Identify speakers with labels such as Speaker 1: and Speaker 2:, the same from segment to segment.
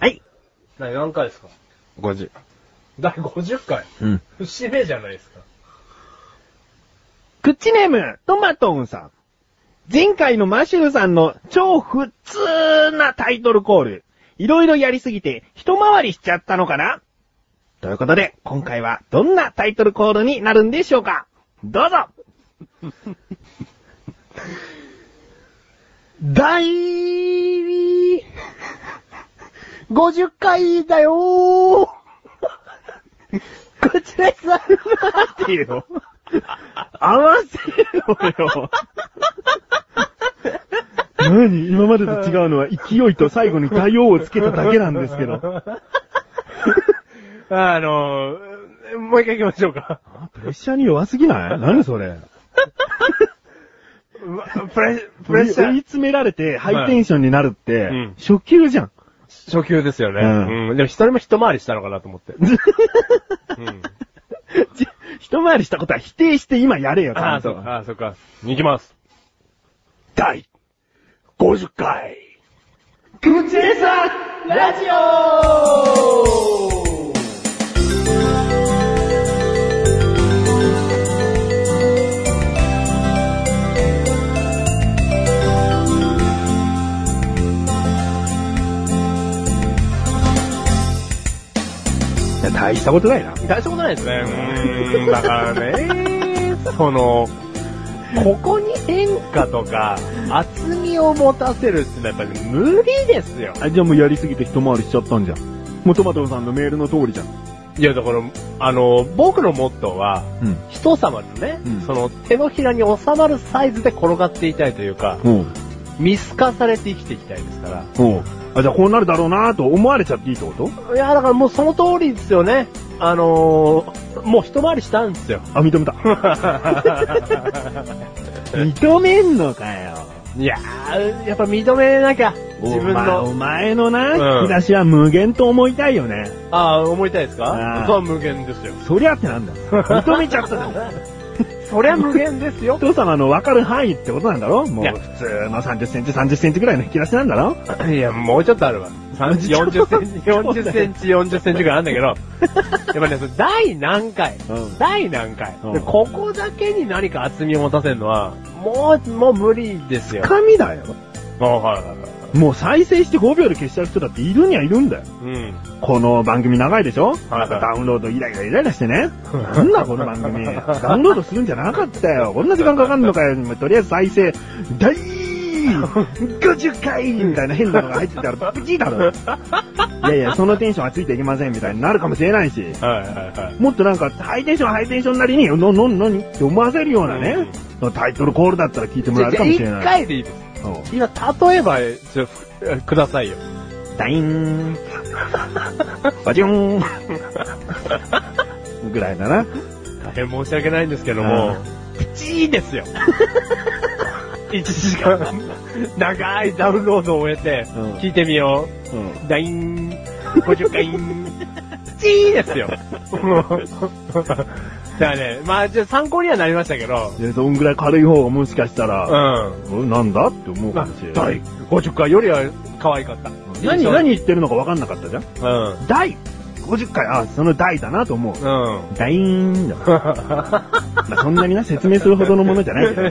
Speaker 1: 何、何回ですか
Speaker 2: 50。
Speaker 1: 第50回。
Speaker 2: うん。
Speaker 1: 節目じゃないですか。
Speaker 2: クッチネーム、トマトンさん。前回のマシュルさんの超普通なタイトルコール。いろいろやりすぎて一回りしちゃったのかなということで、今回はどんなタイトルコールになるんでしょうかどうぞ
Speaker 3: 第、50回だよー こちらさん
Speaker 2: なんていうの合わせろよ。 何今までと違うのは勢いと最後に対応をつけただけなんですけど。
Speaker 1: あのー、もう一回行きましょうか。
Speaker 2: プレッシャーに弱すぎない何それ
Speaker 1: うわプレ、プ
Speaker 2: プレ
Speaker 1: レ
Speaker 2: ッ
Speaker 1: ッ
Speaker 2: シ
Speaker 1: シ
Speaker 2: ャー。追い
Speaker 1: ャー。
Speaker 2: 詰められてハイテンションになるって、
Speaker 1: うん
Speaker 2: 初級じゃん。
Speaker 1: 初級ですよね。
Speaker 2: う
Speaker 1: うんん。でも一人も一回りしたのかなと思って。うん。
Speaker 2: じ 一回りしたことは否定して今やれよ、ちゃ
Speaker 1: あ あ、
Speaker 2: ん
Speaker 1: そっ
Speaker 2: と。
Speaker 1: か、あーそっか。行きます。
Speaker 2: 第50回。
Speaker 3: ラジオ
Speaker 2: いや大したことないな。
Speaker 1: 大したことないですね。うん。だから ね、その、ここに変化とか、厚みを持たせるってのはやっぱり無理ですよ。
Speaker 2: あ、じゃあもうやりすぎて一回りしちゃったんじゃん。もうトマトさんのメールの通りじゃん。
Speaker 1: いや、だから、あの、僕のモットーは、
Speaker 2: うん。
Speaker 1: 人様のね、
Speaker 2: うん
Speaker 1: その手のひらに収まるサイズで転がっていたいというか、
Speaker 2: おう
Speaker 1: 見透かされて生きていきたいですから。
Speaker 2: おうあ、じゃあこうなるだろうなと思われちゃっていいってこと
Speaker 1: いや、だからもうその通りですよね。あのー、もう一回りしたんですよ。
Speaker 2: あ、認め た。認めんのかよ。
Speaker 1: いやー、やっぱ認めなきゃ、自分
Speaker 2: お
Speaker 1: の。
Speaker 2: 前のな、
Speaker 1: うん
Speaker 2: 引き出しは無限と思いたいよね。
Speaker 1: ああ、思いたいです
Speaker 2: あ
Speaker 1: か
Speaker 2: ー
Speaker 1: そう無限ですよ。
Speaker 2: そりゃってなん だよ。認めちゃったじゃん。
Speaker 1: そりゃ無限ですよ。
Speaker 2: 人様の分かる範囲ってことなんだろもう
Speaker 1: いや
Speaker 2: 普通の30センチ、30センチぐらいの引き出しなんだろ
Speaker 1: いや、もうちょっとあるわ。30 40センチ、40センチ、40センチぐらいあるんだけど、やっ ぱね、その第何回、
Speaker 2: うん
Speaker 1: 第何回、
Speaker 2: う
Speaker 1: で
Speaker 2: ん
Speaker 1: ここだけに何か厚みを持たせるのは、もう、もう無理ですよ。
Speaker 2: 神だよ。
Speaker 1: もう、はいはいはい。
Speaker 2: もう再生して5秒で消しちゃう人だっているにはいるんだよ。
Speaker 1: うん。
Speaker 2: この番組長いでしょ
Speaker 1: はいはい
Speaker 2: ダウンロードイライライライラしてね。なんだこの番組。ダウンロードするんじゃなかったよ。こんな時間かかんのかよ。まあとりあえず再生、第50回みたいな変なのが入ってたらプチだろ。いやいや、そのテンションはついていけませんみたいになるかもしれないし。
Speaker 1: はいはいはい。
Speaker 2: もっとなんか、ハイテンション、ハイテンションなりに、の、の、の、にって思わせるようなね、タイトルコールだったら聞いても
Speaker 1: じ
Speaker 2: ら
Speaker 1: ゃ
Speaker 2: え
Speaker 1: あ、
Speaker 2: る
Speaker 1: じ
Speaker 2: かもしれ
Speaker 1: ゃあ一
Speaker 2: ない。
Speaker 1: 回でいいです。
Speaker 2: うん
Speaker 1: 今、例えば、ちょ、ふくださいよ。
Speaker 2: ダイーン。バチューン。ぐらいだな。
Speaker 1: 大変申し訳ないんですけども
Speaker 2: うん、
Speaker 1: プチーですよ。1時間、長いダウンロードを終えて
Speaker 2: うん、
Speaker 1: 聞いてみよう。
Speaker 2: うん。
Speaker 1: ダイン、50回イン、チーです よ。じゃあね、まあ、じゃあ参考にはなりましたけど、
Speaker 2: で、そんぐらい軽い方がもしかした
Speaker 1: う
Speaker 2: ら、
Speaker 1: ん。
Speaker 2: うんなんだって思うか
Speaker 1: まあ
Speaker 2: もしれ、ない
Speaker 1: 第。50回よりは可愛かった。
Speaker 2: 何、何言ってるのか分かんなかったじゃん
Speaker 1: うん。
Speaker 2: 第50回、あ、その第だなと思う。
Speaker 1: うん。
Speaker 2: ダイー ンだ。まあそんなにな、説明するほどのものじゃないけ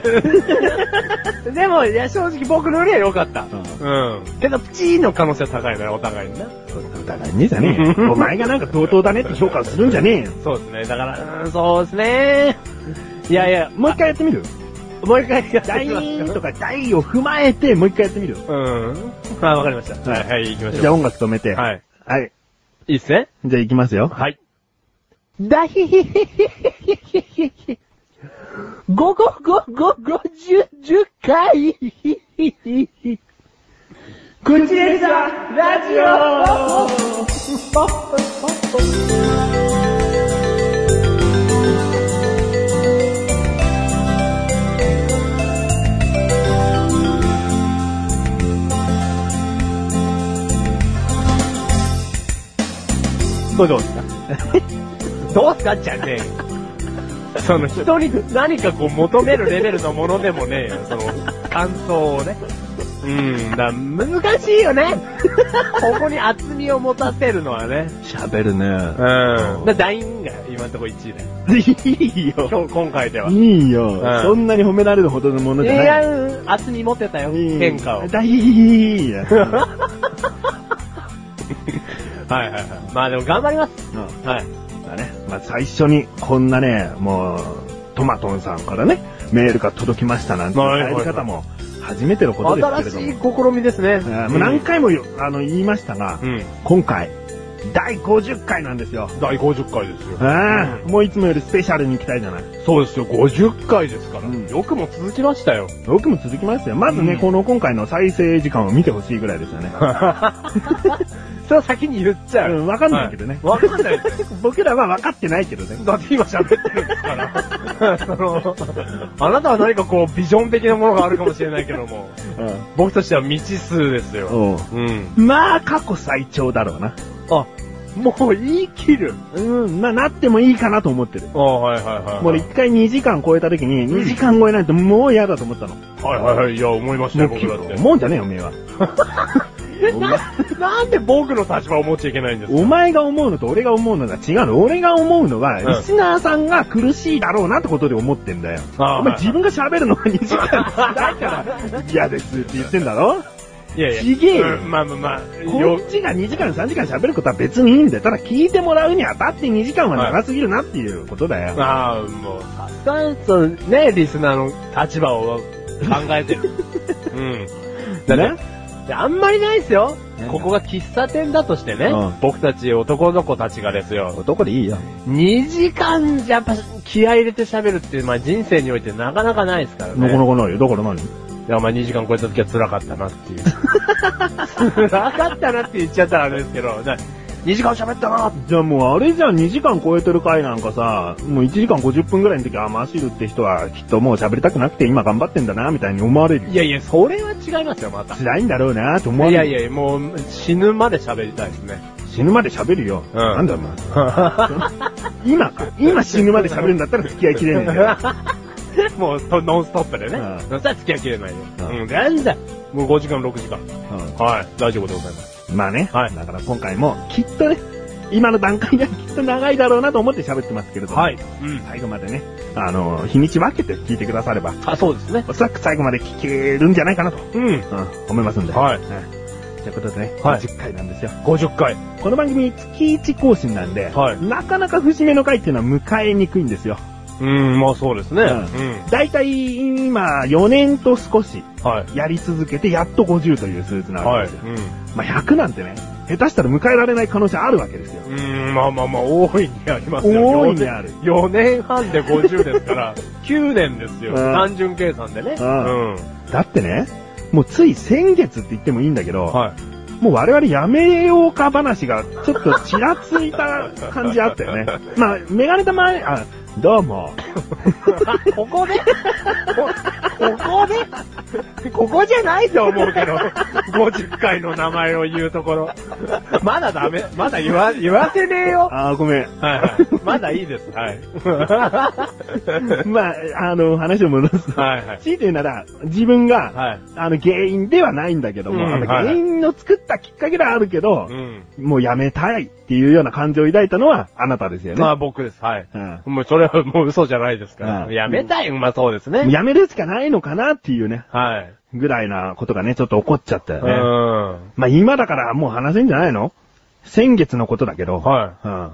Speaker 2: ど。
Speaker 1: でも、いや、正直僕のよりは良かった。
Speaker 2: う
Speaker 1: うん。けど、プチーの可能性は高いね、お互いにな。
Speaker 2: 疑いねえじゃねえ よ。お前がなんか同等だねって評価をするんじゃねえよ。
Speaker 1: そうですね。だから、うん、そうですね。いやいや、
Speaker 2: もう一回やってみる
Speaker 1: もう一回やって
Speaker 2: 大
Speaker 1: みます
Speaker 2: とか大を踏まえて、もう一回やってみる。
Speaker 1: うん。あ、わかりました。
Speaker 2: は
Speaker 1: はいい、はい、行きまし
Speaker 2: じゃ
Speaker 1: ょ
Speaker 2: あ音楽止めて。
Speaker 1: う。はい。
Speaker 2: はい。
Speaker 1: いいっすね
Speaker 2: じゃあ行きますよ。
Speaker 1: はい。
Speaker 3: だひひひひひひひ。ごごごごごじゅじゅ回ひひひひひ。くちれさラジオ
Speaker 1: どうですか どうすかじゃねえよ。その人に何かこう求めるレベルのものでもねえよ、その感想をね。ううん、だ難しいよね。ここに厚みを持たせるのはね。
Speaker 2: 喋るね。
Speaker 1: うん。だダインが今のところ1位だ よ。
Speaker 2: いいよ。
Speaker 1: 今日、今回では。
Speaker 2: いいよ、
Speaker 1: うん
Speaker 2: そんなに褒められるほどのものじゃない。
Speaker 1: 違う、厚み持ってたよ。変化を。はい
Speaker 2: 大い いや。
Speaker 1: はいはい。まあでも頑張ります。
Speaker 2: うん
Speaker 1: はい。
Speaker 2: だね。まあ、最初に、こんなね、もう、トマトンさんからね、メールが届きましたなんて
Speaker 1: はいはい
Speaker 2: 入
Speaker 1: は
Speaker 2: り
Speaker 1: い
Speaker 2: 方も初めてのことですけれども。
Speaker 1: 新しい試みですね。
Speaker 2: えーもう何回もよあの言いましたが、
Speaker 1: うん。
Speaker 2: 今回、第50回なんですよ。
Speaker 1: 第50回ですよ。
Speaker 2: ああ、もういつもよりスペシャルに行きたいじゃない。
Speaker 1: そうですよ、50回ですから。
Speaker 2: うん
Speaker 1: よくも続きましたよ。
Speaker 2: 僕も続きますよ。まずね、
Speaker 1: うん
Speaker 2: この今回の再生時間を見てほしいぐらいですよね。
Speaker 1: それは先に言っちゃう。
Speaker 2: うんわかんないけどね
Speaker 1: はいわ、かんないですよ。
Speaker 2: 僕らは分かってないけど ね。
Speaker 1: だって今喋ってるんですから。その、あなたは何かこう、ビジョン的なものがあるかもしれないけども、僕としては未知数ですよ。
Speaker 2: うん
Speaker 1: うん。
Speaker 2: まあ、過去最長だろうな。
Speaker 1: あ、もう言い切る。
Speaker 2: うん、な、なってもいいかなと思ってる。
Speaker 1: あはいはいはい、はい。
Speaker 2: もうね一回2時間超えた時に、2時間超えないともう嫌だと思ったの。
Speaker 1: はいはいはい。いや、思いましたよ、
Speaker 2: もう
Speaker 1: 僕だって。
Speaker 2: 思うんじゃねえよ、おめえ は。お前
Speaker 1: なんで僕の立場を持っちゃいけないんですか
Speaker 2: お前が思うのと俺が思うのが違うの。俺が思うのは、
Speaker 1: うん
Speaker 2: リスナーさんが苦しいだろうなってことで思ってんだよ。
Speaker 1: あ
Speaker 2: お前自分が喋るのが2時間だか ら嫌ですって言ってんだろ
Speaker 1: いやいや。
Speaker 2: ちげえよ
Speaker 1: うんまあまあまあ、
Speaker 2: こっちが2時間3時間喋ることは別にいいんだよ。ただ聞いてもらうにあたって2時間は長すぎるなっていうことだよ。
Speaker 1: ああ、もう、さすがに、そのね、リスナーの立場を考えて る。うん。だね。であんまりないですよ
Speaker 2: 何。が
Speaker 1: ここが喫茶店だとしてね、
Speaker 2: うん
Speaker 1: 僕たち男の子たちがですよ、
Speaker 2: 男でいいよ。
Speaker 1: 2時間やっぱ気合い入れて喋るっていう、まあ人生においてなかなかないですからね。
Speaker 2: なかなかないよ。だから何
Speaker 1: いや、まあ2時間超えた時は辛かったなっていう。 辛かったなって言っちゃったらあれですけど、2時間喋ったな
Speaker 2: じゃあもうあれじゃん2時間超えてる回なんかさ、もう1時間50分ぐらいの時、あ、マシルって人はきっともう喋りたくなくて今頑張ってんだな、みたいに思われるよ
Speaker 1: い。やいや、それは違いますよ、また。
Speaker 2: 辛いんだろうな、と思わ
Speaker 1: い
Speaker 2: れ
Speaker 1: や
Speaker 2: る。
Speaker 1: いやいや、もう死ぬまで喋りたいですね。
Speaker 2: 死ぬまで喋るよ。
Speaker 1: うん
Speaker 2: なんだよ、お 前。今か。今死ぬまで喋るんだったら付き合いきれねえんだ よ。
Speaker 1: もうとノンストップでね。
Speaker 2: うん
Speaker 1: そしたら付き合いきれないよ。
Speaker 2: うん
Speaker 1: うん、なんだ。もう5時間、6時間。はい、大丈夫でございます。
Speaker 2: まあね。
Speaker 1: はい
Speaker 2: だから今回も、きっとね、今の段階ではきっと長いだろうなと思って喋ってますけれども。
Speaker 1: はい。。うん。
Speaker 2: 最後までね、あの、日にち分けて聞いてくだされば、
Speaker 1: あ、そうですね。
Speaker 2: おそらく最後まで聞けるんじゃないかなと、
Speaker 1: うん。
Speaker 2: うん、思いますんで。
Speaker 1: はい
Speaker 2: うんということでね、
Speaker 1: はい
Speaker 2: 50回なんですよ。
Speaker 1: 50回。
Speaker 2: この番組月1更新なんで、
Speaker 1: はい
Speaker 2: なかなか節目の回っていうのは迎えにくいんですよ。
Speaker 1: うん、まあそうですね。
Speaker 2: うんだいたい今4年と少し
Speaker 1: はい。
Speaker 2: やり続けてやっと50という数字なわ
Speaker 1: は
Speaker 2: け
Speaker 1: い。
Speaker 2: ですよ。
Speaker 1: う
Speaker 2: まあ100なんてね、下手したら迎えられない可能性あるわけですよ。
Speaker 1: ん。うん、まあまあまあ、大いにありますよ。
Speaker 2: 大いにある
Speaker 1: 4年半で50ですから、9年 ですよ。
Speaker 2: うん
Speaker 1: 単純計算でね。
Speaker 2: うん
Speaker 1: うん。
Speaker 2: だってね、もうつい先月って言ってもいいんだけど、
Speaker 1: はい。
Speaker 2: もう我々やめようか話がちょっとちらついた感じあったよ ね。まあ、メガネ玉、あ、どうも。
Speaker 1: ここでここでここじゃないと思うけど、50回の名前を言うところ。まだダメ、まだ言わ、言わせねえよ。
Speaker 2: あーご めん。
Speaker 1: はいはい。まだいいです。はい。は
Speaker 2: まあ、あの、話を戻すと。
Speaker 1: いはい。
Speaker 2: 強いて言うなら、自分が、
Speaker 1: はい。
Speaker 2: あの、原因ではないんだけども、
Speaker 1: うん
Speaker 2: あの
Speaker 1: はい
Speaker 2: 原因の作ったきっかけではあるけど
Speaker 1: う、ん。
Speaker 2: もうやめたいっていうような感情を抱いたのはあなたですよね。
Speaker 1: まあ僕です。はい。
Speaker 2: うん
Speaker 1: もうそれはもう嘘じゃないですから。
Speaker 2: うん
Speaker 1: やめたい。まあそうですね。
Speaker 2: やめるしかないのかなっていうね、
Speaker 1: はい。
Speaker 2: ぐらいなことがね、ちょっと起こっちゃったよ
Speaker 1: う
Speaker 2: ね。
Speaker 1: ん。
Speaker 2: まあ今だからもう話せんじゃないの先月のことだけど。
Speaker 1: は
Speaker 2: うん。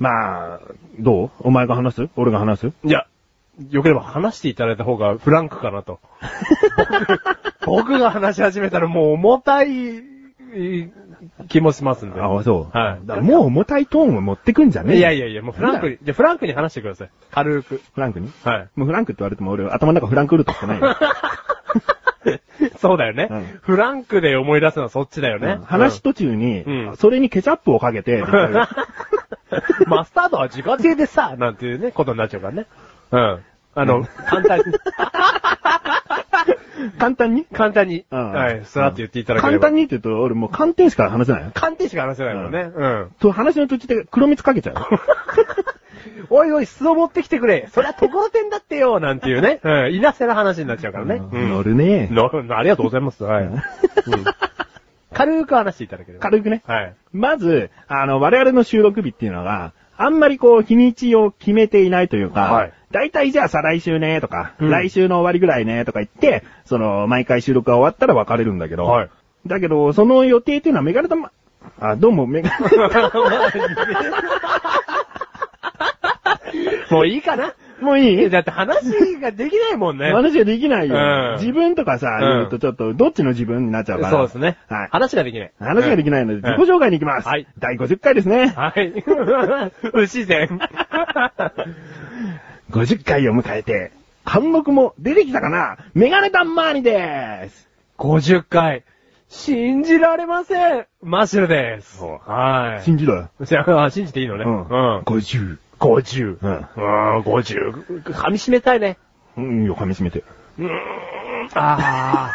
Speaker 2: まあ、どうお前が話す俺が話す
Speaker 1: い。じゃよければ話していただいた方がフランクか なと。僕僕が話し始めたらもう重たい気もしますんで。
Speaker 2: ああ、そう。
Speaker 1: はい
Speaker 2: だからもう重たいトーンを持ってくんじゃねえ
Speaker 1: いやいやいや、もうフランク
Speaker 2: なんだよ
Speaker 1: に、じゃあフランクに話してください。軽く。
Speaker 2: フランクに
Speaker 1: はい。
Speaker 2: もうフランクって言われても俺頭の中フランクウルトしかないよ。
Speaker 1: そうだよね、
Speaker 2: うん
Speaker 1: フランクで思い出すのはそっちだよ ね。
Speaker 2: うん話途中に、
Speaker 1: うん
Speaker 2: それにケチャップをかけ て、
Speaker 1: うん マスタードは自家製 でさ、なんていうね、ことになっちゃうからね。うん。あの、簡単に、
Speaker 2: 簡単に
Speaker 1: 簡単に、
Speaker 2: うん
Speaker 1: はい、スラッと言っていただけ
Speaker 2: 簡
Speaker 1: れば。
Speaker 2: 単にって言うと俺もう寒天しか話せないよ。
Speaker 1: 簡単しか話せないもんね。うん。
Speaker 2: と話の途中で黒蜜かけちゃう。
Speaker 1: おいおい、素を持ってきてくれ。そりゃところてんだってよ、 なんていうね。うん。いなせな話になっちゃう からね。うん。
Speaker 2: 乗るね。
Speaker 1: ななありがとうございます。はい。うん軽く話していただければ。
Speaker 2: 軽くね。
Speaker 1: はい。
Speaker 2: まず、あの、我々の収録日っていうのが、あんまりこう、日にちを決めていないというか、
Speaker 1: はい
Speaker 2: だいたいじゃあ再来週ね、とか、
Speaker 1: うん
Speaker 2: 来週の終わりぐらいね、とか言って、その、毎回収録が終わったら別れるんだけど、
Speaker 1: はい。
Speaker 2: だけど、その予定っていうのはメガネ玉、あ、どうもメガネ、
Speaker 1: もういいかな
Speaker 2: もうい
Speaker 1: え
Speaker 2: い
Speaker 1: だって話ができないもんね。
Speaker 2: 話ができないよ。
Speaker 1: うん
Speaker 2: 自分とかさ、
Speaker 1: うん
Speaker 2: 言うとちょっと、どっちの自分になっちゃうから。
Speaker 1: そうですね。
Speaker 2: はい。
Speaker 1: 話ができない。
Speaker 2: 話ができないので、自己紹介に行きます。
Speaker 1: はい
Speaker 2: 第50回ですね。
Speaker 1: はい。不自然。
Speaker 2: 50回を迎えて、監獄も出てきたかなメガネタンマーニです
Speaker 1: 50回。信じられません。マッシュルです。はい。
Speaker 2: 信じろよ。
Speaker 1: じゃあ、信じていいのね。
Speaker 2: うん。
Speaker 1: うん。
Speaker 2: 50。
Speaker 1: 50。
Speaker 2: う
Speaker 1: うんん、50。噛み締めたいね。
Speaker 2: うん、よ、噛み締めて。
Speaker 1: うーん。ああ。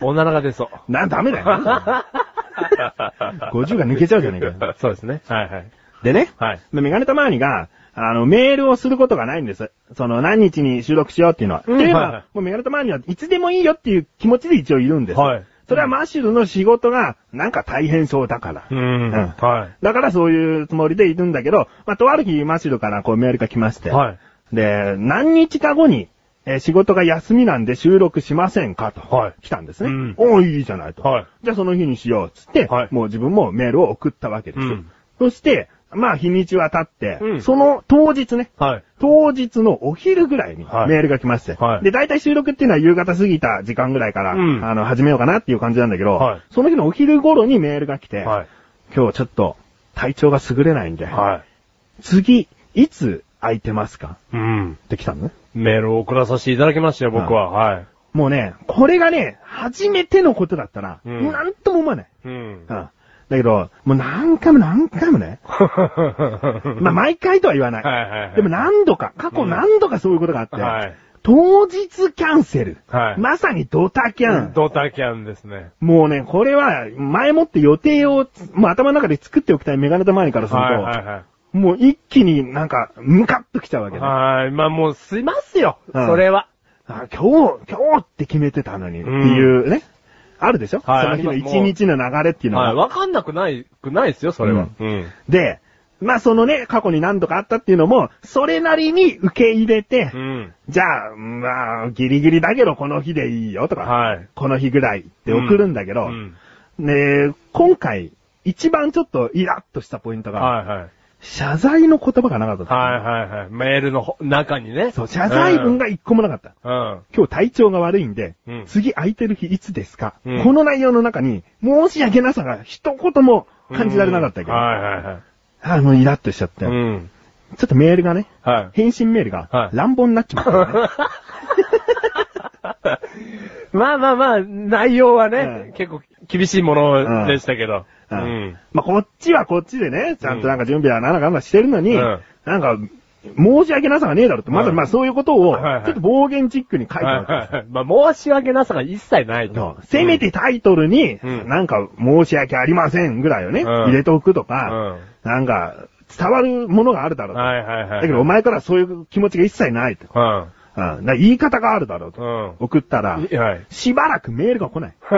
Speaker 1: おならが出 そう。
Speaker 2: な、ダメだよ。50が抜けちゃうじゃねえかよ。
Speaker 1: そうですね。はいはい。
Speaker 2: でね、
Speaker 1: はい
Speaker 2: メガネタマーニが、あの、メールをすることがないんです。その、何日に収録しようっていうのは。
Speaker 1: うん
Speaker 2: っていうのは、
Speaker 1: はいはい
Speaker 2: もうメガネタマーニはいつでもいいよっていう気持ちで一応いるんです。
Speaker 1: はい
Speaker 2: それはマッシュルの仕事が、なんか大変そうだから。
Speaker 1: うん。は
Speaker 2: だからそういうつもりでいるんだけど、まあ、とある日、マッシュルからこうメールが来まし
Speaker 1: い。
Speaker 2: て。
Speaker 1: はい。
Speaker 2: で、何日か後に、えー仕事が休みなんで収録しませんかと。
Speaker 1: はい
Speaker 2: 来たんですね。
Speaker 1: うん
Speaker 2: おーいいじゃないと。
Speaker 1: はい
Speaker 2: じゃあその日にしようっつって、
Speaker 1: はい
Speaker 2: もう自分もメールを送ったわけです。
Speaker 1: うん
Speaker 2: そして、まあ日にちは経って、
Speaker 1: うん
Speaker 2: その当日ね、
Speaker 1: はい。
Speaker 2: 当日のお昼ぐらいにメ
Speaker 1: はい
Speaker 2: ールが来まして、
Speaker 1: はい
Speaker 2: で、大体収録っていうのは夕方過ぎた時間ぐらいから、
Speaker 1: うん
Speaker 2: あの、始めようかなっていう感じなんだけど、
Speaker 1: はい
Speaker 2: その日のお昼頃にメールが来て、
Speaker 1: はい。
Speaker 2: 今日ちょっと体調が優れないんで、
Speaker 1: は
Speaker 2: 次、いつ空いてますか
Speaker 1: い。うん。
Speaker 2: って来たのね。
Speaker 1: メールを送らさせていただきましたよ、僕は。はい。
Speaker 2: もうね、これがね、初めてのことだったら、
Speaker 1: うん
Speaker 2: なんとも思わない。
Speaker 1: うん
Speaker 2: うん。。だけど、もう何回も何回もね、まあ毎回とは言わない。
Speaker 1: はいはいはい
Speaker 2: でも何度か、過去何度かそういうことがあって、
Speaker 1: はい
Speaker 2: 当日キャンセル。
Speaker 1: はい
Speaker 2: まさにドタキャン。
Speaker 1: ドタキャンですね。
Speaker 2: もうね、これは、前もって予定を、もう頭の中で作っておきたいメガネと周りからすると、
Speaker 1: はいはいは
Speaker 2: もう一気になんか、ムカッときちゃうわけ
Speaker 1: い。
Speaker 2: ね。
Speaker 1: はい。まあもう、すいますよ。
Speaker 2: うん
Speaker 1: それは。
Speaker 2: あ今日、今日って決めてたのにっていうね。あるでしょ、
Speaker 1: はい
Speaker 2: その日の一日の流れっていうの
Speaker 1: は
Speaker 2: が
Speaker 1: い。。わかんなくない、くないですよ、それは。うん。
Speaker 2: で、まあそのね、過去に何度かあったっていうのも、それなりに受け入れて、
Speaker 1: うん。
Speaker 2: じゃあ、まあ、ギリギリだけどこの日でいいよとか、
Speaker 1: はい。
Speaker 2: この日ぐらいって送るんだけど、
Speaker 1: うん
Speaker 2: ね今回、一番ちょっとイラッとしたポイントが、
Speaker 1: はいはい。
Speaker 2: 謝罪の言葉がなかったんですよ
Speaker 1: はいはいはい。メールのほ中にね。
Speaker 2: そう、謝罪文が一個もなかった。
Speaker 1: うん。
Speaker 2: 今日体調が悪いんで、
Speaker 1: うん
Speaker 2: 次空いてる日いつですか、
Speaker 1: うん
Speaker 2: この内容の中に、申し訳なさが一言も
Speaker 1: うん。
Speaker 2: 感じられなかったけど、
Speaker 1: はいはいはい。
Speaker 2: あもうイラッとしちゃって、
Speaker 1: う
Speaker 2: ちょ
Speaker 1: ん。
Speaker 2: っとメールがね、
Speaker 1: は
Speaker 2: 返信メールが
Speaker 1: は、い
Speaker 2: 乱暴になっちまったね、
Speaker 1: い。まあまあまあ、内容はね、
Speaker 2: うん
Speaker 1: 結構厳しいものでしたけど。
Speaker 2: う
Speaker 1: うんん。
Speaker 2: まあ、こっちはこっちでね、ちゃんとなんか準備はなんだかんだしてるのに、
Speaker 1: うん
Speaker 2: なんか、申し訳なさがねえだろって、まず
Speaker 1: うん
Speaker 2: まあそういうことを、
Speaker 1: はいはい
Speaker 2: ちょっと暴言チックに書いてあ
Speaker 1: は
Speaker 2: る
Speaker 1: いはいはい。まあ、申し訳なさが一切ないと
Speaker 2: そう。せめてタイトルに、
Speaker 1: うん
Speaker 2: なんか申し訳ありませんぐらいをね、
Speaker 1: うん
Speaker 2: 入れておくと
Speaker 1: うん。
Speaker 2: か、なんか伝わるものがあるだろうと。
Speaker 1: はいはいは
Speaker 2: だ
Speaker 1: い。
Speaker 2: けどお前からそういう気持ちが一切ないと。
Speaker 1: うん。
Speaker 2: うん、だから言い方があるだろうと。
Speaker 1: うん。
Speaker 2: 送ったら、
Speaker 1: はい。
Speaker 2: しばらくメールが来ない。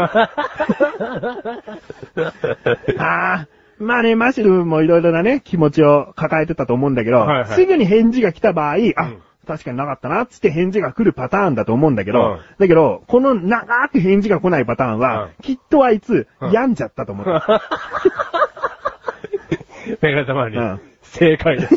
Speaker 2: ああ、まあね、マシルもいろいろなね、気持ちを抱えてたと思うんだけど、
Speaker 1: はいはい
Speaker 2: すぐに返事が来た場合、あ、
Speaker 1: ん
Speaker 2: 確かになかったな、つって返事が来るパターンだと思うんだけど、
Speaker 1: うん
Speaker 2: だけど、この長く返事が来ないパターンは、
Speaker 1: うん
Speaker 2: きっとあいつ、
Speaker 1: うん
Speaker 2: 病んじゃったと思う。
Speaker 1: メガネ玉に
Speaker 2: うん。
Speaker 1: 正解 です。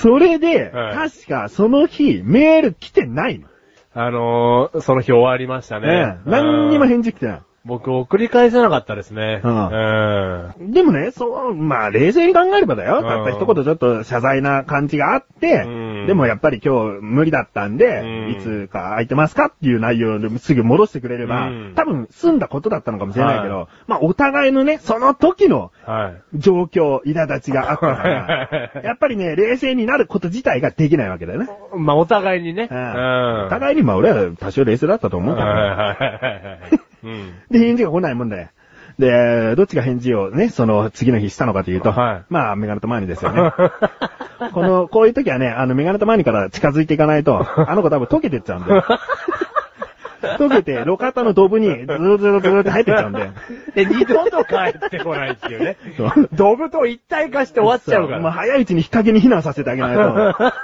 Speaker 2: それで、
Speaker 1: はい
Speaker 2: 確かその日、メール来てないの。
Speaker 1: あのー、その日終わりましたね
Speaker 2: え。え何にも
Speaker 1: うん
Speaker 2: 返事来てない。
Speaker 1: 僕送り返せなかったですね。
Speaker 2: うん
Speaker 1: うん。
Speaker 2: でもね、そう、まあ、冷静に考えればだよ。
Speaker 1: うん
Speaker 2: たった一言ちょっと謝罪な感じがあって、
Speaker 1: うん
Speaker 2: でもやっぱり今日無理だったんで、
Speaker 1: うん
Speaker 2: いつか空いてますかっていう内容ですぐ戻してくれれば、
Speaker 1: うん
Speaker 2: 多分済んだことだったのかもしれないけど、
Speaker 1: は
Speaker 2: まあ、お互いのね、その時の
Speaker 1: はい。
Speaker 2: 状況、苛立ちがあった から、やっぱりね、冷静になること自体ができないわけだよね。
Speaker 1: まあ、お互いにね。
Speaker 2: う
Speaker 1: うんん。
Speaker 2: お互いにまあ、俺は多少冷静だったと思う
Speaker 1: はい
Speaker 2: か
Speaker 1: はい
Speaker 2: ら、
Speaker 1: はいはいはい。うん。
Speaker 2: で、返事が来ないもんだよ。で、どっちが返事をね、その次の日したのかというと、
Speaker 1: はい
Speaker 2: まあ、メガネとマーニですよ ね。この、こういう時はね、あの、メガネとマーニから近づいていかない と、あの子多分溶けてっちゃうんで。溶けて、路肩のドブに、ずるずるずるって入ってっちゃうんで。
Speaker 1: で、二度と帰ってこないっていう ね
Speaker 2: そう。
Speaker 1: ドブと一体化して終わっちゃうから。
Speaker 2: まあ、早いうちに日陰に避難させてあげないと。だか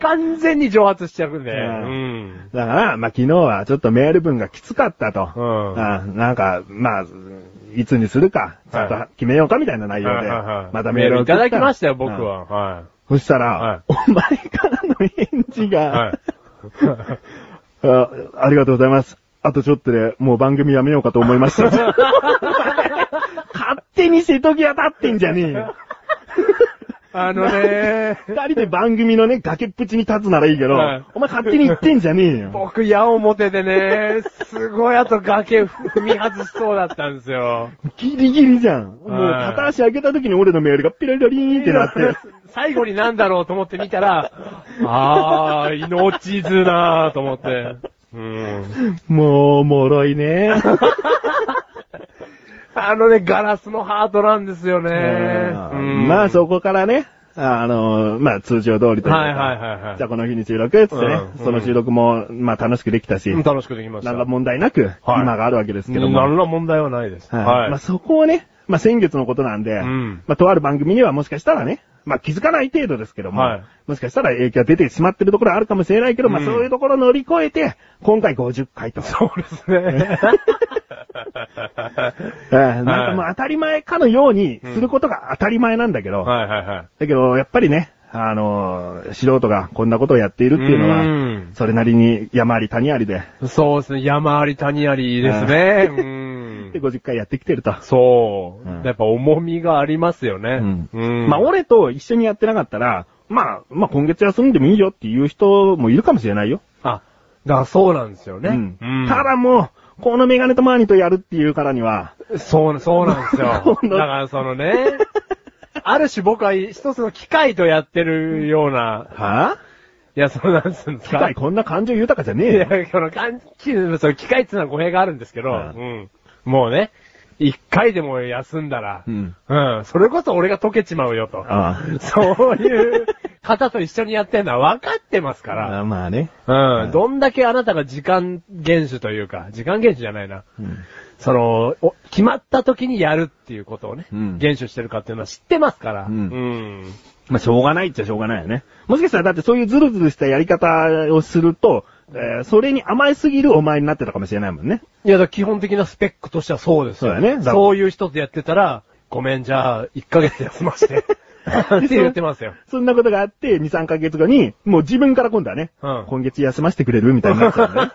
Speaker 1: 完全に蒸発しちゃうね。
Speaker 2: んら、まあ、昨日はちょっとメール文がきつかったと。
Speaker 1: うん
Speaker 2: あなんか、まあ、いつにするか、ちゃんと決めようかみたいな内容で、またメールを
Speaker 1: いただきましたよ、
Speaker 2: 送っら。
Speaker 1: 僕
Speaker 2: うん
Speaker 1: は。は
Speaker 2: そしたら、
Speaker 1: はい
Speaker 2: お前からの返事が、
Speaker 1: い。はい。
Speaker 2: あ、ありがとうございます。あとちょっとで、もう番組やめようかと思いま した。勝手に瀬戸際立ってんじゃねえよ。
Speaker 1: あのね、
Speaker 2: 二人で番組のね、崖っぷちに立つならいいけど、
Speaker 1: はい
Speaker 2: お前勝手に言ってんじゃねえよ。
Speaker 1: 僕、矢面でね、すごいあと崖踏み外しそうだったんですよ。
Speaker 2: ギリギリじゃん。もう
Speaker 1: はい
Speaker 2: 片足上げた時に俺のメールがピラリラリーンってなって。
Speaker 1: 最後になんだろうと思って見たら、あー、命ずなーと思って。うん。
Speaker 2: もう、おもろいね。
Speaker 1: あのね、ガラスのハートなんですよね。う ん
Speaker 2: まあそこからね、あの、まあ通常通りというか、
Speaker 1: はいはいはいはい
Speaker 2: じゃあこの日に収録っつってね、
Speaker 1: うん
Speaker 2: その収録も、まあ楽しくできたし、
Speaker 1: うん楽しくできました。
Speaker 2: 何ら問題なく、
Speaker 1: はい
Speaker 2: 今があるわけですけども。
Speaker 1: 何ら問題はないです。
Speaker 2: はい
Speaker 1: はい。
Speaker 2: まあ、そこをね、まあ、先月のことなんで、
Speaker 1: ん
Speaker 2: まあ、とある番組にはもしかしたらね、まあ、気づかない程度ですけども、
Speaker 1: はい
Speaker 2: もしかしたら影響が出てしまってるところはあるかもしれないけど、まあ、
Speaker 1: うん
Speaker 2: そういうところを乗り越えて、今回50回と。
Speaker 1: そうですね。
Speaker 2: えーなんかもう当たり前かのようにすることが当たり前なんだけど、
Speaker 1: はいはいはい。
Speaker 2: だけど、やっぱりね、あのー素人がこんなことをやっているっていうの
Speaker 1: う
Speaker 2: は
Speaker 1: ん、
Speaker 2: それなりに山あり谷ありで、
Speaker 1: そうですね。山あり谷ありですね。う
Speaker 2: で
Speaker 1: ん。
Speaker 2: 50回やってきてると。
Speaker 1: そう、
Speaker 2: うん
Speaker 1: やっぱ重みがありますよね。うん
Speaker 2: まあ、俺と一緒にやってなかったら、まあ、まあ今月休んでもいいよっていう人もいるかもしれないよ。
Speaker 1: あ、だからそうなんですよね。
Speaker 2: うんただもう、このメガネとマーニとやるっていうからには、
Speaker 1: そう、そう なんですよ。だからそのね、ある種僕は一つの機械とやってるような、
Speaker 2: はい
Speaker 1: や、そうなんすんで
Speaker 2: ぁ、
Speaker 1: す
Speaker 2: 機
Speaker 1: か
Speaker 2: 械。こんな感情豊かじゃね
Speaker 1: い
Speaker 2: えよ。
Speaker 1: や、その、かんその機械っていうのは語弊があるんですけど、
Speaker 2: う
Speaker 1: うんん。もうね、一回でも休んだら、
Speaker 2: うん
Speaker 1: うん。それこそ俺が溶けちまうよと。
Speaker 2: あ
Speaker 1: そういう方と一緒にやってるのは分かってますか
Speaker 2: あ
Speaker 1: ら、
Speaker 2: あまあね。
Speaker 1: うん。どんだけあなたが時間厳守というか、時間厳守じゃないな。
Speaker 2: うん
Speaker 1: その、お決まった時にやるっていうことをね、
Speaker 2: うん
Speaker 1: 厳守してるかっていうのは知ってますから、
Speaker 2: うん
Speaker 1: うん
Speaker 2: まあ、しょうがないっちゃしょうがないよね。もしかしたら、だってそういうズルズルしたやり方をすると、えーそれに甘えすぎるお前になってたかもしれないもんね。
Speaker 1: いや、だから基本的なスペックとしてはそうですよ
Speaker 2: そうだねだから
Speaker 1: そういう人とやってたら、ごめん、じゃあ、1ヶ月休ま して。って言ってますよ。
Speaker 2: そんなことがあって、2、3ヶ月後に、もう自分から今度はね、
Speaker 1: うん
Speaker 2: 今月休ませてくれるみたいになっちゃうんだね。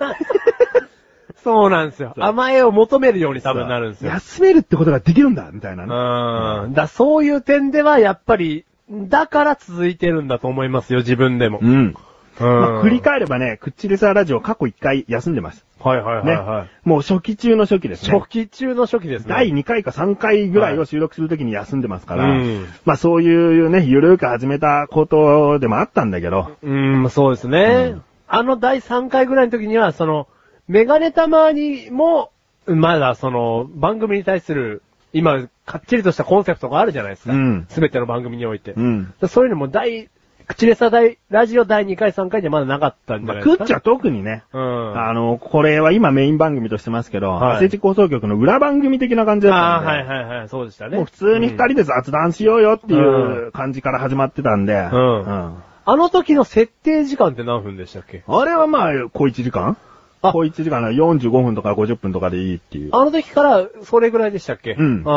Speaker 1: そうなんですよ。
Speaker 2: う
Speaker 1: 甘えを求めるように 多分なるんですよ。
Speaker 2: 休めるってことができるんだみたいなね。
Speaker 1: うん。だそういう点では、やっぱり、だから続いてるんだと思いますよ、自分でも。
Speaker 2: ん。まあ、振り
Speaker 1: 返
Speaker 2: 返ればね、クッチレサーラジオ過去1回休んでます。
Speaker 1: はいはいはい
Speaker 2: ね
Speaker 1: はい。。
Speaker 2: もう初期中の初期ですね。
Speaker 1: 初期中の初期ですね。
Speaker 2: 第2回か3回ぐらいを収録するときに休んでますから、
Speaker 1: うん
Speaker 2: まあそういうね、ゆるく始めたことでもあったんだけど、
Speaker 1: うん、そうですね。あの第3回ぐらいの時には、その、メガネたまにも、まだその、番組に対する、今、かっちりとしたコンセプトがあるじゃないですか。
Speaker 2: うん
Speaker 1: すべての番組において。
Speaker 2: うん。
Speaker 1: そういうのも、第、口レサ大、ラジオ第2回3回でまだなかったんじゃ
Speaker 2: ま
Speaker 1: な
Speaker 2: あ、
Speaker 1: いで
Speaker 2: ク
Speaker 1: すか。
Speaker 2: ッチは特にね、
Speaker 1: うん。
Speaker 2: あの、これは今メイン番組としてますけど、
Speaker 1: はい
Speaker 2: アセチ放送局の裏番組的な感じだった
Speaker 1: あ
Speaker 2: ん
Speaker 1: ー、
Speaker 2: で、
Speaker 1: はいはいはい、そうでしたね。
Speaker 2: もう普通に二
Speaker 1: うん
Speaker 2: 人で雑談しようよっていうう感じから始まってたんで、
Speaker 1: ん
Speaker 2: うん
Speaker 1: あの時の設定時間って何分でしたっけ
Speaker 2: あれはまあ、小1時間
Speaker 1: あ
Speaker 2: 小1時間なら45分とか50分とかでいいっていう。
Speaker 1: あの時から、それぐらいでしたっけ
Speaker 2: うん
Speaker 1: ああ、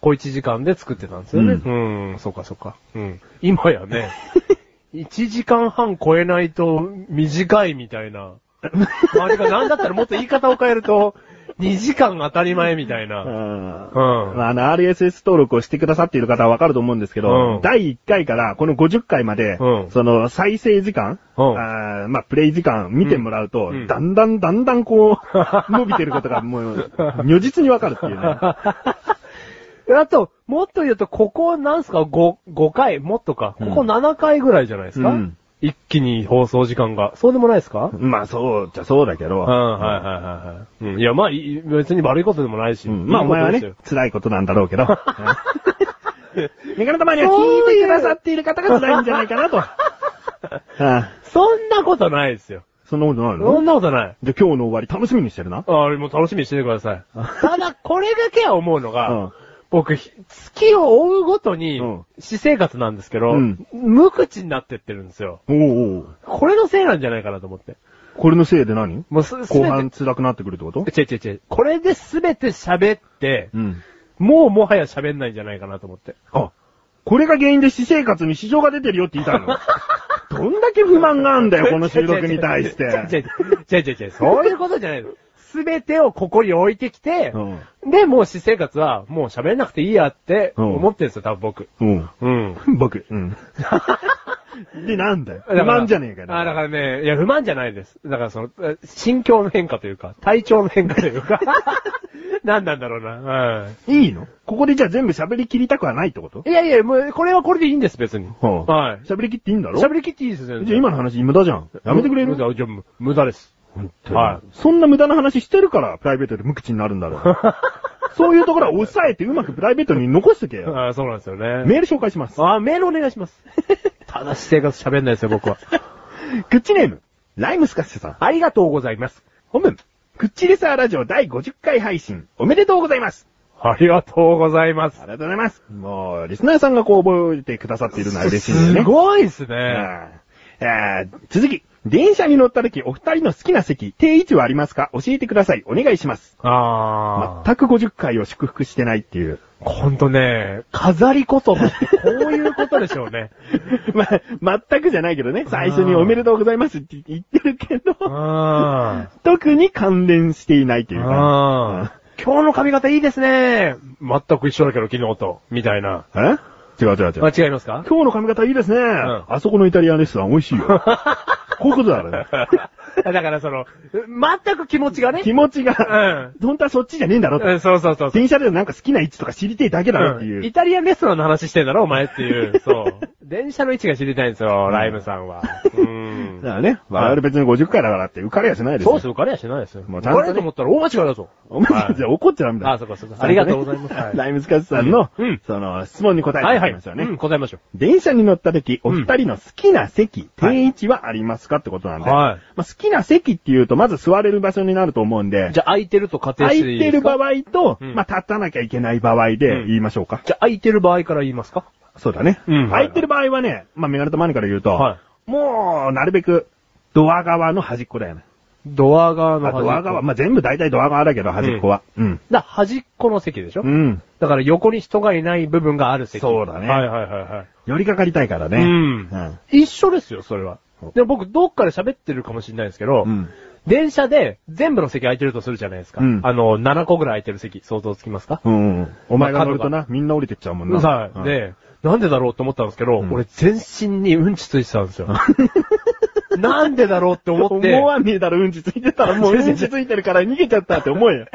Speaker 1: 小一時間で作ってたんですよね。
Speaker 2: う
Speaker 1: うん、そうかそうか。うん。今や ね、1時間半超えないと短いみたいな。まあ、てか、なんだったらもっと言い方を変えると、2時間当たり前みたいうな。
Speaker 2: ん
Speaker 1: うん。
Speaker 2: まあ、あの、RSS 登録をしてくださっている方はわかると思うんですけど、
Speaker 1: うん
Speaker 2: 第1回からこの50回まで、
Speaker 1: うん
Speaker 2: その再生時間、
Speaker 1: うん
Speaker 2: あーまあ、プレイ時間見てもらうと、
Speaker 1: うん
Speaker 2: だんだんだんだんこう、 伸びてることがもう、如実にわかるっていうね。
Speaker 1: あと、もっと言うと、ここなんすか ?5、5回、もっとか。ここ7回ぐらいじゃないですか、
Speaker 2: うん
Speaker 1: 一気に放送時間が。そうでもないですか
Speaker 2: まあそうじゃそうだけど。
Speaker 1: うん、はいはいはいはい。うん、いや、まあ、いい別に悪いことでもないし。
Speaker 2: うんまあ
Speaker 1: い
Speaker 2: お
Speaker 1: いこ
Speaker 2: 前
Speaker 1: と
Speaker 2: は
Speaker 1: で
Speaker 2: ね
Speaker 1: すよ、
Speaker 2: 辛いことなんだろう けど。メガネたまには聞いてくださっている方が辛いんじゃないかなと。ああ
Speaker 1: そんなことないですよ。
Speaker 2: そんなことない
Speaker 1: そ
Speaker 2: の
Speaker 1: んなことない。
Speaker 2: じゃあ今日の終わり楽しみにしてるな。
Speaker 1: ああ、もう楽しみにしててください。ただ、これだけは思うのが、
Speaker 2: うん
Speaker 1: 僕、ひ月を追うごとに
Speaker 2: うん、
Speaker 1: 私生活なんですけど、
Speaker 2: うん
Speaker 1: 無口になってってるんですよ。
Speaker 2: おうおう
Speaker 1: これのせいなんじゃないかなと思って。
Speaker 2: これのせいで何
Speaker 1: もうす、すべ
Speaker 2: 後
Speaker 1: て、
Speaker 2: 半辛くなってくるってこと
Speaker 1: 違う違う違う。これで全て喋って、
Speaker 2: うん。
Speaker 1: もうもはや喋んないんじゃないかなと思って。
Speaker 2: あ、これが原因で私生活に支障が出てるよって言いたい のどんだけ不満があんだよ、この収録に対し
Speaker 1: 違
Speaker 2: て。
Speaker 1: う違う違う違う違う違う違うそういうことじゃないの。全てをここに置いてきて、で、もう私生活はもう喋らなくていいやって思ってるんですよ、多分僕。
Speaker 2: うん。
Speaker 1: うん。
Speaker 2: うん。僕。 うん。で、なんだよ。
Speaker 1: だから
Speaker 2: 不満じゃねえかよ
Speaker 1: あ、だからね、いや、不満じゃないです。だからその、え心境の変化というか、体調の変化とい うか、何なんだろうな。うん。
Speaker 2: いいのここでじゃあ全部喋り切りたくはないってこと
Speaker 1: いやいや、もう、これはこれでいいんです、別に。
Speaker 2: はあ
Speaker 1: はい。
Speaker 2: 喋り切っていいんだろ
Speaker 1: 喋り切っていいですよ。
Speaker 2: じゃあ今の話無駄じゃん。やめてくれる
Speaker 1: 無駄、じゃあ無無駄です。は
Speaker 2: はい。そんな無駄な話してるから、プライベートで無口になるんだろ う。そういうところは抑えてうまくプライベートに残しとけ
Speaker 1: い。
Speaker 2: よ。
Speaker 1: ああ、そうなんですよね。
Speaker 2: メール紹介します。
Speaker 1: ああ、メールお願いし ます。ただし生活喋んないですよ、僕は。
Speaker 2: グッチネーム、ライムスカッシュさん。
Speaker 1: ありがとうございます。
Speaker 2: 本文、グッチレサーラジオ第50回配信、おめでとうございます。
Speaker 1: ありがとうございます
Speaker 2: あり。がとうございます。もう、リスナーさんがこう覚えてくださっているのは嬉しいですね。
Speaker 1: すごいです
Speaker 2: い
Speaker 1: ね。
Speaker 2: えー続き、電車に乗った時、お二人の好きな席、定位置はありますか教えてください。お願いします。
Speaker 1: ああ。
Speaker 2: 全く50回を祝福してないっていう。
Speaker 1: ほんとね、飾り言葉ってこういうことでしょう ね。
Speaker 2: ま、全くじゃないけどね、最初におめでとうございますって言ってるけ
Speaker 1: う
Speaker 2: ど、
Speaker 1: ん。
Speaker 2: 特に関連していないっていう
Speaker 1: あ
Speaker 2: か。
Speaker 1: ー今日の髪型いいですね。全く一緒だけど、昨日と。みたいな。
Speaker 2: え違う違う違
Speaker 1: あ、
Speaker 2: う。
Speaker 1: 違いますか
Speaker 2: 今日の髪型いいですね。
Speaker 1: ん
Speaker 2: あそこのイタリアンレストラン美味しいよ。 こういうことだからね。
Speaker 1: だからその、全く気持ちがね。
Speaker 2: 気持ち
Speaker 1: う
Speaker 2: が、
Speaker 1: ん
Speaker 2: 本当はそっちじゃねえんだろ
Speaker 1: う
Speaker 2: と。
Speaker 1: ん。そうそうそうそう。
Speaker 2: 電車でなんか好きな位置とか知りてえだけだろっていううん
Speaker 1: イ。タリアンレストランの話してんだろ、お前っ ていう。そう。電車の位置が知りたいんですよ、ライムさんは。うん
Speaker 2: だからね、我々別に50回だからって浮かれやしないですよ。
Speaker 1: そうですよ、浮かれやしないですよ。
Speaker 2: もう
Speaker 1: 浮
Speaker 2: ちゃんと
Speaker 1: か
Speaker 2: ね
Speaker 1: れと思ったら大間違いだぞ。
Speaker 2: お前
Speaker 1: はい
Speaker 2: じゃあ怒っちゃダメだ。
Speaker 1: あそうかそうかありがとうございますはい
Speaker 2: ライムスカスさんの
Speaker 1: うん、
Speaker 2: その、質問に答え
Speaker 1: は
Speaker 2: て
Speaker 1: い
Speaker 2: い
Speaker 1: は
Speaker 2: き
Speaker 1: い。
Speaker 2: ましょうね
Speaker 1: う。ん、答えましょ
Speaker 2: 電車に乗った時、お二人の好きな席、定位置はありますかってことなんで。
Speaker 1: はい
Speaker 2: まあ、好きな席っていうと、まず座れる場所になると思うんで
Speaker 1: う。、じゃあ空いてると仮定
Speaker 2: 空
Speaker 1: し
Speaker 2: い
Speaker 1: ていい
Speaker 2: て
Speaker 1: で
Speaker 2: る
Speaker 1: すか
Speaker 2: 場合と、
Speaker 1: うん
Speaker 2: まあ、立たなきゃいけない場合で言いましょうか。
Speaker 1: じゃあ空いてる場合から言いますか
Speaker 2: そうだね。
Speaker 1: うん
Speaker 2: 空いてる場合はね、まあ、メガネとマネから言うと、
Speaker 1: は
Speaker 2: もう、なるべく、ドア側の端っこだよね。
Speaker 1: ドア側の
Speaker 2: あ
Speaker 1: 端っこ。
Speaker 2: ドア側、まあ、全部大体ドア側だけど、端っこは。うん。
Speaker 1: だ端っこの席でしょ、
Speaker 2: うん。
Speaker 1: だから横に人がいない部分がある席。
Speaker 2: そうだね
Speaker 1: はいはいはいは
Speaker 2: 寄りかかりたいからね。
Speaker 1: い。
Speaker 2: うん。
Speaker 1: うん。一緒ですよ、それは
Speaker 2: そう。
Speaker 1: でも僕、どっかで喋ってるかもしれないですけど、
Speaker 2: うん
Speaker 1: 電車で全部の席空いてるとするじゃないですか。
Speaker 2: うん
Speaker 1: あの、7個ぐらい空いてる席、想像つきますか、
Speaker 2: うんうん。お前が乗ると
Speaker 1: ま
Speaker 2: な、みんな降りてっちゃうもんな。
Speaker 1: はい。
Speaker 2: うん、
Speaker 1: で、なんでだろうと思ったんですけど、
Speaker 2: うん
Speaker 1: 俺全身にうんちついてたんですよ。 なんでだろうって思 って。
Speaker 2: 思わねえだろ、うんちついてたらもう うんちついてるから逃げちゃったって思えよ。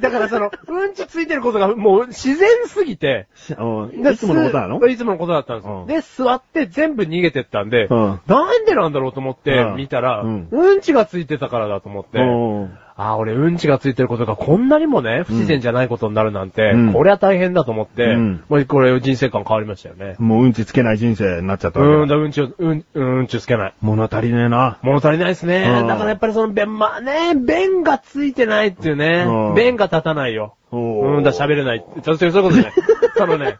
Speaker 1: だからその、うんちついてることがもう自然すぎて、
Speaker 2: うんいつものことなの
Speaker 1: すいつものことだったんです、
Speaker 2: うん
Speaker 1: で、座って全部逃げてったんで、
Speaker 2: うん
Speaker 1: なんでなんだろうと思って
Speaker 2: うん
Speaker 1: 見たら、う
Speaker 2: うんん、
Speaker 1: ちがついてたからだと思って、
Speaker 2: うん
Speaker 1: ああ、俺うんちがついてることがこんなにもね、不自然じゃないことになるなんて、
Speaker 2: うん
Speaker 1: これは大変だと思って、
Speaker 2: うん
Speaker 1: もうこれ人生観変わりましたよね。
Speaker 2: もううんちつけない人生になっちゃった
Speaker 1: う
Speaker 2: わ
Speaker 1: ん、
Speaker 2: け
Speaker 1: だ
Speaker 2: だ。
Speaker 1: うんちを、うん、うんちつけない。
Speaker 2: 物足りねえな。
Speaker 1: 物足りないですね。
Speaker 2: うん
Speaker 1: だからやっぱりその、便、まあね、便がついてないっていうね
Speaker 2: う、ん
Speaker 1: 便が立たないよ。
Speaker 2: おー
Speaker 1: うんだ、喋れない。ちょっとそういうこと じゃない。そのね、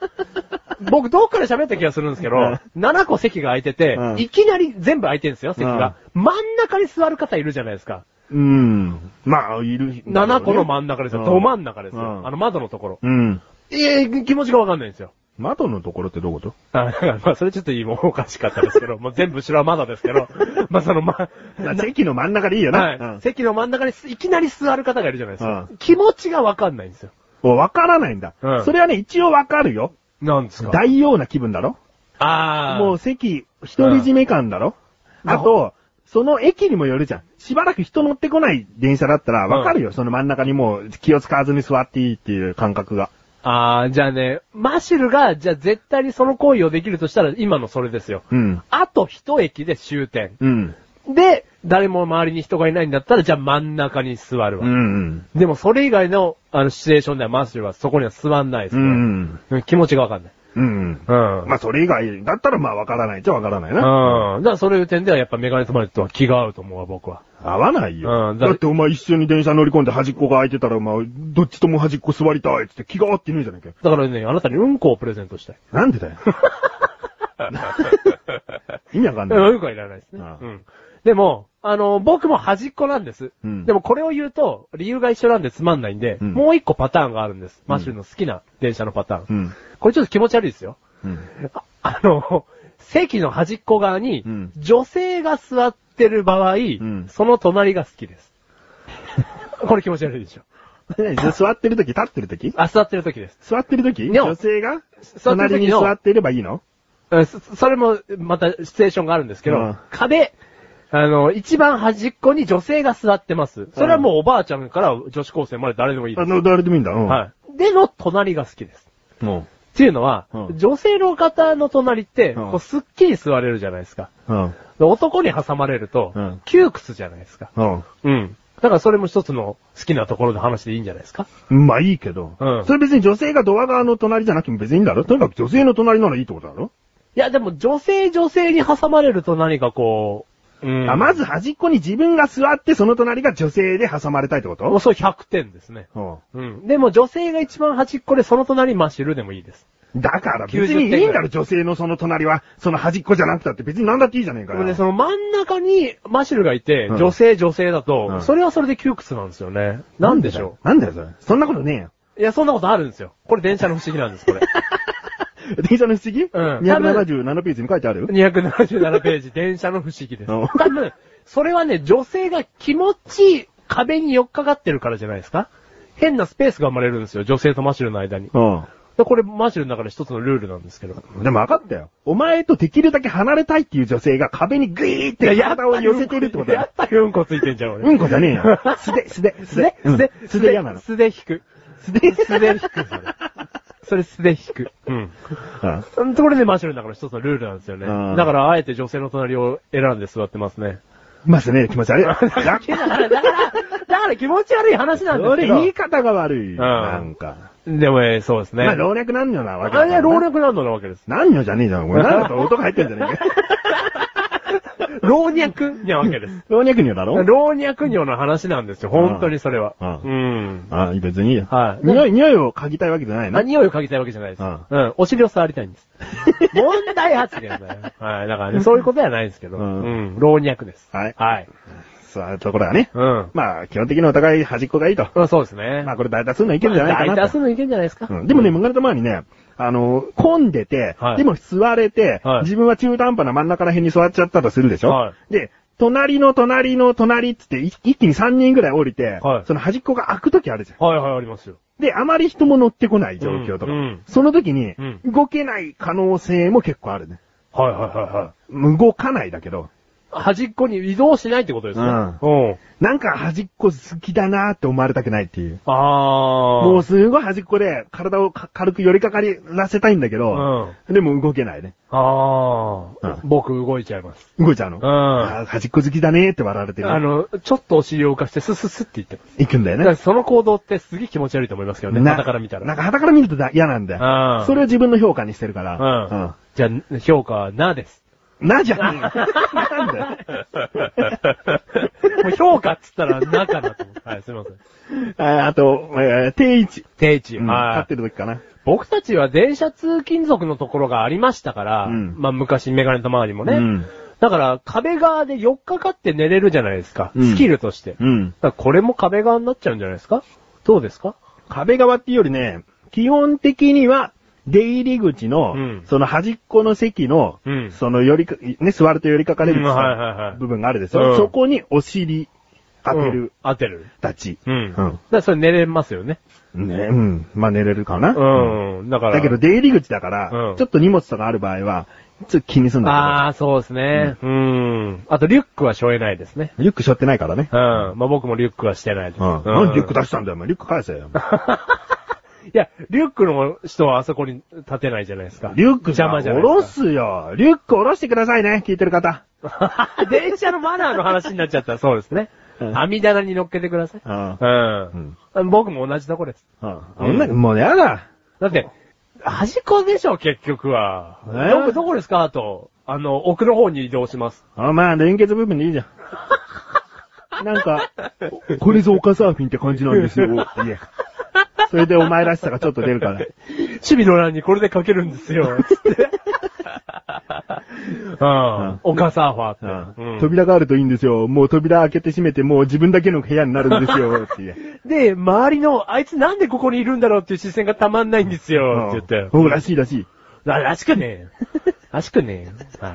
Speaker 1: 僕どっから喋った気がするんですけど、
Speaker 2: うん
Speaker 1: 7個席が空いてて、
Speaker 2: うん
Speaker 1: いきなり全部空いてるんですよ、席が。真ん中に座る方いるじゃないですか。
Speaker 2: うん。まあ、いる。
Speaker 1: 7個の真ん中ですよ。
Speaker 2: うん
Speaker 1: ど真ん中ですよ。
Speaker 2: うん
Speaker 1: あの窓のところ。
Speaker 2: うん。
Speaker 1: いえ、気持ちがわかんないんですよ。
Speaker 2: 窓のところってどういうこ
Speaker 1: あだからまあ、それちょっといいもんおかしかったですけ ど、もう全部後ろは窓です けど、まあ、その、まあ、
Speaker 2: とまあ席の真ん中でいいよな。
Speaker 1: はい、
Speaker 2: うん
Speaker 1: 席の真ん中にすいきなり座る方がいるじゃないですか。
Speaker 2: う
Speaker 1: 気持ちがわかんないんですよ。
Speaker 2: もうわからないんだ
Speaker 1: うん。
Speaker 2: それはね、一応わかるよ。
Speaker 1: なんですか
Speaker 2: 大用な気分だろ
Speaker 1: ああ。
Speaker 2: もう席、独り占め感だろ、
Speaker 1: うん
Speaker 2: あと、その駅にもよるじゃん。しばらく人乗ってこない電車だったらわかるよ、その真ん中にもう気を使わずに座っていいっていう感覚が。
Speaker 1: あー、じゃあね、マシルが、じゃあ絶対にその行為をできるとしたら、今のそれですよ。
Speaker 2: うん。
Speaker 1: あと一駅で終点。
Speaker 2: うん。
Speaker 1: で、誰も周りに人がいないんだったら、じゃあ真ん中に座る
Speaker 2: う
Speaker 1: わ。
Speaker 2: ん。
Speaker 1: でもそれ以外の、あの、シチュエーションではマシルはそこには座んないです
Speaker 2: う
Speaker 1: から、
Speaker 2: ん。
Speaker 1: うん気持ちがわかんない。
Speaker 2: うん。
Speaker 1: うん。
Speaker 2: まあ、それ以外だったら、まあ、わからないっちゃわからないな。
Speaker 1: うん。だからそういう点ではやっぱメガネ止まりとは気が合うと思うわ、僕は。
Speaker 2: 合わないよ。
Speaker 1: うんだ
Speaker 2: だって、お前一緒に電車乗り込んで端っこが空いてたら、お前、どっちとも端っこ座りたいっつって気が合ってねえじゃねえかよ。
Speaker 1: だからね、あなたにうんこをプレゼントしたい。
Speaker 2: なんでだよ。 意味わかん
Speaker 1: う
Speaker 2: なんい。
Speaker 1: うんこはいらないですね。
Speaker 2: ああ
Speaker 1: うん。でも、あの、僕も端っこなんです。
Speaker 2: うん
Speaker 1: でもこれを言うと、理由が一緒なんでつまんないんで、
Speaker 2: うん
Speaker 1: もう一個パターンがあるんです。マッシュルの好きな電車のパターン。
Speaker 2: うん。
Speaker 1: これちょっと気持ち悪いですよ。
Speaker 2: うん。
Speaker 1: ああの、 席の端っこ側に
Speaker 2: うん、
Speaker 1: 女性が座ってる場合、
Speaker 2: ん
Speaker 1: その隣が好 きです。これ気持ち悪いでしょ。
Speaker 2: 何座ってる時立ってる時
Speaker 1: あ、座ってる時です。
Speaker 2: 座ってる時
Speaker 1: いや
Speaker 2: 女性が
Speaker 1: 座ってる時の
Speaker 2: 隣に座っていればいいの
Speaker 1: うんそそれも、また、シチュエーションがあるんですけど、
Speaker 2: うん
Speaker 1: 壁、あの、一番端っこに女性が座ってます。それはもうおばあちゃんから女子高生まで誰でもいいで
Speaker 2: あ
Speaker 1: す。
Speaker 2: の、誰でもいいんだ。うん。
Speaker 1: はい。での隣が好きです。
Speaker 2: い。うん。
Speaker 1: っていうのは、
Speaker 2: うん
Speaker 1: 女性の方の隣って、
Speaker 2: うん
Speaker 1: こうすっきり座れるじゃないですか。
Speaker 2: うん。
Speaker 1: で男に挟まれると、
Speaker 2: うん
Speaker 1: 窮屈じゃないですか。
Speaker 2: うん。
Speaker 1: うん。だからそれも一つの好きなところの話でいいんじゃないですか。
Speaker 2: まあいいけど。
Speaker 1: うん
Speaker 2: それ別に女性がドア側の隣じゃなくても別にいいんだろとにかく女性の隣ならいいってことだろ、
Speaker 1: いや、でも女性女性に挟まれると何かこう、うん
Speaker 2: あまず端っこに自分が座ってその隣が女性で挟まれたいってこ
Speaker 1: もう
Speaker 2: と
Speaker 1: それ100点ですね。
Speaker 2: う
Speaker 1: うん。でも女性が一番端っこでその隣マシルでもいいです。
Speaker 2: ん。だから別にいいんだろ
Speaker 1: 90
Speaker 2: 女性のその隣は、その端っこじゃなくたって別に何だっていいじゃねえか
Speaker 1: でもね、
Speaker 2: よ。
Speaker 1: その真ん中にマシルがいて、
Speaker 2: うん
Speaker 1: 女性女性だと、
Speaker 2: うん
Speaker 1: それはそれで窮屈なんですよね。なんでしょ
Speaker 2: なんだよそれ。そんなことねえよ。
Speaker 1: ういや、そんなことあるんですよ。これ電車の不思議なんで す、これ。
Speaker 2: 電車の不思議、
Speaker 1: ん
Speaker 2: ?277 ページに書いてある
Speaker 1: 277ページ、電車の不思議です。
Speaker 2: うん
Speaker 1: 多分、それはね、女性が気持ちいい壁に寄っかかってるからじゃないですか変なスペースが生まれるんですよ、女性とマシルの間に。
Speaker 2: うん。
Speaker 1: でこれマシルの中で一つのルールなんですけど。
Speaker 2: でも分かったよ。お前とできるだけ離れたいっていう女性が壁にグイーって体を寄せてるってことだ
Speaker 1: や
Speaker 2: よ
Speaker 1: っ。ぱりうんこついてんじゃん、俺。
Speaker 2: うんこじゃねえよ。素手、素手、素
Speaker 1: 素手
Speaker 2: 手、、
Speaker 1: 素手、
Speaker 2: うん素手嫌なの。
Speaker 1: 素手引く。素手素手引く、それ。それ素手引く。うん。
Speaker 2: うん
Speaker 1: そのところでマシュルの中の一つのルールなんですよね。
Speaker 2: うん
Speaker 1: だから、あえて女性の隣を選んで座ってますね。
Speaker 2: ますね、気持ち悪い。
Speaker 1: だから、だから、だから気持ち悪い話なんです
Speaker 2: 俺、
Speaker 1: けど
Speaker 2: 言い方が悪い。
Speaker 1: ん
Speaker 2: なんか。
Speaker 1: でも、えーそうですね。
Speaker 2: まあ、老若男女なわけだ
Speaker 1: あれは老
Speaker 2: 若。
Speaker 1: 若男女なわけです。
Speaker 2: 男女じゃねえじゃん。これなんだと音が入ってんじゃねえか。
Speaker 1: 老若なわけです。
Speaker 2: 老若女だろ
Speaker 1: 老若女の話なんですよ。本当にそれは。
Speaker 2: う
Speaker 1: うん。
Speaker 2: あ、別にいいよ。
Speaker 1: はい
Speaker 2: 匂い、匂いを嗅ぎたいわけじゃないな。
Speaker 1: 何を嗅ぎたいわけじゃないです。
Speaker 2: うん
Speaker 1: うん。お尻を触りたい んです。問題発言だよ。はい。だからね、そういうことではないですけど。う
Speaker 2: うん
Speaker 1: ん。老若です。
Speaker 2: はい
Speaker 1: はい。
Speaker 2: そういうところだね。
Speaker 1: うん。
Speaker 2: まあ、基本的にお互い端っこがいいと。
Speaker 1: まあそうですね。
Speaker 2: まあ、これ大多数の意見じゃないかなと。
Speaker 1: 大多数のいけんじゃないですか。
Speaker 2: うんでもね、、曲がりにね、あの、混んでて、
Speaker 1: はい
Speaker 2: でも座れて、
Speaker 1: はい
Speaker 2: 自分は中途半端な真ん中ら辺に座っちゃったとするでしょ、
Speaker 1: は
Speaker 2: で、隣の隣の隣っつってい一気に3人ぐらい降りて、
Speaker 1: はい
Speaker 2: その端っこが開くときあるじゃん。
Speaker 1: はいはい、ありますよ。
Speaker 2: で、あまり人も乗ってこない状況とか。
Speaker 1: うんうん
Speaker 2: その時に、
Speaker 1: うん
Speaker 2: 動けない可能性も結構あるね。
Speaker 1: はいはいはいはい。
Speaker 2: 動かないだけど、
Speaker 1: 端っこに移動しないってことですね。
Speaker 2: うん
Speaker 1: うん。
Speaker 2: なんか端っこ好きだなーって思われたくないっていう。
Speaker 1: あー。
Speaker 2: もうすごい端っこで体をか軽く寄りかかりらせたいんだけど、でも動けないね。
Speaker 1: あー、
Speaker 2: うん
Speaker 1: 僕動いちゃいます。
Speaker 2: 動いちゃうの
Speaker 1: うん
Speaker 2: あー端っこ好きだねーって笑われてる。
Speaker 1: あの、ちょっとお尻を浮かしてスススって言ってます。
Speaker 2: 行くんだよ
Speaker 1: だから
Speaker 2: ね。
Speaker 1: その行動ってすげえ気持ち悪いと思いますけどね。
Speaker 2: な
Speaker 1: 中から見たら。
Speaker 2: なんか、肌から見るとだ嫌なんだよ。
Speaker 1: うん
Speaker 2: それを自分の評価にしてるか
Speaker 1: うん。
Speaker 2: ら。
Speaker 1: じゃあ、評価は なです。
Speaker 2: うん。なじゃねえ よなんだよ。
Speaker 1: もう評価っつったらなかなと思って。はい、すいません。
Speaker 2: ああと、えー定位置。
Speaker 1: 定位置。
Speaker 2: うん立
Speaker 1: は
Speaker 2: って
Speaker 1: い。
Speaker 2: る時かな。
Speaker 1: 僕たちは電車通勤族のところがありましたから、
Speaker 2: うん
Speaker 1: まあ昔メガネと周りもね。
Speaker 2: うん
Speaker 1: だから壁側で4日かかって寝れるじゃないですか。
Speaker 2: うん
Speaker 1: スキルとして。だ
Speaker 2: うん。
Speaker 1: からこれも壁側になっちゃうんじゃないですかどうですか
Speaker 2: 壁側っていうよりね、基本的には、出入り口の、
Speaker 1: うん
Speaker 2: その端っこの席の、
Speaker 1: うん
Speaker 2: その寄りか、ね、座ると寄りかかれる
Speaker 1: うんはいはいはい
Speaker 2: 部分があるでし
Speaker 1: う
Speaker 2: ょ。
Speaker 1: ん
Speaker 2: そこにお尻当て
Speaker 1: うん
Speaker 2: る、
Speaker 1: 当てる。
Speaker 2: たち。
Speaker 1: うん。だからそれ寝れますよね。
Speaker 2: うん。ね、うん。まあ、寝れるかな。
Speaker 1: うん。だから。
Speaker 2: だけど、出入り口だから、
Speaker 1: うん
Speaker 2: ちょっと荷物とかある場合は、ちょっと気にすんだ
Speaker 1: ああ、そうですね。うん。あと、リュックは背負えないですね。
Speaker 2: けど。リュック背負ってないからね
Speaker 1: う。ん。まあ、僕もリュックはしてないです。
Speaker 2: うん。なんでリュック出したんだよ、お前。リュック返せよ。
Speaker 1: いや、リュックの人はあそこに立てないじゃないですか。
Speaker 2: リュック
Speaker 1: 邪
Speaker 2: さん
Speaker 1: 魔じゃない
Speaker 2: 下ろ
Speaker 1: です
Speaker 2: すよ。リュック下ろしてくださいね、聞いてる方。
Speaker 1: か。 電車のマナーの話になっちゃったらそうですね。
Speaker 2: うん
Speaker 1: 網棚に乗っけてください。
Speaker 2: うん。
Speaker 1: うん。僕も同じとこです。
Speaker 2: うん。女もうやだ。
Speaker 1: だって、端っこでしょ、結局は。
Speaker 2: えー
Speaker 1: どこ、どこですかと、あの、奥の方に移動します。
Speaker 2: あ、まあ、連結部分でいいじゃん。なんか、これぞオカサーフィンって感じなんですよ。いや。それでお前らしさがちょっと出るから。
Speaker 1: 守備の欄にこれで書けるんですよ、つって。 うん。オカサーファーって。うん
Speaker 2: 扉があるといいんですよ。もう扉開けて閉めて、もう自分だけの部屋になるんです よ。って言え
Speaker 1: で、周りの、あいつなんでここにいるんだろうっていう視線がたまんないんですよ、って言って。
Speaker 2: おらしいらし。
Speaker 1: ららしくねえ。らしくねえ。は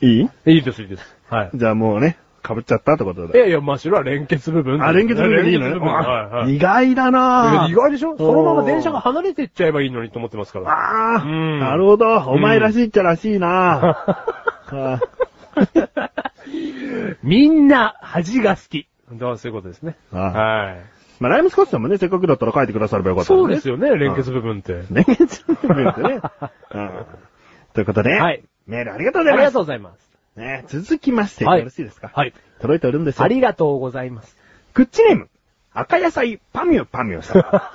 Speaker 1: い
Speaker 2: いい
Speaker 1: い。いいです、いいです。はい。
Speaker 2: じゃあもうね、被っちゃったってこと
Speaker 1: い
Speaker 2: だ。
Speaker 1: やいや、マシュは連結部分。
Speaker 2: あ、連結部分でいいの
Speaker 1: 連
Speaker 2: ね
Speaker 1: 結部分はいは
Speaker 2: あ。
Speaker 1: い。
Speaker 2: 意外だない
Speaker 1: や意外でしょそのまま電車が離れていっちゃえばいいのにと思ってますから。
Speaker 2: ああ、
Speaker 1: うん
Speaker 2: なるほど。お前らしいっちゃらしい な、あ
Speaker 1: みんな、恥が好き。どうそういうことですね。
Speaker 2: あ
Speaker 1: は
Speaker 2: まあ、ライムスコッチさんもね、せっかくだったら書いてくださればよか
Speaker 1: い。
Speaker 2: った、
Speaker 1: そうです
Speaker 2: よ。
Speaker 1: よね、連結部分って。
Speaker 2: ね、そうです ね。うんということで、
Speaker 1: はい
Speaker 2: メールありがとう
Speaker 1: あ
Speaker 2: ござい
Speaker 1: り
Speaker 2: ま
Speaker 1: が
Speaker 2: す
Speaker 1: とう。ございます。
Speaker 2: ね、続きまして、
Speaker 1: はい
Speaker 2: よろしいですか、
Speaker 1: はい。
Speaker 2: 届いておるんですよ。
Speaker 1: ありがとうございます。
Speaker 2: クッチネーム、赤野菜パミュパミュ さん。あ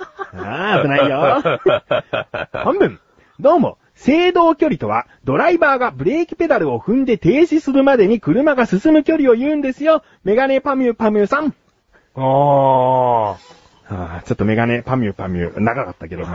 Speaker 2: あ、危ないよ。 半分。どうも、制動距離とは、ドライバーがブレーキペダルを踏んで停止するまでに車が進む距離を言うんですよ。メガネパミュパミュさん。
Speaker 1: ああ。
Speaker 2: ああ、ちょっとメガネパミュパミュ、長か ったけどね。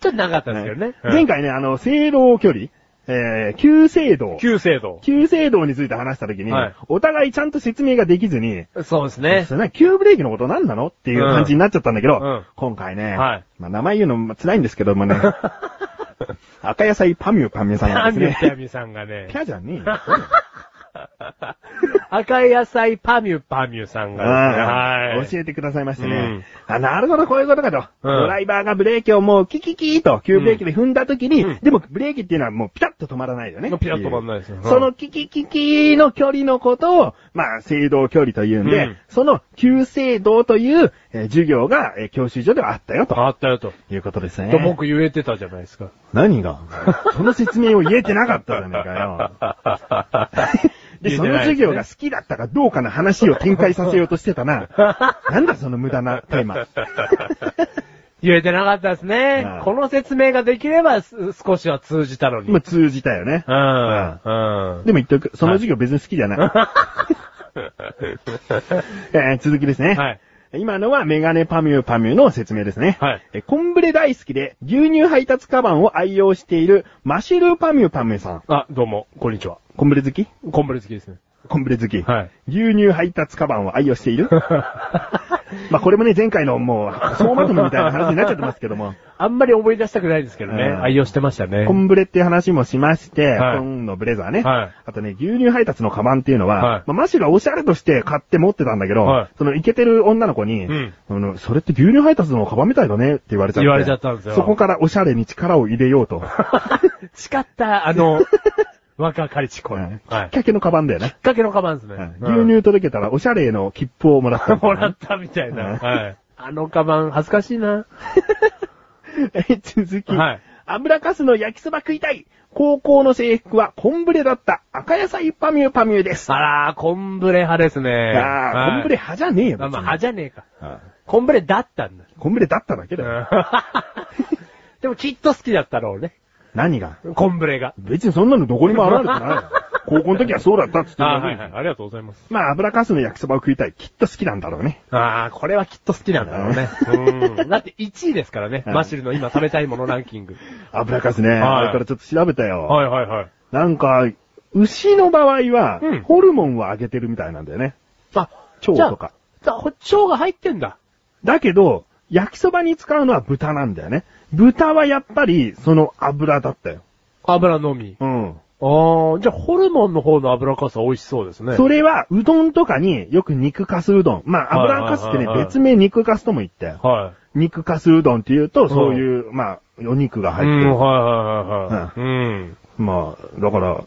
Speaker 1: ちょっとなかったですけどね。
Speaker 2: 前回ね、あの、制動距離、えー、急制動。
Speaker 1: 旧制度。
Speaker 2: 急制動について話した時に、
Speaker 1: はい
Speaker 2: お互いちゃんと説明ができずに、
Speaker 1: そうですね。
Speaker 2: それな、急ブレーキのことなんなのっていう感じになっちゃったんだけど、
Speaker 1: うんうん
Speaker 2: 今回ね、
Speaker 1: はい
Speaker 2: まあ名前言うのも辛いんですけども ね、赤野菜パミュパミュさんな
Speaker 1: パ
Speaker 2: ん
Speaker 1: ミ
Speaker 2: で
Speaker 1: ュ
Speaker 2: すね。
Speaker 1: パミュさん がね
Speaker 2: ピ、ャじゃねえよ。
Speaker 1: 赤い野菜パミュパミュさんがですね、
Speaker 2: あ
Speaker 1: は
Speaker 2: あ
Speaker 1: い。
Speaker 2: 教えてくださいましてね、
Speaker 1: うん
Speaker 2: あ。なるほど、こういうことかと、
Speaker 1: うん
Speaker 2: ドライバーがブレーキをもうキキキーと急ブレーキで踏んだ時に、
Speaker 1: うん
Speaker 2: でもブレーキっていうのはもうピタッと止まらないよね。
Speaker 1: ピラッと止まんないですよ。
Speaker 2: そのキキキキの距離のことを、まあ、制動距離というんで、
Speaker 1: うん
Speaker 2: その急制動という、えー授業が、えー教習所ではあったよと
Speaker 1: あったよと。
Speaker 2: いうことですね。
Speaker 1: と僕言えてたじゃない ですか。
Speaker 2: 何が その説明を言えてなかったじゃないかよ。 で、
Speaker 1: 言え
Speaker 2: そ
Speaker 1: て
Speaker 2: の
Speaker 1: ない
Speaker 2: 授
Speaker 1: ですね
Speaker 2: 業が好きだったかどうかの話を展開させようとしてた な。なんだその無駄なテーマ。
Speaker 1: 言えてなかったですね
Speaker 2: うん。
Speaker 1: この説明ができればす少しは通じたのに。
Speaker 2: 今通じたよね
Speaker 1: う。ん。うん。
Speaker 2: でも言っとく、その授業別に好きじゃない。えー続きですね。
Speaker 1: はい。
Speaker 2: 今のはメガネパミュパミュの説明ですね。
Speaker 1: はい
Speaker 2: えー。コンブレ大好きで牛乳配達カバンを愛用しているマシュルパミュパミュさん。
Speaker 1: あ、どうも、こんにちは。
Speaker 2: コンブレ好き
Speaker 1: コンブレ好きですね。
Speaker 2: コンブレ好き。
Speaker 1: はい。
Speaker 2: 牛乳配達カバンを愛用しているまあこれもね、前回のもう、総まとめみたいな話になっちゃってますけども、
Speaker 1: あんまり思い出したくないですけどね。
Speaker 2: うん
Speaker 1: 愛用してましたね
Speaker 2: コ。ンブレっていう話もしまして、
Speaker 1: はい
Speaker 2: 紺のブレザーね。
Speaker 1: はい
Speaker 2: あとね、牛乳配達のカバンっていうのは、
Speaker 1: はい
Speaker 2: まあ、マシュがオシャレとして買って持ってたんだけど、
Speaker 1: はい
Speaker 2: そのイケてる女の子に、
Speaker 1: うん
Speaker 2: あの、それって牛乳配達のカバンみたいだねって言われちゃって。
Speaker 1: 言われちゃったんですよ
Speaker 2: そこからオシャレに力を入れようと。
Speaker 1: 誓った、あの、若かりし頃。
Speaker 2: う
Speaker 1: は
Speaker 2: ん
Speaker 1: い。
Speaker 2: き
Speaker 1: き
Speaker 2: っかけのカバンだよね。
Speaker 1: っかけのカバンですね。
Speaker 2: うん牛乳届けたらオシャレの切符をもらった
Speaker 1: うんん
Speaker 2: だよね、
Speaker 1: もらったみたいな。
Speaker 2: うん
Speaker 1: はい。あのカバン、恥ずかしいな。
Speaker 2: え続き。
Speaker 1: はい
Speaker 2: 油かすの焼きそば食いたい。高校の制服はコンブレだった赤野菜パミュパミュです。
Speaker 1: あらー、コンブレ派ですね。
Speaker 2: ああ、コンブレ
Speaker 1: 派。
Speaker 2: 派じゃねえよ。
Speaker 1: まあま
Speaker 2: 別に
Speaker 1: あ、派じゃねえか。
Speaker 2: あ
Speaker 1: コンブレだった んだ。
Speaker 2: コンブレだっただけだよ。
Speaker 1: うんでもきっと好きだったろうね。
Speaker 2: 何が
Speaker 1: コンブレが。
Speaker 2: 別にそんなのどこにも現れてない よ。高校の時はそうだったっつってんだけど
Speaker 1: い。ありがとうございます。
Speaker 2: まあ、油かすの焼きそばを食いたい。きっと好きなんだろうね。
Speaker 1: ああ、これはきっと好きなんだろうね。うんだって1位ですからね。
Speaker 2: うん
Speaker 1: マシルの今食べたいものランキング。
Speaker 2: 油かすね。
Speaker 1: はい
Speaker 2: あれからちょっと調べたよ。
Speaker 1: いはいはい。
Speaker 2: なんか、牛の場合は
Speaker 1: うん、
Speaker 2: ホルモンをあげてるみたいなんだよね。
Speaker 1: あ、
Speaker 2: 腸とか。
Speaker 1: じゃあ。じゃあ、腸が入ってんだ。
Speaker 2: だけど、焼きそばに使うのは豚なんだよね。豚はやっぱり、その油だったよ。
Speaker 1: 油のみ。
Speaker 2: うん。
Speaker 1: ああ、じゃあホルモンの方の油かさ美味しそうですね。
Speaker 2: それは、うどんとかによく肉かすうどん。まあ、油かすって
Speaker 1: はい
Speaker 2: ね、
Speaker 1: はいはいはい
Speaker 2: 別名肉かすとも言ったよ。
Speaker 1: はい。
Speaker 2: 肉かすうどんって言うと、そういう、まあ、お肉が入っ
Speaker 1: う
Speaker 2: て
Speaker 1: ん、
Speaker 2: る。
Speaker 1: はいはいはいはい。うん。
Speaker 2: まあ、だから、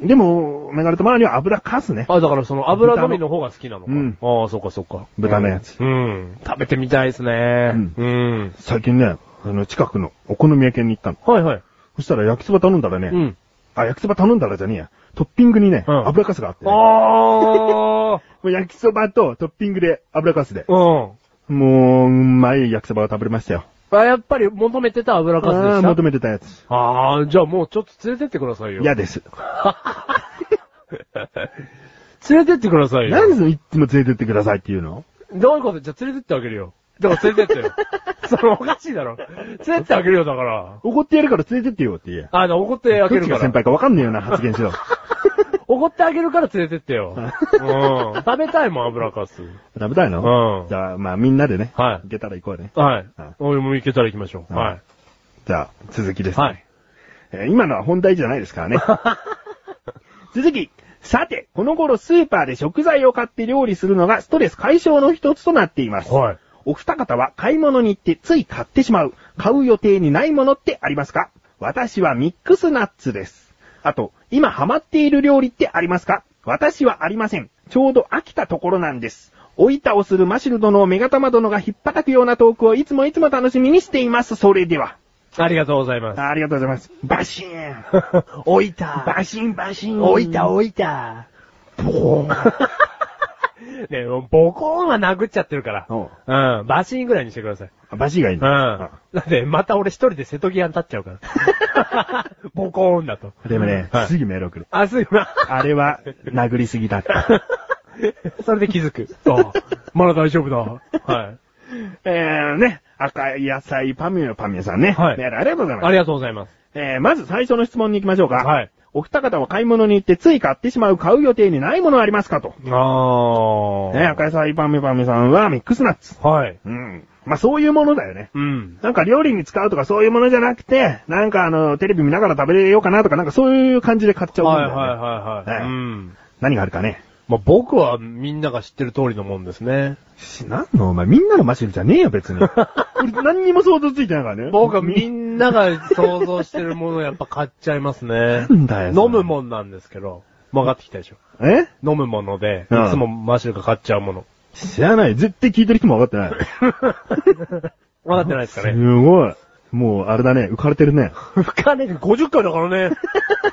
Speaker 2: でも、メガネと周りは油かすね。
Speaker 1: あ、だからその油止めの方が好きなのか。
Speaker 2: うん
Speaker 1: ああ、そっかそっか。
Speaker 2: 豚のやつ。
Speaker 1: うん。食べてみたいですね。
Speaker 2: うん
Speaker 1: うん。
Speaker 2: 最近ね、あの、近くのお好み焼き屋に行ったの。
Speaker 1: はいはい。
Speaker 2: そしたら焼きそば頼んだらね、
Speaker 1: うん。
Speaker 2: あ、焼きそば頼んだらじゃねえや。トッピングにね、
Speaker 1: うん
Speaker 2: 油かすがあってね、
Speaker 1: ああ。
Speaker 2: もう焼きそばとトッピングで油かすで。
Speaker 1: うん。
Speaker 2: もう、うまい焼きそばが食べれましたよ。
Speaker 1: あ、やっぱり求めてた油かすで
Speaker 2: あ
Speaker 1: し
Speaker 2: ー
Speaker 1: た。
Speaker 2: 求めてたやつ。
Speaker 1: ああ、じゃあもうちょっと連れてってくださいよ。
Speaker 2: 嫌です。
Speaker 1: 連れてってくださいよ。
Speaker 2: 何でそのいつも連れてってくださいっていうの
Speaker 1: どういうことじゃあ連れてってあげるよ。だから連れ てってよ。それおかしいだろ。連れてってあげるよだから。
Speaker 2: 怒ってやるから連れてってよって言え。
Speaker 1: あの、怒ってあ
Speaker 2: ど
Speaker 1: げ
Speaker 2: っ
Speaker 1: る
Speaker 2: ち
Speaker 1: か
Speaker 2: が
Speaker 1: ら
Speaker 2: 先。輩か分かんねえような発言し ろ。
Speaker 1: 怒ってあげるから連れてってよ。うん。食べたいもん、油かす。
Speaker 2: 食べたいの
Speaker 1: うん
Speaker 2: じゃあ、まあみんなでね、
Speaker 1: はい
Speaker 2: 行けたら行こうね。
Speaker 1: はい
Speaker 2: はい。
Speaker 1: 俺も行けたら行きましょう。
Speaker 2: はい
Speaker 1: は
Speaker 2: じゃあ、続きで
Speaker 1: い。
Speaker 2: す、ね。
Speaker 1: はい。
Speaker 2: えー今のは本題じゃないです からね。
Speaker 4: 続き、
Speaker 2: さて、この頃スーパーで食材を買って料理するのがストレス解消の一つとなっています。
Speaker 1: はい。
Speaker 2: お二方は買い物に行ってつい買ってしまう、買う予定にないものってありますか私はミックスナッツです。あと、今ハマっている料理ってありますか私はありません。ちょうど飽きたところなんです。おいたをするマシル殿をメガタマ殿が引っ叩くようなトークをいつもいつも楽しみにしています。それでは。
Speaker 1: ありがとうござ います。
Speaker 2: あありがとうございます。バシーン。
Speaker 3: 置いた。
Speaker 2: バシンバシン。
Speaker 3: 置いた置いた。
Speaker 1: ねボコーンは殴っちゃってるから。
Speaker 2: おう
Speaker 1: うん。バシーンぐらいにしてください。
Speaker 2: あバシがいい
Speaker 1: うん。
Speaker 2: の
Speaker 1: だって、また俺一人で瀬戸際に立っちゃ うから。ボコーンだと。
Speaker 2: でもね、
Speaker 1: はい
Speaker 2: すぐメール送る。
Speaker 1: あ、すいま
Speaker 2: あれは、殴りすぎだった。
Speaker 1: せん。 それで気づく。あ、まだ大丈夫だ。はい。
Speaker 2: えー、ね、赤い野菜パミュパミュさんね。
Speaker 1: はい
Speaker 2: メールありがとうございます。
Speaker 1: ありがとうございます。
Speaker 2: えー、まず最初の質問に行きましょうか。
Speaker 1: はい。
Speaker 2: お二方は買い物に行ってつい買ってしまう買う予定にないものありますかと。
Speaker 1: あー。
Speaker 2: ね、赤い野菜パミュパミュさんはミックスナッツ。
Speaker 1: はい。
Speaker 2: うん。まあ、そういうものだよね。
Speaker 1: うん。
Speaker 2: なんか料理に使うとかそういうものじゃなくて、なんかあの、テレビ見ながら食べようかなとか、なんかそういう感じで買っちゃうもん
Speaker 1: はい
Speaker 2: だ
Speaker 1: はい
Speaker 2: よね。
Speaker 1: はいはい。
Speaker 2: はい
Speaker 1: うん。
Speaker 2: 何があるかね。
Speaker 1: まあ、僕はみんなが知ってる通りのもんですね。
Speaker 2: し、なんのお前、みんなのマシルじゃねえよ、 別に。俺、何にも想像ついてないからね。
Speaker 1: 僕はみ
Speaker 2: み、
Speaker 1: んなが想像してるものをや っぱ買っちゃいます
Speaker 2: な
Speaker 1: ね。
Speaker 2: んだよそれ
Speaker 1: 飲むもんなんですけど、曲がってきたでしょ。
Speaker 2: え
Speaker 1: 飲むもので、
Speaker 2: うん
Speaker 1: いつもマシュルが買っちゃうもの。
Speaker 2: 知らない。絶対聞いてる人も分かってない。
Speaker 1: 分かってないですかね。
Speaker 2: すごい。もう、あれだね、浮かれて るね。
Speaker 1: 浮かれる50回だか らね。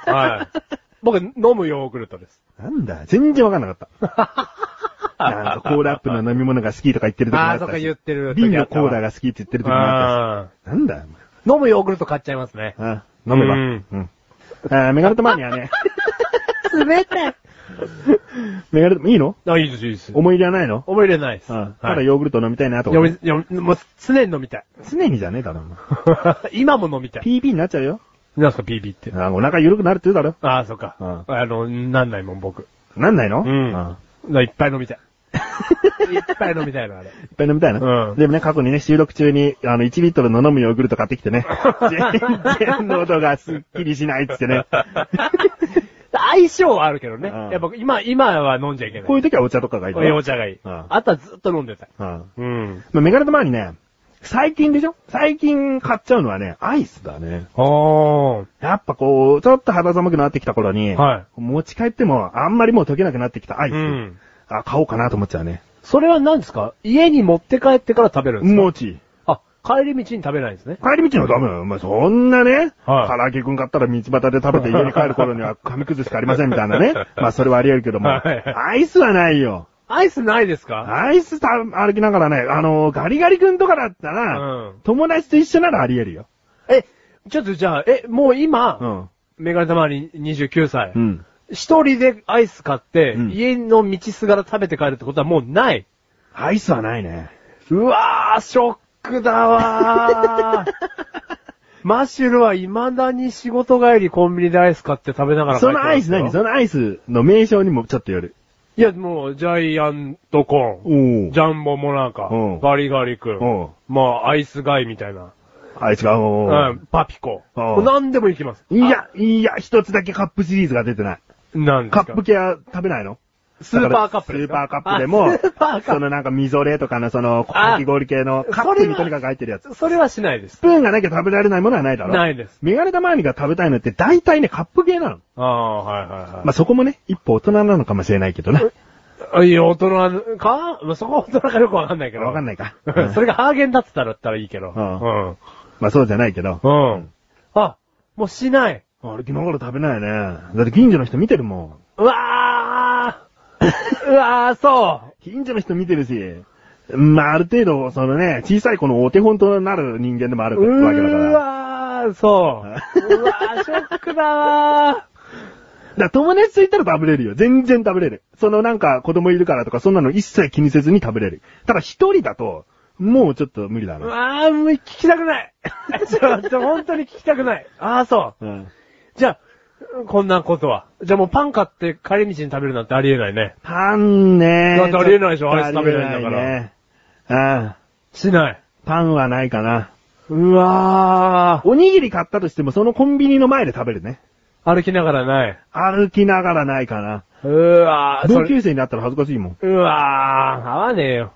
Speaker 1: はい。僕、飲むヨーグルトです。
Speaker 2: なんだ、全然分かんなかった。なんか、コーラアップの飲み物が好きとか言ってる時もあっ
Speaker 1: ああ、
Speaker 2: た
Speaker 1: そっ
Speaker 2: し
Speaker 1: か言ってる。
Speaker 2: 瓶のコーラが好きって言ってる時もあっ
Speaker 1: あ
Speaker 2: たし。なんだよ、
Speaker 1: ー飲むヨーグルト買っちゃいますね。
Speaker 2: お前あ飲めば。
Speaker 1: う
Speaker 2: うんん。あーメガネとマニア ね。
Speaker 3: 冷たい。
Speaker 2: メガネと、いいの
Speaker 1: あ、いいです、いいです。
Speaker 2: 思い入れはないの
Speaker 1: 思い入れないです。
Speaker 2: うん。た
Speaker 1: は
Speaker 2: だ
Speaker 1: い。
Speaker 2: ヨーグルト飲みたいなとか
Speaker 1: 読。み、読み、もう常に飲み たい。
Speaker 2: 常にじゃねえだろ、お前
Speaker 1: 今も飲みたい。
Speaker 2: PB になっちゃうよ。
Speaker 1: なんすか、BB って。
Speaker 2: あーお腹緩くなるって言うだろ。
Speaker 1: ああ、そっか。あの、なんないもん、僕。
Speaker 2: なんないの
Speaker 1: うん
Speaker 2: あ
Speaker 1: ないっぱい飲 みたい。いっぱい飲みたいの、あれ。
Speaker 2: いっぱい飲みたいな。
Speaker 1: うん
Speaker 2: でもね、過去にね、収録中に、あの、1リットルの飲むヨーグルト買ってきて ね。全然喉がスッキリしないっつってね。
Speaker 1: 相性はあるけどね。
Speaker 2: うん
Speaker 1: やっぱ今、今は飲んじゃいけない。
Speaker 2: こういう時はお茶とかがいい
Speaker 1: お茶お茶がいい。
Speaker 2: うん
Speaker 1: あとはずっと飲んでたい。
Speaker 2: うん。ま
Speaker 1: うん。
Speaker 2: あメガネと前にね、最近でしょ最近買っちゃうのはね、アイスだね。
Speaker 1: おー。
Speaker 2: やっぱこう、ちょっと肌寒くなってきた頃に、
Speaker 1: はい
Speaker 2: 持ち帰っても、あんまりもう溶けなくなってきたアイス。
Speaker 1: うん
Speaker 2: あ、買おうかなと思っちゃうね。
Speaker 1: それは何ですか家に持って帰ってから食べるんですか
Speaker 2: もうち。
Speaker 1: あ、帰り道に食べないんですね。
Speaker 2: 帰り道のダメだよ。お前そんなね、
Speaker 1: はい
Speaker 2: 唐揚げくん買ったら道端で食べて家に帰る頃には 紙くずしかありませんみたいな ね。まあそれはあり得るけども、
Speaker 1: はい
Speaker 2: アイスはないよ。
Speaker 1: アイスないですか
Speaker 2: アイスた歩きながらね、あのーガリガリくんとかだったら、
Speaker 1: うん
Speaker 2: 友達と一緒ならあり得るよ。
Speaker 1: え、ちょっとじゃあ、え、もう今、
Speaker 2: ん。
Speaker 1: メガネたまわり29歳。
Speaker 2: うん。
Speaker 1: 一人でアイス買って、
Speaker 2: うん
Speaker 1: 家の道すがら食べて帰るってことはもうない。
Speaker 2: アイスはないね。
Speaker 1: うわー、ショックだわー。 マッシュルは未だに仕事帰りコンビニでアイス買って食べながら帰っ
Speaker 2: そ
Speaker 1: て
Speaker 2: の
Speaker 1: ま
Speaker 2: アイ
Speaker 1: す
Speaker 2: ス
Speaker 1: よ
Speaker 2: 何そのアイスの名称にもちょっとよる。
Speaker 1: いや、もう、ジャイアントコーン、
Speaker 2: お
Speaker 1: ジャンボモナカ
Speaker 2: うん、
Speaker 1: ガリガリ君
Speaker 2: おう、
Speaker 1: まあ、アイスガイみたいな、
Speaker 2: アイスが、お
Speaker 1: う
Speaker 2: ー
Speaker 1: ん、パピコ。
Speaker 2: うん
Speaker 1: もう何でもいきます。
Speaker 2: いや、いや、一つだけカップシリーズが出てない。
Speaker 1: なんです
Speaker 2: カ
Speaker 1: か
Speaker 2: ップ系は食べないの
Speaker 1: スーパーカップ
Speaker 2: スー
Speaker 1: ですか
Speaker 2: パーカップでも
Speaker 1: あスーパーカッ、プ
Speaker 2: そのなんかみぞれとかのその、
Speaker 1: あ
Speaker 2: かき氷系のカップにとにかく入ってるやつ。
Speaker 1: それはしないです
Speaker 2: ス。プーンがなきゃ食べられないものはないだろ
Speaker 1: ないです。
Speaker 2: メガネ玉にが食べたいのって大体ね、カップ系なの。
Speaker 1: ああ、はいはいはい。
Speaker 2: まあ、そこもね、一歩大人なのかもしれないけどな。
Speaker 1: あ、いや、大人かまあ、そこは大人かよくわかんないけど。
Speaker 2: わかん
Speaker 1: ない。
Speaker 2: ないか。
Speaker 1: それがハーゲンダッツだったらいいけど。
Speaker 2: うんまあ、そうじゃないけど。
Speaker 1: うん。うん。あ、もうしない。
Speaker 2: あれ、今頃食べないね。だって近所の人見てるもん。
Speaker 1: うわ ーうわー、そう。
Speaker 2: 近所の人見てるし、まあ、ある程度、そのね、小さい子のお手本となる人間でもある
Speaker 1: う
Speaker 2: わけだから。
Speaker 1: ーわー、そう。うわー、ショックだわ
Speaker 2: だから友達といたら食べれるよ。全然食べれる。そのなんか子供いるからとかそんなの一切気にせずに食べれる。ただ一人だと、もうちょっと無理だ
Speaker 1: ー。う
Speaker 2: な。
Speaker 1: わー、もう聞きたくない。 ちょっと本当に聞きたくない。あー、そう。
Speaker 2: うん。
Speaker 1: じゃあ、こんなことは。じゃあもうパン買って帰り道に食べるなんてありえないね。
Speaker 2: パンね
Speaker 1: だってありえないでし
Speaker 2: ち
Speaker 1: ょ
Speaker 2: っと
Speaker 1: アイス食べないんだから
Speaker 2: ありえないね。
Speaker 1: しない。
Speaker 2: うん。パンはないかな。
Speaker 1: うわ
Speaker 2: おにぎり買ったとしてもそのコンビニの前で食べるね。
Speaker 1: ー。歩きながらない。
Speaker 2: 歩きながらないかな。
Speaker 1: うわー。そ
Speaker 2: 同
Speaker 1: れ
Speaker 2: 級生になったら恥ずかしいもん。
Speaker 1: うわー。合わねえよ。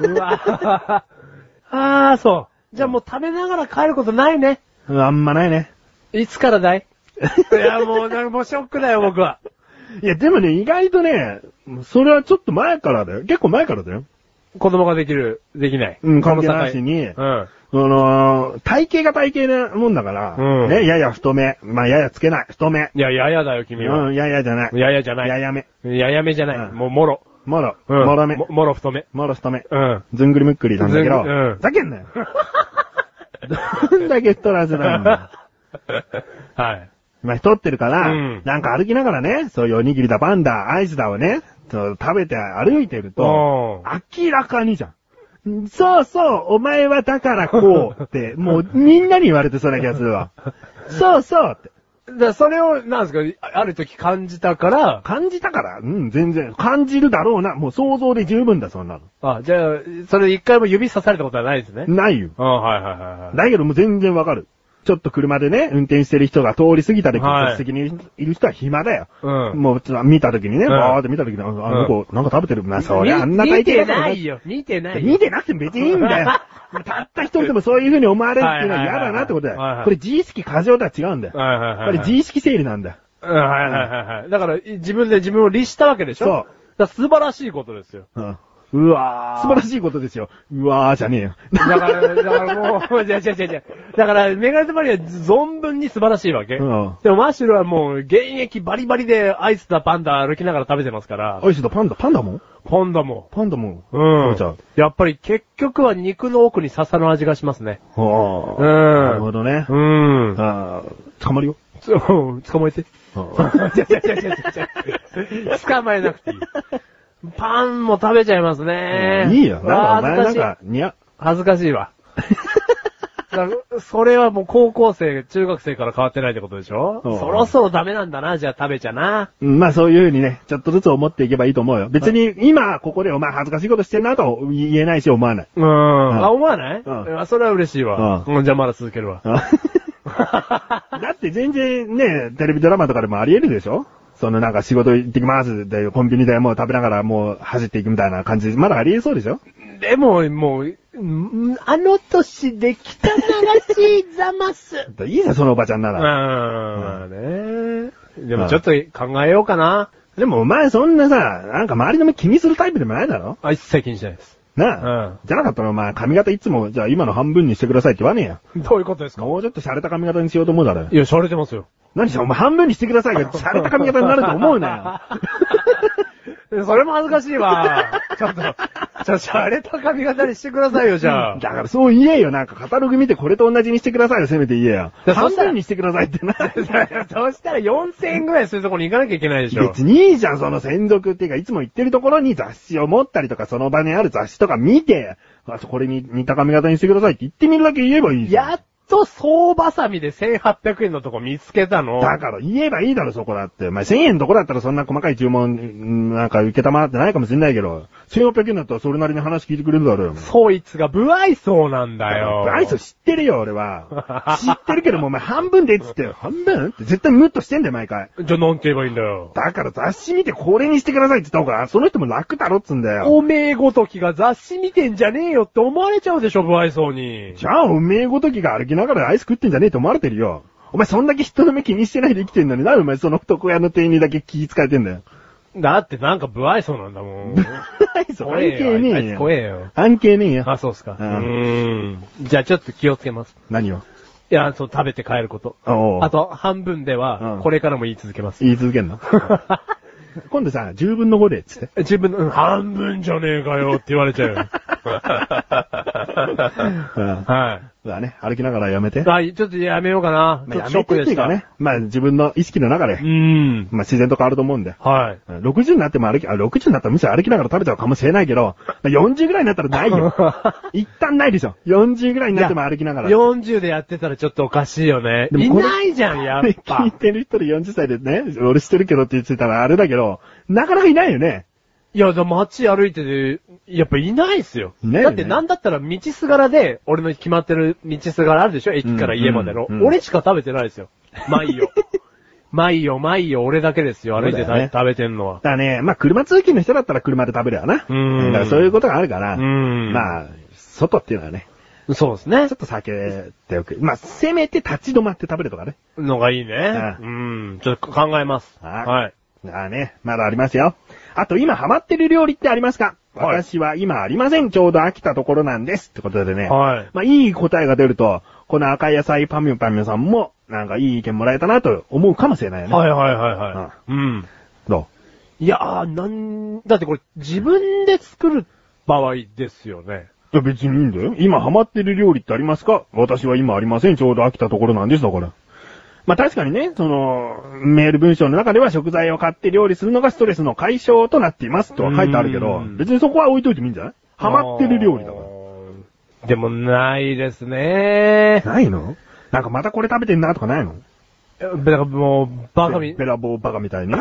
Speaker 1: うわー。 あー、そう。じゃあもう食べながら帰ることないね。
Speaker 2: うんあんまないね。
Speaker 1: いつからだい いや、もう、なんかもうショックだよ、僕は。
Speaker 2: いや、でもね、意外とね、それはちょっと前からだよ。結構前からだよ。
Speaker 1: 子供ができる、できない。
Speaker 2: うん関係なしに
Speaker 1: この
Speaker 2: あのー体型が体型なもんだから、
Speaker 1: うん
Speaker 2: ね、やや太め。まあ、ややつけない。太め
Speaker 1: 境。うん。いや、ややだよ、君
Speaker 2: う
Speaker 1: は。
Speaker 2: ん、ややじゃない。
Speaker 1: ややじゃない。
Speaker 2: ややめ。
Speaker 1: ややめじゃない。
Speaker 2: うん
Speaker 1: もう、もろ。
Speaker 2: もろ、
Speaker 1: うん
Speaker 2: もろめ。
Speaker 1: ももろ太め。
Speaker 2: もろ太め。
Speaker 1: うん。
Speaker 2: ずんぐりむっくりなんだけど、
Speaker 1: ずんぐうん
Speaker 2: ふざけんなよ。どんだけ太らせないんだ。
Speaker 1: はい。
Speaker 2: まあ、太ってるから、
Speaker 1: うん
Speaker 2: なんか歩きながらね、そういうおにぎりだ、パンだ、アイスだをね、そう食べて歩いてると、
Speaker 1: おー
Speaker 2: 明らかにじゃん。そうそう、お前はだからこうって、もうみんなに言われてそうな気がするわ。そうそうって。
Speaker 1: だからそれを、なんですか、あある時感じたから、
Speaker 2: 感じたから、うん、全然。感じるだろうな。もう想像で十分だ、そんなの。
Speaker 1: あ、じゃあ、それ一回も指刺されたことはないですね。
Speaker 2: ないよ。
Speaker 1: うん、はいはいはいはい。
Speaker 2: だけどもう全然わかる。ちょっと車でね、運転してる人が通り過ぎた時、
Speaker 1: はい
Speaker 2: 助手席にいる人は暇だよ。
Speaker 1: うん。
Speaker 2: もう、ちょっと見た時にね、
Speaker 1: うん
Speaker 2: バーって見た時に、ああ
Speaker 1: うん
Speaker 2: の子、なんか食べてるな、そりゃあんな
Speaker 1: 見
Speaker 2: 体
Speaker 1: 見て
Speaker 2: 型だ
Speaker 1: な
Speaker 2: から
Speaker 1: いよ。見てないよ。
Speaker 2: 見てなくても別にいいん だよ。たった一人でもそういう風に思われるっていうのは嫌だなってことだ
Speaker 1: はいはいはいはい
Speaker 2: よ。これ自意識過剰とは違うんだよ。
Speaker 1: はいはいはい
Speaker 2: こ
Speaker 1: はい。
Speaker 2: れ自意識整理なんだよ。
Speaker 1: うんはいはいはいはい。だから、い自分で自分を律したわけでしょ
Speaker 2: そう
Speaker 1: だから素晴らしいことですよ。
Speaker 2: うん
Speaker 1: うわ
Speaker 2: 素晴らしいことですよ。うわーじゃねえよ。
Speaker 1: だから、だからもう、じゃじゃじゃじゃだから、メガネたまりは存分に素晴らしいわけ。
Speaker 2: うん
Speaker 1: でも、マッシュルはもう、現役バリバリでアイスだパンダ歩きながら食べてますから、
Speaker 2: おいしとパンダ、パンダも
Speaker 1: パンダも。
Speaker 2: パンダも。
Speaker 1: うん
Speaker 2: 食べちゃう。
Speaker 1: やっぱり結局は肉の奥に笹の味がしますね。
Speaker 2: あ
Speaker 1: うん。
Speaker 2: あ。なるほどね。
Speaker 1: うん。
Speaker 2: ああ、捕まるよ。
Speaker 1: つ捕 まえて。じゃじゃじゃじゃじゃ捕まえなくていい。パンも食べちゃいますね。
Speaker 2: いいよ。な
Speaker 1: わ
Speaker 2: んか
Speaker 1: あ
Speaker 2: お前なん
Speaker 1: 恥ずかしい
Speaker 2: か、にゃ。
Speaker 1: 恥ずかしいわ。だからそれはもう高校生、中学生から変わってないってことでしょ
Speaker 2: うん
Speaker 1: そろそろダメなんだな、じゃあ食べちゃな。
Speaker 2: うんまあそういうふうにね、ちょっとずつ思っていけばいいと思うよ。別に今ここでお前恥ずかしいことしてんなとは言えないし思わない。
Speaker 1: うん。あ、思わない
Speaker 2: うん
Speaker 1: あそれは嬉しいわ。
Speaker 2: う
Speaker 1: うんじゃあまだ続けるわ。
Speaker 2: だって全然ね、テレビドラマとかでもあり得るでしょそのなんか仕事行ってきますで、コンビニでもう食べながらもう走っていくみたいな感じ、まだあり得そうでしょ
Speaker 1: でも、もう、うんあの年できたな
Speaker 3: 流しざます。
Speaker 2: いいじゃん、そのおばちゃんなら。
Speaker 1: ら。うん。まあね。でもちょっと考えようかな。
Speaker 2: でもお前そんなさ、なんか周りの目気にするタイプでもないだろ
Speaker 1: あ、一切気にしないです。
Speaker 2: なあ、
Speaker 1: うん
Speaker 2: じゃなかったらお前髪型いつも、じゃあ今の半分にしてくださいって言わねえよ。
Speaker 1: どういうことですか
Speaker 2: もうちょっと洒落た髪型にしようと思うだろ
Speaker 1: い。や、洒落てますよ。
Speaker 2: 何さ、お前半分にしてください が、洒落た髪型になると思うな
Speaker 1: それも恥ずかしいわ。 ちょっと、ちょ、洒落た髪型にしてくださいよ、じゃ
Speaker 2: よ。
Speaker 1: あ。
Speaker 2: だからそう言えよ、なんかカタログ見てこれと同じにしてくださいよ、せめて言えよ。
Speaker 1: だからそ
Speaker 2: 半
Speaker 1: したら
Speaker 2: 分にしてくださいってな。
Speaker 1: そしたら4000円ぐらいするとこに行かなきゃいけないでしょ
Speaker 2: 別。にいいじゃん、その専属っていうか、いつも行ってるところに雑誌を持ったりとか、その場にある雑誌とか見て、あこれに似た髪型にしてくださいって言ってみるだけ言えばいいじゃん。
Speaker 1: やっと総バサミで1800円のとこ見つけたの。
Speaker 2: だから言えばいいだろ、そこだって。まあ、1000円のとこだったらそんな細かい注文、うんなんか受けたまってないかもしれないけど、1800円だったらそれなりに話聞いてくれるだろうよ。
Speaker 1: そいつが不愛想なんだよ。
Speaker 2: アイス知ってるよ、俺は。 知ってるけども、お前半分でっつって、半分って絶対ムッとしてんだよ、毎回。
Speaker 1: じゃあなんて言えばいいんだよ。
Speaker 2: だから雑誌見てこれにしてくださいって言った方が、その人も楽だろっつうんだよ。
Speaker 1: おめえごときが雑誌見てんじゃねえよって思われちゃうでしょ、不愛想に。
Speaker 2: じゃあ、おめえごときが歩きながらアイス食ってんじゃねえと思われてるよ。お前そんだけ人の目気にしてないで生きてんのに、なんでお前その男屋の店員にだけ気遣えてんだよ。
Speaker 1: だってなんか不愛想なんだ もん。
Speaker 2: ア イス関係ねえ
Speaker 1: よ。
Speaker 2: よ。
Speaker 1: 怖えよ。
Speaker 2: 関係ねえよ。
Speaker 1: あ、そうっすか。う
Speaker 2: うん
Speaker 1: ん。じゃあちょっと気をつけます。
Speaker 2: 何を
Speaker 1: いや、そう、食べて帰ること。
Speaker 2: おう
Speaker 1: あと、半分で
Speaker 2: うん、
Speaker 1: はこれからも言い続けます。
Speaker 2: 言い続けんの 今度さ、10分の5で、つって。
Speaker 1: 自分の、うん半分じゃねえかよって言われちゃうよ。
Speaker 2: うん。
Speaker 1: はい。
Speaker 2: そうだね。歩きながらやめて。
Speaker 1: あ、ちょっとやめようかな。
Speaker 2: ま
Speaker 1: ちょっ
Speaker 2: あや
Speaker 1: とショ
Speaker 2: め
Speaker 1: ッ
Speaker 2: て
Speaker 1: クで
Speaker 2: ってい
Speaker 1: し
Speaker 2: うか
Speaker 1: た。
Speaker 2: ね。まあ自分の意識の中
Speaker 1: う
Speaker 2: で、
Speaker 1: ん。
Speaker 2: まあ自然と変わると思うんで。
Speaker 1: はい。
Speaker 2: うん60になっても歩き、あ、60になったらむしろ歩きながら食べちゃうかもしれないけど、まあ40ぐらいになったらない よ。 一旦ないでしょ。40ぐらいになっても歩きながら。
Speaker 1: 40でやってたらちょっとおかしいよね。
Speaker 2: で
Speaker 1: い
Speaker 2: もこれ
Speaker 1: ないじゃん、やっぱ
Speaker 2: 聞い。てる人で40歳でね、俺してるけどって言ってたらあれだけど、なかなかいないよね。
Speaker 1: いや、だ街歩いてて、やっぱいないっすよ。
Speaker 2: いないよ
Speaker 1: だ
Speaker 2: ね
Speaker 1: ってなんだったら道すがらで、俺の決まってる道すがらあるでしょ駅から家までの、
Speaker 2: うんうんうん
Speaker 1: 俺しか食べてないですよ。毎夜。毎夜、毎夜、俺だけですよ。歩い
Speaker 2: そ
Speaker 1: て
Speaker 2: う
Speaker 1: た、
Speaker 2: だよね
Speaker 1: 食べてんのは
Speaker 2: だ。からね、まあ車通勤の人だったら車で食べるよな。
Speaker 1: うん
Speaker 2: だからそういうことがあるから、
Speaker 1: うん
Speaker 2: まあ、外っていうのはね、
Speaker 1: そうです ね
Speaker 2: ちょっ。と避けておく。まあ、せめて立ち止まって食べるとかね。
Speaker 1: のがいいね。
Speaker 2: う
Speaker 1: うん。ちょっと考えます。
Speaker 2: はい
Speaker 1: はい。
Speaker 2: ああね、まだありますよ。あと今ハマってる料理ってありますか、
Speaker 1: はい
Speaker 2: 私は今ありません。ちょうど飽きたところなんです。ってことでね。
Speaker 1: はい
Speaker 2: まあいい答えが出ると、この赤い野菜パミュパミュさんも、なんかいい意見もらえたなと思うかもしれないよね。
Speaker 1: はいはいはいはい。うん。
Speaker 2: ど
Speaker 1: いやー、なん、だってこれ自分で作る場合ですよね。
Speaker 2: ういや別にいいんだよ。今ハマってる料理ってありますか私は今ありません。ちょうど飽きたところなんです。だから。まあ確かにね、その、メール文章の中では食材を買って料理するのがストレスの解消となっていますとは書いてあるけど
Speaker 1: う、ん
Speaker 2: 別にそこは置いといてもいいんじゃないハマってる料理だから。
Speaker 1: ら。でもないですね。
Speaker 2: ないのなんかまたこれ食べてんなとかないの
Speaker 1: だからもう、バカみ
Speaker 2: ベ、ラボーバカみ たいに。ん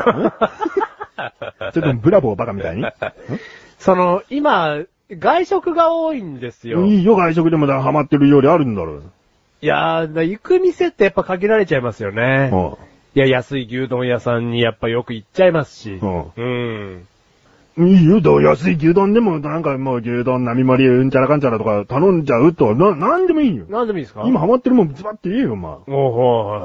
Speaker 2: それともブラボーバカみたいに
Speaker 1: その、今、外食が多いんですよ。
Speaker 2: いいよ、外食でもだハマってるよりあるんだろう。
Speaker 1: いやー、行く店ってやっぱ限られちゃいますよね。
Speaker 2: お
Speaker 1: いや、安い牛丼屋さんにやっぱよく行っちゃいますし。
Speaker 2: うん
Speaker 1: うん。
Speaker 2: ういいよ、だ安い牛丼でも、なんかもう牛丼並盛り、うんちゃらかんちゃらとか頼んじゃうと、な、なんでもいいよ。
Speaker 1: なんでもいいですか
Speaker 2: 今ハマってるもん、ズバって言えよ、お前。
Speaker 1: おうほう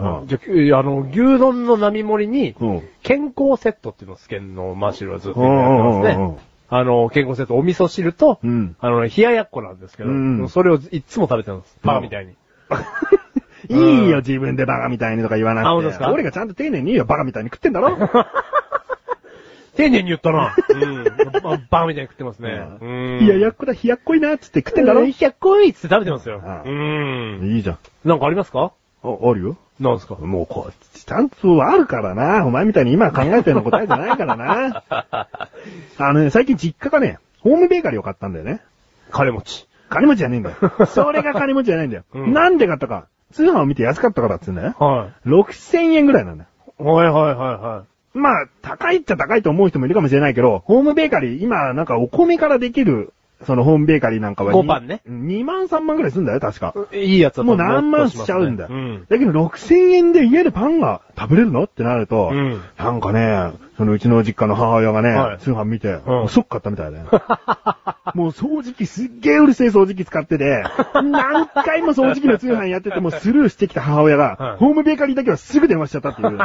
Speaker 1: ほ
Speaker 2: う
Speaker 1: うんじゃあき、あの、牛丼の並盛りに、
Speaker 2: うん。
Speaker 1: 健康セットっていうのをスケンのマシルはずっと
Speaker 2: うんうんう
Speaker 1: やってます
Speaker 2: ん
Speaker 1: ね。あの、健康セット、お味噌汁と、
Speaker 2: うん
Speaker 1: あの、冷ややっこなんですけど、
Speaker 2: うん
Speaker 1: それをいつも食べてるんです。パーみたいに。
Speaker 2: うん。いいよ、自分でバカみたいにとか言わな
Speaker 1: あ本当で
Speaker 2: く
Speaker 1: す
Speaker 2: て。
Speaker 1: か
Speaker 2: 俺がちゃんと丁寧に言うよ、バカみたいに食ってんだろ。
Speaker 1: 丁寧に言ったな。うん。バーみたいに食ってますね。うん。
Speaker 2: いや、やっこだ、冷やっこいな、つって食ってんだろ。
Speaker 1: 冷
Speaker 2: い
Speaker 1: やっこいっつって食べてますよ。
Speaker 2: ああ
Speaker 1: うん。
Speaker 2: いじゃん。
Speaker 1: なんかありますか
Speaker 2: あ、あるよ。
Speaker 1: なんですか
Speaker 2: もうこう、ちゃんとあるからな。お前みたいに今考えてるの答えじゃないから な。あのね、最近実家がね、ホームベーカリーを買ったんだよね。
Speaker 1: 金持ち。
Speaker 2: 金持ちじゃねえんだ よ。それが金持ちじゃないんだよ。
Speaker 1: うん
Speaker 2: なんで買ったか。通販を見て安かったからっつうんだよ。
Speaker 1: は
Speaker 2: 6000円ぐらいなんだよ。
Speaker 1: い。はいはいはいは
Speaker 2: まあ、高いっちゃ高いと思う人もいるかもしれないけど、ホームベーカリー、今なんかお米からできる、そのホームベーカリーなんかは。
Speaker 1: ごパンね
Speaker 2: 2万3万ぐらいすんだよ、確か。
Speaker 1: い。いいやつだと
Speaker 2: もう何万しちゃうんだ。
Speaker 1: うん。
Speaker 2: だけど6000円で家でパンが食べれるのってなると、
Speaker 1: うん
Speaker 2: なんかね、そのうちの実家の母親がね、
Speaker 1: はい
Speaker 2: 通販見て、
Speaker 1: うん
Speaker 2: ショック買ったみたい だよ。もう掃除機すっげえうるせえ掃除機使って て、何回も掃除機の通販やっててもスルーしてきた母親が、
Speaker 1: はい
Speaker 2: ホームベーカリーだけはすぐ電話しちゃったって いう。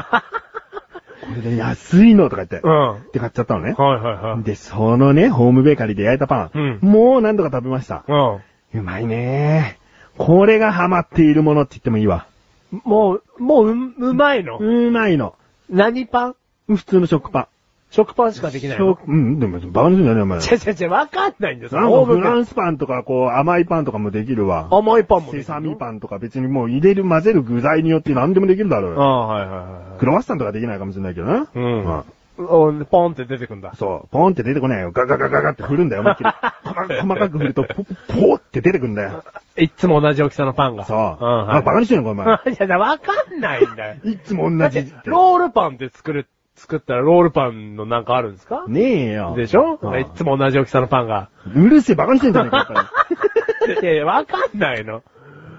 Speaker 2: これで安いのとか言って、
Speaker 1: うん。
Speaker 2: っ
Speaker 1: はい
Speaker 2: て買っちゃったのね。
Speaker 1: はいはい。
Speaker 2: で、そのね、ホームベーカリーで焼いたパン、
Speaker 1: うん
Speaker 2: もう何度か食べました。
Speaker 1: うん。
Speaker 2: うまいねこれがハマっているものって言ってもいいわ。
Speaker 1: もう、もう、う、うまいの。
Speaker 2: うまいの。
Speaker 1: 何パン
Speaker 2: 普通の食パン。
Speaker 1: 食パンしかできないの。
Speaker 2: 食うん、でも、バカにすんじゃねえ、お前。
Speaker 1: ちゃちゃちゃ、わかんないんです
Speaker 2: なんかフラ
Speaker 1: ン
Speaker 2: ンスパンとか、こう、甘いパンとかもできるわ。
Speaker 1: 甘いパンもできる
Speaker 2: セ
Speaker 1: の。
Speaker 2: サミパンとか別にもう入れる混ぜる具材によって何でもできるだろう
Speaker 1: あ
Speaker 2: よ。
Speaker 1: あ、はいはいはい。
Speaker 2: クロワッサンとかできないかもしれないけどな。
Speaker 1: うん
Speaker 2: まあ
Speaker 1: おポンって出てくんだ。
Speaker 2: そう、ポンって出てこないよ。ガガガガガって振るんだよ、思い っきり。細細かく振ると、ポポポって出てくんだよ。
Speaker 1: いっつも同じ大きさのパンが。
Speaker 2: そう。
Speaker 1: ん、は
Speaker 2: あ、バカにしてんのか、お前。
Speaker 1: い。いや、わかんないんだよ。
Speaker 2: いつも同
Speaker 1: だっ
Speaker 2: じってて、。
Speaker 1: ロールパンって作る、作ったらロールパンのなんかあるんですか
Speaker 2: ねえよ。
Speaker 1: でしょ
Speaker 2: うん
Speaker 1: いっつも同じ大きさのパン が。
Speaker 2: うるせえ、バカにしてんじゃねえか、やっぱ
Speaker 1: いやいや、わかんないの。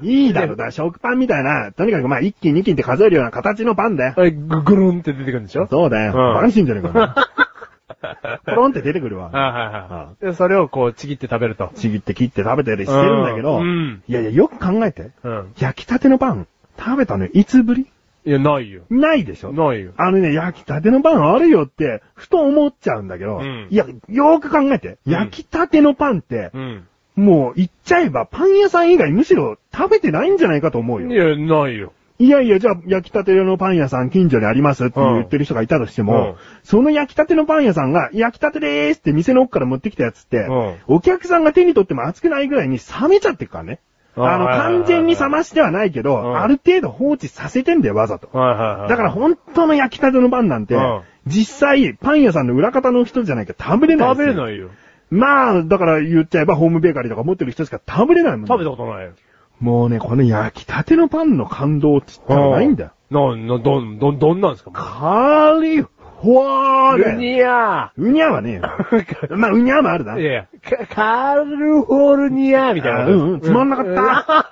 Speaker 2: りい いだろ、だから食パンみたいな、とにかくまあ、一斤二斤って数えるような形のパンだよ。
Speaker 1: え、ぐ、ぐるんって出てくるんでしょ
Speaker 2: そうだよ。
Speaker 1: うん
Speaker 2: バカにしてんじゃねえか、 ポロンって出てくるわ。
Speaker 1: はいはいはい。で、それをこう、ちぎって食べると。
Speaker 2: ちぎって切って食べたりしてるんだけど、
Speaker 1: うん
Speaker 2: いやいや、よく考えて。
Speaker 1: うん。
Speaker 2: 焼きたてのパン、食べたのいつぶり
Speaker 1: いや、ないよ。
Speaker 2: ないでしょ
Speaker 1: ないよ。
Speaker 2: あのね、焼きたてのパンあるよって、ふと思っちゃうんだけど、
Speaker 1: うん
Speaker 2: いや、よーく考えて、
Speaker 1: うん
Speaker 2: 焼きたてのパンって、
Speaker 1: うん。
Speaker 2: もう言っちゃえばパン屋さん以外むしろ食べてないんじゃないかと思う
Speaker 1: い
Speaker 2: よ。
Speaker 1: や、ないよ。
Speaker 2: いやいや、じゃあ焼きたてのパン屋さん近所にありますって言ってる人がいたとしても、
Speaker 1: うん
Speaker 2: その焼きたてのパン屋さんが焼きたてでーすって店の奥から持ってきたやつって、
Speaker 1: う
Speaker 2: お客さんが手に取っても熱くないぐらいに冷めちゃってるからね。あの、完全に冷ましてはないけど、
Speaker 1: ん
Speaker 2: ある程度放置させてんだよ、わざと。
Speaker 1: はいはいはい。
Speaker 2: だから本当の焼きたてのパンなんて
Speaker 1: うん、
Speaker 2: 実際、パン屋さんの裏方の人じゃないと食べれない。
Speaker 1: 食べれ
Speaker 2: い。
Speaker 1: ないよ。
Speaker 2: まあ、だから言っちゃえばホームベーカリーとか持ってる人しか食べれないもんね
Speaker 1: 食べたことないよ。
Speaker 2: もうね、この焼きたてのパンの感動っつったらないんだよ。
Speaker 1: な、な、どん、どん、どんなんですか
Speaker 2: カリフォルニア。
Speaker 1: ニア
Speaker 2: うにゃはねえ よ。まあ、うにゃもあるな。
Speaker 1: いやいや、カカルフォルニアみたいな。
Speaker 2: あうんうん、つまんなか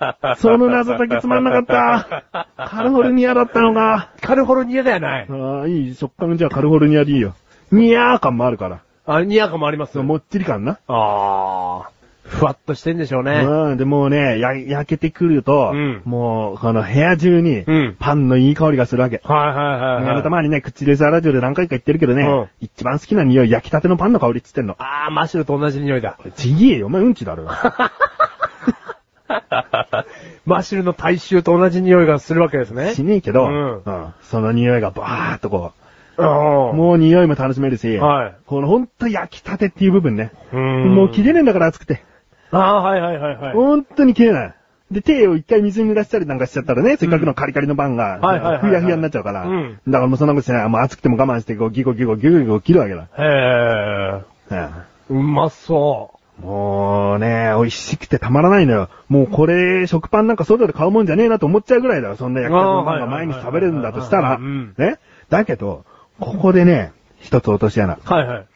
Speaker 2: った。その謎解きつまんなかった。カルフォルニアだったのか。
Speaker 1: カルフォルニアではない。
Speaker 2: ああ、いい、食感じゃあカルフォルニアでいいよ。ニヤー感もあるから。
Speaker 1: あ、ニアかもあります
Speaker 2: そのもっちり感な。
Speaker 1: ああ、ふわっとしてんでしょうね。
Speaker 2: うん、でもうね、や、焼けてくると、
Speaker 1: うん
Speaker 2: もう、この部屋中に
Speaker 1: うん、
Speaker 2: パンのいい香りがするわけ。
Speaker 1: はいはいはい、
Speaker 2: あ
Speaker 1: は
Speaker 2: の
Speaker 1: い。
Speaker 2: たまにね、口レザーラジオで何回か言ってるけどね、
Speaker 1: うん
Speaker 2: 一番好きな匂い、焼きたてのパンの香りっつってんの。あ
Speaker 1: ああ、マシュルと同じ匂いだ。
Speaker 2: ちぎえよ、お前うんちだろ。
Speaker 1: マシュルの体臭と同じ匂いがするわけですね。
Speaker 2: しねえけど、
Speaker 1: うん
Speaker 2: うんその匂いがバーっとこう、
Speaker 1: も
Speaker 2: もう匂いも楽しめるし、
Speaker 1: はい
Speaker 2: このほんと焼きたてっていう部分ね、
Speaker 1: う
Speaker 2: もう切
Speaker 1: れ、
Speaker 2: れねえんだから熱くて、
Speaker 1: ああ、はいはいはいはい。
Speaker 2: ほんとに切れない。で、手を一回水に濡らしたりなんかしちゃったらね、せっかくのカリカリのパンが
Speaker 1: はいはいはいは、い
Speaker 2: ふやふやになっちゃうから、
Speaker 1: うん
Speaker 2: だからもうそんなことしない。もう熱くても我慢して、こう、ギコギコギコギコ切るわけだ。
Speaker 1: へえ、
Speaker 2: うん
Speaker 1: うまそ
Speaker 2: もうね、美味しくてたまらないのよ。もうこれ、食パンなんか外で買うもんじゃねえなと思っちゃうぐらいだよ。そんな焼きたてのパンが毎日食べれるんだとした
Speaker 1: あーはいはいはいは
Speaker 2: ら。
Speaker 1: いうん
Speaker 2: ね。だけど、ここでね、一つ落とし穴。
Speaker 1: う。はいはい。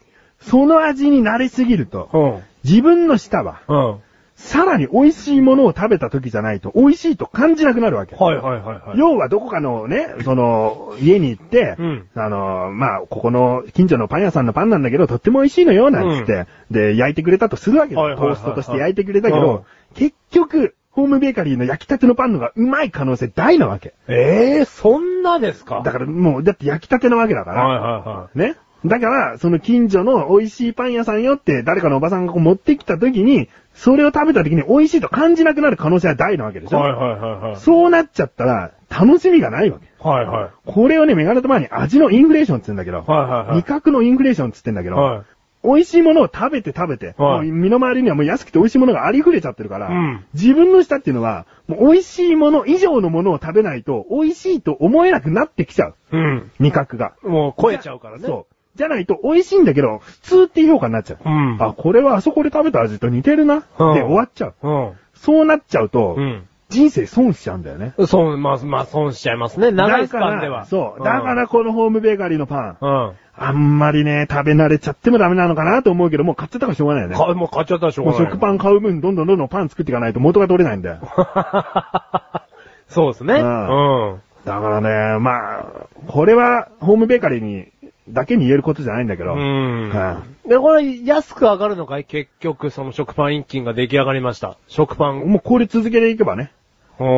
Speaker 2: その味に慣れすぎると、
Speaker 1: うん。
Speaker 2: 自分の舌は、
Speaker 1: うん。は
Speaker 2: さらに美味しいものを食べた時じゃないと、美味しいと感じなくなるわけ。
Speaker 1: いはいはいはい。
Speaker 2: 要はどこかの ね、その、家に行って、
Speaker 1: うん
Speaker 2: あの、まあ、ここの近所のパン屋さんのパンなんだけど、とっても美味しいのよ、なんつって、で、焼いてくれたとするわけよ、
Speaker 1: はいはいはいはい
Speaker 2: トーストとして焼いてくれたけど、
Speaker 1: うん
Speaker 2: 結局、ホームベーカリーの焼きたてのパンのがうまい可能性大なわけ。
Speaker 1: ええそんなですか
Speaker 2: だからもう、だって焼きたてなわけだから、
Speaker 1: はいはいはい。
Speaker 2: ね。だから、その近所の美味しいパン屋さんよって、誰かのおばさんがこう持ってきた時に、それを食べた時に美味しいと感じなくなる可能性は大なわけでしょ、
Speaker 1: はいはいはいはい。
Speaker 2: そうなっちゃったら、楽しみがないわけ。
Speaker 1: はいはい。
Speaker 2: これをね、メガネと前に味のインフレーションって言うんだけど、
Speaker 1: はいはいはい
Speaker 2: 味覚のインフレーションって言ってんだけど、
Speaker 1: はい
Speaker 2: 美味しいものを食べて食べて、
Speaker 1: はい
Speaker 2: もう身の回りにはもう安くて美味しいものがありふれちゃってるから、
Speaker 1: うん
Speaker 2: 自分の舌っていうのは、もう美味しいもの以上のものを食べないと、美味しいと思えなくなってきちゃう。
Speaker 1: うん。
Speaker 2: 味覚が。
Speaker 1: もう超えちゃうからね。
Speaker 2: そう。じゃないと美味しいんだけど、普通っていう評価になっちゃう。
Speaker 1: うん
Speaker 2: あ、これはあそこで食べた味と似てるな。で
Speaker 1: うん
Speaker 2: 終わっちゃう。
Speaker 1: うん。
Speaker 2: そうなっちゃうと、
Speaker 1: うん。
Speaker 2: 人生損しちゃうんだよね。
Speaker 1: そう、まあ、まあ、損しちゃいますね。長いスパン
Speaker 2: だか
Speaker 1: では。
Speaker 2: らそう。だからこのホームベーカリーのパン、
Speaker 1: ら。
Speaker 2: あんまりね、食べ慣れちゃってもダメなのかなと思うけど、もう買っちゃったからしょうがないよ
Speaker 1: うん。
Speaker 2: ね。
Speaker 1: か、もう買っちゃったらしょう
Speaker 2: もう
Speaker 1: がない。
Speaker 2: 食パン買う分、どんどんどんどんパン作っていかないと元が取れないんだよ。
Speaker 1: そうですね。
Speaker 2: う
Speaker 1: うんん。
Speaker 2: だからね、まあ、これはホームベーカリーに、だけに言えることじゃないんだけど。
Speaker 1: うん
Speaker 2: はい
Speaker 1: で、これ、安く上がるのかい結局、その食パン一斤が出来上がりました。食パン。
Speaker 2: もうこれ続けていけばね。
Speaker 1: ほ
Speaker 2: う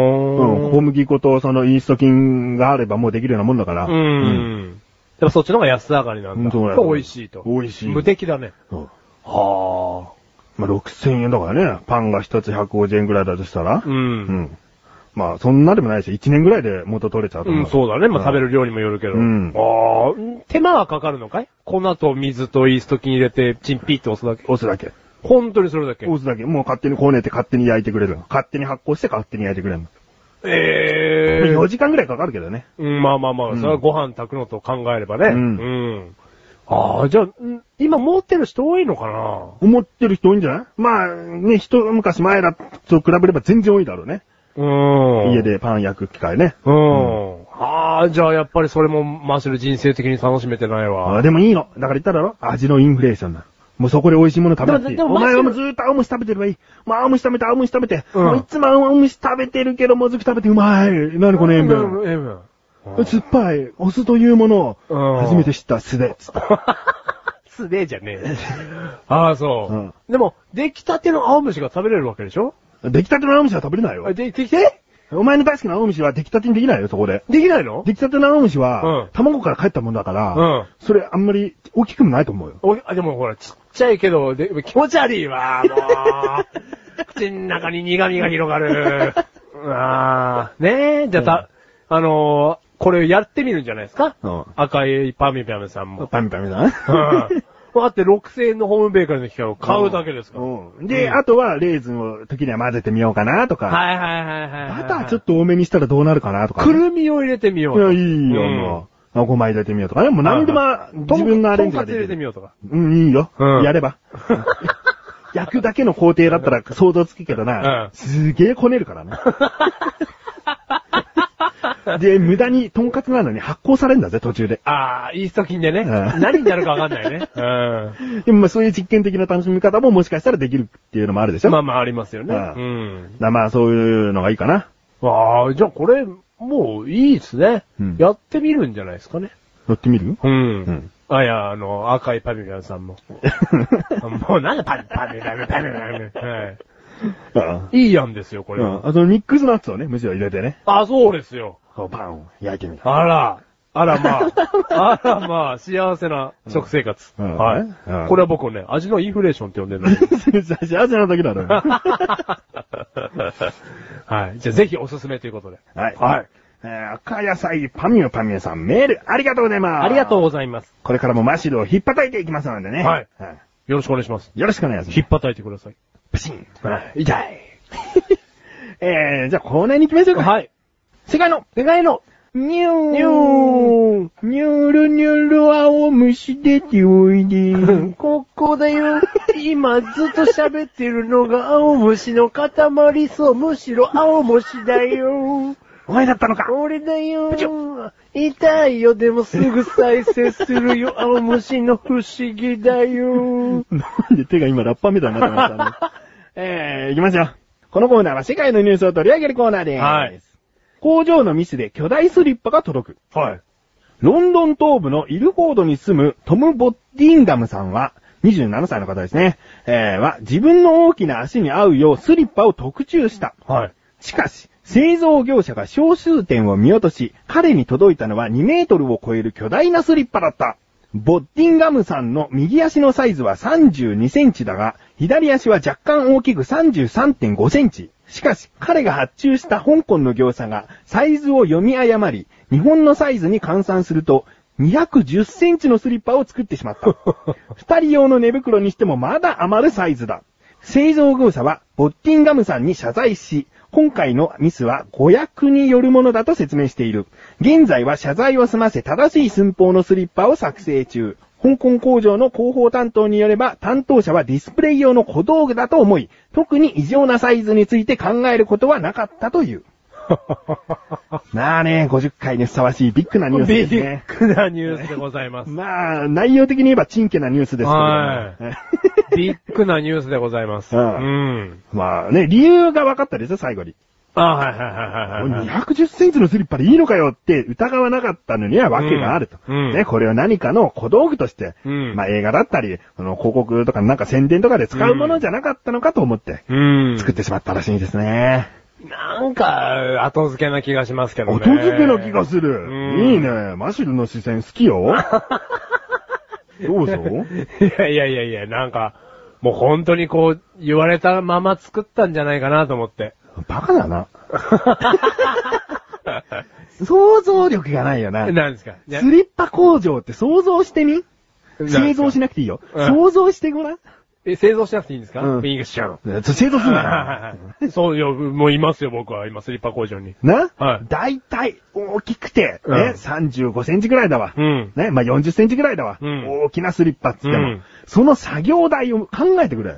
Speaker 2: ん。
Speaker 1: ー
Speaker 2: 小麦粉とそのイースト菌があればもうできるようなもんだから。
Speaker 1: うん。でもそっちの方が安上がりなんだ。
Speaker 2: そうだよ
Speaker 1: と美味しいと。
Speaker 2: 美味しい
Speaker 1: 無敵だね。
Speaker 2: うん。
Speaker 1: は
Speaker 2: まあ、6000円だからね。パンが一つ150円ぐらいだとしたら
Speaker 1: あ。。うん。
Speaker 2: う。ん。まあ、そんなでもないし、1年ぐらいで元取れちゃうと
Speaker 1: う
Speaker 2: 思う。
Speaker 1: ん、そうだね。まあ、
Speaker 2: ん
Speaker 1: 食べる量にもよるけど。
Speaker 2: うん
Speaker 1: ああ、うん手間はかかるのかい粉と水とイースト菌入れて、チンピーって押すだけ。
Speaker 2: 押すだけ。
Speaker 1: 本当にそれだけ。
Speaker 2: 押すだけ。もう勝手にこうねって勝手に焼いてくれるの。勝手に発酵して勝手に焼いてくれるの。
Speaker 1: ええ
Speaker 2: 4時間ぐらいかかるけどね。
Speaker 1: うんまあまあまあ、
Speaker 2: うん
Speaker 1: それはご飯炊くのと考えればね。
Speaker 2: うん
Speaker 1: うんああ、じゃあ、ん今持ってる人多いのかな
Speaker 2: 思ってる人多いんじゃないまあ、ね、一昔前らと比べれば全然多いだろうね。
Speaker 1: うん。
Speaker 2: 家。でパン焼く機会ね。
Speaker 1: うん。ああ、じゃあやっぱりそれもマッシュル人生的に楽しめてない
Speaker 2: あ
Speaker 1: わ。
Speaker 2: ーでもいいの。だから言っただろ味のインフレーションだ。もうそこで美味しいもの食べなくていい。
Speaker 3: でもで
Speaker 2: お
Speaker 3: も
Speaker 2: 前はもう
Speaker 3: マッ
Speaker 2: ずーっと青虫食べてればいい。もう青虫食べて、青虫食べて。
Speaker 1: うん
Speaker 2: もういつも青虫食べてるけど、もずく食べてうまい。なにこの塩分。
Speaker 1: 塩分。
Speaker 2: 酸っぱい。お酢というもの
Speaker 1: うん
Speaker 2: を、初めて知った酢で。つって
Speaker 1: すねえじゃねえ。 ああ、そう、
Speaker 2: うん
Speaker 1: でも、出来たての青虫が食べれるわけでしょ
Speaker 2: 出来たての青虫は食べれないよ
Speaker 1: あ。で、できて
Speaker 2: お前の大好きな青虫は出来たてにできないよ、そこで。
Speaker 1: できないの
Speaker 2: 出来たての青虫
Speaker 1: うん
Speaker 2: は、卵から帰ったもんだから、
Speaker 1: うん
Speaker 2: それあんまり大きくもないと思うよ。
Speaker 1: おあ、でもほら、ちっちゃいけど、で気持ち悪いわ、も う。口の中に苦味が広がる。ああ、ねえ、じゃあた、あのー、これやってみるんじゃないですか、
Speaker 2: うん
Speaker 1: 赤いパミパミさんも。
Speaker 2: パンパンだ
Speaker 1: う
Speaker 2: な。
Speaker 1: ん。だって6000円のホームベーカリーの機械を買うだけですから。
Speaker 2: うんで、
Speaker 1: うん
Speaker 2: あとはレーズンを時には混ぜてみようかなとか、
Speaker 1: はいはいはいはいはい。
Speaker 2: バターちょっ
Speaker 1: と。
Speaker 2: と多めにしたらどうなるかなとか、
Speaker 1: く
Speaker 2: ね。
Speaker 1: るみを入れてみよ
Speaker 2: いや、
Speaker 1: うと。
Speaker 2: いいよ、
Speaker 1: うん
Speaker 2: もう。5枚入れてみようとかね。もう何でも自分のアレンジができ
Speaker 1: とんかつ入れてみ
Speaker 2: る。
Speaker 1: ようとか。
Speaker 2: うん、いいよ。
Speaker 1: うん
Speaker 2: やれ ば。焼くだけの工程だったら想像つくけどな、
Speaker 1: うん
Speaker 2: すげえこねるからな。 で、無駄に、とんかつなのに発酵されるんだぜ、途中で。
Speaker 1: ああ、いい作品でね。
Speaker 2: うん
Speaker 1: 何になるかわかんないね。う
Speaker 2: でもまあそういう実験的な楽しみ方ももしかしたらできるっていうのもあるでしょ
Speaker 1: ん。まあまあありますよね。
Speaker 2: う
Speaker 1: うん。
Speaker 2: だまあそういうのがいいかな。
Speaker 1: ああ、じゃあこれ、もういいですね、
Speaker 2: うん
Speaker 1: やってみるんじゃないですかね。
Speaker 2: 乗ってみる
Speaker 1: うん。
Speaker 2: うん
Speaker 1: あ、いや、あの、赤いパビリオンさんも。もうなんでパビパビパビパビパビは
Speaker 2: うん
Speaker 1: い。いいやんですよ、こ
Speaker 2: う
Speaker 1: れ。
Speaker 2: ん。あと、ミックスナッツをね、むしろ入れてね。
Speaker 1: あ、そうですよ。
Speaker 2: こうパンを焼いてみる。
Speaker 1: あら。あらまあ。あらまあ、幸せな食生活。
Speaker 2: うん
Speaker 1: はい、
Speaker 2: うん
Speaker 1: これは僕をね、味のインフレーションって呼んでるの。
Speaker 2: 幸せな時だろうね。
Speaker 1: はい。じゃあぜひおすすめということで。
Speaker 2: はい。
Speaker 1: はい。
Speaker 2: えー赤野菜パミュパミュさんメールありがとうございます。
Speaker 1: ありがとう。ございます。
Speaker 2: これからもマシルを引っ叩いていきますのでね。
Speaker 1: はいよろしくお願いします。
Speaker 2: よろしくお願いします。
Speaker 1: 引っ叩いてください。
Speaker 2: プシン。
Speaker 1: はい。痛い。
Speaker 2: えー、じゃあコーナーに行きましょうか。
Speaker 1: はい。
Speaker 2: 世界の、世界の、ニュー
Speaker 1: ニ
Speaker 2: ニ
Speaker 1: ュ
Speaker 2: ューニュールニュル青虫出ておい で。
Speaker 1: ここだよ。今ずっと喋ってるのが青虫の塊そう。むしろ青虫だよ。
Speaker 2: お前だったのか
Speaker 1: 俺だよ。痛いよ。でもすぐ再生する よ。青虫の不思議だよ。
Speaker 2: なんで手が今ラッパーみたいになってましたね。 えー、いきますよ。このコーナーは世界のニュースを取り上げるコーナーです。
Speaker 1: はい
Speaker 2: 工場のミスで巨大スリッパが届く。
Speaker 1: はい。
Speaker 2: ロンドン東部のイルフォードに住むトム・ボッディンガムさんは、27歳の方ですね。えー、は、自分の大きな足に合うようスリッパを特注した。
Speaker 1: はい。
Speaker 2: しかし、製造業者が小数点を見落とし、彼に届いたのは2メートルを超える巨大なスリッパだった。ボッティンガムさんの右足のサイズは32センチだが、左足は若干大きく33.5センチ。しかし、彼が発注した香港の業者がサイズを読み誤り、日本のサイズに換算すると、210センチのスリッパを作ってしまった。二人用の寝袋にしてもまだ余るサイズだ。製造業者は、ボッティンガムさんに謝罪し、今回のミスは誤訳によるものだと説明している。現在は謝罪を済ませ正しい寸法のスリッパを作成中。香港工場の広報担当によれば、担当者はディスプレイ用の小道具だと思い、特に異常なサイズについて考えることはなかったという。まあね、50回にふさわしいビッグなニュースで
Speaker 1: ビ
Speaker 2: す
Speaker 1: ッ
Speaker 2: ね。
Speaker 1: グなニュースでございます。
Speaker 2: まあ、内容的に言えばチンケなニュースですけど、
Speaker 1: はビッグなニュースでございます。
Speaker 2: うん
Speaker 1: うん。
Speaker 2: まあね、理由が分かったですよ、最後に。
Speaker 1: あはいはいはいはいはい。
Speaker 2: 210センチのスリッパでいいのかよって疑わなかったのには訳があると。
Speaker 1: うんうん
Speaker 2: ね、これを何かの小道具として、
Speaker 1: うん
Speaker 2: まあ映画だったり、この広告とかなんか宣伝とかで使うものじゃなかったのかと思って、
Speaker 1: うん。
Speaker 2: 作ってしまったらしいですね。
Speaker 1: なんか、後付けな気がしますけどね。
Speaker 2: 音付けの気がす
Speaker 1: うん
Speaker 2: る。いいね。マシルの視線好き よ。どうぞ。
Speaker 1: いやいやいやいや、なんか、もう本当にこう、言われたまま作ったんじゃないかなと思って。
Speaker 2: バカだ な。想像力がないよな。
Speaker 1: なんですかいや
Speaker 2: スリッパ工場って想像してみ
Speaker 1: なんですか
Speaker 2: 製造しなくていいよ。
Speaker 1: うん
Speaker 2: 想像してごらん。
Speaker 1: え、製造しなくていいんですか
Speaker 2: うん
Speaker 1: ウィングスちゃん。
Speaker 2: 制度すん な
Speaker 1: は
Speaker 2: い
Speaker 1: はいはいそうよ、もういますよ、僕は。今、スリッパ工場に。
Speaker 2: な。な
Speaker 1: は
Speaker 2: い大体、大きくて、
Speaker 1: うん
Speaker 2: ね、35センチぐらいだわ。
Speaker 1: うん。
Speaker 2: ね、まあ、40センチぐらいだわ。
Speaker 1: うん
Speaker 2: 大きなスリッパっつっても、
Speaker 1: うん
Speaker 2: その作業台を考えてくれ。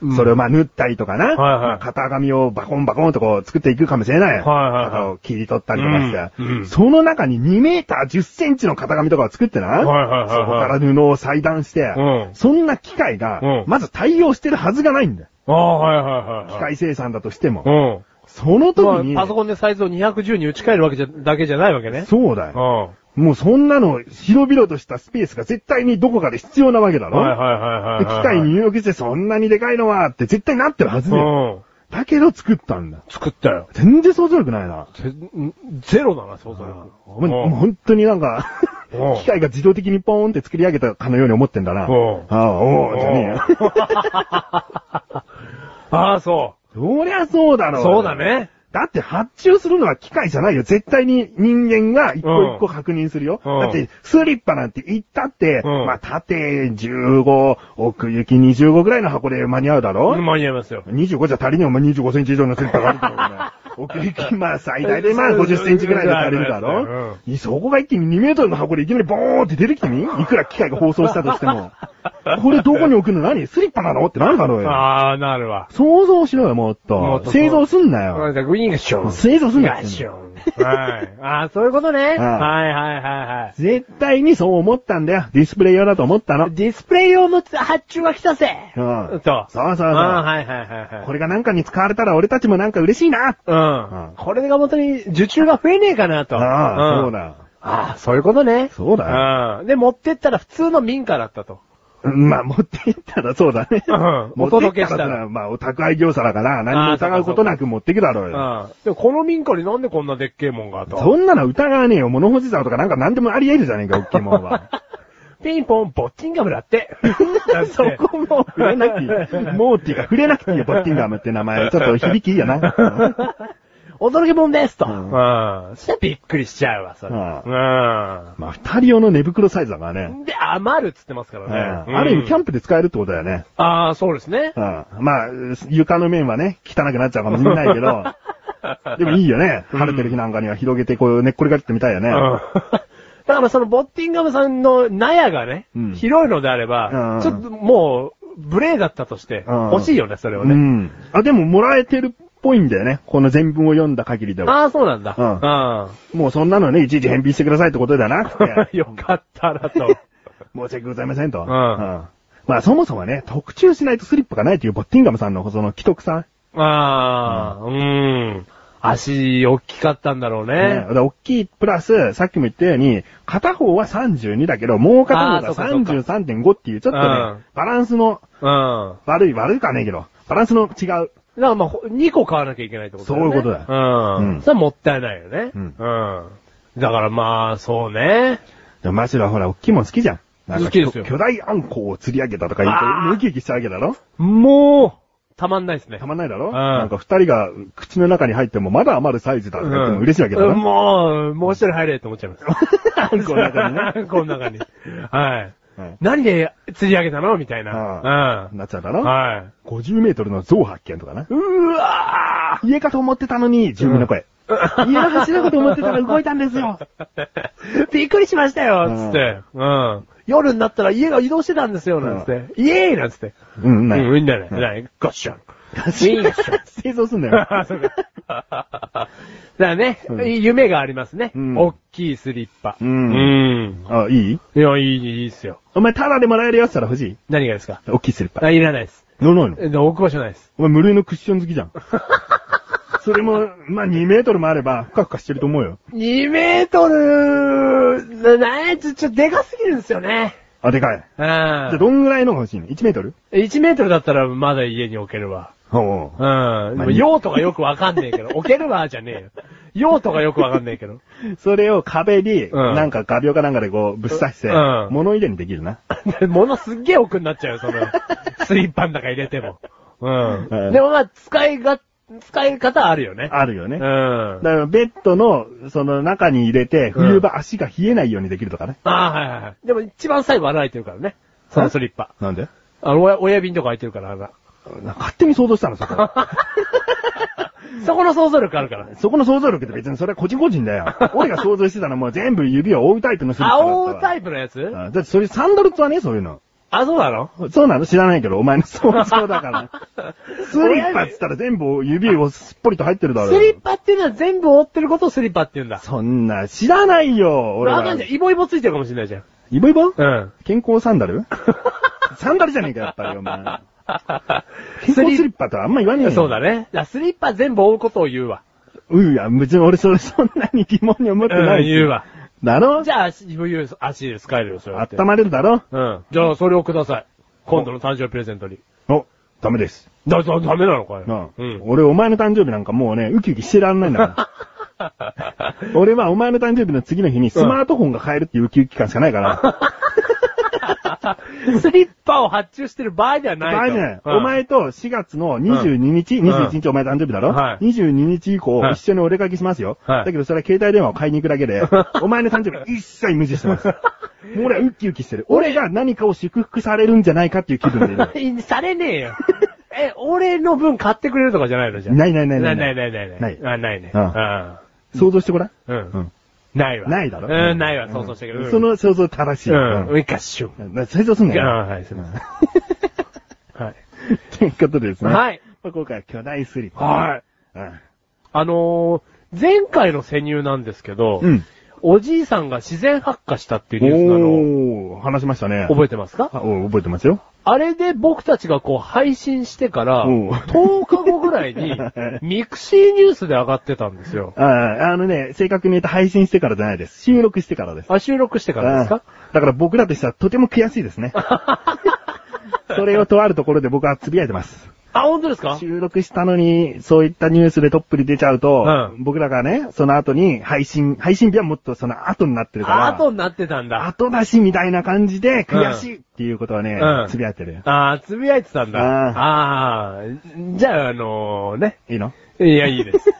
Speaker 1: うん
Speaker 2: それをまあ縫ったりとかな、
Speaker 1: はい
Speaker 2: まあ型紙をバコンバコンとこう作っていくかもしれない。
Speaker 1: はいはいはい
Speaker 2: 型を切り取ったりとかして、
Speaker 1: うんうん
Speaker 2: その中に2メーター10センチの型紙とかを作ってな、
Speaker 1: いはいはいはい
Speaker 2: そこから布を裁断して、
Speaker 1: うん
Speaker 2: そんな機械が、
Speaker 1: うん
Speaker 2: まず対応してるはずがないんだよ。
Speaker 1: ああ、はいはいはい。
Speaker 2: 機械生産だとしても。
Speaker 1: うん。
Speaker 2: その時に、
Speaker 1: まあ、パソコンでサイズを210に打ち替えるわけじゃ、だけじゃないわけね。
Speaker 2: そうだよ。
Speaker 1: うん。は
Speaker 2: もうそんなの広々としたスペースが絶対にどこかで必要なわけだ
Speaker 1: い
Speaker 2: ろ、
Speaker 1: はいはいはいは
Speaker 2: で
Speaker 1: い。
Speaker 2: 機械に入力してそんなにでかいのはって絶対なってるはず
Speaker 1: う
Speaker 2: だよ。
Speaker 1: ん。
Speaker 2: だけど作ったんだ。
Speaker 1: 作ったよ。
Speaker 2: 全然想像力ないな。
Speaker 1: ぜんゼロだな、想像力。
Speaker 2: もうもう本当になんか
Speaker 1: うん、
Speaker 2: 機械が自動的にポーンって作り上げたかのように思ってんだな。
Speaker 1: うん
Speaker 2: ああ、おうじゃねえよ。
Speaker 1: ああ、そ
Speaker 2: そりゃそうだ
Speaker 1: う。
Speaker 2: ろ。
Speaker 1: そうだ。ね。
Speaker 2: だって発注するのは機械じゃないよ。絶対に人間が一個一個確認するよ。
Speaker 1: うん
Speaker 2: だって、スリッパなんて言ったって、
Speaker 1: うん
Speaker 2: まあ、縦15、奥行き25ぐらいの箱で間に合うだろ、
Speaker 1: 間に合いますよ。
Speaker 2: 25じゃ足りねえお前25センチ以上のスリッパがあるから。 奥行き、まあ最大でまあ50センチぐらいで足りるだろ、そこが一気に2メートルの箱でいきなりボーンって出てきてみいくら機械が放送したとしても。これどこに置くの何スリッパなのってなるだろうよ。
Speaker 1: ああ、なるわ。
Speaker 2: 想像しろよ、もっと
Speaker 1: もっ。と
Speaker 2: 製造すんな
Speaker 1: なん
Speaker 2: よ。
Speaker 1: かウィングション。
Speaker 2: 製造すんなよ。
Speaker 1: はい。ああ、そういうことね。はい
Speaker 2: ん
Speaker 1: はいはいはい。
Speaker 2: 絶対にそう思ったんだよ。ディスプレイ用だと思ったの。うん。
Speaker 3: ディスプレイ用の発注が来たぜ
Speaker 2: そう
Speaker 1: そう。
Speaker 2: そうそう。
Speaker 1: ああ、はいはいはいはい。
Speaker 2: これがなんかに使われたら俺たちもなんか嬉しいな。
Speaker 1: うん
Speaker 2: うん。
Speaker 1: これが本当に受注が増えねえかなと。
Speaker 2: ああ、
Speaker 1: ん
Speaker 2: そう。だ。
Speaker 1: ああ、そういうことね。
Speaker 2: そうだよ。
Speaker 1: うん。で、持ってったら普通の民家だったと。
Speaker 2: うんまあ、持って行ったらそうだね。
Speaker 1: う
Speaker 2: 持
Speaker 1: んお
Speaker 2: って行っ
Speaker 1: 届けしたら
Speaker 2: らまあ、お宅配業者だから、何も疑うことなく持ってくだろ
Speaker 1: う
Speaker 2: うよ。
Speaker 1: ん。でもこの民家になんでこんなでっけえもんがと。
Speaker 2: そんなの疑わねえよ。物干し竿とかなんか何でもあり得るじゃねえか、大きいもんは。
Speaker 1: ピンポン、ボッチンガムだ って。
Speaker 2: そこも触れなくていい。モーティが触れなくていいよ、ボッティンガムって名前。ちょっと響きいいよな。
Speaker 3: 驚きもんですと。
Speaker 2: うん
Speaker 1: うん。そしたらびっくりしちゃうわ、それ。う
Speaker 2: まあ、二人用の寝袋サイズだからね。
Speaker 1: ん。 で、余るっつってますか
Speaker 2: う
Speaker 1: らね。
Speaker 2: んある意味、キャン
Speaker 1: プ。
Speaker 2: プで使えるってことだよね。
Speaker 1: ああ、そうですね。
Speaker 2: うんまあ、床の面はね、汚くなっちゃうかもしれないけ ど、でもいいよね。晴れてる日なんかには広げて、こう、寝っ転がってみたいよね。
Speaker 1: うん だからそのボッティンガムさんの納屋がね、
Speaker 2: うん
Speaker 1: 広いのであれ
Speaker 2: うん
Speaker 1: ば、ちょっともう、無礼だったとして、
Speaker 2: うん
Speaker 1: 欲しいよね、それを
Speaker 2: う
Speaker 1: ね。
Speaker 2: ん。あ、でももらえてるっぽいんだよね。この全文を読んだ限りでは。
Speaker 1: ああ、そうなんだ。う。
Speaker 2: もうそんなのね、いちいち返品してくださいってことではなくて
Speaker 1: よかったらと。
Speaker 2: 申し訳ございませんと。
Speaker 1: ん
Speaker 2: まあそもそもね、特注しないとスリップがないというボッティンガムさんのその既得さ。
Speaker 1: ああ、うん。足、大きかったんだろう
Speaker 2: ね。
Speaker 1: ね。
Speaker 2: 大きいプラス、さっきも言ったように、片方は32だけど、もう片方が
Speaker 1: あーそうかそうか
Speaker 2: 33.5っていう、ちょっとね、
Speaker 1: うん
Speaker 2: バランスの
Speaker 1: うん。
Speaker 2: 悪い、悪いかねえけど、バランスの違う。
Speaker 1: だからまあ、2個買わなきゃいけないってことだよね。
Speaker 2: そういうことだう
Speaker 1: う
Speaker 2: ん
Speaker 1: ん。それはもったいないよね。
Speaker 2: う
Speaker 1: うんん。だからまあ、そうね。
Speaker 2: でもマシュラほら、大きいもん好きじゃん。なんか
Speaker 1: 好きですよ
Speaker 2: 巨大あんこうを釣り上げたとか言
Speaker 1: あ
Speaker 2: う
Speaker 1: ー
Speaker 2: と、ウキウキしちゃうわけだろ
Speaker 1: もう、たまんないですね。
Speaker 2: たまんないだろ
Speaker 1: うん
Speaker 2: なんか二人が口の中に入ってもまだ余るサイズだとか言っても嬉しいわけだ
Speaker 1: うん
Speaker 2: ろ
Speaker 1: もう、もう一人入れって思っちゃいます。
Speaker 2: あ んこの中にね。
Speaker 1: この中に。はい。
Speaker 2: うん
Speaker 1: 何で釣り上げたのみたいな。
Speaker 2: なっちゃうだ
Speaker 1: う
Speaker 2: ろ
Speaker 1: ん。はい。
Speaker 2: 50メートルの象発見とかな。
Speaker 1: うわ
Speaker 2: 家かと思ってたのに、住民の声。家の柱かと思ってたら動いたんですよ。
Speaker 1: ー びっくりしましたよつって。うん。夜になったら家が移動してたんですよなんつって。イエーイなんつって。
Speaker 2: うん、
Speaker 1: う、
Speaker 2: なんい。
Speaker 1: みんなね。ない ガッシャン。
Speaker 2: 製造すんだよ。
Speaker 1: そうかだからね、
Speaker 2: うん
Speaker 1: 夢がありますね。
Speaker 2: うん
Speaker 1: 大きいスリッパ。
Speaker 2: うん
Speaker 1: うん
Speaker 2: あ、いい
Speaker 1: いや、いい、いいっすよ。
Speaker 2: お前、タダでもらえるやつたら欲しい
Speaker 1: 何がですか
Speaker 2: 大きいスリッパ
Speaker 1: あ、。いらないです。
Speaker 2: 乗らないの
Speaker 1: え置く場所ないです。
Speaker 2: お前、無類のクッション好き じゃん。それも、まあ、2メートルもあれば、ふかふかしてると思うよ。
Speaker 1: 2メートル、な、なちょ、ちょ、でかすぎるんですよね。
Speaker 2: あ、でかい。
Speaker 1: うん。
Speaker 2: じゃあ、どんぐらいのが欲しいの ?1 メートル
Speaker 1: 1メートルだったらまだ家に置けるわ。
Speaker 2: ほ
Speaker 1: うん。まあ、用途がよくわかんねえけ ど、置けるわじゃねえよ。用途がよくわかんねえけ ど。
Speaker 2: う。それを壁に、
Speaker 1: うん
Speaker 2: なんか画鋲かなんかでこう、ぶっ刺して
Speaker 1: うん、
Speaker 2: 物入れにできるな。
Speaker 1: 物すっげえ奥になっちゃうよ、そ の、スリッパの中入れても。
Speaker 2: う
Speaker 1: うんん。でもまあ、使いが、使い方あるよね。
Speaker 2: あるよ
Speaker 1: う
Speaker 2: ね。
Speaker 1: ん。
Speaker 2: だから、ベッドの、その中に入れて、冬場足が冷えないようにできるとかね。
Speaker 1: ああ、はいはいはい。でも一番最後穴開いてるからね。そのスリッパ。
Speaker 2: なんで
Speaker 1: あの、親親瓶とか開いてるから、穴。
Speaker 2: な勝手に想像したの、そこ。
Speaker 1: そこの想像力あるから。
Speaker 2: そこの想像力って別にそれは個人個人だ よ。俺が想像してたのはもう全部指を覆うタイプのスリッパだった
Speaker 1: 青タ
Speaker 2: イ
Speaker 1: イプのやつ
Speaker 2: だってそれサンダルツはね、そういうの。
Speaker 1: あ、そうなの
Speaker 2: そうなの知らないけど、お前の想像だから。 スリッパっつったら全部指をすっぽりと入ってるだろ。
Speaker 1: スリッパっていうのは全部覆ってることをスリッパって言うんだ。
Speaker 2: そんな、知らないよ、俺
Speaker 1: あ、
Speaker 2: は
Speaker 1: なん。で、イボイボついてるかもしれないじゃん。
Speaker 2: イボイボ
Speaker 1: うん。
Speaker 2: 健康サンダルサンダルじゃねえか、やっぱり、お前。健康スリッパとはあんま言わねえよ。
Speaker 1: そうだね。だからスリッパ全部覆うことを言うわ。
Speaker 2: うん、いや、別に俺それそんなに疑問に思ってない。
Speaker 1: 言うわ。
Speaker 2: だろ
Speaker 1: じゃあ、足冬、足で使えるよ、それだって。
Speaker 2: 温まれるだろ
Speaker 1: うん。じゃあ、それをください。今度の誕生日プレゼントに。
Speaker 2: お、ダメです。
Speaker 1: だ、だ、ダメなのかよ。
Speaker 2: なあ
Speaker 1: うん。
Speaker 2: 俺、お前の誕生日なんかもうね、ウキウキしてらんないんだから。 俺はお前の誕生日の次の日にスマートフォンが買えるっていうウキウキ感しかないから、
Speaker 1: スリッパを発注してる場合ではないと。
Speaker 2: 場合ね、
Speaker 1: うん
Speaker 2: お前と4月の22日、
Speaker 1: ん
Speaker 2: 21日お前誕生日だろ、
Speaker 1: はい
Speaker 2: ?22 日以降、
Speaker 1: はい
Speaker 2: 一緒にお出かけしますよ、
Speaker 1: はい
Speaker 2: だけどそれは携帯電話を買いに行くだけ で、お前の誕生日一切無視してます。もう俺はウキウキしてる。俺が何かを祝福されるんじゃないかっていう気分でいる。
Speaker 1: されねえよ。え、俺の分買ってくれるとかじゃないのじゃあ
Speaker 2: ないないないない
Speaker 1: ないないないない。
Speaker 2: ない
Speaker 1: あ、ないね。
Speaker 2: うん想像してごらん。
Speaker 1: う。
Speaker 2: うんん
Speaker 1: ないわ。
Speaker 2: ないだろ
Speaker 1: うん、ないわ、想像したけど。うん
Speaker 2: そ、の想像正しい。
Speaker 1: うん。ウイカッシュ。
Speaker 2: うん。想像すんな
Speaker 1: うん、
Speaker 2: よ。
Speaker 1: はい、すいません。はい。
Speaker 2: ということでですね。
Speaker 1: はい。
Speaker 2: まあ今回は巨大スリッパ。
Speaker 1: はい。
Speaker 2: うん。
Speaker 1: あのー、前回の潜入なんですけど、
Speaker 2: うん。
Speaker 1: おじいさんが自然発火したっていうニュースなの
Speaker 2: おー、話しましたね。
Speaker 1: 覚えてますか
Speaker 2: あお覚えてますよ。
Speaker 1: あれで僕たちがこう配信してから、
Speaker 2: おう
Speaker 1: 10日後ぐらいに、ミクシーニュースで上がってたんですよ。
Speaker 2: ああ、あのね、正確に言うと配信してからじゃないです。収録してからです。
Speaker 1: あ、収録してからですか
Speaker 2: うんだから僕らとしてはとても悔しい ですね。それをとあるところで僕は呟いてます。
Speaker 1: あ、本当ですか
Speaker 2: 収録したのに、そういったニュースでトップに出ちゃうと、
Speaker 1: うん
Speaker 2: 僕らがね、その後に配信、配信日はもっとその後になってるから、
Speaker 1: あ後になってたんだ。
Speaker 2: 後出しみたいな感じで悔しいっていうことはね
Speaker 1: うん、
Speaker 2: 呟いてるよ。
Speaker 1: ああ、つぶやいてたんだ。ああー、じゃあ、あのー、ね。
Speaker 2: いいの
Speaker 1: いや、いいです。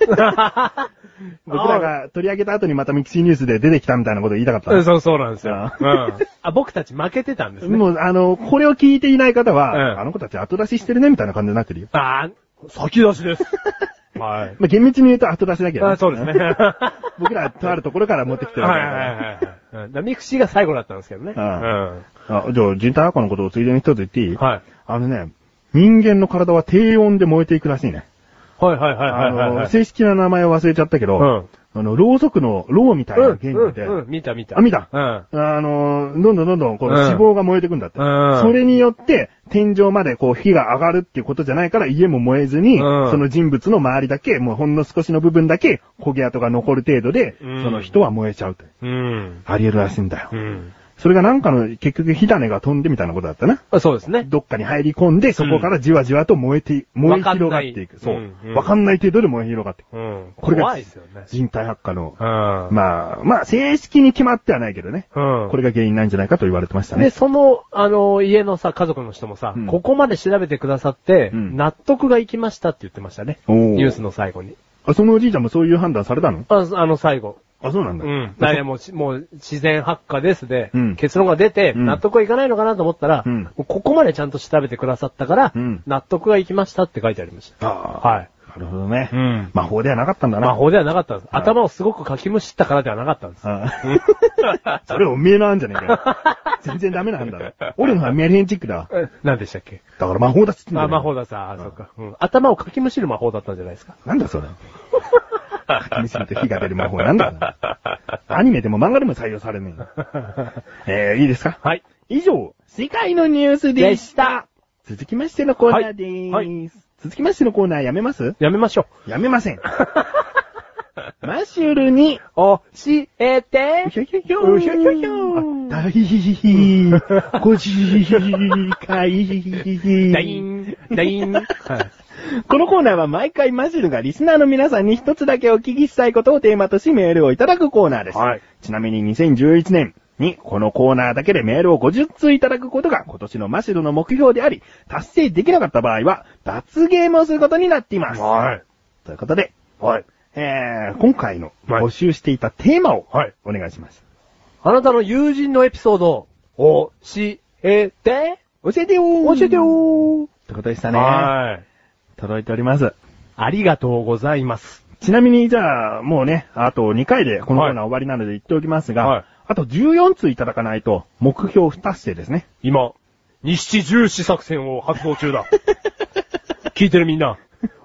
Speaker 2: 僕らが取り上げた後にまたミキシーニュースで出てきたみたいなこと言いたかった
Speaker 1: うん
Speaker 2: の。
Speaker 1: そう、そうなんですよ。
Speaker 2: う
Speaker 1: うん。あ、僕たち負けてたんですね。
Speaker 2: もう、あの、これを聞いていない方は、
Speaker 1: うん
Speaker 2: あの子たち後出ししてるねみたいな感じになってるよ。
Speaker 1: ああ、先出し です。はい。
Speaker 2: まあ、厳密に言うと後出しだけど、
Speaker 1: あそうですね。。 は
Speaker 2: 僕らとあるところから持ってきて
Speaker 1: い
Speaker 2: る
Speaker 1: は
Speaker 2: わ
Speaker 1: い
Speaker 2: け
Speaker 1: は
Speaker 2: だから。
Speaker 1: いはいうん。だミクシーが最後だったんですけどね。
Speaker 2: う
Speaker 1: うんん。
Speaker 2: あじゃあ、人体アカのことをついでに一つ言っていい
Speaker 1: はい。
Speaker 2: あのね、人間の体は低温で燃えていくらしいね。
Speaker 1: はいはいはいはいはいは
Speaker 2: あ
Speaker 1: い。
Speaker 2: の、正式な名前を忘れちゃったけど、
Speaker 1: うん
Speaker 2: あの、ろうそくのろうみたいな原理で、
Speaker 1: うんうんうん、見た見た。
Speaker 2: あ見た
Speaker 1: うん。
Speaker 2: あの、どんどんどんどん、この
Speaker 1: うん
Speaker 2: 脂肪が燃えてくんだって。
Speaker 1: うん
Speaker 2: それによって、天井までこう火が上がるっていうことじゃないから、家も燃えずに、
Speaker 1: うん
Speaker 2: その人物の周りだけ、もうほんの少しの部分だけ、焦げ跡が残る程度で、
Speaker 1: うん
Speaker 2: その人は燃えちゃうって。
Speaker 1: うん。
Speaker 2: あり得るらしいんだよ。
Speaker 1: うん。
Speaker 2: それがなんかの、結局火種が飛んでみたいなことだったな。
Speaker 1: あそうですね。
Speaker 2: どっかに入り込んで、そこからじわじわと燃えて、燃え広がっていく。
Speaker 1: わ
Speaker 2: そ
Speaker 1: かんないううんう。ん
Speaker 2: わかんない程度で燃え広がっていく。
Speaker 1: うん。
Speaker 2: これが
Speaker 1: 怖いですよね。
Speaker 2: 人体発火の、
Speaker 1: うん。
Speaker 2: まあ、まあ、正式に決まってはないけどね。
Speaker 1: うん。
Speaker 2: これが原因なんじゃないかと言われてましたね
Speaker 1: で、。その、あの、家のさ、家族の人もさ、
Speaker 2: うん
Speaker 1: ここまで調べてくださって、
Speaker 2: うん
Speaker 1: 納得がいきましたって言ってましたね。
Speaker 2: おー
Speaker 1: ニュースの最後に。
Speaker 2: あ、そのおじいちゃんもそういう判断されたの
Speaker 1: ああの、最後。
Speaker 2: あ、そうなんだ。
Speaker 1: うん。だからもうし、もう、自然発火ですで、
Speaker 2: うん
Speaker 1: 結論が出て、
Speaker 2: うん
Speaker 1: 納得がいかないのかなと思ったら、
Speaker 2: うん
Speaker 1: もうここまでちゃんと調べてくださったから、
Speaker 2: うん
Speaker 1: 納得がいきましたって書いてありまし
Speaker 2: あ
Speaker 1: た。
Speaker 2: あ、
Speaker 1: はい。
Speaker 2: なるほどね。
Speaker 1: うん
Speaker 2: 魔法ではなかったんだな。
Speaker 1: 魔。法ではなかったんです。
Speaker 2: はい
Speaker 1: 頭をすごくかきむしったからではなかったんです。
Speaker 2: ああ それおめえの案じゃねえ かよ。全然ダメな案だろ。俺のはメルヘンチックだわ。
Speaker 1: え何でしたっけ
Speaker 2: だから魔法だっつってんだよ
Speaker 1: あ、魔法ださ、あ、そっか、うん。頭をかきむしる魔法だったんじゃな いですか。
Speaker 2: なんだそれ。かき見すぎて火が出る魔法なんだそれアニメでも漫画でも採用されねえの。えー、いいですか
Speaker 1: はい。
Speaker 2: 以上、世界のニュースでした。続きましてのコーナーでーす。
Speaker 1: はい
Speaker 2: 続きましてのコーナーやめます
Speaker 1: やめましょう。
Speaker 2: やめま せん。マッシュルに、
Speaker 1: 教えて
Speaker 2: ひょひょひょひょひょひょ大50
Speaker 1: ダ
Speaker 2: 回。
Speaker 1: イン、ダイン。
Speaker 2: このコーナーは毎回マシュルがリスナーの皆さんに一つだけお聞きしたいことをテーマとしメールをいただくコーナーです。
Speaker 1: はい
Speaker 2: ちなみに2011年にこのコーナーだけでメールを50通いただくことが今年のマシュルの目標であり、達成できなかった場合は罰ゲームをすることになっています。
Speaker 1: はい。
Speaker 2: ということで、
Speaker 1: はい。
Speaker 2: えー、今回の
Speaker 1: はい
Speaker 2: 募集していたテーマを
Speaker 1: はい
Speaker 2: お願いします。
Speaker 1: あなたの友人のエピソードを教えて
Speaker 2: 教えてよー。
Speaker 3: 教えてよー。
Speaker 2: ってことでしたね。
Speaker 1: はい。
Speaker 2: 届いております。
Speaker 1: ありがとうございます。
Speaker 2: ちなみに、じゃあ、もうね、あと2回でこのコーナー終わりなので言っておきますが、
Speaker 1: はい
Speaker 2: あと14通いただかないと、目標不達成ですね。
Speaker 1: 今、日七重視作戦を発動中 だ。聞いてるみんな、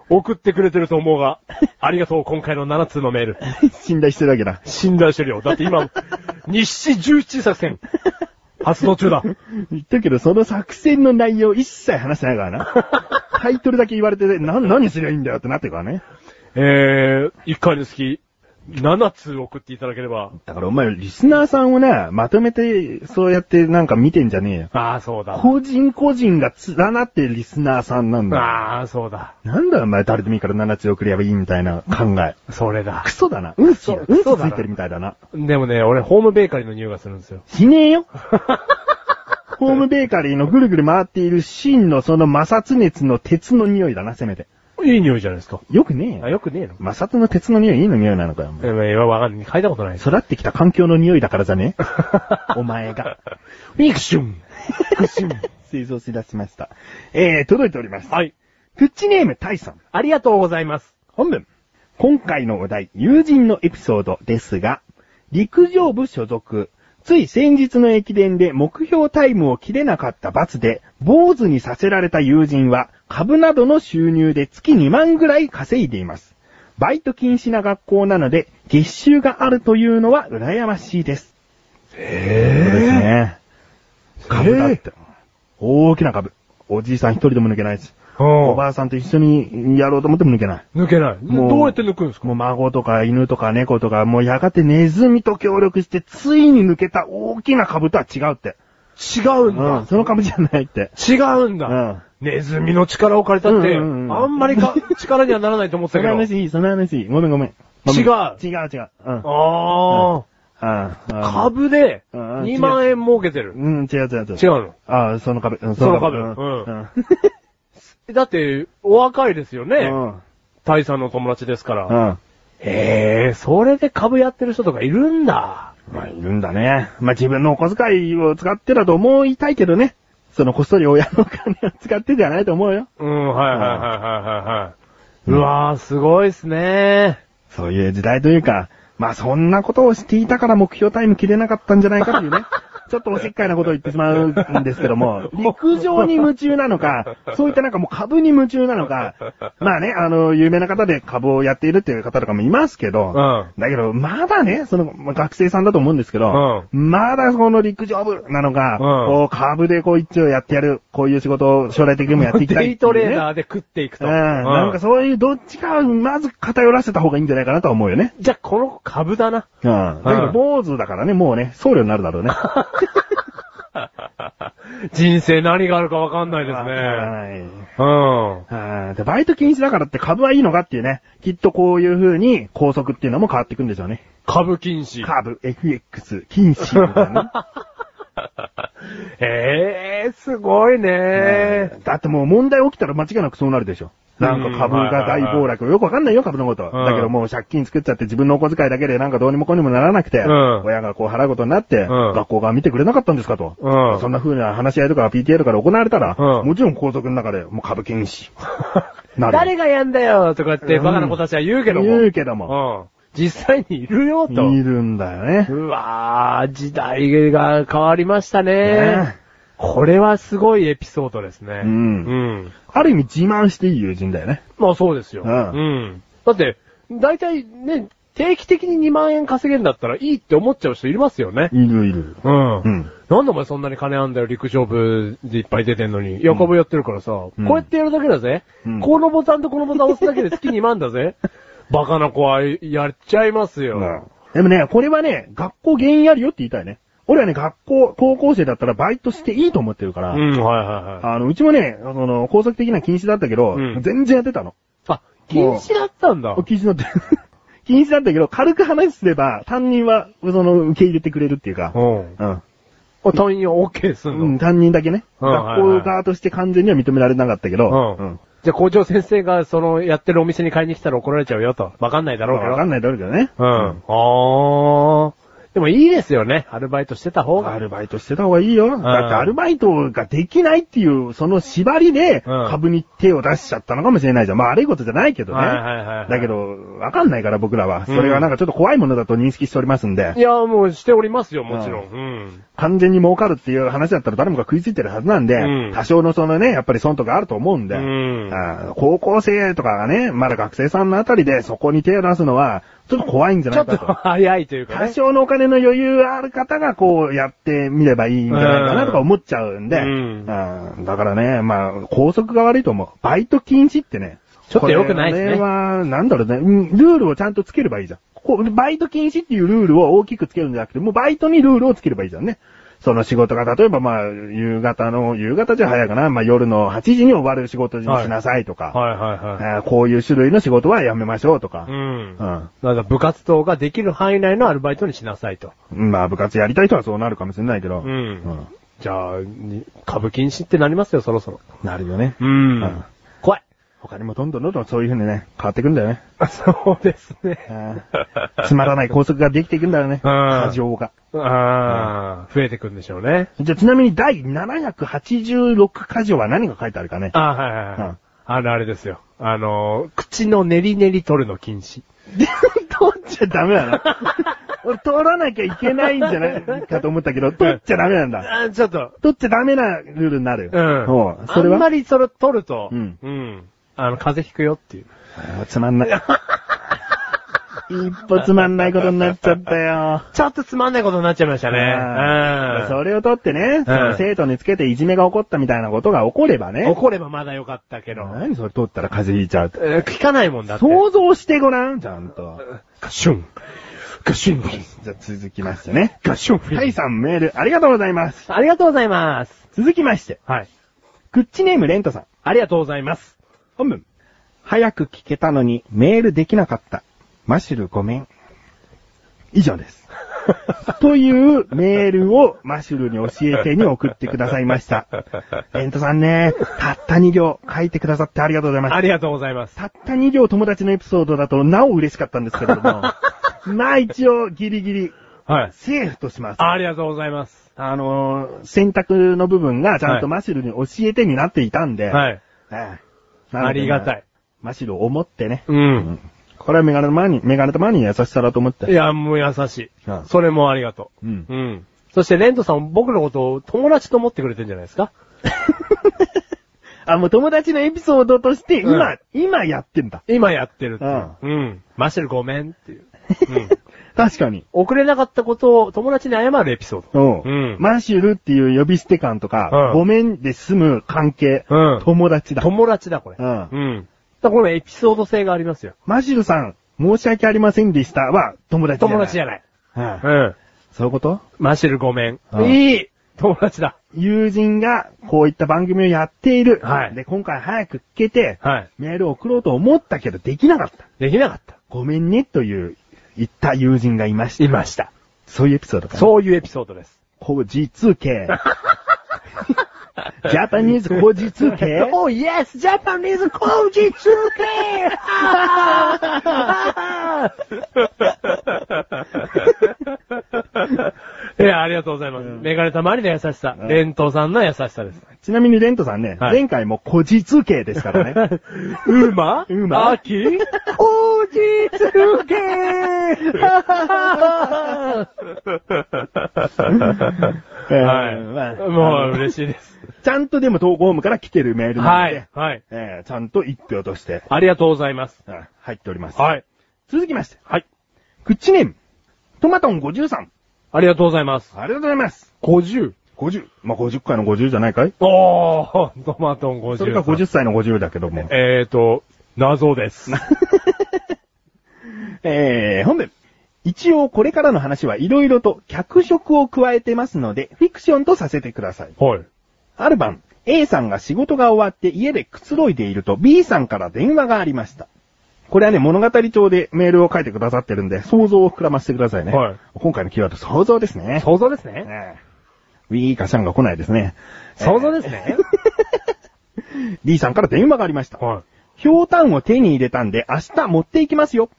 Speaker 1: 送ってくれてると思うが、ありがとう、今回の7通のメール。
Speaker 2: 信頼してるわけだ。
Speaker 1: 信頼してるよ。だって 今、日七重視作戦、発動中だ。
Speaker 2: 言ってるけど、その作戦の内容一切話してないからな。タイトルだけ言われて、な、何すりゃいいんだよってなってるからね。
Speaker 1: えー、1回の月、7通送っていただければ。
Speaker 2: だからお前、リスナーさんをね、まとめて、そうやってなんか見てんじゃねえよ。
Speaker 1: ああ、そうだ。
Speaker 2: 個人個人が連なってるリスナーさんなんだよ。
Speaker 1: ああ、そうだ。
Speaker 2: なんだよお前、誰でもいいから7つ送りゃいいみたいな考え。
Speaker 1: それだ
Speaker 2: ク。ソだな。うんち、
Speaker 1: そう
Speaker 2: うんちつ
Speaker 1: そうだない
Speaker 2: てるみたいだな。
Speaker 1: でもね、俺、ホームベーカリーの匂いがするんですよ。
Speaker 2: しねえよ。ホームベーカリーのぐるぐる回っている芯のその摩擦熱の鉄の匂いだな、せめて。
Speaker 1: いい匂いじゃないですか。
Speaker 2: よくねえ
Speaker 1: あ、
Speaker 2: よ。
Speaker 1: よくねえの
Speaker 2: 摩擦の鉄の匂いいいの匂いなのかよ。お前
Speaker 1: えー、わかんない。嗅いだことないです。
Speaker 2: 育ってきた環境の匂いだからじゃねお前が。
Speaker 1: ミクシュン クシュン
Speaker 2: 製造し出しました。えー、届いております。
Speaker 1: はい。
Speaker 2: クッチネーム、タイさん。
Speaker 1: ありがとうございます。
Speaker 2: 本文。今回のお題、友人のエピソードですが、陸上部所属。つい先日の駅伝で目標タイムを切れなかった罰で、坊主にさせられた友人は、株などの収入で月2万ぐらい稼いでいます。バイト禁止な学校なので、月収があるというのは羨ましいです。へぇそうですね。株だって。大きな株。おじいさん一人でも抜けないし、おばあさんと一緒にやろうと思っても抜けない。
Speaker 1: 抜けない。
Speaker 2: もう
Speaker 1: どうやって抜くんですか
Speaker 2: もう孫とか犬とか猫とか、もうやがてネズミと協力して、ついに抜けた大きな株とは違うって。
Speaker 1: 違うん
Speaker 2: う
Speaker 1: だ
Speaker 2: ん、。その株じゃないって。
Speaker 1: 違うん
Speaker 2: う
Speaker 1: だ。
Speaker 2: ん。
Speaker 1: ネズミの力を借りたって、
Speaker 2: うんうんうん
Speaker 1: あんまりか力にはならないと思って
Speaker 2: そ
Speaker 1: たけ
Speaker 2: の
Speaker 1: ど。
Speaker 2: 話いい、その話いい。ごめんごめん。違
Speaker 1: 違う
Speaker 2: う違う。うん。うん
Speaker 1: あ
Speaker 2: あ
Speaker 1: あ、
Speaker 2: あ
Speaker 1: 株で
Speaker 2: うんうん
Speaker 1: 2万円儲けてる。
Speaker 2: うん、違う違う違う。
Speaker 1: 違うの。
Speaker 2: ああ、その株。うん、
Speaker 1: その株
Speaker 2: うん。
Speaker 1: うんだって、お若いですよ
Speaker 2: う
Speaker 1: ね。
Speaker 2: ん。うん
Speaker 1: タイさんの友達ですか
Speaker 2: う
Speaker 1: ら。
Speaker 2: ん。
Speaker 1: へえ、それで株やってる人とかいるんだ。
Speaker 2: まあ、いるんだね。まあ、自分のお小遣いを使ってだと思いたいけどね。そのこっそり親のお金を使ってじゃないと思うよ。
Speaker 1: うん、はいはいはいはいはいはい。うわー、すごいっすね
Speaker 2: そういう時代というか、まあそんなことをしていたから目標タイム切れなかったんじゃないかという ね。ちょっとおせっかいなことを言ってしまうんですけども、陸上に夢中なのか、そういったなんかもう株に夢中なの か、まあね、あの、有名な方で株をやっているっていう方とかもいますけど、
Speaker 1: うん
Speaker 2: だけど、まだね、その、まあ学生さんだと思うんですけど、まだこの陸上部なのか、
Speaker 1: うん
Speaker 2: こう株でこう一応やってやる、こういう仕事を将来的にもやっていきたい
Speaker 1: デ
Speaker 2: っていうね、
Speaker 1: イトレーダーで食っていくと。
Speaker 2: うん、なんかそういうどっちかをまず偏らせた方がいいんじゃないかなとは思うよね。
Speaker 1: じゃあ、この子株だな。
Speaker 2: うん。だけど坊主だからね、もうね、僧侶になるだろう ね。
Speaker 1: 人生何があるかわかんないですね。
Speaker 2: はい
Speaker 1: うん。
Speaker 2: はい。で、バイト禁止だからって株はいいのかっていうね。きっとこういう風に拘束っていうのも変わっていくんでしょうね。
Speaker 1: 株禁止。
Speaker 2: 株、FX、禁止みたいなね。
Speaker 1: へえ、すごいね
Speaker 2: うんだってもう問題起きたら間違いなくそうなるでしょ。なんか株が大暴落。よくわかんないよ、株のこと。
Speaker 1: うん
Speaker 2: だけどもう借金作っちゃって自分のお小遣いだけでなんかどうにもこうにもならなくて、
Speaker 1: ん
Speaker 2: 親がこう払うことになって、
Speaker 1: ん
Speaker 2: 学校が見てくれなかったんですかと。
Speaker 1: うん
Speaker 2: そんな風な話し合いとか PTA とかで行われたら、
Speaker 1: うん
Speaker 2: もちろん皇族の中でもう株禁 止。なる。
Speaker 1: 誰がやんだよとかってバカな子たちは言うけども。
Speaker 2: 言うけども。
Speaker 1: うん。実際にいるよと。
Speaker 2: いるんだよね。
Speaker 1: うわー、時代が変わりましたね
Speaker 2: ね。
Speaker 1: これはすごいエピソードですね。
Speaker 2: うん
Speaker 1: うん。
Speaker 2: ある意味自慢していい友人だよね。
Speaker 1: まあそうですよ。
Speaker 2: うん
Speaker 1: うん。だって、大体ね、定期的に2万円稼げるんだったらいいって思っちゃう人いますよね。
Speaker 2: いるいる。
Speaker 1: う
Speaker 2: う
Speaker 1: ん。
Speaker 2: ん
Speaker 1: なんでお前そんなに金あんだよ、陸上部でいっぱい出てんのに。横株やってるからさ、
Speaker 2: ん
Speaker 1: こうやってやるだけだぜ、
Speaker 2: うん
Speaker 1: このボタンとこのボタン押すだけで月2万 だぜ。バカな子はやっちゃいますよ。
Speaker 2: でもね、これはね、学校原因あるよって言いたいね。俺はね、学校、高校生だったらバイトしていいと思ってるから、
Speaker 1: うん、はいはいはい。
Speaker 2: あの、うちもね、その、高速的な禁止だったけど、
Speaker 1: うん
Speaker 2: 全然やってたの。
Speaker 1: あ、禁止だったんだ。
Speaker 2: 禁止だった。 禁止だったけど、軽く話すれば、担任は、その、受け入れてくれるっていうか、
Speaker 1: ん。
Speaker 2: うん。
Speaker 1: あ、単位は OK すんの、
Speaker 2: うん、担任だけね、
Speaker 1: うんはいはい
Speaker 2: 学校側として完全には認められなかったけど、
Speaker 1: うんじゃあ校長先生がそのやってるお店に買いに来たら怒られちゃうよと。わかんないだろうけど。
Speaker 2: わかんないだろうけどね。
Speaker 1: うん。あー。でもいいですよね。アルバイトしてた方
Speaker 2: ア
Speaker 1: が。
Speaker 2: ルバイトしてた方がいいよ。だってアルバイトができないっていう、その縛りで、
Speaker 1: うん
Speaker 2: 株に手を出しちゃったのかもしれないじゃん。まあ悪いことじゃないけどね。
Speaker 1: はいはいはいはい
Speaker 2: だけど、わかんないから僕らは。それがなんかちょっと怖いものだと認識しておりますんで
Speaker 1: い、や、もうしておりますよ、もちろん。うん。
Speaker 2: 完全に儲かるっていう話だったら誰もが食いついてるはずなんで、
Speaker 1: うん
Speaker 2: 多少のそのね、やっぱり損とかあると思うんで、
Speaker 1: うん
Speaker 2: あー高校生とかがね、まだ学生さんのあたりでそこに手を出すのは、ちょっと怖いんじゃ
Speaker 1: ち
Speaker 2: な
Speaker 1: ょ
Speaker 2: い
Speaker 1: っ
Speaker 2: か
Speaker 1: と
Speaker 2: と。
Speaker 1: 早いというか
Speaker 2: 多
Speaker 1: ね。
Speaker 2: 少のお金の余裕ある方がこうやってみればいいんじゃないかなとか思っちゃうんで、
Speaker 1: うん
Speaker 2: うんだからね、まあ、拘束が悪いと思う。バイト禁止ってね。
Speaker 1: ちょっと良くないですね
Speaker 2: これは、なんだろうね、うんルールをちゃんとつければいいじゃん。こうバイト禁止っていうルールを大きくつけるんじゃなくて、もうバイトにルールをつければいいじゃんね。その仕事が、例えばまあ、夕方の、夕方じゃ早いかな、まあ夜の8時に終わる仕事にしなさいとか、
Speaker 1: はいはいはい。
Speaker 2: あーこういう種類の仕事はやめましょうとか
Speaker 1: う、ん。だ
Speaker 2: うん
Speaker 1: から部活動ができる範囲内のアルバイトにしなさいと。
Speaker 2: まあ部活やりたい人はそうなるかもしれないけど。
Speaker 1: うん
Speaker 2: うん
Speaker 1: じゃあ、に株禁止ってなりますよ、そろそろ。
Speaker 2: なるよね。
Speaker 1: うん怖い。
Speaker 2: 他にもどんどんどんどんそういう風にね、変わっていくんだよね。
Speaker 1: そうですね。
Speaker 2: うんつまらない拘束ができていくんだよね。
Speaker 1: うん
Speaker 2: 過剰が。
Speaker 1: ああ、増えてくんでしょうね。
Speaker 2: じゃあちなみに第786過剰は何が書いてあるかね。
Speaker 1: ああ、はいはいは
Speaker 2: うん
Speaker 1: い。あの、あれですよ。あのー、口の練り練り取るの禁止。
Speaker 2: で取っちゃダメなの 俺取らなきゃいけないんじゃないかと思ったけど、取っちゃダメなんだ。
Speaker 1: あちょっと、
Speaker 2: 取っちゃダメなルールになる。
Speaker 1: うん。
Speaker 2: おうそれは
Speaker 1: あんまりそれ取ると、
Speaker 2: うん
Speaker 1: うん。あの、風邪ひくよっていう。
Speaker 2: あーつまん ない。一歩つまんないことになっちゃったよ。
Speaker 1: ちょっとつまんないことになっちゃいましたね。
Speaker 2: あー
Speaker 1: う
Speaker 2: それを取ってね、その生徒につけていじめが起こったみたいなことが起これば
Speaker 1: ん。
Speaker 2: ね。
Speaker 1: 怒ればまだよかったけど。
Speaker 2: 何それ取ったら風邪ひいちゃうって。
Speaker 1: えー聞かないもんだって。
Speaker 2: 想像してごらん、ちゃんと。
Speaker 1: ガシュン。ガシュン。
Speaker 2: じゃあ続きましてね。
Speaker 1: ガシュン。
Speaker 2: はい、さんメールありがとうございます。
Speaker 1: ありがとうございます。
Speaker 2: 続きまして、
Speaker 1: はい。
Speaker 2: クッチネームレントさん。
Speaker 1: ありがとうございます。
Speaker 2: 本文。早く聞けたのにメールできなかった。マシュルごめん。以上です。 というメールをマシュルに教えてに送ってくださいま した。レントさんね、たった2行書いてくださってありがとうございます
Speaker 1: あ。りがとうございます。
Speaker 2: たった2行友達のエピソードだとなお嬉しかったんですけれど も、まあ一応ギリギリ
Speaker 1: はい。
Speaker 2: セーフとします。
Speaker 1: ありがとうございます。
Speaker 2: あのー選択の部分がちゃんと
Speaker 1: はい
Speaker 2: マシルに教えてになっていたんで、
Speaker 1: はい。
Speaker 2: ええ
Speaker 1: ありがた。
Speaker 2: なので
Speaker 1: い
Speaker 2: ね。マシルを思ってね、
Speaker 1: うん。
Speaker 2: これはメガネマニ、メガネとマニに優しさだと思って。
Speaker 1: いや、もう優しい
Speaker 2: うん。
Speaker 1: それもありがとう。
Speaker 2: うん
Speaker 1: うん。そして、レントさん、僕のことを友達と思ってくれてるんじゃないですか
Speaker 2: あ、もう友達のエピソードとして今、今やってんだ。
Speaker 1: 今やってるっていうう。うん。マシルごめんっていう。 うん。
Speaker 2: 確かに。
Speaker 1: 遅れなかったことを友達に謝るエピソード。
Speaker 2: おう
Speaker 1: うん
Speaker 2: マシュルっていう呼び捨て感とか、
Speaker 1: うん
Speaker 2: ごめんで済む関係、
Speaker 1: うん
Speaker 2: 友達だ。
Speaker 1: 友達だ、これ。
Speaker 2: うん
Speaker 1: うん。だからこのエピソード性がありますよ。
Speaker 2: マシルさん、申し訳ありませんでしたは、友達じゃない。
Speaker 1: 友達じゃ
Speaker 2: ない。
Speaker 1: ない。
Speaker 2: はい
Speaker 1: うん。
Speaker 2: そういうこと
Speaker 1: マシルごめん
Speaker 2: う。ん
Speaker 1: いい友達だ。
Speaker 2: 友人が、こういった番組をやっている。
Speaker 1: はい
Speaker 2: で、今回早く聞けて、
Speaker 1: はい。
Speaker 2: メールを送ろうと思ったけど、できなかった。
Speaker 1: できなかった。
Speaker 2: ごめんね、という、言った友人がいました。
Speaker 1: いました。
Speaker 2: そういうエピソードかな。う。
Speaker 1: そういうエピソードです。
Speaker 2: こじつ け。ジャパニーズこじつけ。
Speaker 3: Oh yes, Japanese Kojitsuke!
Speaker 1: いや、ありがとうございます。メガネたまりの優しさ。レントさんの優し さです。
Speaker 2: ちなみにレントさんね、
Speaker 1: はい
Speaker 2: 前回もこじつけです からね。
Speaker 1: うま
Speaker 2: うま
Speaker 1: あき
Speaker 3: こじつけ
Speaker 1: は
Speaker 2: ま
Speaker 1: い。
Speaker 2: あ
Speaker 1: もう嬉しいです。
Speaker 2: ちゃんとでも投稿ホームから来てるメールな
Speaker 1: は
Speaker 2: ので
Speaker 1: い。、はい。
Speaker 2: えーちゃんと一票として、
Speaker 1: ありがとうございます。
Speaker 2: うん入っております。
Speaker 1: はい。
Speaker 2: 続きまして、
Speaker 1: はい。
Speaker 2: クッチネーム、トマトン53。あり
Speaker 1: ありがとうございます。
Speaker 2: がとうございます。
Speaker 1: 50。
Speaker 2: 50。まあ、50回の50じゃないかい
Speaker 1: おー、トマトン50。
Speaker 2: それか50歳の50だけども。
Speaker 1: えーと、謎です。
Speaker 2: えー、本文。一応これからの話はいろいろと脚色を加えてますので、フィクションとさせてください。
Speaker 1: はい。
Speaker 2: ある晩、A さんが仕事が終わって家でくつろいでいると B さんから電話がありました。これはね、物語帳でメールを書いてくださってるんで、想像を膨らませてくださいね。
Speaker 1: はい
Speaker 2: 今回のキーワード、想像ですね。
Speaker 1: 想像ですね。
Speaker 2: ええウィーカシャンが来ないですね。
Speaker 1: 想像ですね。
Speaker 2: ええ D さんから電話がありました。
Speaker 1: は
Speaker 2: ひょうたんを手に入れたんで明日持っていきますよ。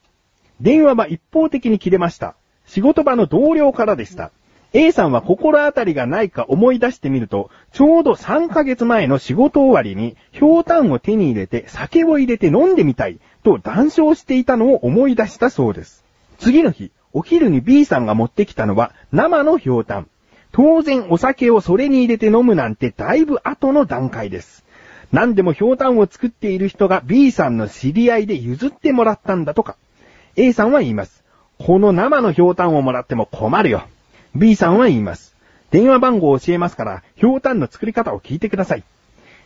Speaker 2: 電話は一方的に切れました。仕事場の同僚からでした。A さんは心当たりがないか思い出してみると、ちょうど3ヶ月前の仕事終わりに、氷炭を手に入れて酒を入れて飲んでみたい、と談笑していたのを思い出したそうです。次の日、お昼に B さんが持ってきたのは生の氷炭。当然お酒をそれに入れて飲むなんてだいぶ後の段階です。何でも氷炭を作っている人が B さんの知り合いで譲ってもらったんだとか。A さんは言います。この生の氷炭をもらっても困るよ。B さんは言います。電話番号を教えますから、氷炭の作り方を聞いてください。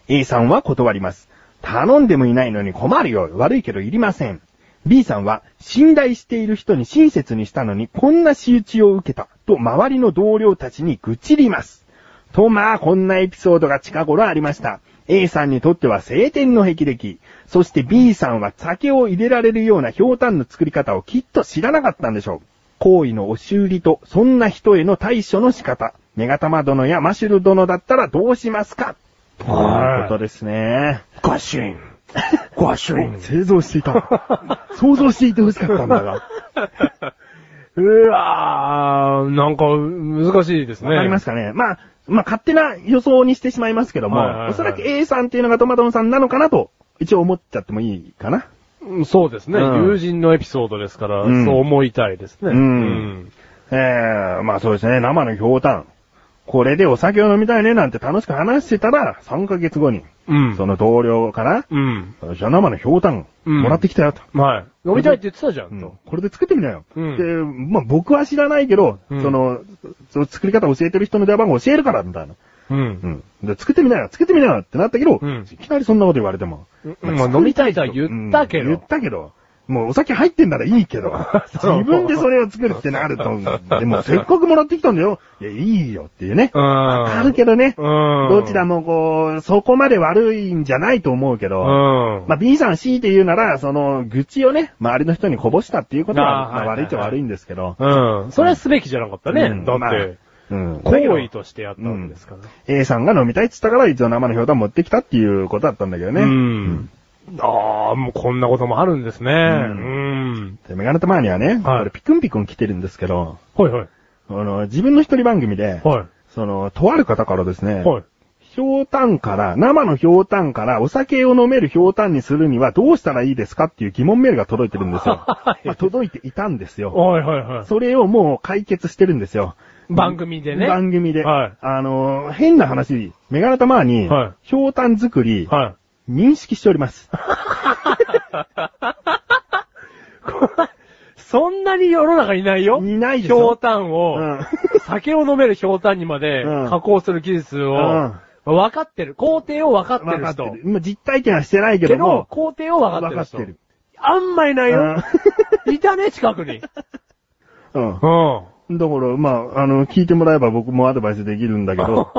Speaker 2: A さんは断ります。頼んでもいないのに困るよ。悪いけどいりません。B さんは、信頼している人に親切にしたのに、こんな仕打ちを受けた、と周りの同僚たちに愚痴ります。とまあ、こんなエピソードが近頃ありました。A さんにとっては晴天の霹靂。そして B さんは酒を入れられるような氷炭の作り方をきっと知らなかったんでしょう。行為の押し売りと、そんな人への対処の仕方。メガタマ殿やマシュル殿だったらどうしますかということですね。
Speaker 3: ガシン。ガ シン。
Speaker 2: 製造していた。想像していて欲しかったんだが。わ
Speaker 1: うわー、なんか難しいですね。。
Speaker 2: かりますすかね。まあ、まあ、勝手な予想にしてしまいますけども、
Speaker 1: はいはいはい
Speaker 2: おそらく A さんっていうのがトマトンさんなのかなと、一応思っちゃってもいいかな。
Speaker 1: そうですね、
Speaker 2: うん
Speaker 1: 友人のエピソードですから、
Speaker 2: うん
Speaker 1: そう思いたいですね。
Speaker 2: うん
Speaker 1: うん
Speaker 2: ええまあそうですね、生の氷炭。これでお酒を飲みたいねなんて楽しく話してたら、3ヶ月後に、
Speaker 1: うん。
Speaker 2: その同僚から、
Speaker 1: うん。
Speaker 2: じゃあ生の氷炭、
Speaker 1: うん
Speaker 2: もらってきたよと。
Speaker 1: はい。飲みたいって言ってたじゃん、と。
Speaker 2: これで作ってみなよ。
Speaker 1: うん
Speaker 2: で、まあ僕は知らないけど、
Speaker 1: うん
Speaker 2: その、その作り方教えてる人の電話番号教えるから、みたいな。
Speaker 1: うん
Speaker 2: うん。で、作ってみなよ、作ってみなよってなったけど、
Speaker 1: うん
Speaker 2: いきなりそんなこと言われても。
Speaker 1: うんまあ飲みたいとは言ったけど
Speaker 2: うん言ったけど。もうお酒入ってんならいいけど、
Speaker 1: そう
Speaker 2: 自分でそれを作るってなる と、でもせっかくもらってきたんだよ。いや、いいよっていうね。
Speaker 1: うん。
Speaker 2: あ
Speaker 1: あ
Speaker 2: るけどね。
Speaker 1: うん。
Speaker 2: どちらもこう、そこまで悪いんじゃないと思うけ
Speaker 1: う
Speaker 2: ど、
Speaker 1: ん。
Speaker 2: まあ、B さん C って言うなら、その、愚痴をね、周りの人にこぼしたっていうことは、ま
Speaker 1: あー
Speaker 2: あ
Speaker 1: はいはい
Speaker 2: 悪いっちゃ悪いんですけど。
Speaker 1: うん。それはすべきじゃなかったね。
Speaker 2: うん
Speaker 1: だっ
Speaker 2: まあ
Speaker 1: て、
Speaker 2: うん。だけど
Speaker 1: 行為としてやったわけですから。
Speaker 2: A さんが飲みたいって言ったから、一応生の氷炭持ってきたっていうことだったんだけどね。
Speaker 1: うん。ああ、もうこんなこともあるんですね。うんん。
Speaker 2: でメガネたまにはね、
Speaker 1: はい
Speaker 2: これピクンピクン来てるんですけど、
Speaker 1: はいはい。
Speaker 2: あの、自分の一人番組で、
Speaker 1: は
Speaker 2: その、とある方からですね、
Speaker 1: い。はい。
Speaker 2: 氷炭から、生の氷炭からお酒を飲める氷炭にするにはどうしたらいいですかっていう疑問メールが届いてるんです よ。
Speaker 1: はい
Speaker 2: まあ届いていたんですよ。
Speaker 1: はいはいはい。
Speaker 2: それをもう解決してるんですよ。
Speaker 1: 番組でね。
Speaker 2: 番組で。
Speaker 1: はい
Speaker 2: あのー変な話、メガネたまに、
Speaker 1: は
Speaker 2: 氷炭作り、
Speaker 1: はい。
Speaker 2: 認識しております。
Speaker 1: そんなに世の中いないよ。
Speaker 2: いないでし
Speaker 1: 氷
Speaker 2: ょ。
Speaker 1: 炭を、
Speaker 2: うん
Speaker 1: 酒を飲める氷炭にまで
Speaker 2: うん
Speaker 1: 加工する技術を、
Speaker 2: うん
Speaker 1: 分かってる。工程を分かって
Speaker 2: わ
Speaker 1: る
Speaker 2: かって
Speaker 1: 人。
Speaker 2: る。まあ実体験はしてないけ
Speaker 1: け
Speaker 2: ど
Speaker 1: ど、
Speaker 2: も、
Speaker 1: 工程を分かって
Speaker 2: わ
Speaker 1: る
Speaker 2: かっ
Speaker 1: 人。
Speaker 2: てる。
Speaker 1: あんまいないよ。 いたね、近くに。
Speaker 2: うん。だか
Speaker 1: うん。
Speaker 2: ら、まあ、あの、聞いてもらえば僕もアドバイスできるんだけ ど、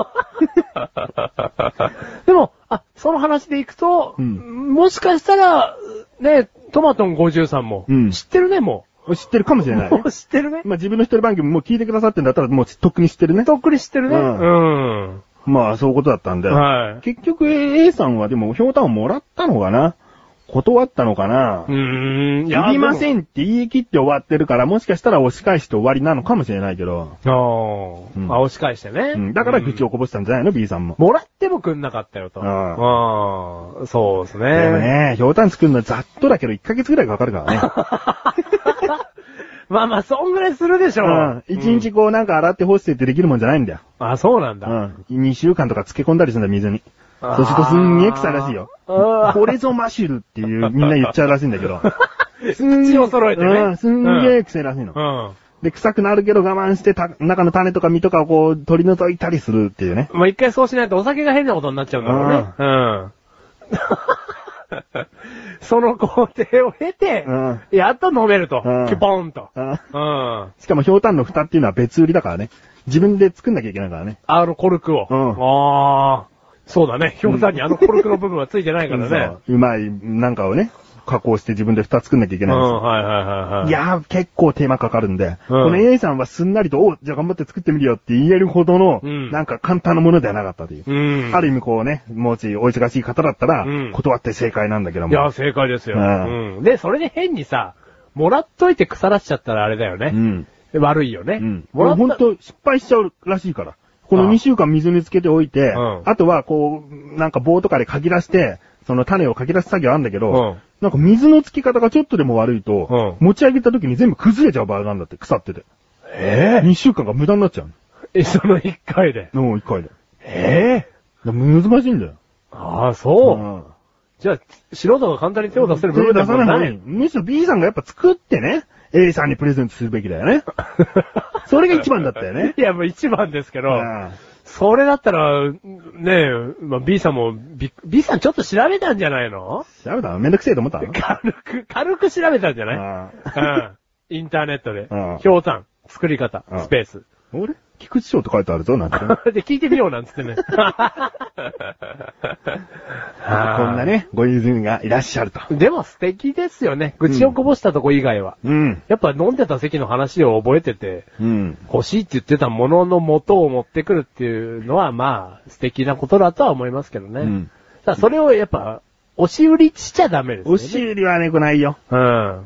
Speaker 1: でも、あ、その話でいくと、
Speaker 2: うん
Speaker 1: もしかしたら、ね、トマトン53も、
Speaker 2: うん
Speaker 1: 知ってるね、も
Speaker 2: 知ってるかもしれないね
Speaker 1: う。も。う知ってるね。
Speaker 2: まあ、自分の一人番組もう聞いてくださってんだったら、もうとっくに知ってるね。
Speaker 1: とっくり知ってるね。
Speaker 2: う
Speaker 1: うんん。
Speaker 2: まあ、そういうことだったんで。
Speaker 1: はい。
Speaker 2: 結局、A さんはでも、氷炭をもらったのかな断ったのかな
Speaker 1: うーん。
Speaker 2: いりませ
Speaker 1: ん。
Speaker 2: んって言い切って終わってるから、もしかしたら押し返して終わりなのかもしれないけど。
Speaker 1: あ
Speaker 2: う
Speaker 1: ー、
Speaker 2: ん
Speaker 1: あ、押し返してね。
Speaker 2: うん。だから愚痴をこぼしたんじゃないの ?B さんも。
Speaker 1: もらってもくんなかったよと。
Speaker 2: うん
Speaker 1: ああ、そうですね。
Speaker 2: でもね、氷炭作るのざっとだけど1ヶ月ぐらいかかるからね。
Speaker 1: まあまあ、そんぐらいする でしょ。
Speaker 2: うん。1日こうなんか洗って干してってできるもんじゃないんだよ。
Speaker 1: あ、そうなんだ。
Speaker 2: うん。2週間とか漬け込んだりするんだ、水に。
Speaker 1: あー
Speaker 2: そうするとすんげえ臭いらしいよ。
Speaker 1: あー
Speaker 2: これぞマシュルっていうみんな言っちゃうらしいんだけど。すんげえ
Speaker 1: 口を揃えてね
Speaker 2: うん、すんげえ臭いらしいの。
Speaker 1: うん。
Speaker 2: で、臭くなるけど我慢してた、中の種とか実とかをこう取り除いたりするっていうね。
Speaker 1: まあ、一回そうしないとお酒が変なことになっちゃうんだろうね。うん。 その工程を経て、
Speaker 2: うん
Speaker 1: やっと飲めると。
Speaker 2: うん
Speaker 1: キュポンと。
Speaker 2: あ
Speaker 1: うん。
Speaker 2: しかも氷炭の蓋っていうのは別売りだからね。自分で作んなきゃいけないからね。
Speaker 1: あのコルクを。
Speaker 2: うん
Speaker 1: ああ。そうだね。氷山にあのコルクの部分はついてないからね。
Speaker 2: そううまい、なんかをね、加工して自分で蓋作んなきゃいけ
Speaker 1: うん、
Speaker 2: ないんですよ
Speaker 1: はいはいはいはい。
Speaker 2: い、やー、結構手間かかるんで、この A さんはすんなりと、おじゃあ頑張って作ってみるよって言えるほどの、
Speaker 1: うん
Speaker 2: なんか簡単なものではなかったという。
Speaker 1: うん。
Speaker 2: ある意味こうね、もうちお忙しい方だったら、
Speaker 1: うん
Speaker 2: 断って正解なんだけど
Speaker 1: いや、
Speaker 2: も。
Speaker 1: 正解ですよ。
Speaker 2: う
Speaker 1: うんん。で、それで変にさ、もらっといて腐らしちゃったらあれだよね。
Speaker 2: うん。
Speaker 1: 悪いよね。
Speaker 2: うん。
Speaker 1: も
Speaker 2: 俺
Speaker 1: らった
Speaker 2: ほんと失敗しちゃうらしいから。この
Speaker 1: ああ
Speaker 2: 2週間水につけておいて、
Speaker 1: うん
Speaker 2: あとはこう、なんか棒とかでかき出して、その種をかき出す作業あるんだけど、
Speaker 1: うん
Speaker 2: なんか水のつき方がちょっとでも悪いと、
Speaker 1: う
Speaker 2: 持ち上げた時に全部崩れちゃう場合があるんだって、腐ってて。
Speaker 1: え
Speaker 2: 2週間が無駄になっちゃう
Speaker 1: え、 その一回で。
Speaker 2: の。もう1回で。
Speaker 1: ええ
Speaker 2: だ難しいんだよ。
Speaker 1: ああ、そう。
Speaker 2: ん
Speaker 1: じゃあ、素人が簡単に手を出せる部
Speaker 2: 手
Speaker 1: 分
Speaker 2: 出
Speaker 1: だ
Speaker 2: さ
Speaker 1: もん
Speaker 2: ない方がいい
Speaker 1: ね。
Speaker 2: むしろ B さんがやっぱ作ってね、A さんにプレゼントするべきだよね。それが一番だったよね。
Speaker 1: いや、もう一番ですけど、
Speaker 2: うん
Speaker 1: それだったら、ねえ、まあ、B さんも、B, B さんちょっと調べたんじゃないの
Speaker 2: 調べためんどくせえと思ったの
Speaker 1: 軽く、軽く調べたんじゃないうん。インターネットで
Speaker 2: うん。
Speaker 1: 氷炭、作り方
Speaker 2: う、ん
Speaker 1: スペース。
Speaker 2: うん俺菊池翔って書いてあるぞ、なんてね。
Speaker 1: で、聞いてみようなんつって ね。
Speaker 2: こんなね、ご友人がいらっしゃると。
Speaker 1: でも素敵ですよね。愚痴をこぼしたとこ以外は。
Speaker 2: うん。
Speaker 1: やっぱ飲んでた席の話を覚えてて、
Speaker 2: うん。
Speaker 1: 欲しいって言ってたものの元を持ってくるっていうのは、まあ、素敵なことだとは思いますけどね。
Speaker 2: うん
Speaker 1: ただそれをやっぱ、押し売りしちゃダメですね。
Speaker 2: 押し売りはね、来ないよ。
Speaker 1: うん。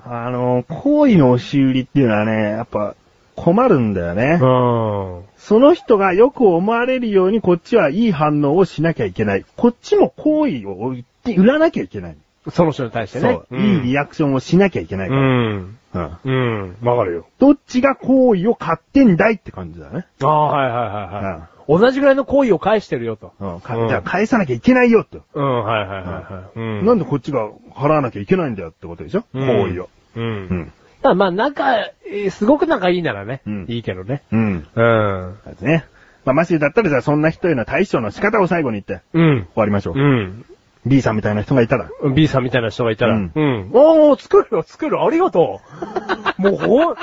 Speaker 2: あの、行為の押し売りっていうのはね、やっぱ困るんだよね。
Speaker 1: うん。
Speaker 2: その人がよく思われるようにこっちはいい反応をしなきゃいけない。こっちも行為を売って、売らなきゃいけない。
Speaker 1: その人に対してね。
Speaker 2: そう。いいリ
Speaker 1: ア
Speaker 2: アクションをしなきゃいけないから。
Speaker 1: うん。
Speaker 2: うん
Speaker 1: うん。わかるよ。
Speaker 2: どっちが行為を買ってんだいって感じだね。
Speaker 1: ああ、はいはいはいはい。同じぐらいの行為を返してるよと。
Speaker 2: うん。か
Speaker 1: うん
Speaker 2: じゃあ返さなきゃいけないよって。
Speaker 1: うん、はいはいはいはい。うん。
Speaker 2: なんでこっちが払わなきゃいけないんだよってことでしょ、
Speaker 1: うん
Speaker 2: 行為を。
Speaker 1: うん。
Speaker 2: うん。
Speaker 1: ただまあ、仲、えーすごく仲いいならね、
Speaker 2: うん
Speaker 1: いいけどね。
Speaker 2: うん。
Speaker 1: うん。
Speaker 2: そうですね。まあ、マシューだったらじゃあそんな人への対処の仕方を最後に言って
Speaker 1: うん。
Speaker 2: 終わりましょう。
Speaker 1: うん。
Speaker 2: B さんみたいな人がいたら。
Speaker 1: B さんみたいな人がいたら、
Speaker 2: う
Speaker 1: うんん。おー、作るよ、作る、ありがと う。もうほん、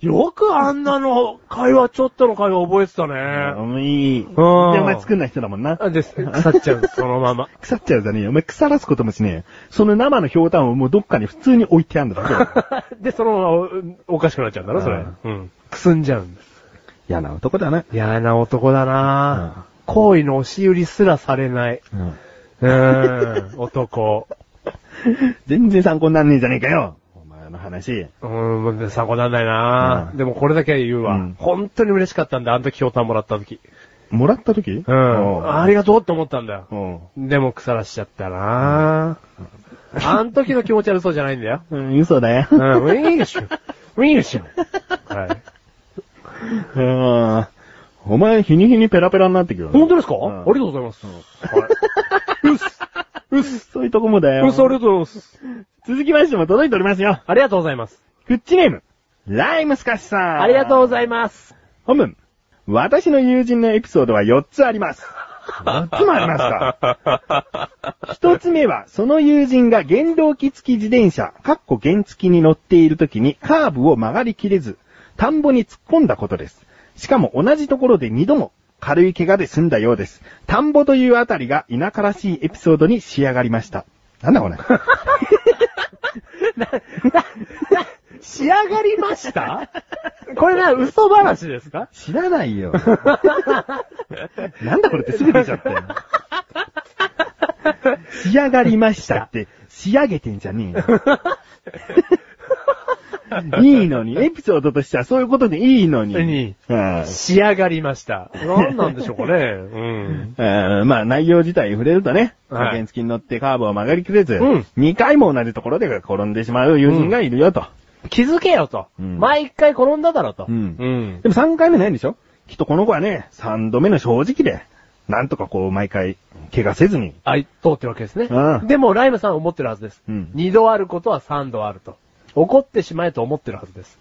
Speaker 1: よくあんなの会話、ちょっとの会話覚えてたね。
Speaker 2: うん、いい。で、
Speaker 1: ん
Speaker 2: お前作んない人だもんな。
Speaker 1: あです、腐っちゃう、そのまま。
Speaker 2: 腐っちゃうじゃねえよ。お前腐らすこともしねえよ。その生の氷炭をもうどっかに普通に置いてあるんだ だけ
Speaker 1: で、そのままおおかしくなっちゃうんだろ、それ。うん。くすんじゃうんです。
Speaker 2: 嫌な男だね。
Speaker 1: 嫌な男だなぁ。行為の押し売りすらされない。
Speaker 2: うん。
Speaker 1: うーん、男。
Speaker 2: 全然参考になんねえじゃねえかよ。お前の話。
Speaker 1: うーん、参考になんないな、
Speaker 2: うん
Speaker 1: でもこれだけは言うわ、
Speaker 2: うん
Speaker 1: 本当に嬉しかったんだ、あの時氷炭もらった時。
Speaker 2: もらった時
Speaker 1: うん。ありがとうって思ったんだよ。
Speaker 2: うん。
Speaker 1: でも腐らしちゃったなぁ。あの時の気持ちは嘘じゃないんだよ。
Speaker 2: うん、嘘だよ。
Speaker 1: うん、ウィーン シュ。ウィーンシュ。はい。
Speaker 2: うん。お前、日に日にペラペラになってくるよね。
Speaker 1: 本当ですか、
Speaker 2: うん
Speaker 1: ありがとうございます。はい。うっす。うっす。
Speaker 2: そういうとこもだよ。
Speaker 1: うっす、ありがとうございます。
Speaker 2: 続きましても届いておりますよ。
Speaker 1: ありがとうございます。
Speaker 2: フッチネーム、ライムスカシさん。
Speaker 1: ありがとうございます。
Speaker 2: 本文、私の友人のエピソードは4つあります。4つもありますか。1つ目は、その友人が原動機付き自転車、かっこ原付きに乗っている時にカーブを曲がりきれず、田んぼに突っ込んだことです。しかも同じところで2度も軽い怪我で済んだようです。田んぼというあたりが田舎らしいエピソードに仕上がりました。なんだこれ。
Speaker 1: 仕上がりましたこれな、嘘話ですか
Speaker 2: 知らないよ。 なんだこれってすぐ出ちゃったよ。仕上がりましたって、仕上げてんじゃねえ よ。いいのに、エピソードとしてはそういうことでいいのに。
Speaker 1: いい
Speaker 2: うん
Speaker 1: 仕上がりました。何なんでしょうかね。うん。
Speaker 2: うんまあ内容自体触れるとね、
Speaker 1: はい
Speaker 2: 原付きに乗ってカーブを曲がりきれず、
Speaker 1: うん
Speaker 2: 2回も同じところで転んでしまう友人がいるよと。
Speaker 1: 気づけよと。
Speaker 2: うん
Speaker 1: 毎回転んだだろと。
Speaker 2: うん
Speaker 1: うん
Speaker 2: でも3回目ないんでしょきっとこの子はね、3度目の正直で、なんとかこう毎回、怪我せずに
Speaker 1: あい、通ってるわけですね
Speaker 2: う。ん
Speaker 1: でも、ライムさんは思ってるはずです
Speaker 2: うん。
Speaker 1: 二度あることは三度あると。怒ってしまえと思ってるはずです。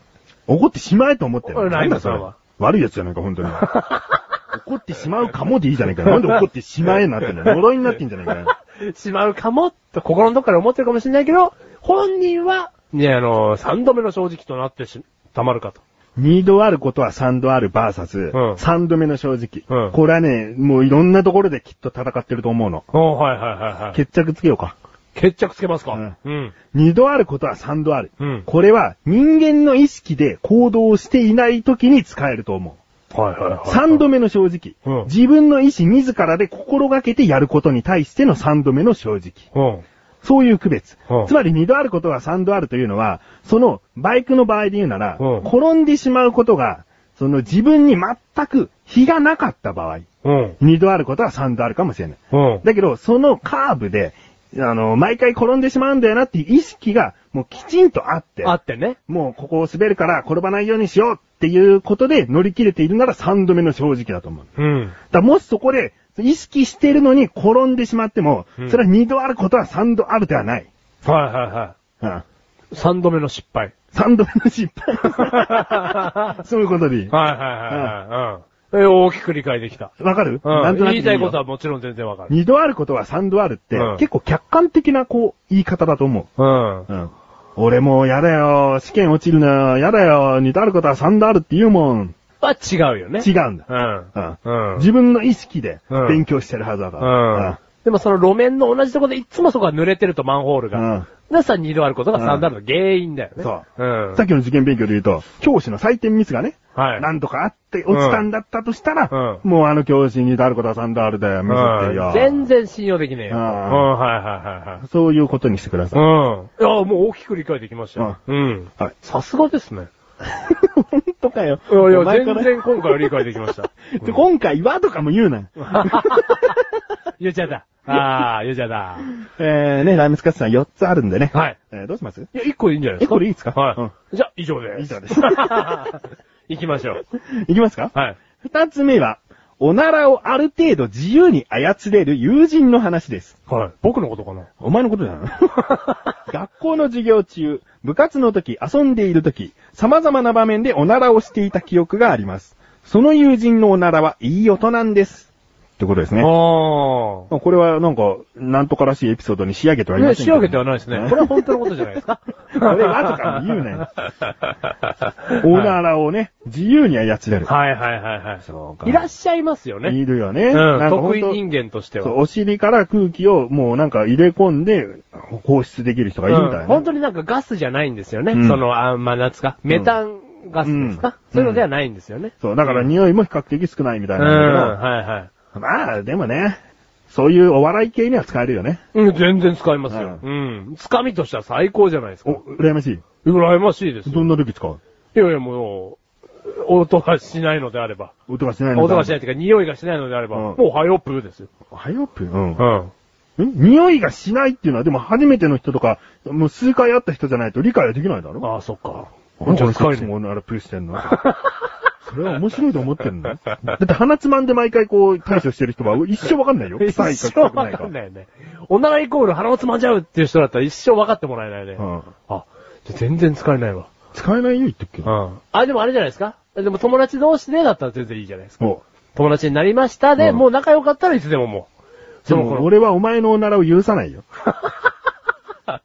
Speaker 2: 怒ってしまえと思って
Speaker 1: う
Speaker 2: なん
Speaker 1: ん
Speaker 2: だそ
Speaker 1: ライムさ
Speaker 2: れ
Speaker 1: んは。
Speaker 2: 悪いやつじゃないか、本 当に。怒ってしまうかもでいいじゃないかよ。なんで怒ってしまえになってん の呪いになってんじゃないかよ。
Speaker 1: しまうかも、と心のどこから思ってるかもしれないけど、本人は、ね、あの、三度目の正直となってし、たまるかと。
Speaker 2: 二度あることは三度あるバーサス
Speaker 1: う、ん
Speaker 2: 三度目の正直。
Speaker 1: うん
Speaker 2: これはね、もういろんなところできっと戦ってると思うの。
Speaker 1: おはいはいはいは。
Speaker 2: 決着つけようか。
Speaker 1: 決着つけます
Speaker 2: うん
Speaker 1: か。うん。
Speaker 2: 二度あることは三度ある。
Speaker 1: うん
Speaker 2: これは人間の意識で行動していない時に使えると思う。
Speaker 1: はいはいはい。
Speaker 2: 三度目の正直、
Speaker 1: うん
Speaker 2: 自分の意思自らで心がけてやることに対しての三度目の正直。
Speaker 1: うん。
Speaker 2: そういう区別
Speaker 1: は。あ
Speaker 2: つまり二度あることが三度あるというのは、そのバイクの場合で言うなら、
Speaker 1: はあ
Speaker 2: 転んでしまうことが、その自分に全く非がなかった場合、
Speaker 1: うん。
Speaker 2: 二度あることは三度あるかもしれない。
Speaker 1: うん。
Speaker 2: だけど、そのカーブで、あの、毎回転んでしまうんだよなっていう意識が、もうきちんとあって、
Speaker 1: あってね。
Speaker 2: もうここを滑るから転ばないようにしようっていうことで乗り切れているなら3度目の正直だと思う。だか
Speaker 1: うん。
Speaker 2: らもしそこで意識してるのに転んでしまっても
Speaker 1: う、ん
Speaker 2: それは2度あることは3度あるではない。
Speaker 1: はいはいは
Speaker 2: うん、
Speaker 1: い。三度目の失 敗。
Speaker 2: 3度目の失 敗。そういうことでいい。
Speaker 1: はいはいはいはい。うん。え大きく理解できた。
Speaker 2: わかる、
Speaker 1: うん。
Speaker 2: となく
Speaker 1: 言いたいことは
Speaker 2: よ。
Speaker 1: もちろん全然わかる。
Speaker 2: 2度あることは3度あるって、
Speaker 1: うん
Speaker 2: 結構客観的なこう、言い方だと思う。
Speaker 1: うん。
Speaker 2: うん。俺もうやだよ、試験落ちるな、やだよ、2度あることは3度あるって言うもん。
Speaker 1: は違うよね。
Speaker 2: 違うんだ。
Speaker 1: うん。
Speaker 2: うん
Speaker 1: うん
Speaker 2: 自分の意識で
Speaker 1: うん
Speaker 2: 勉強してるはずだか
Speaker 1: うん
Speaker 2: ら。。
Speaker 1: でもその路面の同じところでいつもそこが濡れてるとマンホール
Speaker 2: う
Speaker 1: が
Speaker 2: ん。
Speaker 1: なさ二度あることが三度あるの原因だよね。。
Speaker 2: そう
Speaker 1: うん。
Speaker 2: さっきの受験勉強で言うと、教師の採点ミスがね、
Speaker 1: はい
Speaker 2: なんとかあって落ちたんだったとしたら、
Speaker 1: う
Speaker 2: もうあの教師にとあることは3度あるだよ、ミスってるよ。
Speaker 1: 全然信用できねえ
Speaker 2: う
Speaker 1: よ。うんん、はいはいはいはい。
Speaker 2: そういうことにしてください。
Speaker 1: うん。いや、もう大きく理解できましたよ。うん。
Speaker 2: はい。
Speaker 1: さすがですね。
Speaker 2: 本当かよ。
Speaker 1: いやいや、
Speaker 2: お前か
Speaker 1: 全
Speaker 2: ら
Speaker 1: 然今回は理解できま した。
Speaker 2: で今回はとかも言うなよ。
Speaker 1: ゆうちゃだ。ああ、ゆうちゃだ。
Speaker 2: えーね、ライムスカッツさん4つあるんでね。
Speaker 1: はい。
Speaker 2: えーどうします
Speaker 1: いや、一個でいいんじゃないで
Speaker 2: え、
Speaker 1: すか
Speaker 2: これいいですか
Speaker 1: は。い。じゃあ、以上です。
Speaker 2: 以上 です。
Speaker 1: 行きましょう。
Speaker 2: いきますか
Speaker 1: はい。
Speaker 2: 二つ目は、おならをある程度自由に操れる友人の話です。
Speaker 1: はい。僕のことかな
Speaker 2: お前のことじゃ ない学校の授業中、部活の時、遊んでいる時、様々な場面でおならをしていた記憶があります。その友人のおならはいい音なんです。ってことですね。
Speaker 1: あ
Speaker 2: まあこれはなんか、なんとからしいエピソードに仕上げてはい
Speaker 1: あ。
Speaker 2: ま
Speaker 1: ね、
Speaker 2: せん
Speaker 1: 仕
Speaker 2: けど
Speaker 1: 上げてはないですね。これは本当のことじゃないですか。
Speaker 2: これはとかも言うなよ。おならをね、自由に操れる。
Speaker 1: はいはいはいはい。
Speaker 2: そう
Speaker 1: いらっしゃいますよね。
Speaker 2: いるよね。
Speaker 1: うん
Speaker 2: なんかほ
Speaker 1: 得
Speaker 2: ん
Speaker 1: 意
Speaker 2: と
Speaker 1: 人間としては。
Speaker 2: そう、お尻から空気をもうなんか入れ込んで放出できる人がいるみたいな、
Speaker 1: うん
Speaker 2: ね
Speaker 1: 本当になんかガスじゃないんですよね。
Speaker 2: うん
Speaker 1: その、あ、まあ、なんつうか、メタンガスですか、
Speaker 2: うん
Speaker 1: そういうのではないんですよね。
Speaker 2: そう、だから匂いも比較的少ないみた
Speaker 1: う
Speaker 2: い
Speaker 1: ん、
Speaker 2: なんだ
Speaker 1: はいはい。
Speaker 2: けど、まあ、でもね、そういうお笑い系には使えるよね。
Speaker 1: うん、全然使いますよ。
Speaker 2: う
Speaker 1: うん。つかみとしては最高じゃないです
Speaker 2: お
Speaker 1: か。、
Speaker 2: 羨ましい。
Speaker 1: 羨ましいですよ。
Speaker 2: どんな時使う
Speaker 1: いやいや、もう、音がしないのであれば。
Speaker 2: 音がしないの
Speaker 1: 音がしない
Speaker 2: い。
Speaker 1: というか、匂いがしないのであれば、
Speaker 2: うん
Speaker 1: もうハヨプーですよ。
Speaker 2: はよぷ、うん
Speaker 1: う。ん。
Speaker 2: ん匂いがしないっていうのは、でも初めての人とか、もう数回会った人じゃないと理解はできないだろ
Speaker 1: ああ、そっか。
Speaker 2: なんで
Speaker 1: じゃ
Speaker 2: 俺そ
Speaker 1: あ使
Speaker 2: っ
Speaker 1: え
Speaker 2: ち
Speaker 1: る
Speaker 2: もおならプーしてんの それは面白いと思ってんのだって鼻つまんで毎回こう対処してる人は一生わかんないよ。
Speaker 1: 一
Speaker 2: 臭いか
Speaker 1: 生
Speaker 2: 臭
Speaker 1: わ
Speaker 2: くない
Speaker 1: か
Speaker 2: か
Speaker 1: ん。ないよね。おならイコール鼻をつまんじゃうっていう人だったら一生わかってもらえないね。
Speaker 2: うん
Speaker 1: あ、じゃあ全然使えないわ。
Speaker 2: 使えないよ言ってっけど。
Speaker 1: ん。あ、でもあれじゃないですかでも友達同士でだったら全然いいじゃないですか。
Speaker 2: お
Speaker 1: 友達になりましたで、
Speaker 2: うん
Speaker 1: もう仲良かったらいつでももう。
Speaker 2: で
Speaker 1: その
Speaker 2: も
Speaker 1: 頃。
Speaker 2: 俺はお前のおならを許さ ないよ。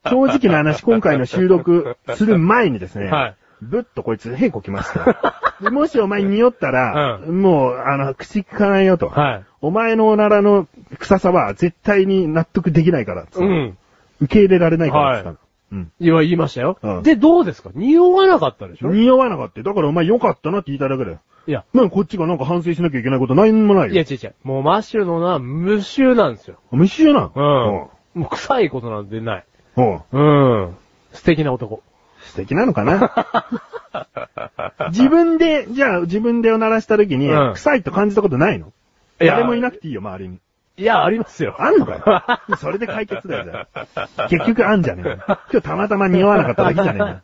Speaker 2: 正直な話、今回の収録する前にですね、
Speaker 1: はい
Speaker 2: ぶっとこいつ、へいこきました。 でもしお前匂ったら、
Speaker 1: う
Speaker 2: もう、あの、口聞かないよと。
Speaker 1: はい
Speaker 2: お前のおならの臭さは絶対に納得できないからっつって、
Speaker 1: うん。
Speaker 2: 受け入れられないからっつったの
Speaker 1: は
Speaker 2: うん。
Speaker 1: いや、言いましたよ。
Speaker 2: うん
Speaker 1: で、どうですか匂わなかったでしょい
Speaker 2: 匂わなかったよ。だからお前良かったなって言いたいだけだよ。
Speaker 1: や、
Speaker 2: なんかこっちがなんか反省しなきゃいけないことないんもない
Speaker 1: いや
Speaker 2: よ。
Speaker 1: 違う違う。もうマッシュルの女は無臭なんですよ。
Speaker 2: 無視やな。
Speaker 1: もう臭いことなんてない。
Speaker 2: うん。うん。
Speaker 1: うん。素敵な男。
Speaker 2: 素敵なのか な自分で、じゃあ自分でおならした時に、
Speaker 1: うん
Speaker 2: 臭いと感じたことないの
Speaker 1: いや
Speaker 2: 誰もいなくていいよ、周りに。
Speaker 1: いや、ありますよ。
Speaker 2: あんのか よそれで解決だよ、じゃあ。結局あんじゃねえよ今日たまたま匂わなかっただけじゃ ねえんだよ。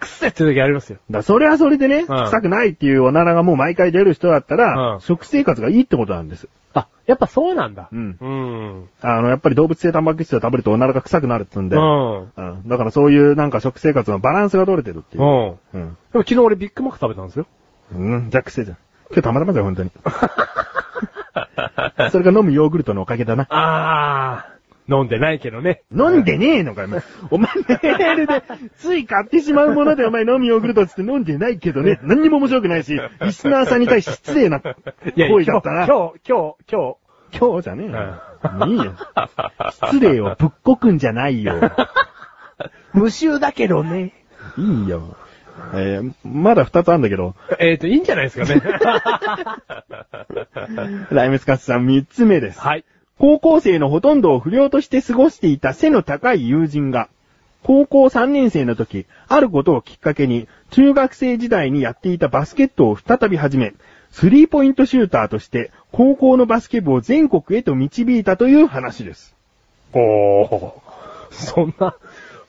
Speaker 1: くせって時ありますよ。
Speaker 2: だそれはそれでね、臭くないっていうおならがもう毎回出る人だったら、
Speaker 1: うん
Speaker 2: 食生活がいいってことなんです。
Speaker 1: あ、やっぱそうなんだ。
Speaker 2: うん
Speaker 1: うん。
Speaker 2: あの、やっぱり動物性タンパク質を食べるとおならが臭くなるってんで、
Speaker 1: うん。
Speaker 2: うんだからそういうなんか食生活のバランスが取れてるっていう。
Speaker 1: うん。
Speaker 2: うん。
Speaker 1: でも昨日俺ビッグマック食べたんですよ。
Speaker 2: うん、じゃあ癖じゃん。今日たまたまだよ、本当に。 それが飲むヨーグルトのおかげだな。
Speaker 1: あー。飲んでないけど ね。
Speaker 2: 飲んでねえのかよ、お前。お前メールで、つい買ってしまうものでお前飲むヨーグルトっつって飲んでないけどね。何にも面白くないし、リスナーさんに対して失礼な行
Speaker 1: いや、今
Speaker 2: 為
Speaker 1: 日、
Speaker 2: だったな。
Speaker 1: 今日、今日、今
Speaker 2: 今日じゃねえよ。いいよ。失礼をぶっこくんじゃないよ。
Speaker 1: 日。無臭だけどね。
Speaker 2: いいよ。えーまだ二つあんだけど、
Speaker 1: えーと、い いんじゃないですかね。
Speaker 2: ライムスカッツさん三つ目です。
Speaker 1: はい。
Speaker 2: 高校生のほとんどを不良として過ごしていた背の高い友人が、高校3年生の時、あることをきっかけに、中学生時代にやっていたバスケットを再び始め、スリーポイントシューターとして、高校のバスケ部を全国へと導いたという話です。
Speaker 1: おー。そんな、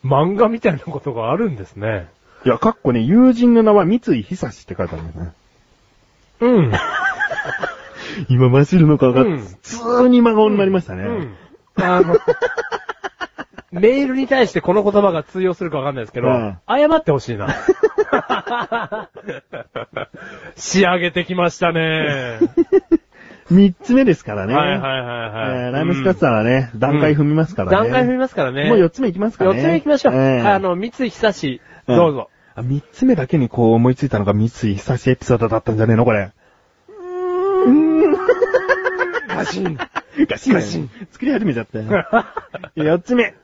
Speaker 1: 漫画みたいなことがあるんですね。
Speaker 2: いや、かっこね、友人の名は三井久志って書いてあるんだね。
Speaker 1: うん。
Speaker 2: 今、マシルの顔が、
Speaker 1: うん
Speaker 2: 普通に真顔になりましたね。
Speaker 1: うん。あの、メールに対してこの言葉が通用するかわかんないですけど、
Speaker 2: うん
Speaker 1: 謝ってほ しいな。仕上げてきましたね。
Speaker 2: 三つ目ですからね。
Speaker 1: はいはいはいはい。
Speaker 2: えーライムスカッツさんはね、段階踏みますからね。
Speaker 1: 段階踏みますからね。
Speaker 2: もう四つ目いきますかね。
Speaker 1: 四つ目行きましょう。
Speaker 2: えー
Speaker 1: あ、の、三井久志、
Speaker 2: うん
Speaker 1: どうぞ。
Speaker 2: あ三つ目だけにこう思いついたのが三井久志エピソードだったんじゃねえのこれ。
Speaker 1: ガシン。
Speaker 2: ガ シガシン。作り始めちゃったよ。 四つ目。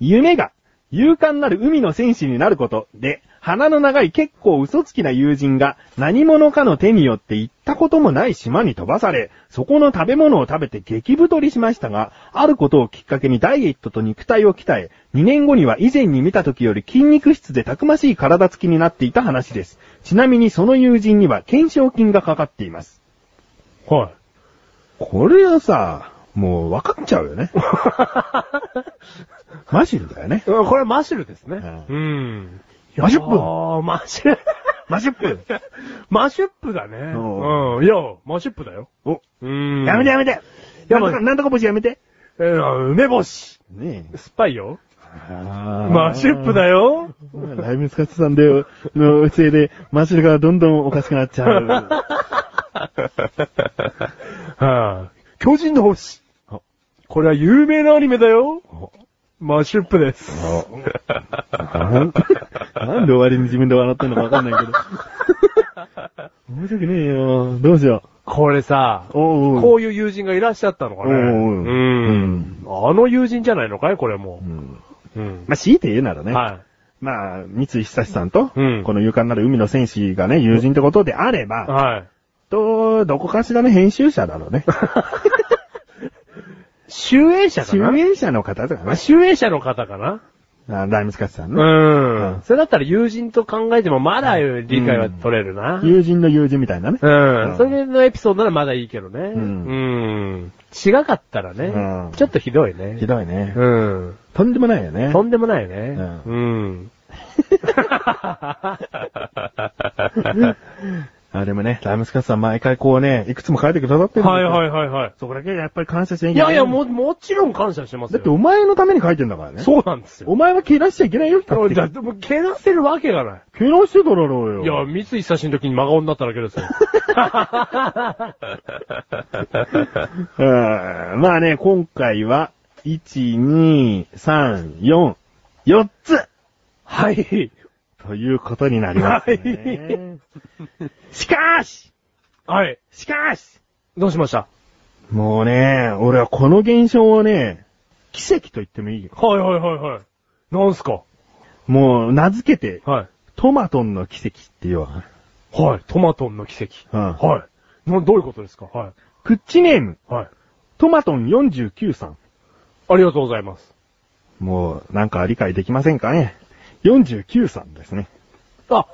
Speaker 2: 夢が、勇敢なる海の戦士になることで、鼻の長い結構嘘つきな友人が何者かの手によって行ったこともない島に飛ばされ、そこの食べ物を食べて激太りしましたが、あることをきっかけにダイエットと肉体を鍛え、2年後には以前に見た時より筋肉質でたくましい体つきになっていた話です。ちなみにその友人には懸賞金がかかっています。
Speaker 1: はい。
Speaker 2: これはさ、もう分かっちゃうよね。マジルだよね。
Speaker 1: うん これマシュルですね。
Speaker 2: う
Speaker 1: うん。
Speaker 2: マシュップ
Speaker 1: あーマシュル。
Speaker 2: マジップ
Speaker 1: マシュップだね。
Speaker 2: お
Speaker 1: うん。いや、マシュップだよ。
Speaker 2: お、
Speaker 1: うん。
Speaker 2: やめてやめて
Speaker 1: や
Speaker 2: や
Speaker 1: ばい
Speaker 2: めなんとか星やめて
Speaker 1: えー梅干し。
Speaker 2: ねえ。
Speaker 1: 酸っぱいよ。マ
Speaker 2: マ
Speaker 1: シュップだ
Speaker 2: よ。
Speaker 1: よ。
Speaker 2: ライブスカッツさんで、のせいで、マシルがどんどんおかしくなっちゃ う。
Speaker 1: はい巨人の星
Speaker 2: あ。
Speaker 1: これは有名なアニメだよ。マシュップです。
Speaker 2: なんなんで終わりに自分で笑ってんのかわかんないけど。面白くねえよ。どうしよ
Speaker 1: これさ
Speaker 2: う。、おうお
Speaker 1: こ
Speaker 2: う。
Speaker 1: ういう友人がいらっしゃったのかね。
Speaker 2: おうおう
Speaker 1: うん。あの友人じゃないのかいこれも
Speaker 2: うん
Speaker 1: う。うん。
Speaker 2: まあ、強いて言うならね。
Speaker 1: はい。
Speaker 2: まあ、三井久志さんと、
Speaker 1: うん
Speaker 2: この勇敢なる海の戦士がね、友人ってことであれば、
Speaker 1: はい。
Speaker 2: と、どこかしらの編集者だろう ね。
Speaker 1: 集英者か
Speaker 2: 集
Speaker 1: な
Speaker 2: 英者の方とかね。
Speaker 1: 集英者の方かな
Speaker 2: あライムスカッツさん
Speaker 1: う
Speaker 2: ね。
Speaker 1: ん
Speaker 2: う。ん
Speaker 1: それだったら友人と考えてもまだ理解は取れるな。うん。
Speaker 2: 友人の友人みたいなね。
Speaker 1: それのエピソードならまだいいけどね。
Speaker 2: ん
Speaker 1: うん。違かったら
Speaker 2: う
Speaker 1: ね
Speaker 2: ん、
Speaker 1: ちょっとひどいね
Speaker 2: ひ。どいね。
Speaker 1: うん。
Speaker 2: とんでもないよね。
Speaker 1: とんでもないよね。う。
Speaker 2: うんあ、でもね、ライムスカッツさん毎回こうね、いくつも書いてくださってるん。
Speaker 1: はいはいいはいはい。
Speaker 2: そこだけやっぱり感謝しない
Speaker 1: いやいや、も
Speaker 2: う。
Speaker 1: う、もちろん感謝してます
Speaker 2: だ
Speaker 1: よ。
Speaker 2: ってお前のために書いてんだからね。う。
Speaker 1: そうなんですよ。
Speaker 2: お前は蹴らしちゃいけないよ。だって
Speaker 1: だって、もう、けなせるわけがない。
Speaker 2: 蹴らしてただろうよ。
Speaker 1: いや、三井久しの時に真顔になっただけです よ。
Speaker 2: うんまあね、今回は、1、2、3、4、4つ
Speaker 1: はい。
Speaker 2: ということになります、ね。しかーし
Speaker 1: はい。
Speaker 2: しかーし
Speaker 1: どうしました
Speaker 2: もうね、俺はこの現象をね、奇跡と言ってもいいよ。
Speaker 1: はいはいはいはい。なんすか
Speaker 2: もう、名付けて、
Speaker 1: はい。
Speaker 2: トマトンの奇跡って言うわ。
Speaker 1: はい。トマトンの奇跡。
Speaker 2: うん
Speaker 1: はい。な、どういうことですかは
Speaker 2: クッチネーム、
Speaker 1: い。はい。
Speaker 2: トマトン49さん。
Speaker 1: ありがとうございます。
Speaker 2: もう、なんか理解できませんかね ?49 さんですね。
Speaker 1: あ、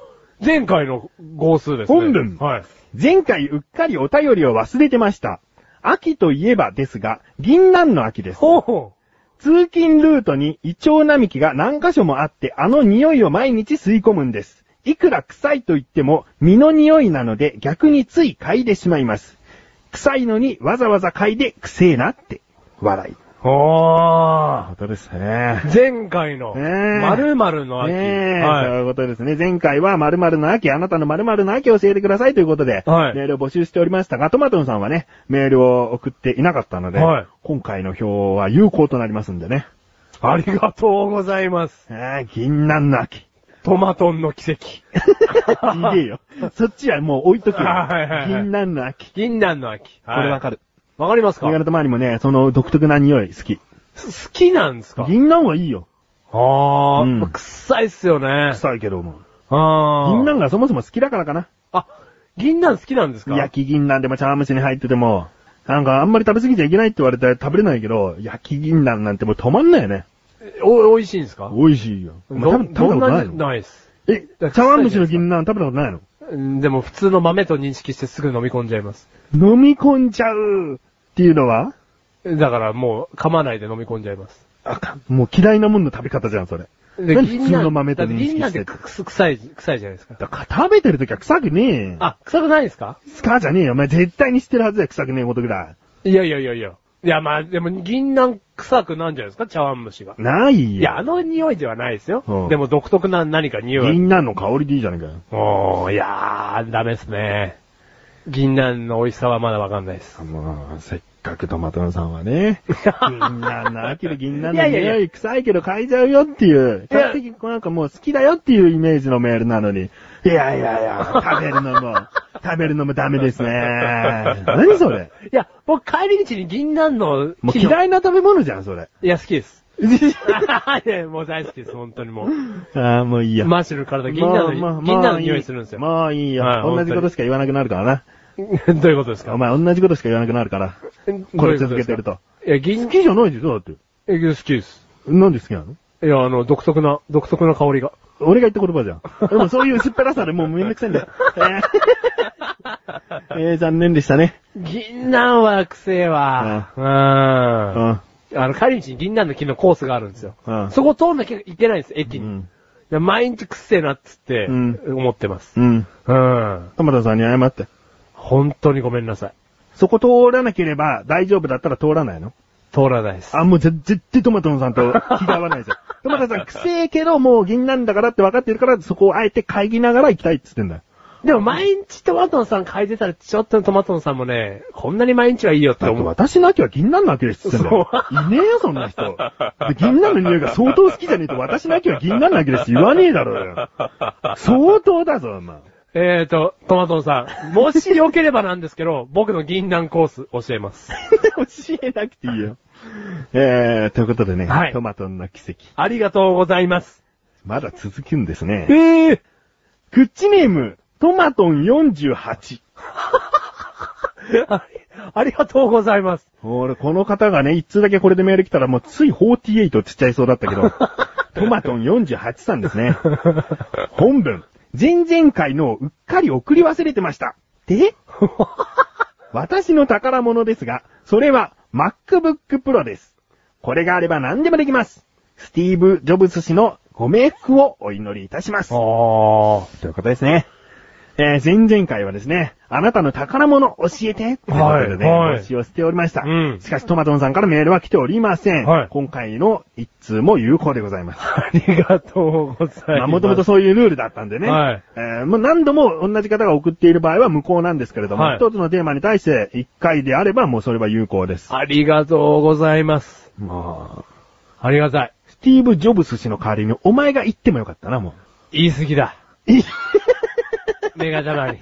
Speaker 1: 前回の号数ですね。
Speaker 2: 本文
Speaker 1: はい。
Speaker 2: 前回うっかりお便りを忘れてました。秋といえばですが、銀杏の秋です。
Speaker 1: ほうほ
Speaker 2: 通勤ルートにイチョウ並木が何箇所もあって、あの匂いを毎日吸い込むんです。いくら臭いと言っても、身の匂いなので逆につい嗅いでしまいます。臭いのにわざわざ嗅いで臭えなって、笑い。
Speaker 1: う。あ
Speaker 2: 当ですね
Speaker 1: ー。前回の、
Speaker 2: ねえ
Speaker 1: 〇〇の秋。
Speaker 2: ねえ、そう
Speaker 1: はい。
Speaker 2: いうことですね。前回は〇〇の秋、あなたの〇〇の秋教えてくださいということで、
Speaker 1: はい
Speaker 2: メールを募集しておりましたが、トマトンさんはね、メールを送っていなかったので、
Speaker 1: はい
Speaker 2: 今回の票は有効となりますんでね。
Speaker 1: ありがとうございます。
Speaker 2: ああ、銀杏の秋。
Speaker 1: トマトンの奇跡。
Speaker 2: いげえよ。そっちはもう置いとくよ。
Speaker 1: はいはいはい
Speaker 2: 銀杏の秋。
Speaker 1: 銀杏の秋。
Speaker 2: これわか
Speaker 1: る。
Speaker 2: る。
Speaker 1: わかりますか
Speaker 2: メガネと周りもね、その独特な匂い好き。
Speaker 1: す好きなんですか
Speaker 2: 銀杏はいいよ。
Speaker 1: あー、
Speaker 2: うん
Speaker 1: 臭いっすよね。
Speaker 2: 臭いけども。
Speaker 1: あー。
Speaker 2: 銀杏がそもそも好きだからかな。
Speaker 1: あ、銀杏好きなんですか
Speaker 2: 焼き銀杏でも茶碗蒸しに入ってても、なんかあんまり食べ過ぎちゃいけないって言われて食べれないけど、焼き銀杏なんてもう止まんないよね。
Speaker 1: お、美味しいんですか
Speaker 2: 美味しいよ。お前
Speaker 1: ど
Speaker 2: 食べ食べたことない
Speaker 1: どん
Speaker 2: の
Speaker 1: ないです。
Speaker 2: え、茶碗蒸しの銀杏食べたことないの
Speaker 1: うんでも普通の豆と認識してすぐ飲み込んじゃいます。
Speaker 2: 飲み込んじゃうっていうのは
Speaker 1: だからもう噛まないで飲み込んじゃいます。
Speaker 2: あかん。もう嫌いなもんの食べ方じゃん、それ。
Speaker 1: で
Speaker 2: 何
Speaker 1: 銀杏
Speaker 2: 普通の豆と
Speaker 1: だって
Speaker 2: 認識
Speaker 1: 銀
Speaker 2: し
Speaker 1: 杏ってて
Speaker 2: て
Speaker 1: くす臭い、臭いじゃないですか。
Speaker 2: だから食べてるときは臭くねえ。
Speaker 1: あ、臭くないですか
Speaker 2: スカじゃねえよ。お前絶対に知ってるはずだよ、臭くねえことぐら
Speaker 1: いやいやいやいや。いやまあ、でも銀杏臭くなんじゃないですか茶碗蒸しが
Speaker 2: い。。ないよ。
Speaker 1: いや、あの匂いではないですよ。
Speaker 2: うん
Speaker 1: でも独特な何か匂い。
Speaker 2: 銀杏の香りでいいじゃねえかよ。
Speaker 1: おー、いやー、ダメですね。銀杏の美味しさはまだわかんないです。
Speaker 2: まあ、せっかくトマトのさんは ね、銀杏の秋の銀杏
Speaker 1: い
Speaker 2: の
Speaker 1: やいやいや
Speaker 2: 匂い臭いけど嗅いじゃうよっていう、比較的なんかもう好きだよっていうイメージのメールなのに、いやいやい や、食べるのも、食べるのもダメですね。何それ
Speaker 1: いや、僕帰り道に銀杏の
Speaker 2: もう
Speaker 1: 木の
Speaker 2: 嫌いな食べ物じゃん、それ。
Speaker 1: いや、好き です。いやもう大好きです、本当にもう。
Speaker 2: ああ、もういいや。
Speaker 1: マッシュル体、銀杏
Speaker 2: まあま
Speaker 1: の、
Speaker 2: あ
Speaker 1: 銀杏の
Speaker 2: まあ
Speaker 1: 匂いするんですよ。
Speaker 2: まあいいよ
Speaker 1: はい。
Speaker 2: 同じことしか言わなくなるからな。
Speaker 1: どういうことですか
Speaker 2: お前同じことしか言わなくなるから。これ続けてると。。
Speaker 1: いや、銀
Speaker 2: 好、きじゃないでしょだって。
Speaker 1: え好きです。
Speaker 2: なんで好きなの
Speaker 1: いや、あの、独特な、独特な香りが。
Speaker 2: 俺が言った言葉じゃ ん。でもそういう薄っぺらさでもうめんどくさいんだ よ。えーえー残念でしたね。
Speaker 1: 銀杏は臭えわ。う。
Speaker 2: うんん。
Speaker 1: あの、帰り道に銀杏の木のコースがあるんですよ。
Speaker 2: うん
Speaker 1: そこ通んなきゃいけないんです、駅
Speaker 2: う
Speaker 1: に。
Speaker 2: ん。
Speaker 1: で毎日臭えなっつって、
Speaker 2: うん
Speaker 1: 思ってます。
Speaker 2: うん。
Speaker 1: うん。
Speaker 2: トマトさんに謝って。
Speaker 1: 本当にごめんなさい。
Speaker 2: そこ通らなければ大丈夫だったら通らないの
Speaker 1: 通らないです。
Speaker 2: あ、もうぜ絶対トマトさんと気が合わない じゃん。トマトさん、くせえけど、もう銀なんだからって分かってるから、そこをあえて会議ながら行きたいって言ってんだよ。
Speaker 1: でも毎日トマトンさん嗅いでたら、ちょっとトマトンさんもね、こんなに毎日はいいよっ
Speaker 2: だ
Speaker 1: て
Speaker 2: って
Speaker 1: 思う。
Speaker 2: 私の秋は銀杏の秋ですって言ってんだよ。いねえよ、そんな人。で銀杏の匂いが相当好きじゃねえと、私の秋は銀杏の秋ですって言わねえだろうよ。相当だぞ、お前。
Speaker 1: えーと、トマトンさん、もしよければなんですけど、 僕の銀杏コース教えます。
Speaker 2: 教えなくていいよ。えー、ということでね、
Speaker 1: はい
Speaker 2: トマトの奇跡。
Speaker 1: ありがとうございます。
Speaker 2: まだ続くんですね。
Speaker 1: ええ
Speaker 2: クッチネーム、トマトン48。
Speaker 1: あ ありがとうござ います。
Speaker 2: 俺、この方がね、一通だけこれでメール来たらもうつい48とちっちゃいそうだったけど、トマトン48さんですね。本文。前々回のをうっかり送り忘れてました。で私の宝物ですが、それは MacBook Pro です。これがあれば何でもできます。スティーブ・ジョブス氏のご冥福をお祈りいたします。
Speaker 1: おー。
Speaker 2: ということですね。えー前々回はですね、あなたの宝物教えてということでね、
Speaker 1: はいはい
Speaker 2: 募集をしておりました。
Speaker 1: うん
Speaker 2: しかし、トマトンさんからメールは来ておりません。
Speaker 1: はい
Speaker 2: 今回の一通も有効でございます。
Speaker 1: ありがとうございます。
Speaker 2: まあ、もともとそういうルールだったんでね。
Speaker 1: はい
Speaker 2: えーもう何度も同じ方が送っている場合は無効なんですけれども、
Speaker 1: はい
Speaker 2: 一つのテーマに対して一回であればもうそれは有効です。
Speaker 1: ありがとうございます。
Speaker 2: まあ、
Speaker 1: ありがたい。
Speaker 2: スティーブ・ジョブス氏の代わりにお前が言ってもよかったな、も
Speaker 1: 言い過ぎだ。
Speaker 2: う。い
Speaker 1: メガジャ マに。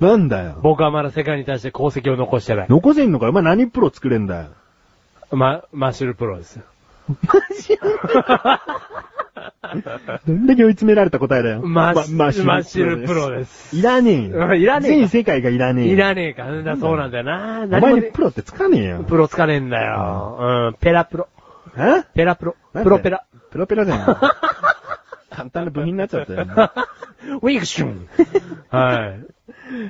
Speaker 2: なんだよ。
Speaker 1: 僕はまだ世界に対して功績を残してない。
Speaker 2: 残せんのかよ。お前何プロ作れんだよ。
Speaker 1: ま、マッシュルプロですよ。
Speaker 2: どんだけ追い詰められた答えだよ。
Speaker 1: マッシュ
Speaker 2: ま。
Speaker 1: マッシュルプロです
Speaker 2: いらねえよ。
Speaker 1: いらねえよ
Speaker 2: 全世界がいらねえよ。
Speaker 1: いらねえか。うんだ、そうなんだよな。
Speaker 2: お前
Speaker 1: 何も
Speaker 2: にプロってつかねえよ。
Speaker 1: プロつかねえんだよ。うん、ペラプロ。
Speaker 2: え
Speaker 1: ペラプロ。
Speaker 2: なんで
Speaker 1: プロペラ。。
Speaker 2: プロペラじゃ ん。簡単な部品になっちゃったよ。
Speaker 1: ウィクシュン。はい。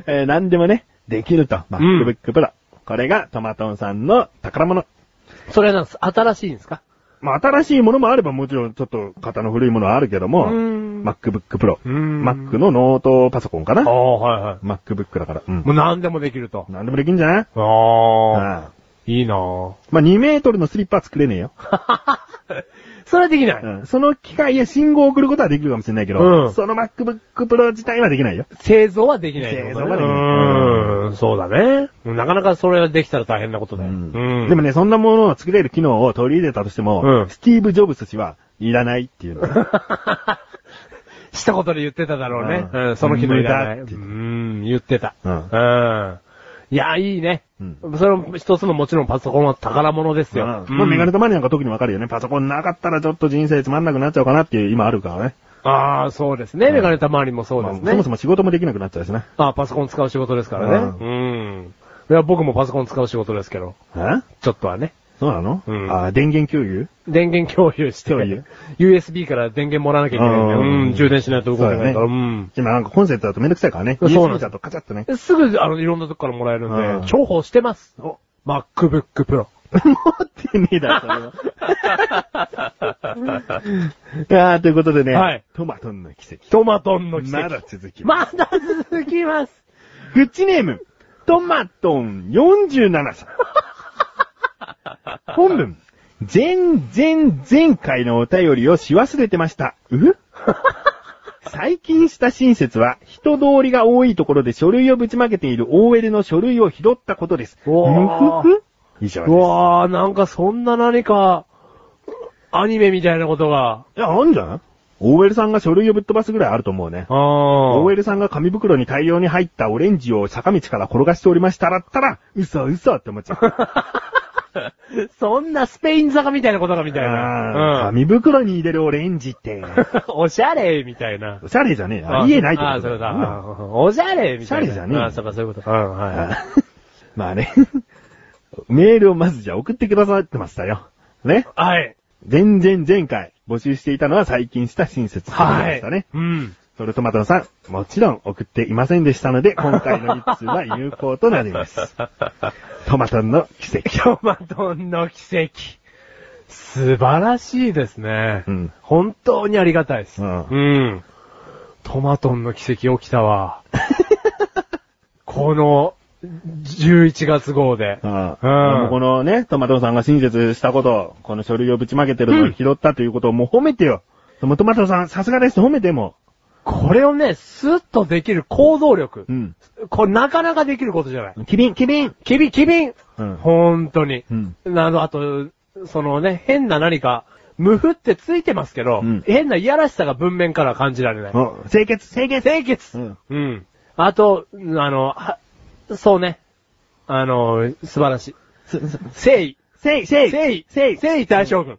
Speaker 2: えー、何でもね、できると。MacBook Pro。これがトマトンさんの宝物。
Speaker 1: それなんです。新しいんですか
Speaker 2: まあ、新しいものもあればもちろんちょっと型の古いものはあるけども、
Speaker 1: うーん
Speaker 2: MacBook Pro。
Speaker 1: うーん
Speaker 2: Mac のノートパソコンか
Speaker 1: あ
Speaker 2: な。
Speaker 1: あ、はいはい。
Speaker 2: MacBook だから。うん
Speaker 1: も。う何でもできると。
Speaker 2: 何でもできんじゃない
Speaker 1: ああ。
Speaker 2: ああ
Speaker 1: いいなぁ。
Speaker 2: まあ、2メートルのスリッパは作れねえよ。
Speaker 1: それはできない。
Speaker 2: うんその機械へ信号を送ることはできるかもしれないけど、
Speaker 1: うん
Speaker 2: その MacBook Pro 自体はできないよ。
Speaker 1: 製造はできない。
Speaker 2: 製造はできない
Speaker 1: うん、そうだね。なかなかそれができたら大変なことだよ。うん。
Speaker 2: でもね、そんなものを作れる機能を取り入れたとしても、
Speaker 1: うん
Speaker 2: スティーブ・ジョブス氏はいらないっていうの。
Speaker 1: 一言で言ってただろうね。
Speaker 2: うん
Speaker 1: うん、その日のいらな
Speaker 2: 無
Speaker 1: い。
Speaker 2: 駄
Speaker 1: う
Speaker 2: って
Speaker 1: ん、言ってた。
Speaker 2: うん
Speaker 1: ん。いや、いいね。
Speaker 2: うん
Speaker 1: それも一つのもちろんパソコンは宝物です
Speaker 2: うん
Speaker 1: よ。
Speaker 2: まあ、メガネとマニなんか特にわかるよね。パソコンなかったらちょっと人生つまんなくなっちゃうかなっていう今あるからね。
Speaker 1: ああ、そうですね。メガネたまわりもそうです
Speaker 2: まあそも
Speaker 1: ね
Speaker 2: そ。も仕事もできなくなっちゃうしな。
Speaker 1: ああ、パソコン使う仕事ですからね。
Speaker 2: う
Speaker 1: うん。いや、僕もパソコン使う仕事ですけど、
Speaker 2: え
Speaker 1: ちょっとはね。
Speaker 2: そうなの、
Speaker 1: うん
Speaker 2: あー電源共有
Speaker 1: 電源共有して
Speaker 2: 共有、
Speaker 1: USB から電源もらわなきゃいけないんだよ。
Speaker 2: う
Speaker 1: うんん、充電しないと動かないから、
Speaker 2: そうだ
Speaker 1: ん。
Speaker 2: 今なんかコンセントだとめんどくさいからね。
Speaker 1: そうなん
Speaker 2: USB
Speaker 1: です
Speaker 2: だとカチャッとね。
Speaker 1: すぐ、あの、いろんなとこからもらえるんで、
Speaker 2: うん
Speaker 1: 重宝してます。MacBook Pro。
Speaker 2: 持ってねえだろ、 それ は。あーということでね、
Speaker 1: はい
Speaker 2: トマトンの奇跡。
Speaker 1: トマトンの奇跡。
Speaker 2: まだ続きます。
Speaker 3: まだ続きます。
Speaker 2: グッチネーム、トマトン47さん。 本文、前前前回のお便りをし忘れてました。 う最近した親切は、人通りが多いところで書類をぶちまけている OL の書類を拾ったことです。
Speaker 1: うわー
Speaker 2: むふふ以上
Speaker 1: う
Speaker 2: です。
Speaker 1: わー、なんかそんな何か、アニメみたいなことが。
Speaker 2: いや、あんじゃない ?OL さんが書類をぶっ飛ばすぐらいあると思うね。
Speaker 1: あー。
Speaker 2: OL さんが紙袋に大量に入ったオレンジを坂道から転がしておりましたらったら、嘘嘘って思っちゃう。
Speaker 1: そんなスペイン坂みたいなことがみたい
Speaker 2: あー
Speaker 1: な。うん。
Speaker 2: 紙袋に入れるオレンジって。
Speaker 1: おしゃれみたいな。
Speaker 2: おしゃれじゃ ねえな。ありえないって
Speaker 1: あ
Speaker 2: こ
Speaker 1: ー、そ
Speaker 2: と
Speaker 1: れ
Speaker 2: だ。
Speaker 1: だ。
Speaker 2: うん
Speaker 1: うんおしゃれみたいな。
Speaker 2: おしゃれじゃねえよ
Speaker 1: あー、そうか、そういうことか。うん、はい。
Speaker 2: あー まあね。メールをまずじゃあ送ってくださってましたよ。ね。
Speaker 1: はい。
Speaker 2: 前々前回募集していたのは最近した親切でしたね。
Speaker 1: うん。
Speaker 2: それトマトさん、もちろん送っていませんでしたので、今回の一通は有効となり ます。トマトの奇跡。
Speaker 1: トマトンの奇跡。素晴らしいですね。
Speaker 2: うん
Speaker 1: 本当にありがたいです。
Speaker 2: うん
Speaker 1: んトマトンの奇跡起き たわ。この、11月号で。
Speaker 2: ああ
Speaker 1: うん
Speaker 2: もうこのね、トマトさんが親切したこと、この書類をぶちまけてるの
Speaker 1: う
Speaker 2: を
Speaker 1: ん
Speaker 2: 拾ったということをもう褒めてよ。もうトマトさん、さすがです、褒めても。
Speaker 1: これをね、スッとできる行動力。
Speaker 2: うん。
Speaker 1: これなかなかできることじゃない。
Speaker 2: キリン、キリン
Speaker 1: キビキビン、
Speaker 2: うん
Speaker 1: 本当に。
Speaker 2: うん
Speaker 1: あの、あと、そのね、変な何か、無ふってついてますけど、
Speaker 2: うん
Speaker 1: 変ないやらしさが文面からは感じられない。
Speaker 2: お清潔、清潔
Speaker 1: 清潔、
Speaker 2: うん
Speaker 1: うん。あと、あの、はそうね。あの、素晴らしい。誠意。
Speaker 2: せい、せい
Speaker 1: 誠意。
Speaker 2: せい
Speaker 1: 誠意大将軍。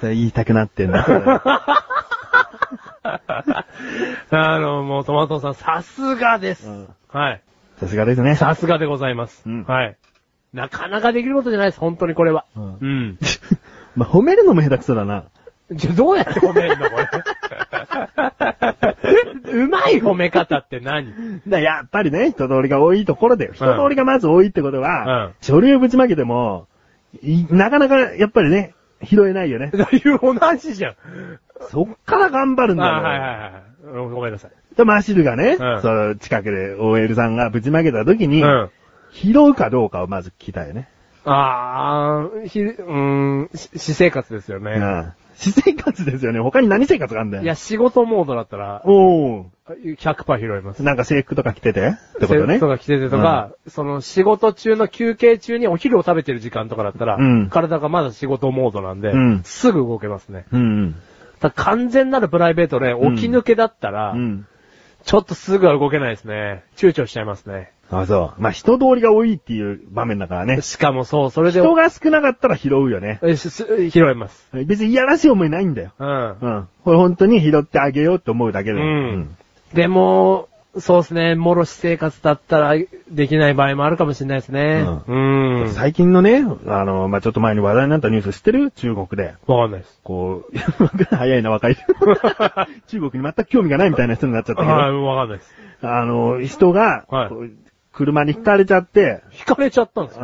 Speaker 2: それ言いたくなってん だ。
Speaker 1: あの、もうトマトさん、さすがです。
Speaker 2: うん
Speaker 1: はい。
Speaker 2: さすがですね。
Speaker 1: さすがでございます、
Speaker 2: うん
Speaker 1: はい。なかなかできることじゃないです、本当にこれは。
Speaker 2: うん
Speaker 1: うん
Speaker 2: まあ、褒めるのも下手くそだな。
Speaker 1: じゃ、どうやって褒めるの これ。うまい褒め方って何
Speaker 2: だやっぱりね、人通りが多いところで、人通りがまず多いってことは、
Speaker 1: うん
Speaker 2: 書類をぶちまけても、いなかなかやっぱりね、拾えないよね。
Speaker 1: だいう同じじゃん。
Speaker 2: そっから頑張るんだ
Speaker 1: あ
Speaker 2: よ。
Speaker 1: はいはいはい。ごめんなさい。
Speaker 2: で、マシルがね、
Speaker 1: うん
Speaker 2: その近くで OL さんがぶちまけた時に、
Speaker 1: うん。
Speaker 2: 拾うかどうかをまず聞きたいよね。
Speaker 1: あー、ひ、うーん、し私生活ですよ
Speaker 2: う
Speaker 1: ね。
Speaker 2: ん。私生活ですよね。他に何生活があんだよ。
Speaker 1: いや、仕事モードだったら、
Speaker 2: おー。
Speaker 1: 100%拾います。
Speaker 2: なんか制服とか着ててってことね。
Speaker 1: とか着ててとか、その仕事中の休憩中にお昼を食べてる時間とかだったら、
Speaker 2: うん
Speaker 1: 体がまだ仕事モードなんで、
Speaker 2: うん
Speaker 1: すぐ動けますね。
Speaker 2: うん。
Speaker 1: ただ完全なるプライベートで
Speaker 2: うん
Speaker 1: 起き抜けだった
Speaker 2: う
Speaker 1: ら、
Speaker 2: ん。
Speaker 1: ちょっとすぐは動けないですね。躊躇しちゃいますね。
Speaker 2: あ、そう。まあ、人通りが多いっていう場面だからね。
Speaker 1: しかもそう、それで、
Speaker 2: 人が少なかったら拾うよね。
Speaker 1: えしす拾えます。
Speaker 2: 別にいやらしい思いないんだよ。
Speaker 1: うん
Speaker 2: う。ん。これ本当に拾ってあげようと思うだけで。
Speaker 1: うんでも、そうですね、もろし生活だったらできない場合もあるかもしれないですね。
Speaker 2: う
Speaker 1: うん。わ、
Speaker 2: 最近のね、あの、まあ、ちょっと前に話題になったニュース知ってる中国で。
Speaker 1: かんないです。
Speaker 2: こう、 早いな、若い。 中国に全く興味がないみたいな人になっちゃったけど、
Speaker 1: はい、わかんないです。
Speaker 2: あの、人が、
Speaker 1: はい
Speaker 2: こう車にひかれちゃって、
Speaker 1: 引かれちゃったんですよ。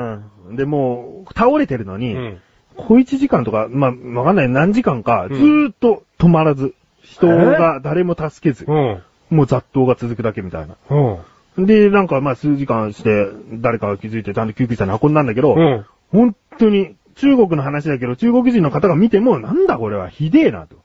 Speaker 2: うん。で、もう、倒れてるの
Speaker 1: う
Speaker 2: に、
Speaker 1: ん。
Speaker 2: 小1時間とか、まあ、わかんない、何時間か、ず
Speaker 1: うん
Speaker 2: ーっと止まらず、人が誰も助けず、
Speaker 1: うん。
Speaker 2: もう雑踏が続くだけみたいな。
Speaker 1: うん。
Speaker 2: で、なんか、まあ、数時間して、誰かが気づいて、ちゃんと救急車に運んだんだけど、
Speaker 1: うん。
Speaker 2: 本当に、中国の話だけど、中国人の方が見ても、なんだこれは、ひでえな、と。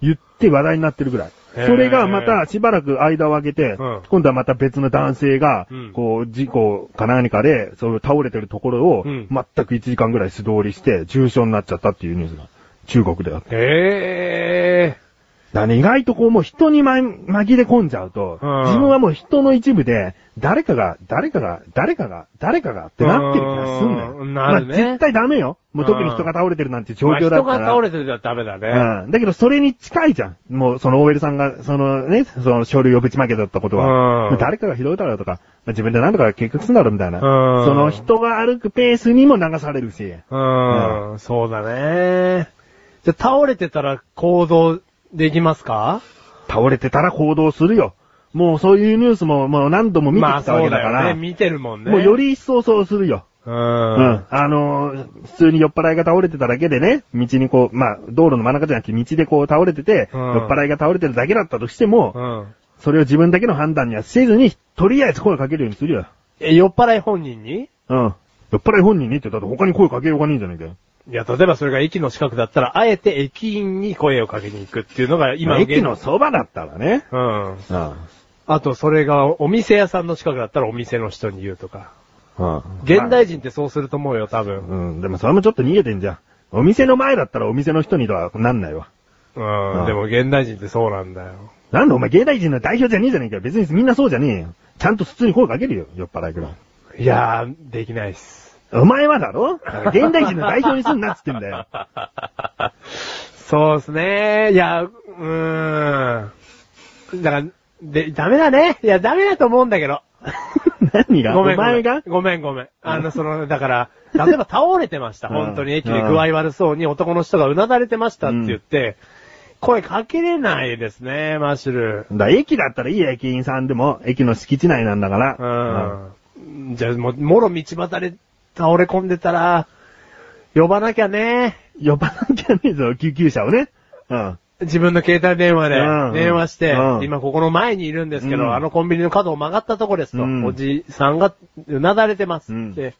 Speaker 2: 言って話題になってるぐらい。そ
Speaker 1: へー
Speaker 2: れがまたしばらく間を空けて、
Speaker 1: うん
Speaker 2: 今度はまた別の男性が、
Speaker 1: うん
Speaker 2: こう、事故か何かで、その倒れてるところを、
Speaker 1: うん
Speaker 2: 全く1時間ぐらい素通りして、重傷になっちゃったっていうニュースが、中国であって。
Speaker 1: へえ。
Speaker 2: だね、意外とこうもう人にま、紛れ込んじゃうと、
Speaker 1: うん
Speaker 2: 自分はもう人の一部で、誰かが、誰かが、誰かが、誰かがってなってる気がすんだよ。
Speaker 1: うんなるね
Speaker 2: まあ絶対ダメよ。もう特に人が倒れてるなんて状
Speaker 1: まあ
Speaker 2: 況
Speaker 1: 人
Speaker 2: だ
Speaker 1: が
Speaker 2: ったら。
Speaker 1: 倒れてるじゃダメだね。
Speaker 2: うん。だけど、それに近いじゃん。もう、その OL さんが、そのね、その書類をぶちまけたったことは、
Speaker 1: うん
Speaker 2: 誰かがひどいだろうとか、まあ自分で何とか結局すんだろうみたいな、
Speaker 1: うん
Speaker 2: その人が歩くペースにも流されるし、
Speaker 1: うん、そうだね。じゃあ倒れてたら行動できますか
Speaker 2: 倒れてたら行動するよ。もうそういうニュースももう何度も見て
Speaker 1: まあ
Speaker 2: きたわ
Speaker 1: そ
Speaker 2: け
Speaker 1: う
Speaker 2: だ
Speaker 1: だ
Speaker 2: か
Speaker 1: よ
Speaker 2: ら、
Speaker 1: ね。見てるもんね。
Speaker 2: もうよ、り一層そうするよ。
Speaker 1: う。
Speaker 2: うんん。あのー普通に酔っ払いが倒れてただけでね、道にこう、まあ、道路の真ん中じゃなくて道でこう倒れてて、
Speaker 1: うん
Speaker 2: 酔っ払いが倒れてるだけだったとしても、
Speaker 1: うん。
Speaker 2: それを自分だけの判断にはせずに、とりあえず声かけるようにするよ。
Speaker 1: え、酔っ払い本人に
Speaker 2: うん。酔っ払い本人にって、だって他に声かけようがねえじゃねえかよ。
Speaker 1: いや、例えばそれが駅の近くだったら、あえて駅員に声をかけに行くっていうのが今
Speaker 2: 今、
Speaker 1: 現
Speaker 2: 駅の。そばだったらね。
Speaker 1: う
Speaker 2: う
Speaker 1: ん。
Speaker 2: ん。
Speaker 1: あと、それがお店屋さんの近くだったらお店の人に言うとか。
Speaker 2: うん。
Speaker 1: 現代人ってそうすると思うよ、多分。
Speaker 2: うん、でもそれもちょっと逃げてんじゃん。お店の前だったらお店の人にとはなんないわ。
Speaker 1: うん。
Speaker 2: うん
Speaker 1: でも現代人ってそうなんだよ。
Speaker 2: なんでお前芸大人の代表じゃねえじゃねえかよ。別にみんなそうじゃねえよ。ちゃんと普通に声かけるよ。酔っ払いくらい。
Speaker 1: いやー、できないっす。
Speaker 2: お前はだろ現代人の代表にすんなっつってんだ よ。
Speaker 1: そうっすね。いや、うーん。だから、で、ダメだね。いや、ダメだと思うんだけど。
Speaker 2: 何が
Speaker 1: ごめん。
Speaker 2: お前が
Speaker 1: ごめん、ごめん。あの、その、だから、例えば倒れてまし た。
Speaker 2: うん
Speaker 1: 本当に駅で具合悪そうに男の人がうなだれてましたって言って、声かけれないですね、マッシュル。
Speaker 2: だ駅だったらいいよ駅員さんでも、駅の敷地内なんだから。
Speaker 1: うん。じゃあ、もう、もろ道端で倒れ込んでたら、呼ばなきゃね。
Speaker 2: うん。呼ばなきゃねえぞ、救急車をね。うん。
Speaker 1: 自分の携帯電話で
Speaker 2: うん
Speaker 1: 電話して、
Speaker 2: うん
Speaker 1: 今ここの前にいるんですけど、
Speaker 2: うん
Speaker 1: あのコンビニの角を曲がったとこですと、
Speaker 2: うん
Speaker 1: おじさんがうなだれてます
Speaker 2: う
Speaker 1: っ
Speaker 2: ん
Speaker 1: て、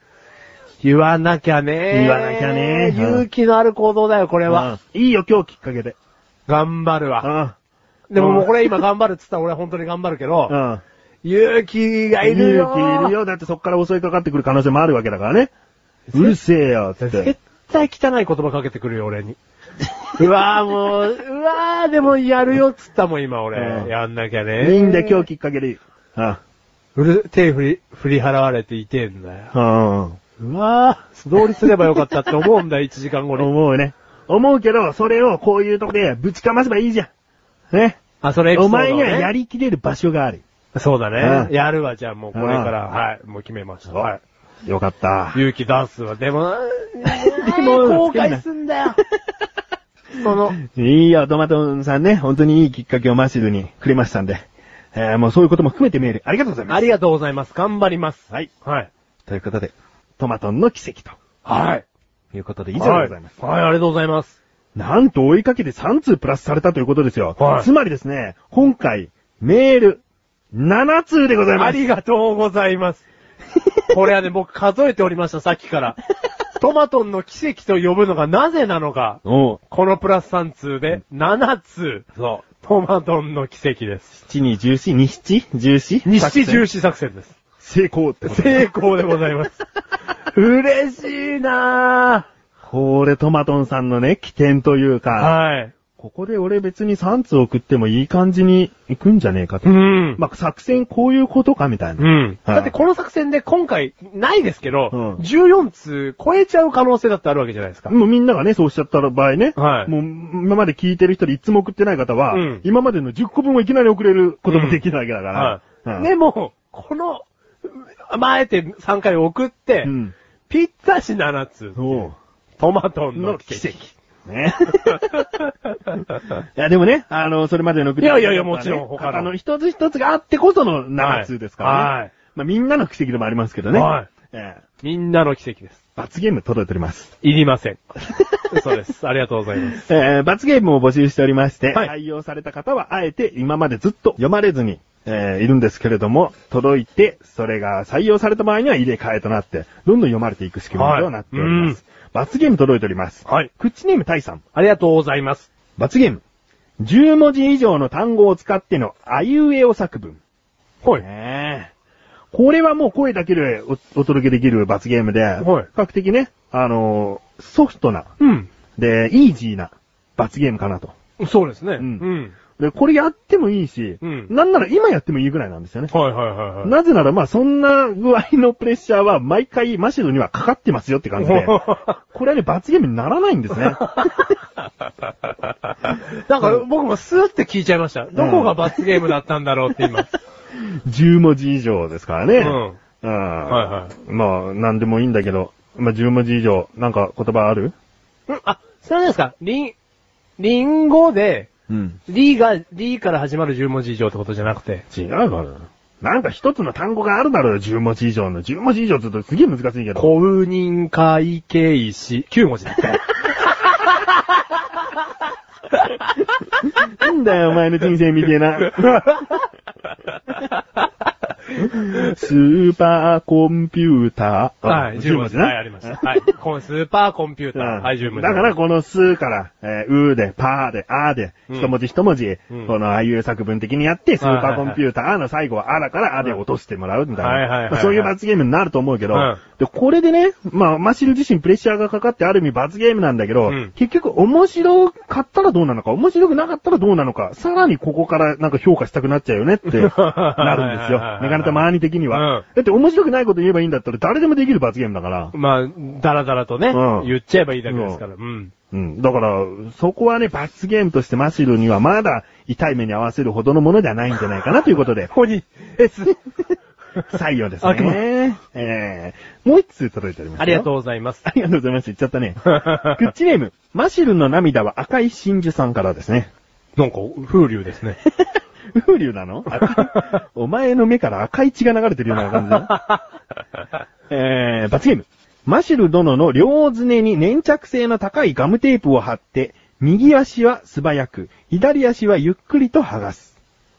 Speaker 1: 言わなきゃね
Speaker 2: 言わなきゃねうん
Speaker 1: 勇気のある行動だよ、これは。
Speaker 2: うんいいよ、今日きっかけで。
Speaker 1: 頑張る
Speaker 2: う
Speaker 1: わ。
Speaker 2: ん。
Speaker 1: でももうこれ今頑張るって言ったら俺は本当に頑張るけど、
Speaker 2: うん。
Speaker 1: 勇気がいる
Speaker 2: 勇
Speaker 1: よ。
Speaker 2: 気いるよ。だってそっから襲いかかってくる可能性もあるわけだからね。うるせえよ、つっ
Speaker 1: 絶
Speaker 2: て。
Speaker 1: 対汚い言葉かけてくるよ、俺に。うわぁ、もう、うわぁ、でもやるよっつったもん、今俺。
Speaker 2: うん
Speaker 1: やんなきゃね。
Speaker 2: いいんだよ、今日きっかけでいい。うん。
Speaker 1: うる、手振り、振り払われていてんだよ。
Speaker 2: うん。
Speaker 1: うわぁ、素通りすればよかったって思うんだよ、1時間後に。
Speaker 2: 思うね。思うけど、それをこういうとこでぶちかませばいいじゃん。ね。
Speaker 1: あ、それエピソ
Speaker 2: お
Speaker 1: ードをね、
Speaker 2: 前にはやりきれる場所がある。
Speaker 1: そうだね。
Speaker 2: うん
Speaker 1: やるわ、じゃあもうこれから。
Speaker 2: う
Speaker 1: はい、もう決めました。はい。
Speaker 2: よかった。
Speaker 1: 勇気出すわ。でも、
Speaker 2: でも
Speaker 1: 後悔すんだよ。その、
Speaker 2: いいよ、トマトさんね。本当にいいきっかけをマシルにくれましたんで。えー、もうそういうことも含めてメール、ありがとうございます。
Speaker 1: ありがとうございます。頑張ります。
Speaker 2: はい。
Speaker 1: はい。
Speaker 2: ということで、トマトンの奇跡と
Speaker 1: はい。
Speaker 2: いうことで以上でございます。
Speaker 1: はい、はいありがとうございます。
Speaker 2: なんと追いかけて3通プラスされたということですよ。
Speaker 1: はい
Speaker 2: つまりですね、今回、メール、7通でござい
Speaker 1: あ
Speaker 2: ます。
Speaker 1: りがとうござい ます。これはね、僕数えておりました、さっき から。トマトンの奇跡と呼ぶのがなぜなのか。
Speaker 2: おう
Speaker 1: このプラス3通で7通。
Speaker 2: そう。
Speaker 1: トマトンの奇跡です。
Speaker 2: 7に1四2七1四
Speaker 1: 日誌重視作戦です。
Speaker 2: 成功ってこと
Speaker 1: 成功でござ います。嬉しいな
Speaker 2: これトマトンさんのね、起点というか、
Speaker 1: ぁ。はい。
Speaker 2: ここで俺別に3通送ってもいい感じに行くんじゃねえかと。
Speaker 1: うん。
Speaker 2: まあ、作戦こういうことかみたいな。
Speaker 1: うん。
Speaker 2: はい
Speaker 1: だってこの作戦で今回ないですけど、
Speaker 2: うん
Speaker 1: 14通超えちゃう可能性だってあるわけじゃないですか。
Speaker 2: もうみんながね、そうしちゃった場合ね。
Speaker 1: はい
Speaker 2: もう、今まで聞いてる人でいつも送ってない方は、
Speaker 1: うん
Speaker 2: 今までの10個分をいきなり送れることもできないわけだから。
Speaker 1: は
Speaker 2: う
Speaker 1: い。
Speaker 2: ん
Speaker 1: でも、この、前って3回送って、
Speaker 2: うん。
Speaker 1: ぴったし7つ。
Speaker 2: そ
Speaker 1: トマト
Speaker 2: う。
Speaker 1: ンの奇跡。
Speaker 2: 跡。ね。 いや、でもね、あの、それまでの
Speaker 1: いやいやいやもちろん他の
Speaker 2: あの、一つ一つがあってこその7通ですからね。
Speaker 1: はいはい
Speaker 2: まあ、みんなの奇跡でもありますけどね。
Speaker 1: はい
Speaker 2: ええ
Speaker 1: みんなの奇跡です。
Speaker 2: 罰ゲーム届いております。
Speaker 1: いりません。そ うです。ありがとうございます。
Speaker 2: えー、罰ゲームを募集しておりまして、
Speaker 1: はい
Speaker 2: 採用された方は、あえて今までずっと読まれずに、えー、いるんですけれども、届いて、それが採用された場合には入れ替えとなって、どんどん読まれていく仕組みとなっております。罰ゲーム届いております。
Speaker 1: はい。
Speaker 2: クッチネームタイさん。
Speaker 1: ありがとうございます。
Speaker 2: 罰ゲーム。10文字以上の単語を使ってのあいうえお作文。
Speaker 1: ほい。
Speaker 2: ねえ。これはもう声だけでおお届けできる罰ゲームで、
Speaker 1: はい
Speaker 2: 比較的ね、あのーソフトな、
Speaker 1: うん。
Speaker 2: で、イージーな罰ゲームかなと。
Speaker 1: そうですね。う
Speaker 2: うん
Speaker 1: ん。
Speaker 2: で、これやってもいいし、
Speaker 1: うん
Speaker 2: なんなら今やってもいいぐらいなんですよね。
Speaker 1: はいはいはいはい。
Speaker 2: なぜならまあそんな具合のプレッシャーは毎回マシドにはかかってますよって感じで、これはね罰ゲームにならないんですね。
Speaker 1: なんか僕もスーって聞いちゃいました。どこが罰ゲームだったんだろうって今。
Speaker 2: 10文字以上ですからね。
Speaker 1: うん
Speaker 2: うん。
Speaker 1: は
Speaker 2: まあなんでもいいんだけど、まあ10文字以上、なんか言葉ある
Speaker 1: うんあ、それなんですかリン、リンゴで、
Speaker 2: うん。
Speaker 1: リーが、リーから始まる10文字以上ってことじゃなくて。
Speaker 2: 違うからな。なんか一つの単語があるだろうよ、10文字以上の。10文字以上って言うとすげえ難しいけど。
Speaker 1: 公認会計士。9文字だった。
Speaker 2: なんだよ、お前の人生みてえな。 スーパーコンピューター。
Speaker 1: はい、10文字。
Speaker 2: な
Speaker 1: はい、ありま した。はい。コンスーパーコンピューター。はい、10文字。
Speaker 2: だから、このすーから、えーうーで、ぱーで、あーで、
Speaker 1: うん
Speaker 2: 一文字一文字、
Speaker 1: うん
Speaker 2: このああいう作文的にやって、スーパーコンピューターの最後はあらからあで落としてもらうみたいな。
Speaker 1: はいはいはいはい
Speaker 2: そういう罰ゲームになると思うけど、
Speaker 1: うん
Speaker 2: で、これでね、まあ、マシル自身プレッシャーがかかってある意味罰ゲームなんだけど、
Speaker 1: うん
Speaker 2: 結局面白かったらどうなのか、面白くなかったらどうなのか、さらにここからなんか評価したくなっちゃうよね ってなるんですよ
Speaker 1: はいはいはいは。い
Speaker 2: メガネタマーニ的には。
Speaker 1: うん
Speaker 2: だって面白くないこと言えばいいんだったら誰でもできる罰ゲームだから。
Speaker 1: まあ、だらだらとね、
Speaker 2: うん
Speaker 1: 言っちゃえばいいだけですから。うん。
Speaker 2: うん。だから、そこはね、罰ゲームとしてマシルにはまだ痛い目に合わせるほどのものではないんじゃないかなということで、
Speaker 1: ここに、えつ。
Speaker 2: 採用です
Speaker 1: あごめ
Speaker 2: ね。えー、もう一通届いておりますよ。
Speaker 1: ありがとう
Speaker 2: う。
Speaker 1: ございます
Speaker 2: あ。 りがとうございます。言っちゃったね。 グッチネーム、マシルの涙は赤い真珠さんからですね。
Speaker 1: なんか、風流です ね。
Speaker 2: 風流なの赤い お前の目から赤い血が流れてるような感じだね。えー、罰ゲーム。マシル殿の両爪に粘着性の高いガムテープを貼って、右足は素早く、左足はゆっくりと剥がす。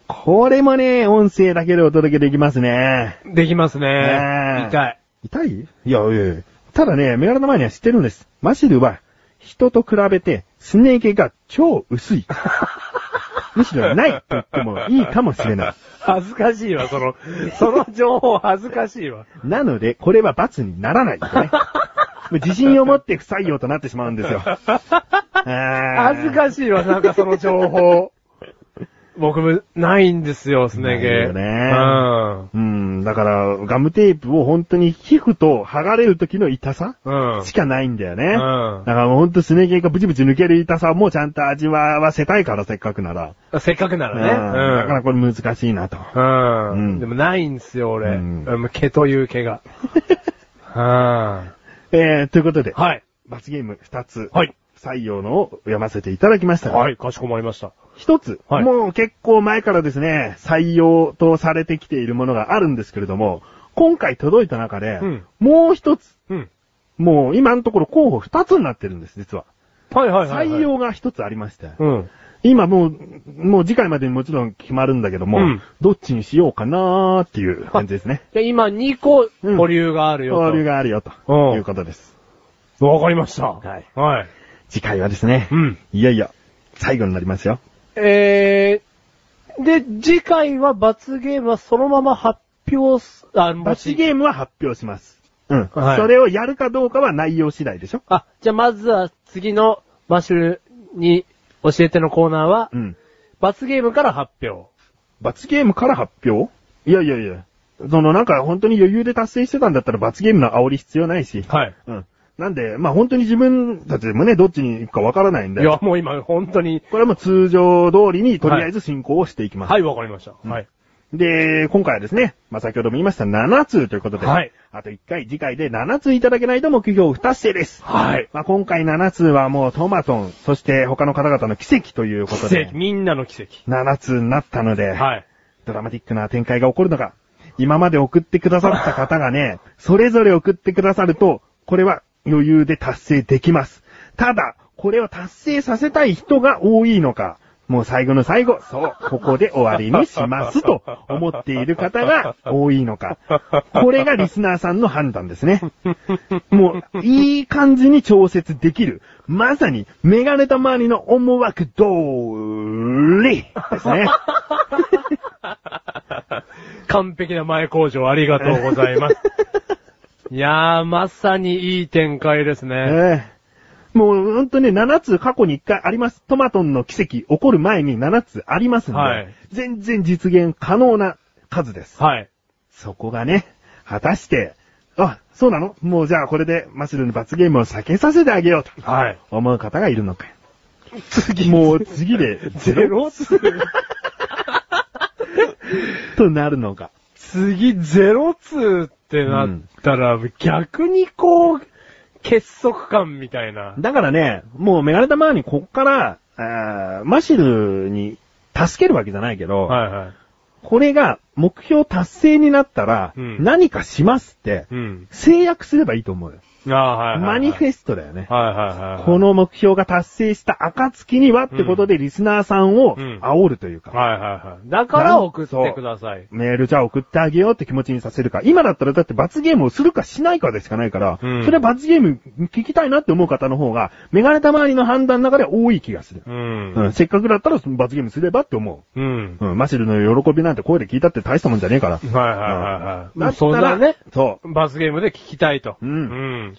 Speaker 2: これもね、音声だけでお届けできますね。
Speaker 1: できますね
Speaker 2: ね。え
Speaker 1: 痛い。
Speaker 2: 痛いいや、いやいやただね、メガネの前には知ってるんです。マシルは、人と比べて、すね毛が超薄い。むしろないと言ってもいいかもしれない。
Speaker 1: 恥ずかしいわ、その、その情報恥ずかしいわ。
Speaker 2: なので、これは罰にならない ですね。自信を持って不採用となってしまうんですよ。恥
Speaker 1: 恥ずかしいわ、なんかその情報。僕も、ないんですよ、すね毛。
Speaker 2: ないよね
Speaker 1: うん。
Speaker 2: うん、だから、ガムテープを本当に皮膚と剥がれる時の痛さ
Speaker 1: うん
Speaker 2: し。かないんだよね。
Speaker 1: う
Speaker 2: だか
Speaker 1: ん
Speaker 2: らもう本当スネ毛がブチブチ抜ける痛さもちゃんと味わわせたいから、せっかくなら。
Speaker 1: せっかくな
Speaker 2: うん
Speaker 1: ら
Speaker 2: だから
Speaker 1: ね。
Speaker 2: これ難しいなと。
Speaker 1: うん。う
Speaker 2: うん
Speaker 1: ん。でもないんですよ、俺。
Speaker 2: う
Speaker 1: うんん毛という毛 が。うん。
Speaker 2: えー、ということで、
Speaker 1: はい。
Speaker 2: 罰ゲーム2つ、
Speaker 1: はい。
Speaker 2: 採用のを読ませていただきましたが。
Speaker 1: はい、かしこまりました。
Speaker 2: 一つ、
Speaker 1: はい
Speaker 2: もう結構前からですね、採用とされてきているものがあるんですけれども、今回届いた中で、
Speaker 1: うん
Speaker 2: もう一つ、
Speaker 1: うん。
Speaker 2: もう今のところ候補二つになってるんです、実は。
Speaker 1: はいはいはい。
Speaker 2: 採。用が一つありまして、
Speaker 1: うん。
Speaker 2: 今もう、もう次回までにもちろん決まるんだけども、
Speaker 1: うん
Speaker 2: どっちにしようかなーっていう感じですね。
Speaker 1: で、今2個
Speaker 2: うん
Speaker 1: 保留があるよと。
Speaker 2: 交流があるよと
Speaker 1: うん
Speaker 2: いうことです。
Speaker 1: わかりました。
Speaker 2: はい。
Speaker 1: はい。
Speaker 2: 次回はですね、
Speaker 1: うん。
Speaker 2: いよいよ最後になりますよ。
Speaker 1: えー、で、次回は罰ゲームはそのまま発表す、あ、も
Speaker 2: 罰
Speaker 1: し
Speaker 2: ゲームは発表します。うん。
Speaker 1: はい
Speaker 2: それをやるかどうかは内容次第でしょ
Speaker 1: あ、じゃあまずは次のマッシュルに教えてのコーナーは、
Speaker 2: うん。
Speaker 1: 罰ゲームから発表。
Speaker 2: 罰ゲームから発表いやいやいや。そのなんか本当に余裕で達成してたんだったら罰ゲームの煽り必要ないし。
Speaker 1: はい。
Speaker 2: うん。なんで、まあ本当に自分たちもね、どっちに行くかわからないん
Speaker 1: い
Speaker 2: で。
Speaker 1: や、もう今本当に、
Speaker 2: これはもう通常通りにとりあえず進行をしていきます。
Speaker 1: はい、わかりました。
Speaker 2: うん
Speaker 1: はい。
Speaker 2: で、今回はですね、まあ先ほども言いました7通ということで。
Speaker 1: はい。
Speaker 2: あと1回、次回で7通いただけないと目標不達成です。
Speaker 1: はい。
Speaker 2: まあ今回7通はもうトマトン、そして他の方々の奇跡ということ
Speaker 1: 奇
Speaker 2: で
Speaker 1: 跡、。 みんなの奇跡。
Speaker 2: 7通になったので。
Speaker 1: はい。
Speaker 2: ドラマティックな展開が起こるのか、今まで送ってくださった方がね、それぞれ送ってくださると、これは余裕で達成できます。ただ、これを達成させたい人が多いのか、もう最後の最後、そう、ここで終わりにしますと思っている方が多いのか。これがリスナーさんの判断ですね。もう、いい感じに調節できる。まさに、メガネた周りの思惑通りですね。
Speaker 1: 完璧な前工場ありがとうご ざいます。いやー、まさにいい展開ですね。
Speaker 2: ええもうほんとね、7つ過去に1回あります。トマトンの奇跡起こる前に7つありますんで、
Speaker 1: はい
Speaker 2: 全然実現可能な数です。
Speaker 1: はい。
Speaker 2: そこがね、果たして、あ、そうなのもうじゃあこれでマシュルの罰ゲームを避けさせてあげようと
Speaker 1: はい。
Speaker 2: 思う方がいるのか。次。もう次で ゼロ
Speaker 1: ロ通
Speaker 2: となるのか。
Speaker 1: 次、ゼロ通ってなったら、逆にこう、結束感みたいな。
Speaker 2: だからね、もうメガネタマーにこっから、あーマシルに助けるわけじゃないけど、
Speaker 1: はいはい。
Speaker 2: これが目標達成になったら、
Speaker 1: うん
Speaker 2: 何かしますって、
Speaker 1: うん。
Speaker 2: 制約すればいいと思うよ。
Speaker 1: ああ、はいはいはい。
Speaker 2: マニフ
Speaker 1: ェ
Speaker 2: ェストだよね。
Speaker 1: はいはいはいはい。
Speaker 2: こ、の目標が達成した暁にはってことでリスナーさんを
Speaker 1: うん
Speaker 2: 煽るというか、
Speaker 1: はいはいはい。だから送ってください。
Speaker 2: メールじゃあ送ってあげようって気持ちにさせるか、今だったらだって罰ゲームをするかしないかでしかないから、
Speaker 1: うん
Speaker 2: それは罰ゲーム聞きたいなって思う方の方が、メガネたまりの判断の中では多い気がする。
Speaker 1: うん。
Speaker 2: うん、せっかくだったらその罰ゲームすればって思
Speaker 1: うん。
Speaker 2: う。うん、マシルの喜びなんて声で聞いたって大したもんじゃねえから。
Speaker 1: はいはいはいはい。
Speaker 2: だっ
Speaker 1: もう
Speaker 2: た
Speaker 1: そんな
Speaker 2: ら
Speaker 1: ね、
Speaker 2: そう。
Speaker 1: 罰ゲームで聞きたいと。
Speaker 2: うん
Speaker 1: うん。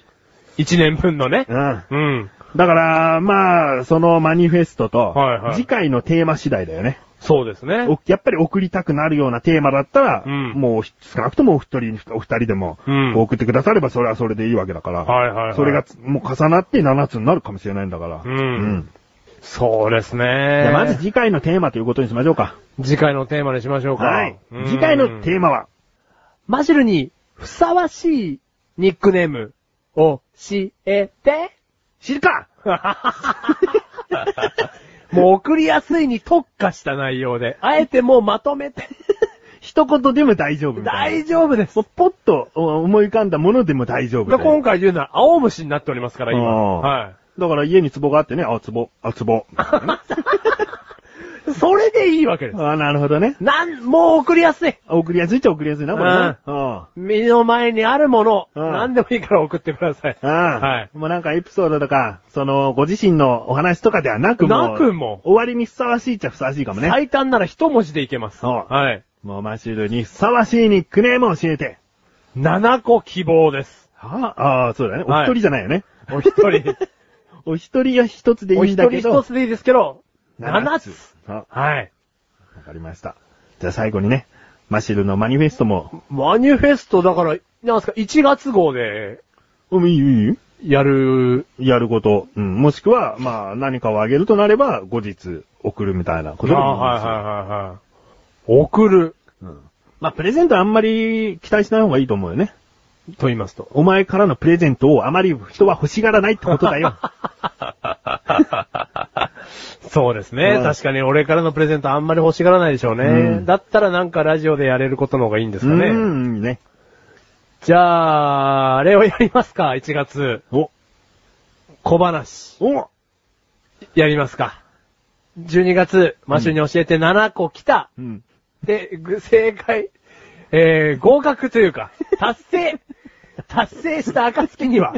Speaker 1: 一年分のね
Speaker 2: う。ん。
Speaker 1: うん。
Speaker 2: だから、まあ、そのマニフェストと
Speaker 1: はいは、い
Speaker 2: 次回のテーマ次第だよね。
Speaker 1: そうですね。
Speaker 2: おやっぱり送りたくなるようなテーマだったら、
Speaker 1: うん
Speaker 2: もう少なくともお一人、お二人でも
Speaker 1: うん、
Speaker 2: 送ってくださればそれはそれでいいわけだから、
Speaker 1: はいはいはい
Speaker 2: それがつもう重なって7つになるかもしれないんだから。
Speaker 1: うんそうです
Speaker 2: じ
Speaker 1: ね
Speaker 2: ゃあ。まず次回のテーマということにしましょうか。
Speaker 1: 次回のテーマにしましょうか。
Speaker 2: はい。次回のテー
Speaker 1: マ。
Speaker 2: マは、
Speaker 3: マジルにふさわしい
Speaker 1: ニックネーム。
Speaker 3: 教えて。
Speaker 2: 知るか
Speaker 1: もう送りやすいに特化した内容で。
Speaker 3: あえてもうまとめて。
Speaker 2: 一言でも大丈夫みたいな。
Speaker 1: 大丈夫です。
Speaker 2: ポッとお思い浮かんだものでも大丈夫
Speaker 1: まあ
Speaker 2: だ
Speaker 1: 今
Speaker 2: よ。
Speaker 1: 回言うのは青虫になっておりますから、今。
Speaker 2: うん
Speaker 1: は
Speaker 2: だから家に壺があってね、あ、壺、あ、壺。
Speaker 1: い。それでいいわけです。
Speaker 2: あ、なるほどね。
Speaker 1: なん、もう送りやすい。
Speaker 2: 送りやすいっちゃ送りやすいな、これな。うん。
Speaker 1: 身の前にあるもの、
Speaker 2: うん
Speaker 1: 何でもいいから送ってください。
Speaker 2: うん。
Speaker 1: はい。
Speaker 2: もうなんかエピソードとか、その、ご自身のお話とかではなくもう、
Speaker 1: なくも
Speaker 2: 終わりにふさわしいっちゃふさわしいかもね。
Speaker 1: 最短なら一文字でいけます。
Speaker 2: そう
Speaker 1: はい。
Speaker 2: もうマシュルにふさわしいニックネームを教えて。
Speaker 1: 7個希望です。
Speaker 2: はあ、あーそうだね。お
Speaker 1: はい
Speaker 2: 一人じゃないよね。
Speaker 1: お一人。
Speaker 2: お一人は一つでい
Speaker 1: お
Speaker 2: いん
Speaker 1: 一
Speaker 2: だ
Speaker 1: 人
Speaker 2: け
Speaker 1: 一
Speaker 2: ど。
Speaker 1: つでいいですけど、
Speaker 2: 七
Speaker 1: 7
Speaker 2: つ
Speaker 1: つ。
Speaker 2: あ、わ
Speaker 1: はい。
Speaker 2: かりました。じゃあ最後にね、マシュルのマニフェストも、
Speaker 1: マニュフェストだから、なんすか、1月号で
Speaker 2: うん、いいよいいよ
Speaker 1: やる、
Speaker 2: やること。うん。もしくは、まあ、何かをあげるとなれば、後日送るみたいなことでもいいんですよ
Speaker 1: あはいはいはいはい。送る、
Speaker 2: うんまあ、プレゼントあんまり期待しない方がいいと思うよね。
Speaker 1: と言いますと。
Speaker 2: お前からのプレゼントをあまり人は欲しがらないってことだ よ。
Speaker 1: そうですね、
Speaker 2: うん
Speaker 1: 確かに俺からのプレゼントあんまり欲しがらないでしょうね。
Speaker 2: うん
Speaker 1: だったらなんかラジオでやれることの方がいいんですかね。
Speaker 2: うん、ね。
Speaker 1: じゃあ、あれをやりますか、1月。
Speaker 2: お、
Speaker 1: 小話。
Speaker 2: お、
Speaker 1: やりますか。12月、マシュに教えて7個来た。
Speaker 2: うん。
Speaker 1: で、ぐ正解。えー、合格というか、達成。達成した暁 には。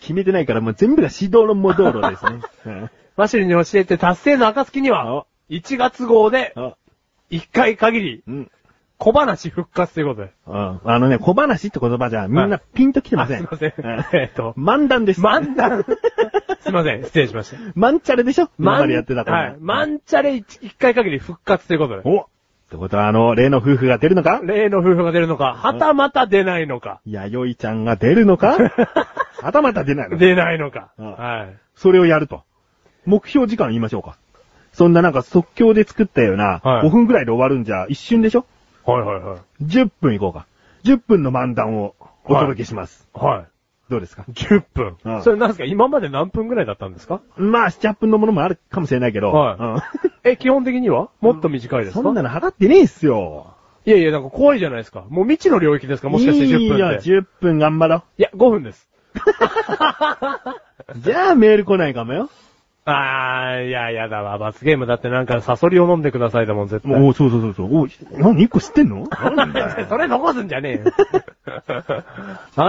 Speaker 2: 決めてないからもう全部が指導の模道路です ね。うん
Speaker 1: マシュに教えて達成の暁には
Speaker 2: お、
Speaker 1: 1月号で、
Speaker 2: あ、
Speaker 1: 1回限り、
Speaker 2: うん。
Speaker 1: 小話復活ということで。
Speaker 2: ああのね、小話って言葉じゃみんなピンときてません。
Speaker 1: あすいません
Speaker 2: う
Speaker 1: えっと
Speaker 2: 漫談です。
Speaker 1: 漫談すいません、失礼しました。
Speaker 2: マンチャレでしょ今までやってたか
Speaker 1: は
Speaker 2: ら
Speaker 1: い。。マンチャレ 1, 回限り復活ということで。
Speaker 2: おってことはあの、例の夫婦が出るのか
Speaker 1: 例の夫婦が出るのか、はたまた出ないのか、
Speaker 2: 弥生ちゃんが出るの かはたまた出ないのか
Speaker 1: 出ないのか。
Speaker 2: うん
Speaker 1: はい。
Speaker 2: それをやると。目標時間言いましょうか。そんななんか即興で作ったような、
Speaker 1: はい
Speaker 2: 5分くらいで終わるんじゃ一瞬でしょ
Speaker 1: はいはいはい。
Speaker 2: ?10 分いこうか。10分の漫談をお届けします。
Speaker 1: は
Speaker 2: どうですか
Speaker 1: い。10分。
Speaker 2: うん
Speaker 1: それなんですか今まで何分ぐらいだったんです か
Speaker 2: まあ、7、8分のものもあるかもしれないけど、
Speaker 1: はえ、基本的にはもっと短い
Speaker 2: うん
Speaker 1: ですか、
Speaker 2: そんなの払ってねえっすよ。
Speaker 1: いやいや、なんか怖いじゃないですか。もう未知の領域ですかもしかして
Speaker 2: いい
Speaker 1: 10
Speaker 2: よ
Speaker 1: 分って。い
Speaker 2: 10分頑張ろ
Speaker 1: や、5分です。
Speaker 2: う。 じゃあメール来ないかもよ。
Speaker 1: あー、いや、やだわ。罰ゲームだってなんかサソリを飲んでくださいだもん、絶対。
Speaker 2: もう、そうそうそうそう。おい、何一個知ってんのなんだよ
Speaker 1: それ残すんじゃねえよ。 わか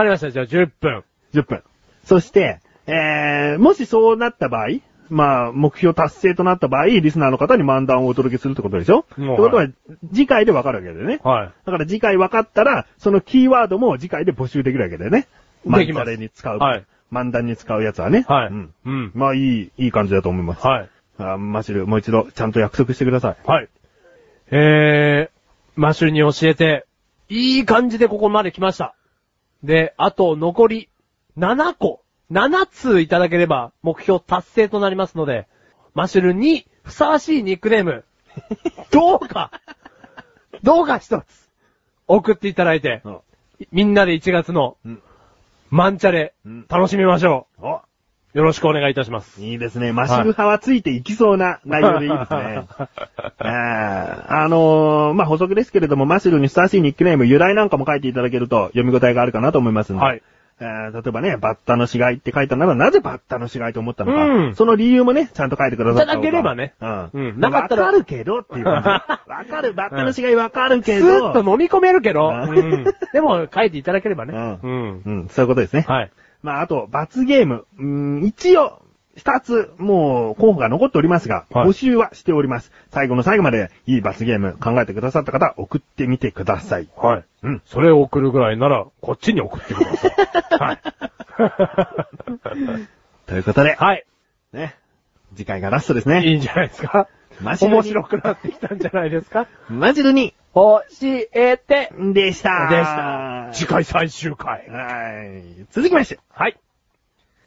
Speaker 1: りました。じゃあ10分。
Speaker 2: 10分。そして、えー、もしそうなった場合、まあ、目標達成となった場合、リスナーの方に漫談をお届けするってことでしょって
Speaker 1: もう
Speaker 2: こと
Speaker 1: は
Speaker 2: は、次回で分かるわけだよね。
Speaker 1: はい。
Speaker 2: だから次回分かったら、そのキーワードも次回で募集できるわけだよね。
Speaker 1: できます
Speaker 2: マンチャレに使う。
Speaker 1: はい
Speaker 2: 漫談に使うやつはね。
Speaker 1: はい。
Speaker 2: うん。
Speaker 1: うん。
Speaker 2: まあ、いい、いい感じだと思います。
Speaker 1: はい。
Speaker 2: あマシル、もう一度、ちゃんと約束してください。
Speaker 1: はい。えー、マシュに教えて、いい感じでここまで来ました。で、あと残り7個、7通いただければ目標達成となりますので、マシュルにふさわしいニックネ ーム、どうか、どうか一つ、送っていただいて、
Speaker 2: お
Speaker 1: みんなで1月の
Speaker 2: うん、
Speaker 1: マンチャレ
Speaker 2: うん、
Speaker 1: 楽しみましょ
Speaker 2: お
Speaker 1: う。よろしくお願いいたします。
Speaker 2: いいですね。マシル派はついていきそうな内容でいいですね。えー あのー、まあ、補足ですけれども、マシルにふさわしいニックネーム、由来なんかも書いていただけると読み応えがあるかなと思いますので。
Speaker 1: はい。
Speaker 2: えー例えばね、バッタの死骸って書いたなら、なぜバッタの死骸と思ったのか、
Speaker 1: うん
Speaker 2: その理由もね、ちゃんと書いてくださった方が
Speaker 1: いただければね
Speaker 2: うん。
Speaker 1: うんなかったら
Speaker 2: わかるけどっていう 感じ。わかる、バッタの死骸わかるけ
Speaker 1: スー
Speaker 2: ど。
Speaker 1: ッと飲み込めるけど、
Speaker 2: うん
Speaker 1: うんでも書いていただければね。
Speaker 2: う
Speaker 1: うん。
Speaker 2: うん、そういうことですね。
Speaker 1: はい。
Speaker 2: まあ、あと、罰ゲーム。うん、一応、二つ、もう、候補が残っておりますが、
Speaker 1: はい
Speaker 2: 募集はしております。最後の最後まで、いい罰ゲーム考えてくださった方、送ってみてください。
Speaker 1: はい。
Speaker 2: うん。
Speaker 1: それを送るぐらいなら、こっちに送ってくだ さい。はい。
Speaker 2: ということで、
Speaker 1: はい。
Speaker 2: ね。次回がラストですね。
Speaker 1: いいんじゃないですか
Speaker 2: マジで
Speaker 1: 面白くなってきたんじゃないですか
Speaker 2: マジルに、
Speaker 1: 教えて
Speaker 2: でした。
Speaker 1: でした。次回最終回。
Speaker 2: はい。続きまして。
Speaker 1: はい。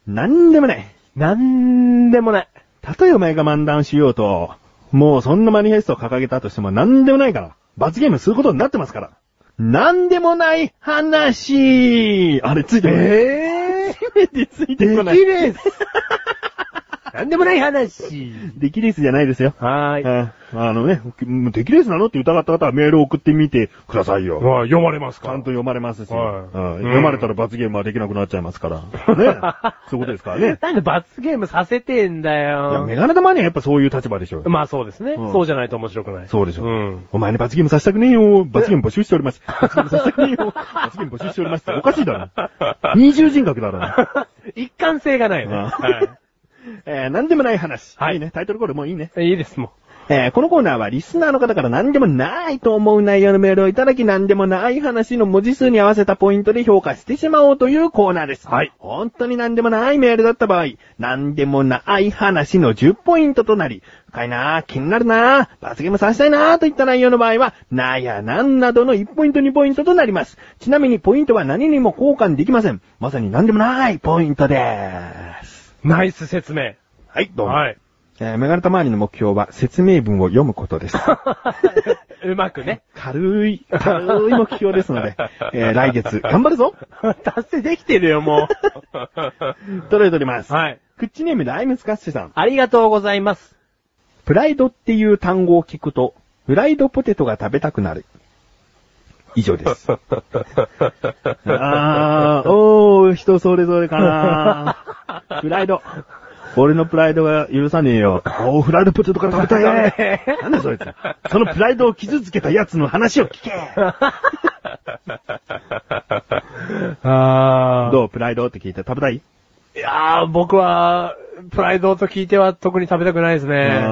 Speaker 2: なんでもない。
Speaker 1: なんでもない。
Speaker 2: たとえお前が漫談しようと、もうそんなマニフェストを掲げたとしてもなんでもないから。罰ゲームすることになってますから。なんでもない話あれ、ついてこない。
Speaker 1: ええ
Speaker 2: せめてついてこ
Speaker 1: ー、
Speaker 2: な
Speaker 1: でき
Speaker 2: い。
Speaker 1: れい です。なんでもない 話。
Speaker 2: できレースじゃないですよ。
Speaker 1: はーい。
Speaker 2: ああのね、もうできレースなのって疑った方はメールを送ってみてくださいよ。
Speaker 1: まあ、読まれます
Speaker 2: ちゃ
Speaker 1: か
Speaker 2: んと読まれますし、
Speaker 1: は
Speaker 2: う
Speaker 1: い
Speaker 2: ん
Speaker 1: うん
Speaker 2: 読まれたら罰ゲームはできなくなっちゃいますから。ね。そういうことですから ね。
Speaker 1: なんで罰ゲームさせてんだ
Speaker 2: いや、
Speaker 1: よ
Speaker 2: メ。ガネ玉にはやっぱそういう立場でしょ。
Speaker 1: まあそうですね、
Speaker 2: うん
Speaker 1: そうじゃないと面白くない。
Speaker 2: そうでしょ
Speaker 1: うん。
Speaker 2: お前に罰ゲームさせたくねえよ。罰ゲーム募集しております。罰ゲームさせたくねえよ。罰ゲーム募集しておりますっておかしいだろ。 二重人格だろ。
Speaker 1: 一貫性がないね。
Speaker 2: うん
Speaker 1: は
Speaker 2: えー、なんでもない話。
Speaker 1: はい
Speaker 2: いね。タイトルコールもういいね。
Speaker 1: い。いいですもん。
Speaker 2: えー、このコーナーはリスナーの方から何でもないと思う内容のメールをいただき、何でもない話の文字数に合わせたポイントで評価してしまおうというコーナーです。
Speaker 1: はい
Speaker 2: 本当に何でもないメールだった場合、何でもない話の10ポイントとなり、深いなぁ、気になるなぁ、罰ゲームさせたいなぁといった内容の場合は、なやなんなどの1ポイント2ポイントとなります。ちなみにポイントは何にも交換できません。まさに何でもないポイントです。
Speaker 1: ナイス説明。
Speaker 2: はい、どうも。
Speaker 1: はい。
Speaker 2: えーメガネタ周りの目標は説明文を読むことです。
Speaker 1: うま くね。
Speaker 2: 軽い、軽い目標ですの で、えー来月、頑張るぞ
Speaker 1: 達成できてるよ、もう。
Speaker 2: 届いております。
Speaker 1: はい。
Speaker 2: クッチネームライムスカッシュさん。
Speaker 1: ありがとうござ います。
Speaker 2: プライドっていう単語を聞くと、フライドポテトが食べたくなる。以上です。 あー、おー、人それぞれかなフライド。俺のプライドが許さねえよ。おー、フライドポテトから食べたいね。 なんだそいつ。そのプライドを傷つけた奴の話を聞 け。
Speaker 1: あ
Speaker 2: どうプライドって聞いて食べたい
Speaker 1: いやー、僕は、プライドと聞いては特に食べたくないですね。う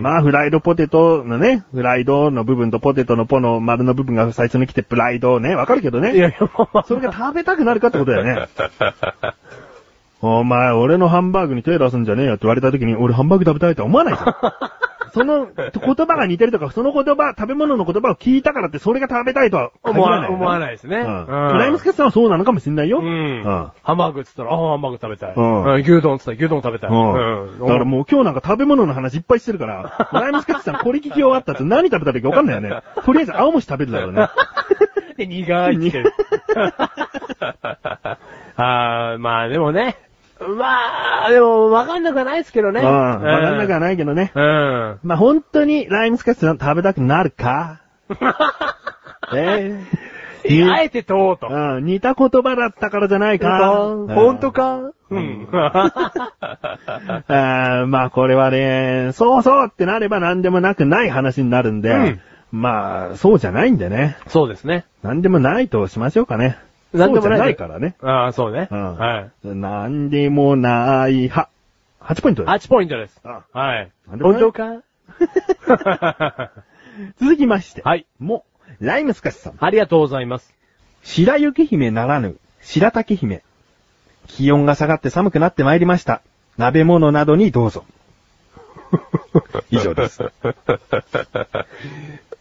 Speaker 1: ん。
Speaker 2: まあ、フライドポテトのね、フライドの部分とポテトのポの丸の部分が最初に来てプライドね、わかるけど
Speaker 1: いや
Speaker 2: ね。
Speaker 1: いや、もう
Speaker 2: それが食べたくなるかってことだよ ね。お前、俺のハンバーグに手出すんじゃねえよって言われた時に、俺ハンバーグ食べたいとは思わ ないじゃん。その言葉が似てるとか、その言葉、食べ物の言葉を聞いたからって、それが食べたいとは
Speaker 1: 思
Speaker 2: 思わ
Speaker 1: わ
Speaker 2: な
Speaker 1: ない
Speaker 2: よね。
Speaker 1: い。思わないですね。
Speaker 2: うん。
Speaker 1: うん
Speaker 2: プライムスケさんはそうなのかもしれないよ。
Speaker 1: うん。
Speaker 2: うん
Speaker 1: ハンバーグって言ったら、ああ、ハンバーグ食べたい。
Speaker 2: うん
Speaker 1: うん牛丼って言ったら、牛丼食べたい。
Speaker 2: うん。だからもう今日なんか食べ物の話いっぱいしてるから、ライムスカッチさんこれ聞き終わったって何食べたらいいか分かんないよね。とりあえず青虫食べるだろうね。
Speaker 1: で、苦いって。 あー、まあでもね。まあ、でも、わかんなくはないですけどね。
Speaker 2: うん。わかんなくはないけどね。
Speaker 1: うん。
Speaker 2: まあ本当にライムスカッチさん食べたくなる かええ
Speaker 1: いやあえて問おうと。
Speaker 2: うん、似た言葉だったからじゃないか。うん
Speaker 1: 本当か うん。
Speaker 2: あーまあこれはね、そうそうってなれば何でもなくない話になるんで、
Speaker 1: うん
Speaker 2: まあそうじゃないんでね。
Speaker 1: そうですね。
Speaker 2: 何でもないとしましょうかね。
Speaker 1: 何でも
Speaker 2: そ
Speaker 1: ない
Speaker 2: うじゃないからね。
Speaker 1: ああ、そうね。
Speaker 2: うん
Speaker 1: はい。
Speaker 2: なんでもないは、8ポイントです。
Speaker 1: 8ポイントです。
Speaker 2: あ
Speaker 1: はい。
Speaker 2: なんでもない
Speaker 1: か
Speaker 2: 続きまして。
Speaker 1: はい。
Speaker 2: も、ライムスカシさん。
Speaker 1: ありがとうございます。
Speaker 2: 白雪姫ならぬ、白竹姫。気温が下がって寒くなってまいりました。鍋物などにどう ぞ。以上です。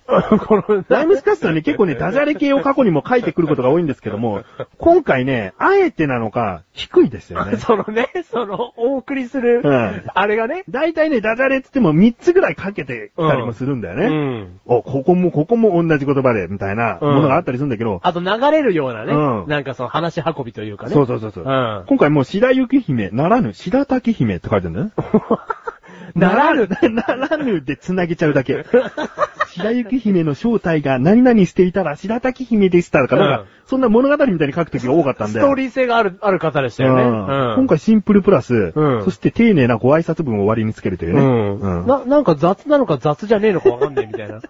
Speaker 1: この、。
Speaker 2: ライムスカッシュさんね、結構ね、ダジャレ系を過去にも書いてくることが多いんですけども、今回ね、あえてなのか、低いですよね
Speaker 1: そのね、その、お送りする、
Speaker 2: うん
Speaker 1: あれがね。
Speaker 2: 大体ね、ダジャレって言っても3つぐらいかけてきたりもするんだよね。
Speaker 1: うん。
Speaker 2: お、ここも、ここも同じ言葉で、みたいなものがあったりするんだけど、
Speaker 1: あと流れるようなね、
Speaker 2: うん
Speaker 1: なんかその話し運びというかね。
Speaker 2: そうそうそうそう、
Speaker 1: うん
Speaker 2: 今回もう白雪姫、ならぬ、白滝姫って書いてあるんだよね。
Speaker 1: ならぬ。
Speaker 2: ならぬで繋げちゃうだけ。 白雪姫の正体が何々していたら白滝姫でしたとか、なん
Speaker 1: うん
Speaker 2: か、そんな物語みたいに書くときが多かったん
Speaker 1: ス
Speaker 2: で。
Speaker 1: トーリー性がある、ある方でしたよね。
Speaker 2: うん
Speaker 1: うん
Speaker 2: 今回シンプルプラス、
Speaker 1: うん
Speaker 2: そして丁寧なご挨拶文を終わりにつけるというね。
Speaker 1: うん。な、なんか雑なのか雑じゃねえのかわかんないみた い
Speaker 2: う
Speaker 1: な。
Speaker 2: ん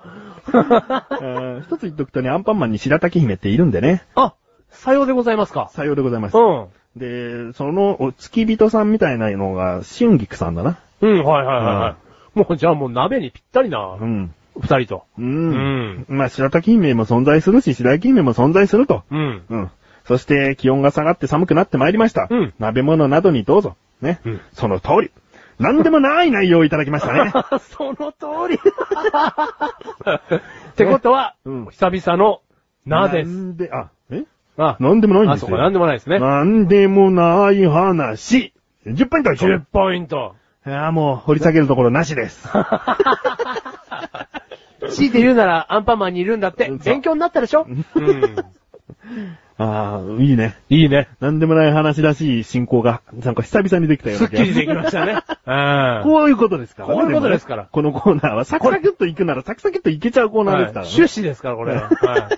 Speaker 2: 一つ言っとくとね、アンパンマンに白滝姫っているんでね。
Speaker 1: あ、さようでございますか。
Speaker 2: さようでございます
Speaker 1: う。ん。
Speaker 2: で、その、お付き人さんみたいなのが、春菊さんだな。
Speaker 1: うん、はいはいはいはい。もうじゃあもう鍋にぴったりな
Speaker 2: う、ん。
Speaker 1: 二人と。
Speaker 2: うん。まあ、白滝姫も存在するし、白雪姫も存在すると。
Speaker 1: うん。
Speaker 2: うん。そして、気温が下がって寒くなってまいりました。
Speaker 1: うん
Speaker 2: 鍋物などにどうぞ。ね。
Speaker 1: うん
Speaker 2: その通り。何でもない内容をいただきましたね。
Speaker 1: その通 り。ってことは、
Speaker 2: うん
Speaker 1: 久々の、 なで
Speaker 2: な
Speaker 1: す。
Speaker 2: んで、あ、え
Speaker 1: あ
Speaker 2: なんでもないん
Speaker 1: あ、
Speaker 2: です
Speaker 1: そ
Speaker 2: よ。
Speaker 1: うか、なんでもないですね。
Speaker 2: なんでもない話。10ポイントいこ
Speaker 1: 10
Speaker 2: う。
Speaker 1: ポイント。
Speaker 2: ああ、もう、掘り下げるところなし です。
Speaker 1: 強いて言うなら、アンパンマンにいるんだって。勉強になったでし ょうん。
Speaker 2: ああ、いいね。
Speaker 1: いいね。
Speaker 2: なんでもない話らしい進行が、なんか久々にできたよう
Speaker 1: す
Speaker 2: な
Speaker 1: っ
Speaker 2: 気
Speaker 1: き
Speaker 2: が
Speaker 1: りできま したね。うん。
Speaker 2: こういうことですからね。
Speaker 1: こういうことですから
Speaker 2: もねこのコーナーは、サクサクっと行くなら、サクサクっと行けちゃうコーナーですか
Speaker 1: はい
Speaker 2: らね。
Speaker 1: 趣旨ですから、これは。はい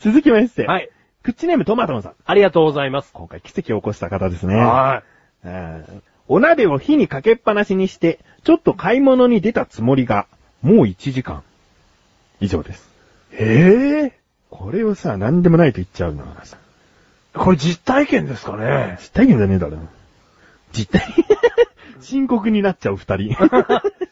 Speaker 2: 続きまして。
Speaker 1: はい。
Speaker 2: クッチネームトマトンさん。
Speaker 1: ありがとうございます。
Speaker 2: 今回奇跡を起こした方ですね。
Speaker 1: は
Speaker 2: うんお鍋を火にかけっぱなしにして、ちょっと買い物に出たつもりが、もう1時間。以上です。へえ。これをさ、何でもないと言っちゃうのはさ、
Speaker 1: い。これ実体験ですかね。
Speaker 2: 実体験じゃねえだろ。実 体、深刻になっちゃう二人。い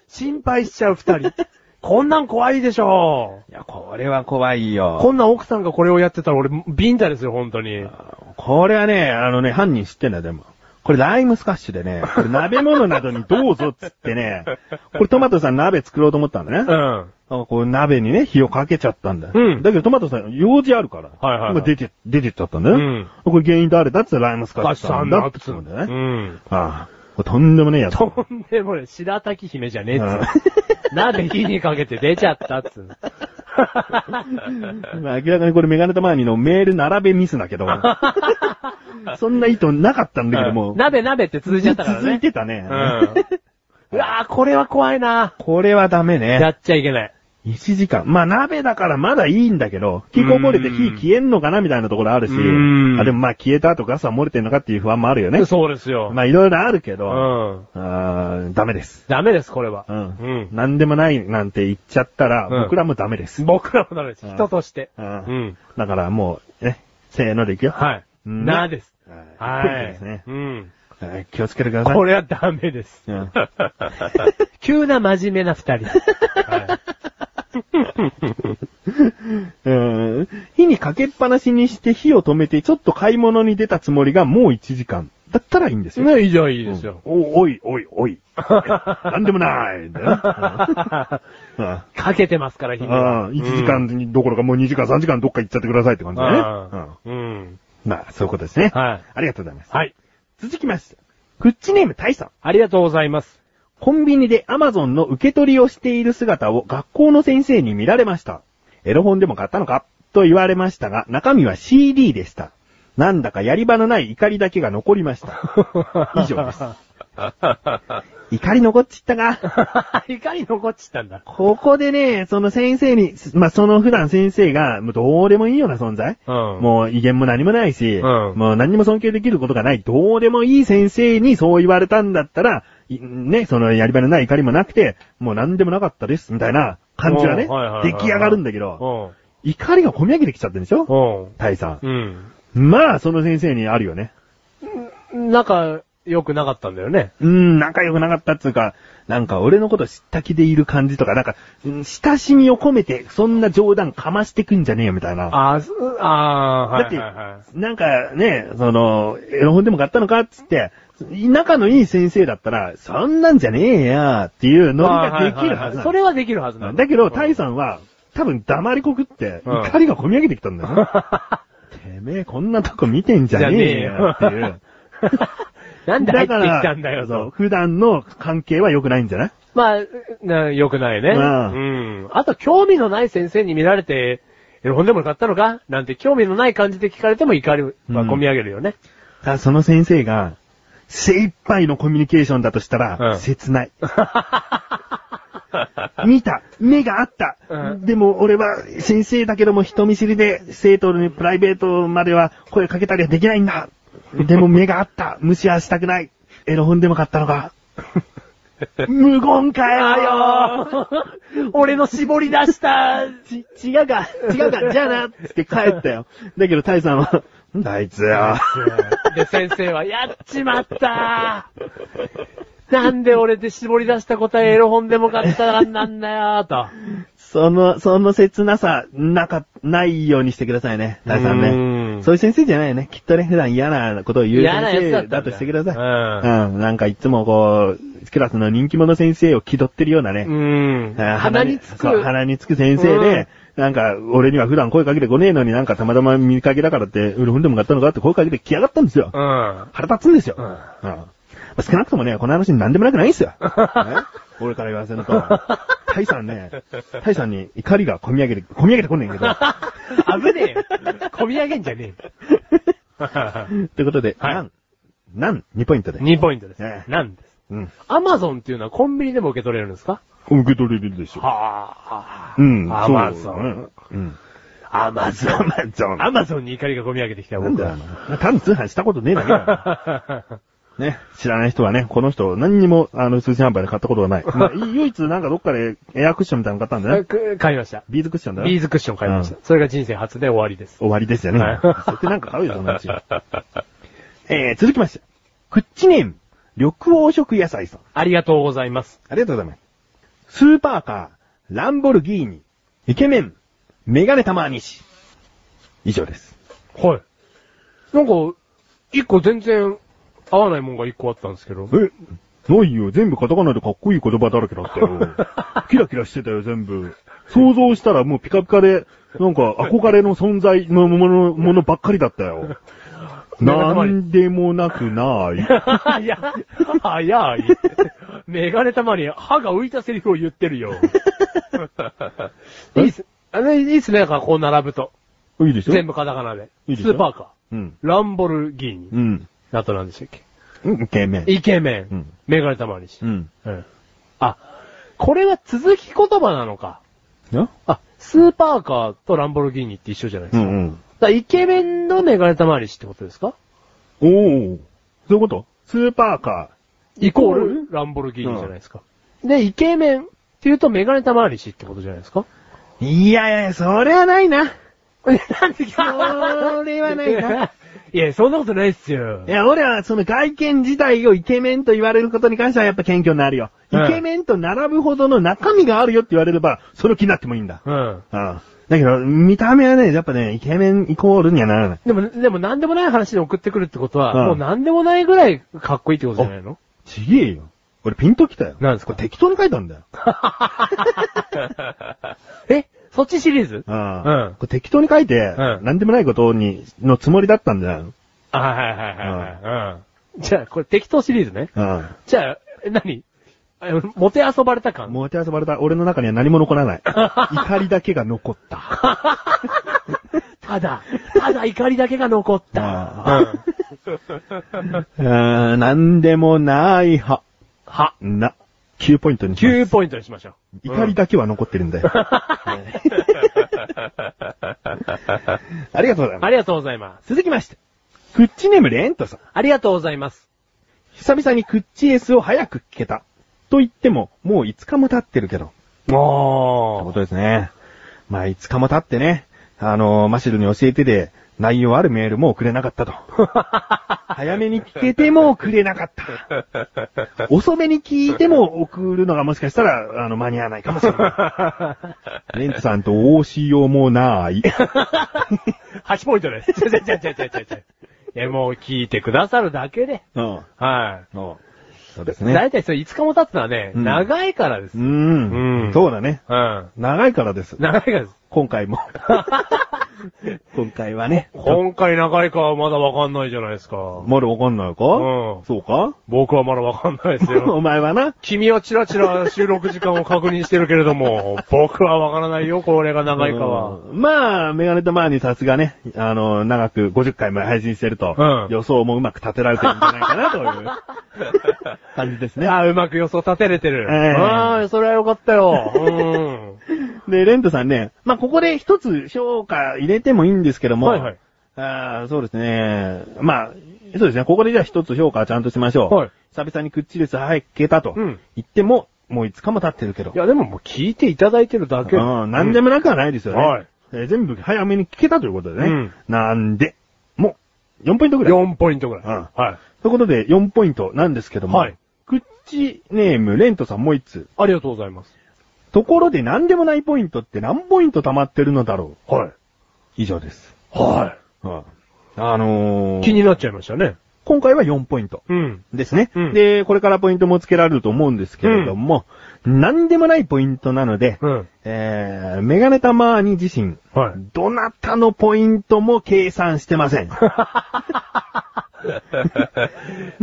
Speaker 1: 心配しちゃう二人。こんなん怖いでしょ。
Speaker 2: や、これは怖いよ
Speaker 1: こんなん奥さんがこれをやってたら俺、ビンタですよ、本当に。
Speaker 2: これはね、あのね、犯人知ってんだよ、でも。これライムスカッシュでね、これ鍋物などにどうぞっつって ね、これトマトさん鍋作ろうと思ったんだね。
Speaker 1: うん。は
Speaker 2: なんかこう鍋にね、火をかけちゃったんだよ。
Speaker 1: うん
Speaker 2: だけどトマトさん、用事あるから。
Speaker 1: はいはいはい
Speaker 2: もう出て、出てっちゃったんだよ。
Speaker 1: うん
Speaker 2: これ原因誰だって言ったらライムスカッシュさ
Speaker 1: さ
Speaker 2: ん
Speaker 1: ん
Speaker 2: だ
Speaker 1: だ
Speaker 2: っ
Speaker 1: ってて
Speaker 2: 言うんだ
Speaker 1: う
Speaker 2: よね。
Speaker 1: ん。
Speaker 2: ああ。とんでもねえやつ。
Speaker 1: とんでもない。白滝姫じゃねえっつうの
Speaker 2: うん
Speaker 1: 鍋火にかけて出ちゃったっつうの
Speaker 2: まあ明らかにこれメガネたまにのメール並べミスだ けど。そんな意図なかったんだけども。
Speaker 1: 鍋鍋って続いちゃったからね。
Speaker 2: 続いてたね。
Speaker 1: うん。うわぁ、これは怖いな
Speaker 2: これはダメね。
Speaker 1: やっちゃいけない。
Speaker 2: 1時間。まあ鍋だからまだいいんだけど、火こぼれて火消えんのかなみたいなところあるし、
Speaker 1: うん
Speaker 2: あでもまあ消えた後ガスは漏れてんのかっていう不安もあるよね。
Speaker 1: そうですよ。
Speaker 2: まあいろいろあるけど、
Speaker 1: うん。
Speaker 2: あーダメです。
Speaker 1: ダメです、これは。
Speaker 2: うん。
Speaker 1: うん。
Speaker 2: 何でもないなんて言っちゃったら、
Speaker 1: うん
Speaker 2: 僕らもダメです。
Speaker 1: 僕らもダメです。
Speaker 2: うん
Speaker 1: 人として。
Speaker 2: う
Speaker 1: うんん。
Speaker 2: だからもう、ね、せーのでいくよ。
Speaker 1: はい。
Speaker 2: うん
Speaker 1: なです。
Speaker 2: は。
Speaker 1: はいい
Speaker 2: ですね。
Speaker 1: うん。
Speaker 2: はい気をつけてください。
Speaker 1: これはダメです。
Speaker 2: うん
Speaker 1: 急な真面目な 二人。は
Speaker 2: うん火にかけっぱなしにして火を止めて、ちょっと買い物に出たつもりがもう1時間。だったらいいんです
Speaker 1: い。
Speaker 2: よ。
Speaker 1: ね、以上いいですよ。
Speaker 2: お、おい、おい、お い。なんでもないんだようん
Speaker 1: かけてますから、
Speaker 2: う
Speaker 1: 姫は。
Speaker 2: んうん。1時間どころかもう2時間、3時間どっか行っちゃってくださいって感じだね。うん
Speaker 1: うん。うん。
Speaker 2: まあ、そういうことですね。
Speaker 1: はい。
Speaker 2: ありがとうございます。
Speaker 1: はい。
Speaker 2: 続きまして。クッチネーム大さん。
Speaker 1: ありがとうございます。
Speaker 2: コンビニで Amazon の受け取りをしている姿を学校の先生に見られました。エロ本でも買ったのかと言われましたが、中身は CD でした。なんだかやり場のない怒りだけが残りま した。 以上です。怒り残っちったが。
Speaker 1: 怒り残っちったんだ。
Speaker 2: ここでね、その先生に、まあ、その普段先生が、もうどうでもいいような存在、
Speaker 1: うん。
Speaker 2: もう威厳も何もないし、
Speaker 1: うん
Speaker 2: もう何にも尊敬できることがない、どうでもいい先生にそう言われたんだったら、いね、そのやり場のない怒りもなくて、もう何でもなかったです、みたいな感じがね
Speaker 1: うんはいはいは、い
Speaker 2: 出来上がるんだけど、怒りが込み上げてきちゃってるでしょ
Speaker 1: うん。
Speaker 2: タイさん。
Speaker 1: うん。
Speaker 2: まあ、その先生にあるよね。
Speaker 1: うん。なんか、良くなかったんだよね。
Speaker 2: うん、仲良くなかったっつうか、なんか俺のこと知った気でいる感じとか、なんか、うん親しみを込めて、そんな冗談かましてくんじゃねえよみたいな。
Speaker 1: あーすあー、はい
Speaker 2: だって
Speaker 1: はいはい。
Speaker 2: なんかね、その、エロ本でも買ったのかっつって、仲のいい先生だったら、そんなんじゃねえやっていうノリができるはず
Speaker 1: あーはいはいはい
Speaker 2: な
Speaker 1: それはできるはずな
Speaker 2: の
Speaker 1: ん
Speaker 2: だけど、
Speaker 1: 大
Speaker 2: タ イさんは、多分黙りこくって、
Speaker 1: うん
Speaker 2: 怒りが込み上げてきたんだよな。 てめえ、こんなとこ見てんじゃねえよって
Speaker 1: じゃ
Speaker 2: い
Speaker 1: ね
Speaker 2: う
Speaker 1: えよ。 なんで入ってきたんだよ、
Speaker 2: からそう
Speaker 1: と。
Speaker 2: 普段の関係は良くないんじゃない
Speaker 1: まあ、な良くないね。
Speaker 2: う
Speaker 1: うんん。あと、興味のない先生に見られて、え本でも買ったのかなんて興味のない感じで聞かれても怒りは込み上げる よね。
Speaker 2: ただその先生が、精一杯のコミュニケーションだとしたら、
Speaker 1: うん
Speaker 2: 切ない。見た目があった、
Speaker 1: うん
Speaker 2: でも俺は先生だけども人見知りで生徒にプライベートまでは声かけたりはできないんだでも目があった無視はしたくないエロ本でも買ったのか無言かよ
Speaker 1: あ よ俺の絞り出した
Speaker 2: ち、違うか、違うか、じゃあな、つって帰ったよ。だけど、タイさんは、なんだあいつよ。
Speaker 1: で、先生は、やっちまったなんで俺で絞り出した答えエロ本でも買ったらなんだよと。
Speaker 2: その、その切なさ、なか、ないようにしてくださいね、タイさん
Speaker 1: う
Speaker 2: ね。
Speaker 1: ん
Speaker 2: そういう先生じゃないよね。きっとね、普段嫌なことを言う
Speaker 1: 嫌なや
Speaker 2: 先
Speaker 1: つだった
Speaker 2: 生
Speaker 1: んだ
Speaker 2: だとしてください。
Speaker 1: うん
Speaker 2: うん。なんかいつもこう、クラスの人気者先生を気取ってるようなね。
Speaker 1: うん
Speaker 2: あー
Speaker 1: 鼻につく。
Speaker 2: そう鼻につく先生で、なんか、俺には普段声かけてこねえのになんかたまたま見かけだからって、うるふんでも買ったのかって声かけてきやがったんですよ。
Speaker 1: うん。
Speaker 2: 腹立つんですよ。
Speaker 1: うん
Speaker 2: まあ少なくともね、この話に何でもなくないんです よ。ね俺から言わせると、タイさんね、タイさんに怒りが込み上げて、込み上げてこんねん けど。
Speaker 1: 危ねえよ。込み上げんじゃねえよ。
Speaker 2: ということで、
Speaker 1: はい
Speaker 2: なん、なん、2ポイントで。
Speaker 1: 2ポイントです
Speaker 2: ね。
Speaker 1: なんです。
Speaker 2: うん。
Speaker 1: アマゾンっていうのはコンビニでも受け取れるんですか
Speaker 2: 受け取れるでしょ。
Speaker 1: はあ
Speaker 2: うん、
Speaker 1: アマゾン。
Speaker 2: そううん。
Speaker 1: アマゾ
Speaker 2: ア
Speaker 1: ン。
Speaker 2: マゾン。
Speaker 1: アマゾンに怒りが込み上げてきたよ、
Speaker 2: なん
Speaker 1: 僕
Speaker 2: だよ
Speaker 1: は。
Speaker 2: お前多分通販したことねえだけだ よ。ね。知らない人はね、この人、何にも、あの、通信販売で買ったことがない。まあ、唯一なんかどっかでエアクッションみたいなの買ったん だよね。
Speaker 1: 買いました。
Speaker 2: ビーズクッションだよ。
Speaker 1: ビーズクッション買いました。それが人生初で終わりです。
Speaker 2: 終わりですよね。
Speaker 1: はい
Speaker 2: 絶対なんか買うよ、そのうち。えー、続きまして。クッチネーム、緑黄色野菜さん。
Speaker 1: ありがとうございます。
Speaker 2: ありがとうございます。スーパーカー、ランボルギーニ、イケメン、メガネたまにし。以上です。
Speaker 1: はい。なんか、一個全然合わないもんが一個あったんですけど。
Speaker 2: え、ないよ。全部カタカナでかっこいい言葉だらけだった よ。キラキラしてたよ、全部。想像したらもうピカピカで、なんか憧れの存在のもの、ものばっかりだったよ。 なんでもなくない。
Speaker 1: いや、早い。メガネたまに歯が浮いたセリフを言って るよ。いいっす。あのいいっすね、なんかこう並ぶと。
Speaker 2: いいでしょ
Speaker 1: 全部カタカナで。
Speaker 2: いいでしょ
Speaker 1: スーパーカ
Speaker 2: うん。
Speaker 1: ー。ランボルギーニ。
Speaker 2: うん。
Speaker 1: あと何でしたっけ
Speaker 2: うん、イケメン。
Speaker 1: イケメン。
Speaker 2: うん
Speaker 1: メガネたまにし。
Speaker 2: うん。
Speaker 1: うんあ、これは続き言葉なのか。
Speaker 2: な
Speaker 1: あ、スーパーカーとランボルギーニって一緒じゃないで
Speaker 2: う
Speaker 1: すか。
Speaker 2: んうん。
Speaker 1: だからイケメンのメガネたまりしってことですか
Speaker 2: おー。そういうことスーパーカ
Speaker 1: イコールランボルギーニじゃないですか。で、イケメンって言うとメガネたまりしってことじゃないですか
Speaker 2: ー。いやいや、それはないな。
Speaker 1: なんで
Speaker 2: それはないな。
Speaker 1: いや、そんなことないっすよ
Speaker 2: い。や、俺はその外見自体をイケメンと言われることに関してはやっぱ謙虚になるよ。イ
Speaker 1: うん
Speaker 2: ケメンと並ぶほどの中身があるよって言われれば、それを気になってもいいんだ。
Speaker 1: うん。
Speaker 2: ああだけど、見た目はね、やっぱね、イケメンイコールにはならない。
Speaker 1: でも、でも何でもない話で送ってくるってことは、
Speaker 2: うん
Speaker 1: もう何でもないぐらいかっこいいってことじゃないの
Speaker 2: ちげえよ。俺ピンときたよ。
Speaker 1: なんですか
Speaker 2: これ適当に書いたんだよ。
Speaker 1: えそっちシリーズ
Speaker 2: ああ
Speaker 1: うん
Speaker 2: これ適当に書いて、
Speaker 1: うん
Speaker 2: 何でもないことに、のつもりだったんだよ。
Speaker 1: あ、はいはいはいはい。うん。じゃあ、これ適当シリーズね。
Speaker 2: あ
Speaker 1: じゃあ、え何あモテ遊ばれた
Speaker 2: あ
Speaker 1: 感
Speaker 2: もてあそばれた俺の中には何も残ら ない。怒りだけが残 った。
Speaker 1: ただ、ただ怒りだけが残った。
Speaker 2: あうーん、何でもない派。
Speaker 1: は、
Speaker 2: な、9ポイントにします
Speaker 1: 9ポイントにしましょう。
Speaker 2: 怒りだけは残ってるん だよ。ねありがとうござい
Speaker 1: うん。あ
Speaker 2: ます。
Speaker 1: りがとうございます。
Speaker 2: 続きまして。クッチネームレントさん。
Speaker 1: ありがとうございます。
Speaker 2: 久々にクッチ S を早く聞けた。と言っても、もう5日も経ってるけど。って
Speaker 1: も
Speaker 2: ことですね。まあ5日も経ってね、あのーマシルに教えてで、内容あるメールも送れなかった と。早めに聞けても送れなかった。遅めに聞いても送るのがもしかしたら、あの、間に合わないかもしれ ない。レントさんと応しようもない。
Speaker 1: 8ポイントです。ちゃちゃちゃちゃちゃちゃちゃ。え、もう聞いてくださるだけで。
Speaker 2: うん。
Speaker 1: は
Speaker 2: そうです
Speaker 1: い。
Speaker 2: ね。
Speaker 1: 大体それ5日も経つのはね、
Speaker 2: うん
Speaker 1: 長いからです。
Speaker 2: う
Speaker 1: うん。
Speaker 2: ん、
Speaker 1: うん
Speaker 2: そうだね。
Speaker 1: 長
Speaker 2: 長いからです。
Speaker 1: いからです。
Speaker 2: 今回 も。今回はね。
Speaker 1: 今回長いかはまだわかんないじゃないですか。
Speaker 2: まだわかんないか
Speaker 1: うん
Speaker 2: そうか
Speaker 1: 僕はまだわかんないですよ。
Speaker 2: お前はな。
Speaker 1: 君はチラチラ収録時間を確認してるけれども、僕はわからないよ、これが長いかは。
Speaker 2: うんまあ、メガネとマーにさすがね、あの、長く50回も配信してると、
Speaker 1: うん
Speaker 2: 予想もうまく立てられてるんじゃないかなとい う感じですね。
Speaker 1: ああ、うまく予想立てれてる。
Speaker 2: ええ
Speaker 1: ああ、それはよかったよ。うん。
Speaker 2: で、レントさんね、まあ、ここで一つ評価入れてもいいんですけども、
Speaker 1: はいはい
Speaker 2: あーそうですね。まあ、そうですね。ここでじゃあ一つ評価ちゃんとしましょう。
Speaker 1: はい
Speaker 2: 久々にくっちです。はい、消えたと。
Speaker 1: うん
Speaker 2: 言っても、もう5日も経ってるけど。
Speaker 1: いや、でももう聞いていただいてるだけ。
Speaker 2: うん、なんでもなくはないですよね。
Speaker 1: うんはい
Speaker 2: えー全部早めに聞けたということでね。
Speaker 1: うん
Speaker 2: なんで、もう、4ポイントぐらい。
Speaker 1: 4ポイントぐらい。
Speaker 2: うん
Speaker 1: はい。
Speaker 2: ということで、4ポイントなんですけども。
Speaker 1: はい
Speaker 2: クッチネーム、レントさんもう1つ。
Speaker 1: ありがとうございます。
Speaker 2: ところで何でもないポイントって何ポイント溜まってるのだろ
Speaker 1: はい。
Speaker 2: う以上です。
Speaker 1: は
Speaker 2: うんあの
Speaker 1: い。
Speaker 2: ー、
Speaker 1: 気になっちゃいましたね。
Speaker 2: 今回は4ポイント
Speaker 1: うん。
Speaker 2: ですね、
Speaker 1: うん
Speaker 2: で、これからポイントもつけられると思うんですけれども、何でもないポイントなので、
Speaker 1: うん。
Speaker 2: えー、メガネタマーニ自身、
Speaker 1: はい。
Speaker 2: どなたのポイントも計算してませ ん。
Speaker 1: 普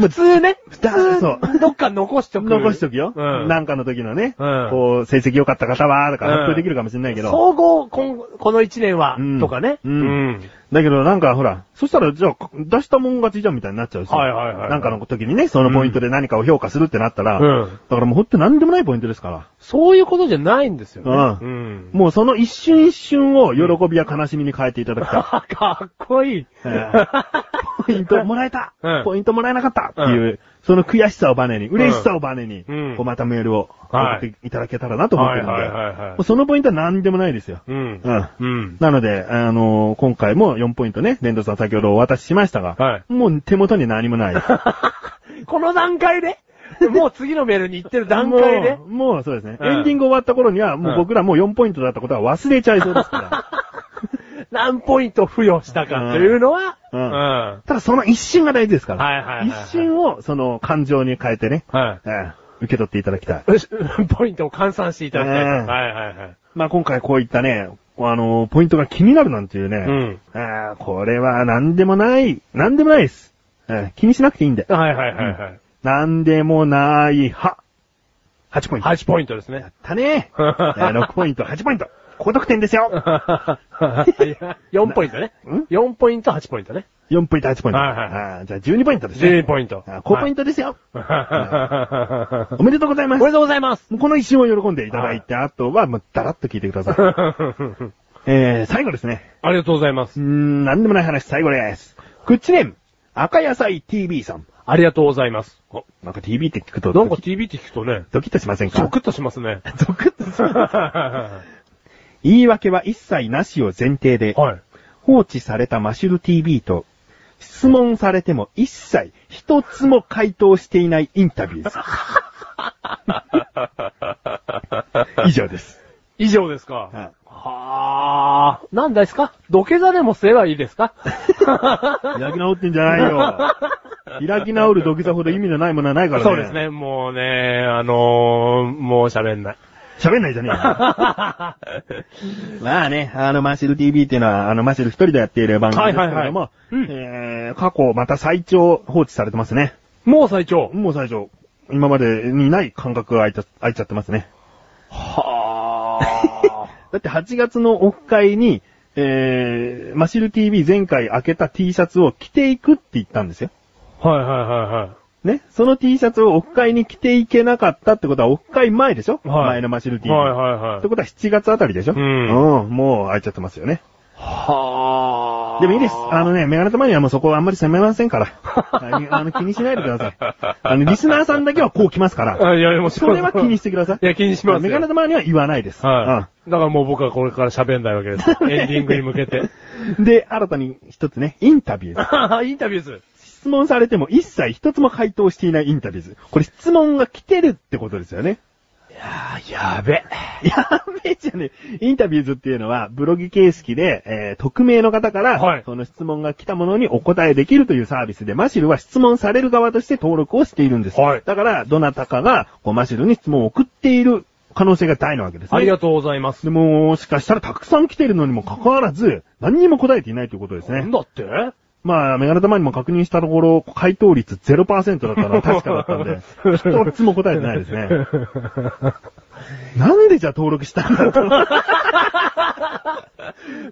Speaker 1: 通ね。普
Speaker 2: だ
Speaker 1: 通、
Speaker 2: そう
Speaker 1: どっか残しとく。
Speaker 2: 残しとくよ。
Speaker 1: うん。
Speaker 2: なんかの時のね、
Speaker 1: うん
Speaker 2: こう、成績良かった方は、とか
Speaker 1: うん
Speaker 2: 発表できるかもしれないけど。
Speaker 1: 総合、こんこの一年は、
Speaker 2: うん
Speaker 1: とかね。
Speaker 2: うん
Speaker 1: うん
Speaker 2: だけどなんかほら、そしたらじゃあ出したもん勝ちじゃんみたいになっちゃうし。
Speaker 1: はいはいはい
Speaker 2: なんかの時にね、そのポイントで何かを評価するってなったら、
Speaker 1: うん
Speaker 2: だからもうほんと何でもないポイントですから。
Speaker 1: そういうことじゃないんですよね。
Speaker 2: うん
Speaker 1: ん
Speaker 2: もうその一瞬一瞬を喜びや悲しみに変えていただき たい。
Speaker 1: あかっこいい。
Speaker 2: えーポイントもらえた、
Speaker 1: うん
Speaker 2: ポイントもらえなかったっていう、その悔しさをバネに、嬉しさをバネに、
Speaker 1: うん
Speaker 2: こうまたメールを
Speaker 1: はい
Speaker 2: 送っていただけたらなと思ってるんで、
Speaker 1: はいはいはいはい
Speaker 2: もうそのポイントは何でもないですよ。
Speaker 1: うん
Speaker 2: うん
Speaker 1: うん。
Speaker 2: なので、あのー今回も4ポイントね、レンドさん先ほどお渡ししましたが、
Speaker 1: は
Speaker 2: もう手元に何もない。
Speaker 1: この段階でもう次のメールに行ってる 段階で
Speaker 2: もう、もうそうですね、
Speaker 1: うん
Speaker 2: エンディング終わった頃には、もう僕らもう4ポイントだったことは忘れちゃいそうですから。
Speaker 1: 何ポイント付与したかというのは、
Speaker 2: う
Speaker 1: うんん。
Speaker 2: ただその一瞬が大事ですから。
Speaker 1: はいはいはいはい
Speaker 2: 一瞬をその感情に変えてね、
Speaker 1: は
Speaker 2: ええ受け取っていただきたい。
Speaker 1: いよし。ポイントを換算していただきたい。
Speaker 2: ねえ
Speaker 1: はいはいはい。
Speaker 2: まあ今回こういったね、あのーポイントが気になるなんていうね、
Speaker 1: ん
Speaker 2: あーこれは何でもない、何でもないです。えー気にしなくていいんで。
Speaker 1: はいはいはいはい。
Speaker 2: 何でもないは。8ポイント。
Speaker 1: 8ポイントですね。
Speaker 2: たねえー6ポイント、8ポイント。高得点ですよ。
Speaker 1: 4ポイントね
Speaker 2: ん。
Speaker 1: 4ポイント、8ポイントね。
Speaker 2: 4ポイント、8ポイント。
Speaker 1: はいはい
Speaker 2: あーじゃあ12ポイントですね。
Speaker 1: 12ポイント
Speaker 2: あー高ポイントですよ。
Speaker 1: お
Speaker 2: おめでとうございます。
Speaker 1: めでとうございます。
Speaker 2: もうこの一瞬を喜んでいただいて、あとはもうダラッと聞いてください。
Speaker 1: あ
Speaker 2: えー、最後ですね。
Speaker 1: りがとうございま
Speaker 2: う
Speaker 1: す
Speaker 2: ー。ん、なんでもない話、最後です。クッチネーム、赤野菜 TV さん。
Speaker 1: ありがとうございます。
Speaker 2: なんか TV って聞くと
Speaker 1: な
Speaker 2: ド
Speaker 1: んか
Speaker 2: キ、
Speaker 1: TV って聞くとね、
Speaker 2: ドキッとしませんか
Speaker 1: ゾクッとします ね。
Speaker 2: ゾクッとする。
Speaker 1: は
Speaker 2: 言い訳は一切なしを前提で
Speaker 1: い。、は
Speaker 2: 放置されたマシュル TV と、質問されても一切一つも回答していないインタビューです。以上です。
Speaker 1: 以上ですか。
Speaker 2: はい
Speaker 1: はあ、なんですか土下座でもすればいいです か
Speaker 2: 開き直ってんじゃない よ。開き直る土下座ほど意味のないものはないからね。
Speaker 1: そうです。ね、もうね、あのー、もう喋んない。
Speaker 2: 喋んないじゃねえよ。 まあね、あの、マシル TV っていうのは、あの、マシル一人でやっている番組ですけれども、
Speaker 1: はいはいはいうん
Speaker 2: えー、過去また最長放置されてますね。
Speaker 1: もう最長。
Speaker 2: もう最長、今までにない間隔が空いた空いちゃってますね。
Speaker 1: は
Speaker 2: だって8月のオフ会に、えー、マシル TV 前回開けた T シャツを着ていくって言ったんですよ。
Speaker 1: あ。はいはいはいはい。
Speaker 2: ね、その T シャツをオフ会に着ていけなかったってことは、オフ会前でしょ、
Speaker 1: はい
Speaker 2: 前のマシル TV。
Speaker 1: はいはいはい
Speaker 2: ってことは7月あたりでしょ
Speaker 1: うん
Speaker 2: うん、もう空いちゃってますよね。
Speaker 1: はあー
Speaker 2: でもいいです。あのね、メガネたまにはもうそこはあんまり攻めません から。はいあの、気にしないでください。あの、リスナーさんだけはこう来ますから。
Speaker 1: あいや、でも
Speaker 2: それは気にしてください。
Speaker 1: いや、気にします
Speaker 2: メガネ
Speaker 1: よ。
Speaker 2: たまには言わないです。
Speaker 1: はい。だからもう僕はこれから喋んないわけです。エンディングに向 けて。
Speaker 2: うんで、新たに一つね、インタビューです。
Speaker 1: インタビューする。
Speaker 2: 質問されても一切一つも回答していないインタビューです。これ質問が来てるってことですよね。
Speaker 1: あ、やべ。
Speaker 2: やべえじゃねえ。インタビューズっていうのは、ブログ形式で、えー、匿名の方から、
Speaker 1: はい
Speaker 2: その質問が来たものにお答えできるというサービスで、マシルは質問される側として登録をしているんです。
Speaker 1: はい
Speaker 2: だから、どなたかが、こう、マシルに質問を送っている可能性が大なわけですね。
Speaker 1: ありが
Speaker 2: と
Speaker 1: とうございます。
Speaker 2: でも、もしかしたらたくさん来ているのにもかかわらず、何にも答えていないということです
Speaker 1: なん
Speaker 2: ね。
Speaker 1: だって
Speaker 2: まあ、メガネ玉にも確認したところ、回答率0%だったのは確かだったん で、一つも答えてないですね。なんでじゃあ登録したんだと。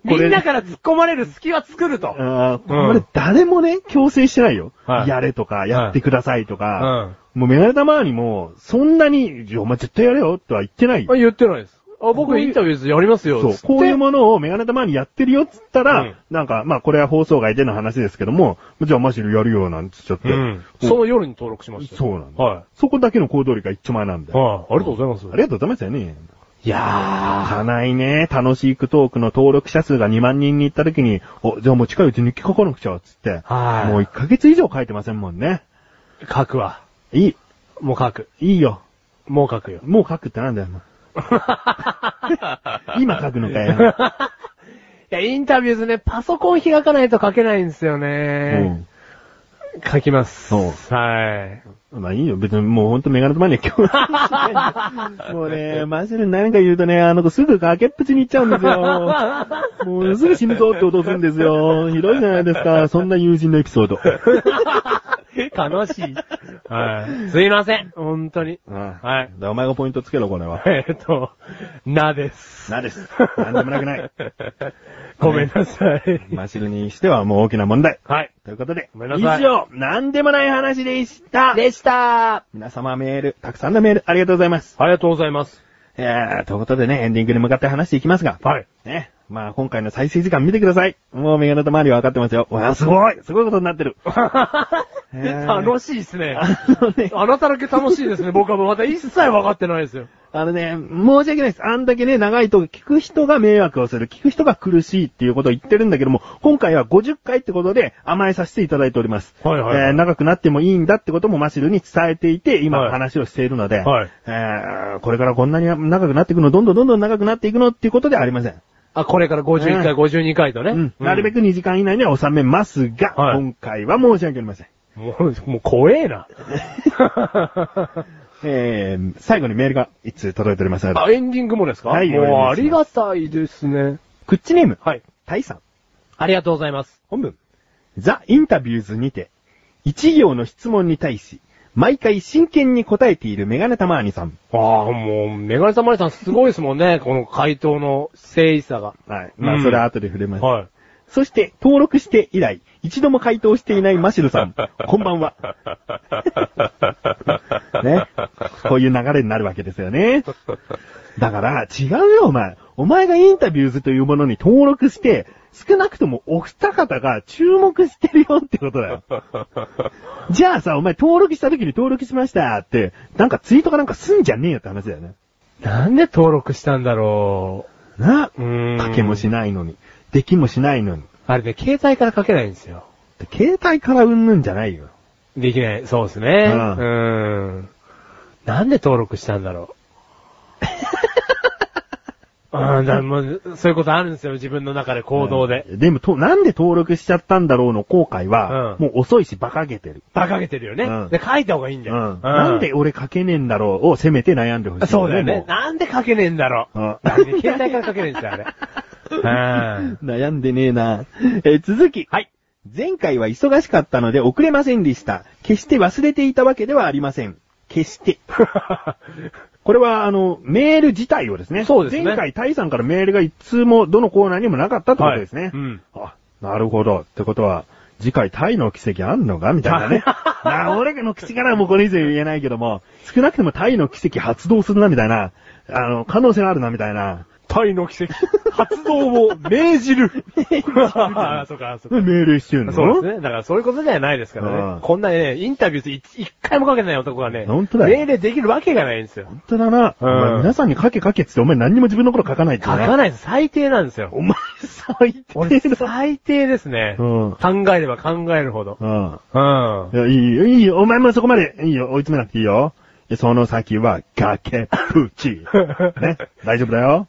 Speaker 1: みんなから突っ込まれる隙は作ると。
Speaker 2: あーこれまで誰もね、強制してないよ。
Speaker 1: はい
Speaker 2: やれとか、やってくださいと
Speaker 1: う
Speaker 2: か。
Speaker 1: ん。
Speaker 2: もうメガネ玉にも、そんなに、いやお前絶対やれよとは言ってない。
Speaker 1: あ言ってないです。あ、僕インタビューですやりますよ。
Speaker 2: そう
Speaker 1: つっ。て
Speaker 2: こういうものをメガネ玉にやってるよっつったら、
Speaker 1: うん
Speaker 2: なんか、まあこれは放送外での話ですけども、じゃあマシルやるよなんつっちゃって。
Speaker 1: うん。
Speaker 2: こう
Speaker 1: その夜に登録しました。
Speaker 2: そうなんだ。
Speaker 1: は
Speaker 2: そこだけの行動力が一丁前なんだ
Speaker 1: い。
Speaker 2: よ。
Speaker 1: はい。ありがとうございます。
Speaker 2: ありがとうございましたね。
Speaker 1: いや
Speaker 2: かないね。楽しいクトークの登録者数が2万人に行った時に、お、じゃあもう近いうちに日記書かなくちゃ、つって。
Speaker 1: はい
Speaker 2: もう1ヶ月以上書いてませんもんね。
Speaker 1: ー、書くわ。
Speaker 2: いい、
Speaker 1: もう書く。
Speaker 2: いいよ。
Speaker 1: もう書くよ。
Speaker 2: もう書くってなんだよ。 もう今書くのかよ。
Speaker 1: いや、インタビューですね、パソコン開かないと書けないんですよ
Speaker 2: う
Speaker 1: ね。
Speaker 2: ん。
Speaker 1: 書きます。
Speaker 2: そう
Speaker 1: はい。
Speaker 2: まあいいよ。別にもうほんとメガネとマニア今 日もうね、マジで何か言うとね、あの子すぐ崖っぷちに行っちゃうんですよ。もうすぐ死ぬぞって脅するんですよ。ひどいじゃないですか。そんな友人のエピソー ド。
Speaker 1: 楽しい。はい。すいません。本当に。は
Speaker 2: だ
Speaker 1: い
Speaker 2: からお前がポイントつけろ、これは。
Speaker 1: えっと、なです。
Speaker 2: なです。なんでもなくない。
Speaker 1: ごめんなさい。
Speaker 2: マシルにしてはもう大きな問題。
Speaker 1: はい。
Speaker 2: ということで、
Speaker 1: ごめんなさい
Speaker 2: 以上、なんでもない話でした。
Speaker 3: でした
Speaker 2: 皆様メール、たくさんのメール、ありがとうございます。
Speaker 1: ありがとうございます。
Speaker 2: えー、ということでね、エンディングに向かって話していきますが、
Speaker 1: はい。
Speaker 2: ね。まあ、今回の再生時間見てください。もうメガネと周りは分かってますよ。わあ、すごいすごいことにな ってる。えー
Speaker 1: 楽しいですね。
Speaker 2: あのね、
Speaker 1: あなただけ楽しいですね。僕はもうまた一切分かってないですよ。
Speaker 2: あのね、申し訳ないです。あんだけね、長いと聞く人が迷惑をする、聞く人が苦しいっていうことを言ってるんだけども、今回は50回ってことで甘えさせていただいております。
Speaker 1: はいはいはい
Speaker 2: えー長くなってもいいんだってこともマシルに伝えていて、今
Speaker 1: はい
Speaker 2: 話をしているので、
Speaker 1: はい
Speaker 2: えーこれからこんなに長くなっていくの、どんどんどんどん長くなっていくのっていうことではありません。
Speaker 1: あ、これから51回、
Speaker 2: うん
Speaker 1: 52回とね。
Speaker 2: うん。なるべ
Speaker 1: く。
Speaker 2: く2時間以内には収めますが、
Speaker 1: はい
Speaker 2: 今回は申し訳ありません。
Speaker 1: もう、もう怖え な。
Speaker 2: えー、最後にメールが一通届いておりますので。
Speaker 1: あ、エンディングもですか
Speaker 2: はい
Speaker 1: もうありがたいですね。
Speaker 2: クッチネーム、
Speaker 1: はい。
Speaker 2: タイさん。
Speaker 1: ありがとうございます。
Speaker 2: 本文。ザ・インタビューズにて、一行の質問に対し、毎回真剣に答えているメガネたまーにさん。
Speaker 1: ああ、もう、メガネたまりさんすごいですもんね。この回答の誠意さが。
Speaker 2: はい。ま
Speaker 1: う
Speaker 2: あ、
Speaker 1: ん
Speaker 2: それは後で触れます。
Speaker 1: はい。
Speaker 2: そして、登録して以来、一度も回答していないマシルさ ん、こんばんは。 ね。こういう流れになるわけですよね。だから、違うよ、お前。お前がインタビューズというものに登録して、少なくともお二方が注目してるよってことだ よ。じゃあさ、お前登録した時に登録しましたって、なんかツイートかなんかすんじゃねえよって話だよね。
Speaker 1: なんで登録したんだろ
Speaker 2: な
Speaker 1: う。うーん。
Speaker 2: 書けもしないのに。できもしないのに。
Speaker 1: あれね、携帯から書けないんですよ。
Speaker 2: で携帯からうんぬんじゃないよ。
Speaker 1: できない。そうですね。
Speaker 2: う
Speaker 1: うんーん。なんで登録したんだろ う。あーだもうそういうことあるんですよ、自分の中で行動で。
Speaker 2: うん。でもと、なんで登録しちゃったんだろうの後悔は、
Speaker 1: うん
Speaker 2: もう遅いし馬鹿げてる。
Speaker 1: 馬鹿げてるよね。
Speaker 2: うん
Speaker 1: で、書いた方がいいんだよ。
Speaker 2: うん。なんで俺書けねえんだろうをせめて悩んでほしい、
Speaker 1: そうだよね
Speaker 2: も。
Speaker 1: なんで書けねえんだろう。
Speaker 2: うん
Speaker 1: なんで携帯から書けねえんです よ、あれ。うん。
Speaker 2: う 悩んでねえな。えー続き。
Speaker 1: はい。
Speaker 2: 前回は忙しかったので遅れませんでした。決して忘れていたわけではありません。決して。 これは、あの、メール自体をですね。
Speaker 1: そうですね
Speaker 2: 前回、タイさんからメールが一通も、どのコーナーにもなかったってことですね。
Speaker 1: はいうん
Speaker 2: あ、なるほど。ってことは、次回タイの奇跡あんのかみたいな ね。なあ、俺の口からはもうこれ以上言えないけども、少なくともタイの奇跡発動するな、みたいな。あの、可能性があるな、みたいな。
Speaker 1: 体の奇跡、発動を命じる。 ああ、そうか、そう か。
Speaker 2: 命令してるの
Speaker 1: そうですね。だからそういうことではないですか
Speaker 2: う
Speaker 1: ら
Speaker 2: ん
Speaker 1: ね。こんなね、インタビュー一一回もかけてない男がね、
Speaker 2: 本当だよ
Speaker 1: 命令できるわけがないんですよ。
Speaker 2: 本当だな。
Speaker 1: うん
Speaker 2: お前皆さんに書け書けっつって、お前何にも自分のこと書かないって
Speaker 1: 書かないです。最低なんですよ。
Speaker 2: お前最
Speaker 1: 俺、
Speaker 2: 低だ。
Speaker 1: 最低ですね。
Speaker 2: うん。
Speaker 1: 考えれば考えるほど。
Speaker 2: うん。
Speaker 1: うん
Speaker 2: い。や、いいよ、いいよ、お前もそこまで、いいよ、追い詰めなくていいよ。でその先は、崖っぷ ち。ね、大丈夫だよ。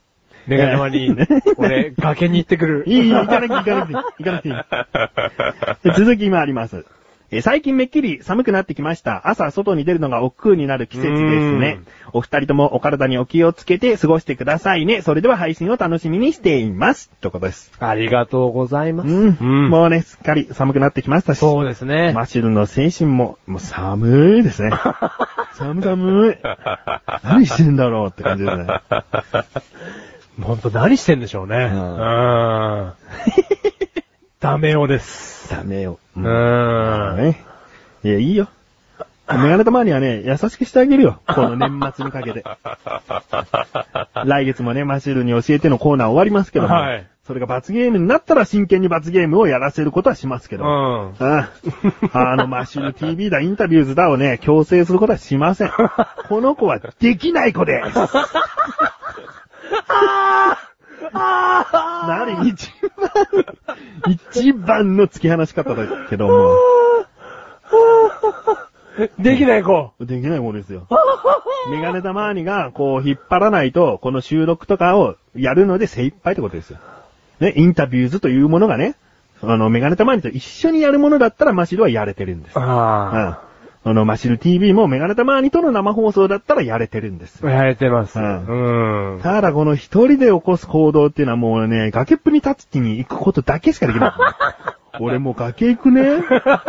Speaker 1: メガネマに
Speaker 2: ね、
Speaker 1: 俺、崖に行ってくる。
Speaker 2: いい、いい行かなきゃ行かなきゃ行かなきゃいい。 続き今あります。えー最近めっきり寒くなってきました。朝外に出るのが億劫になる季節ですね
Speaker 1: うん。
Speaker 2: お二人ともお体にお気をつけて過ごしてくださいね。それでは配信を楽しみにしています。ということです。
Speaker 1: ありがとうございます。
Speaker 2: うん。
Speaker 1: うん
Speaker 2: もうね、すっかり寒くなってきましたし。
Speaker 1: そうですね。
Speaker 2: マシルの精神も、もう寒いです ね。寒寒い。何してんだろうって感じですね。
Speaker 1: ほんと何してんでしょうね。うん ん。ダメ男です。
Speaker 2: ダメよ。
Speaker 1: う。
Speaker 2: うんん。
Speaker 1: は
Speaker 2: ね。いや、いいよ。メガネたまにはね、優しくしてあげるよ。この年末にかけ て。来月もね、マシルに教えてのコーナー終わりますけども。
Speaker 1: はい
Speaker 2: それが罰ゲームになったら真剣に罰ゲームをやらせることはしますけども。
Speaker 1: うん。
Speaker 2: あああの、マシュル TV だ、インタビューズだをね、強制することはしません。この子はできない子です。なに、一番、一番の突き放し方だけども、
Speaker 1: できない子。
Speaker 2: できない子ですよ。メガネたまーにが、こう、引っ張らないと、この収録とかをやるので精一杯ってことですよ。ね、インタビューズというものがね、あの、メガネたまーにと一緒にやるものだったら、マシュルはやれてるんです。
Speaker 1: あ
Speaker 2: うん。あの、マシル TV もメガネたまーにとの生放送だったらやれてるんです
Speaker 1: あ。。やれてます。
Speaker 2: う
Speaker 1: うん。
Speaker 2: ただこの一人で起こす行動っていうのはもうね、崖っぷに立つ気に行くことだけしかできない、俺もう崖行くね。それしか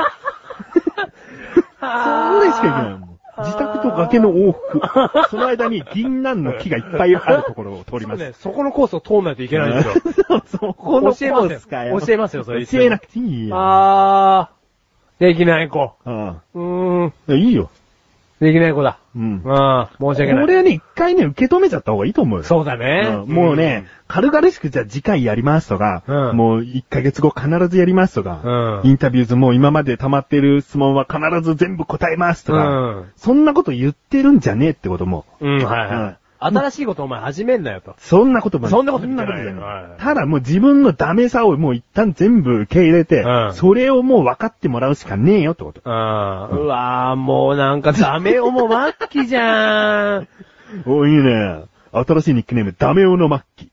Speaker 2: 行けないもん。自宅と崖の往復。その間に銀杏の木がいっぱいあるところを通り
Speaker 1: そ
Speaker 2: ま
Speaker 1: う
Speaker 2: す。
Speaker 1: ね、そこのコースを通んないといけないんですよ。
Speaker 2: そこのコ
Speaker 1: 教えます
Speaker 2: ー
Speaker 1: よ
Speaker 2: スかよ。
Speaker 1: 教えますよそれ一
Speaker 2: 教
Speaker 1: 緒に
Speaker 2: えなくていいよ。
Speaker 1: あー。できない子。
Speaker 2: あ
Speaker 1: うーん。
Speaker 2: あいいよ。
Speaker 1: できない子だ。
Speaker 2: うん。
Speaker 1: あー。申し訳ない。
Speaker 2: これはね、一回ね、受け止めちゃった方がいいと思うよ。
Speaker 1: そうだね。
Speaker 2: うんもうね、軽々しくじゃあ次回やりますとか、
Speaker 1: うん
Speaker 2: もう1ヶ月後必ずやりますとか、
Speaker 1: うん
Speaker 2: インタビューズもう今まで溜まってる質問は必ず全部答えますとか、
Speaker 1: うん
Speaker 2: そんなこと言ってるんじゃねえってことも。
Speaker 1: うん。うん、はいは
Speaker 2: う
Speaker 1: い
Speaker 2: ん。
Speaker 1: 新しいことお前始めんなよと。
Speaker 2: そんなことも
Speaker 1: そんなこと
Speaker 2: そんなこと
Speaker 1: 言
Speaker 2: じ
Speaker 1: って
Speaker 2: ゃ
Speaker 1: ない
Speaker 2: な
Speaker 1: はい
Speaker 2: い。ただもう自分のダメさをもう一旦全部受け入れて、
Speaker 1: うん
Speaker 2: それをもう分かってもらうしかねえよってこと。
Speaker 1: あーうわー、もうなんかダメをもう末期じゃん。
Speaker 2: お、いいね。新しいニックネーム、ダメオの末期。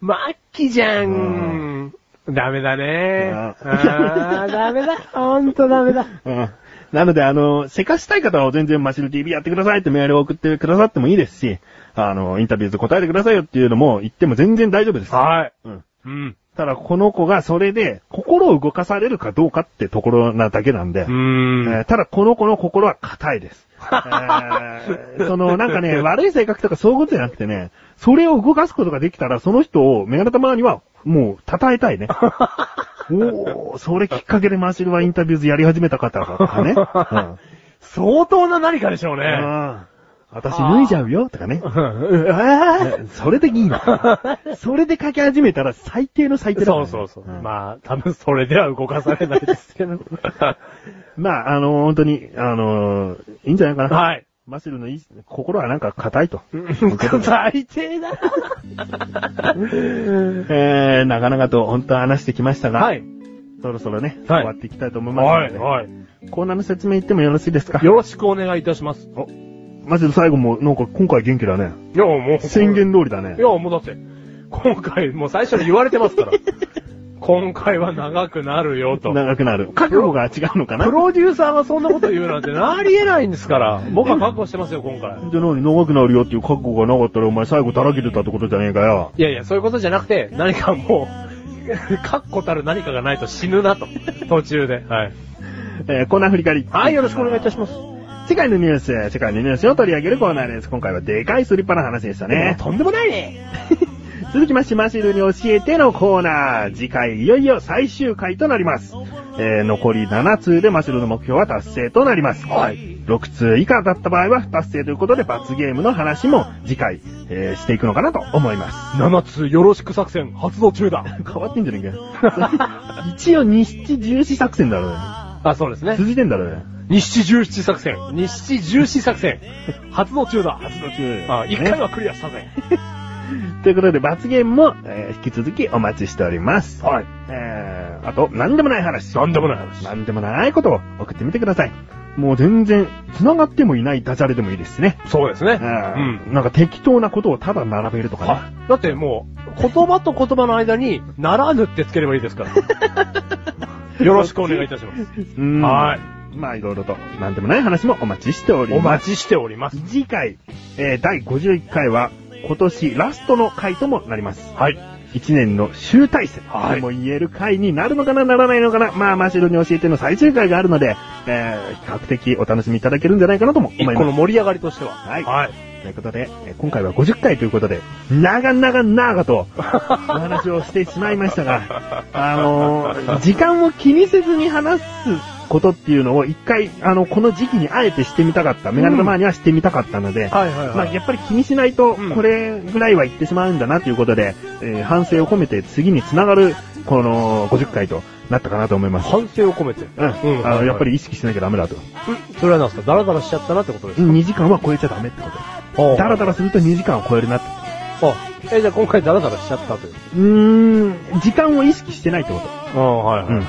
Speaker 1: 末期じゃん。ダメだね。
Speaker 2: うん
Speaker 1: あー、ダメだ。ほんとダメだ。
Speaker 2: うんなので、あの、せかしたい方は全然マシル TV やってくださいってメールを送ってくださってもいいですし、あの、インタビューで答えてくださいよっていうのも言っても全然大丈夫です。
Speaker 1: はい。
Speaker 2: うん。
Speaker 1: うん。
Speaker 2: ただ、この子がそれで心を動かされるかどうかってところなだけなんで、
Speaker 1: うー
Speaker 2: え
Speaker 1: ん。
Speaker 2: ーただ、この子の心は硬いです。えーその、なんかね、悪い性格とかそういうことじゃなくてね、それを動かすことができたら、その人をメガネたまには、もう、称えたいね。おー、それきっかけでマシルはインタビューズやり始めた方がね。うん
Speaker 1: 相当な何かでしょうね。
Speaker 2: ああ私脱いじゃうよとかね。
Speaker 1: うんえー
Speaker 2: それでいい の。それで書き始めたら最低の最低だから
Speaker 1: そう
Speaker 2: ね
Speaker 1: そうそう。
Speaker 2: んまあ、
Speaker 1: まあ、多分それでは動かされないですけ ど。
Speaker 2: あ、の本当に、あのーいいんじゃないかな。
Speaker 1: はい。
Speaker 2: マシルのいい心はなんか硬いと。
Speaker 1: 最低だ。
Speaker 2: えー、なかなかと本当は話してきましたが、
Speaker 1: はい。
Speaker 2: そろそろね、
Speaker 1: はい
Speaker 2: 終わっていきたいと思いま
Speaker 1: は
Speaker 2: す
Speaker 1: い、
Speaker 2: ので、
Speaker 1: はい。
Speaker 2: コーナーの説明言ってもよろしいですか
Speaker 1: よろしくお願いいたします。
Speaker 2: マシル最後もなんか今回元気だね。
Speaker 1: いや、もう。
Speaker 2: 宣言通りだ
Speaker 1: い
Speaker 2: ね
Speaker 1: や、。もうだって、今回、もう最初に言われて ますから。今回は長くなるよと。
Speaker 2: 長くなる。覚悟が違うのかな
Speaker 1: プロデューサーがそんなこと言うなんてなり得ないんですから。僕は覚悟してますよ、今回。
Speaker 2: じゃあ何長くなるよっていう覚悟がなかったらお前最後だらけてたってことじゃねえかよ。
Speaker 1: いやいや、そういうことじゃなくて、何かもう、確固たる何かがないと死ぬなと。途中で。はい。
Speaker 2: えー、コーナー振り返り。
Speaker 1: はい、よろしくお願いいたします。
Speaker 2: 世界のニュース、世界のニュースを取り上げるコーナーです。今回はでかいスリッパの話でしたね。
Speaker 1: とんでもないね。
Speaker 2: 続きまして、マシルに教えてのコーナー。次回、いよいよ最終回となります。えー、残り7通でマシルの目標は達成となります。はい。 6通以下だった場合は不達成ということで罰ゲームの話も次回、えーしていくのかなと思います。
Speaker 1: 7つよろしく作戦発動中だ。
Speaker 2: 変わってんじゃねえか よ一応日七重視作戦だろうね。
Speaker 1: あ、そうですね。
Speaker 2: 続いてんだろうね。
Speaker 1: 日七十七作戦。日七十七作戦。 発動中 だ。
Speaker 2: 発動中。
Speaker 1: あ、一
Speaker 2: ね
Speaker 1: 回はクリアしたぜ。
Speaker 2: ということで、罰ゲームも、えー引き続きお待ちしております。
Speaker 1: はい。
Speaker 2: えー、あと、何でもない話。
Speaker 1: なんでもない話
Speaker 2: 何でもないことを送ってみてください。もう全然、繋がってもいないダジャレでもいいですし ね。
Speaker 1: そうですね。
Speaker 2: う
Speaker 1: うん。
Speaker 2: ん。なんか適当なことをただ並べるとか
Speaker 1: あ
Speaker 2: ね。
Speaker 1: だってもう、言葉と言葉の間に、ならぬってつければいいです から。よろしくお願いいたします。
Speaker 2: うん
Speaker 1: はい。
Speaker 2: まあ、いろいろと、何でもない話もお待ちしております。
Speaker 1: お待ちしております。
Speaker 2: 次回、えー第51回は、今年ラストの回ともなります。
Speaker 1: はい。
Speaker 2: 一年の集大成
Speaker 1: はい
Speaker 2: とも言える回になるのかな、ならないのかな。まあ、マシルに教えての最終回があるので、えー比較的お楽しみいただけるんじゃないかなとも
Speaker 1: 一
Speaker 2: 思い
Speaker 1: 個の
Speaker 2: ます。
Speaker 1: 盛り上がりとしては。
Speaker 2: はい
Speaker 1: はい。
Speaker 2: ということで、えー今回は50回ということで、長々長 とお話をしてしまいましたが、あのー時間を気にせずに話すことっていうのを一回、あの、この時期にあえてしてみたかった。メガネの前にはしてみたかったので、
Speaker 1: はいはい
Speaker 2: まあ、やっぱり気にしないと、
Speaker 1: うん
Speaker 2: これぐらいは言ってしまうんだなということで、えー反省を込めて次につながる、この50回となったかなと思います。
Speaker 1: 反省を込めて。
Speaker 2: うん。
Speaker 1: うん
Speaker 2: あ
Speaker 1: は
Speaker 2: の、
Speaker 1: い
Speaker 2: やっぱり意識しなきゃダメだと。
Speaker 1: それはなんですかダラダラしちゃったなってことです
Speaker 2: 2時間は超えちゃダメってこと。
Speaker 1: か
Speaker 2: ダラダラすると2時間を超えるなって。
Speaker 1: あ、え、じゃあ今回ダラダラしちゃったという。
Speaker 2: うーん、時間を意識してないってこと。
Speaker 1: ああ、はい
Speaker 2: はいはい
Speaker 1: はい。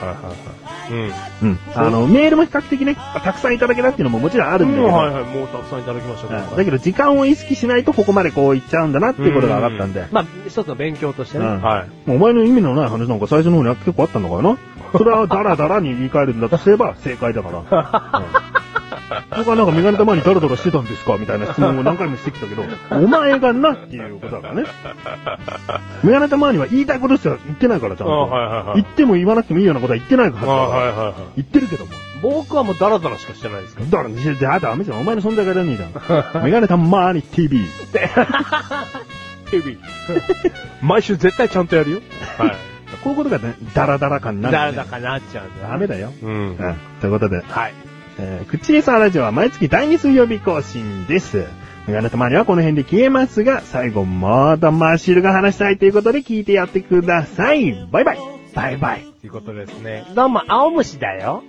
Speaker 1: うん。
Speaker 2: うん。あの、メールも比較的ね、たくさんいただけたっていうのももちろんあるんだけど、
Speaker 1: うんはいはい、もうたくさんいただきました
Speaker 2: うん
Speaker 1: 今
Speaker 2: だ
Speaker 1: 回
Speaker 2: けど時間を意識しないとここまでこういっちゃうんだなっていうことが分かったんで、
Speaker 1: まあ、一つの勉強としてね。
Speaker 2: うん
Speaker 1: はい。
Speaker 2: お前の意味のない話なんか最初の方に結構あったのかなそれはダラダラに言い換えるんだとすれば正解だから。うん僕はなんかメガネた前にダラダラしてたんですかみたいな質問を何回もしてきたけど、お前がなっていうことだからね。メガネた前には言いたいことしか言ってないからちゃん
Speaker 1: ああ
Speaker 2: と。
Speaker 1: はいはいはい
Speaker 2: 言。っても言わなくてもいいようなことは言ってないから。
Speaker 1: ああはいはいはい。
Speaker 2: 言ってるけども。
Speaker 1: 僕はもうダラダラしかしてないで すから。
Speaker 2: だから、じゃあダメじゃん。お前の存在がいらねえじ ゃん。メガネたまーに TV。
Speaker 1: TV。毎週絶対ちゃんとやるよ。はい。
Speaker 2: こういうことがね、ダラダラ感にな
Speaker 1: ダ
Speaker 2: る、ね。
Speaker 1: ラダラかなっちゃうん
Speaker 2: ダメだよ。
Speaker 1: う。
Speaker 2: うんん。ということで、
Speaker 1: はい。
Speaker 2: えー、くっちりさんラジオは毎月第2水曜日更新です。メガネたまにはこの辺で消えますが、最後まだマッシュルが話したいということで聞いてやってください。バイバイ。バイバイ。
Speaker 1: ということですね。
Speaker 3: どうも、青虫だ よ。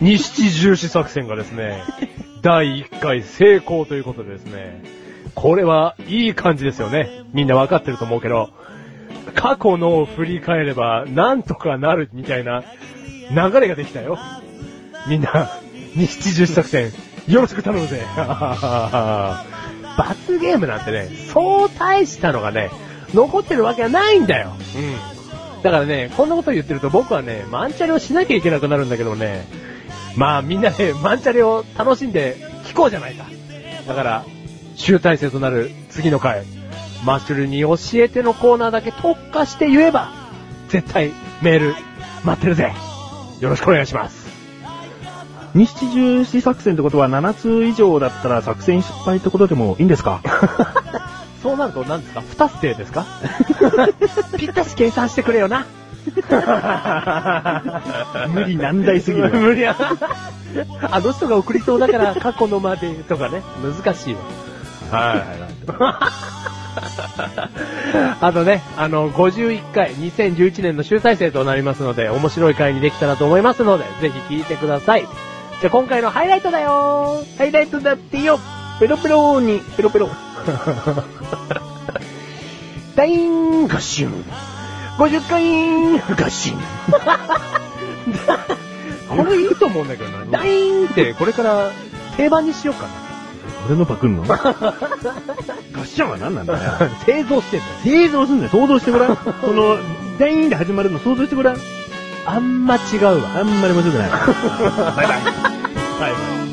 Speaker 1: 二七重視作戦がですね、第1回成功ということでですね、これはいい感じですよね。みんなわかってると思うけど、過去のを振り返ればなんとかなるみたいな流れができたよ。みんな、二七重視作戦、よろしく頼むぜ。 罰ゲームなんてね、そう大したのがね、残ってるわけはないんだよ。うん。だからね、こんなこと言ってると僕はね、マンチャレをしなきゃいけなくなるんだけどね、まあみんなで、ね、マンチャレを楽しんで聞こうじゃないか。だから、集大成となる次の回、マッシュルに教えてのコーナーだけ特化して言えば、絶対メール待ってるぜ。よろしくお願いします。
Speaker 2: 西地重視作戦ってことは7通以上だったら作戦失敗ってことでもいいんですか
Speaker 1: そうなると何ですか不達成ですかぴったし計算してくれよな。
Speaker 2: 無理難題 すぎる。
Speaker 1: 無理や。あの人が送りそうだから過去のまでとかね、難しいわ。はい。あとね、あの、51回、2011年の集大成となりますので、面白い回にできたらと思いますので、ぜひ聞いてください。じゃあ今回のハイライトだよハイライトだってよペロペロに、ペロペロ。ダイーン合唱 !50 回合唱これいいと思うんだけどな。 ダイーンって、これから定番にしようかな。
Speaker 2: 俺のパクんの ガッシャンは何なんだよ。
Speaker 1: 製造してんだよ。
Speaker 2: 製造すんだよ。想像してごらん。その、全員で始まるの想像してごらん。
Speaker 1: あんま違うわ。
Speaker 2: あんまり面白くない。バイバイ。
Speaker 1: はい。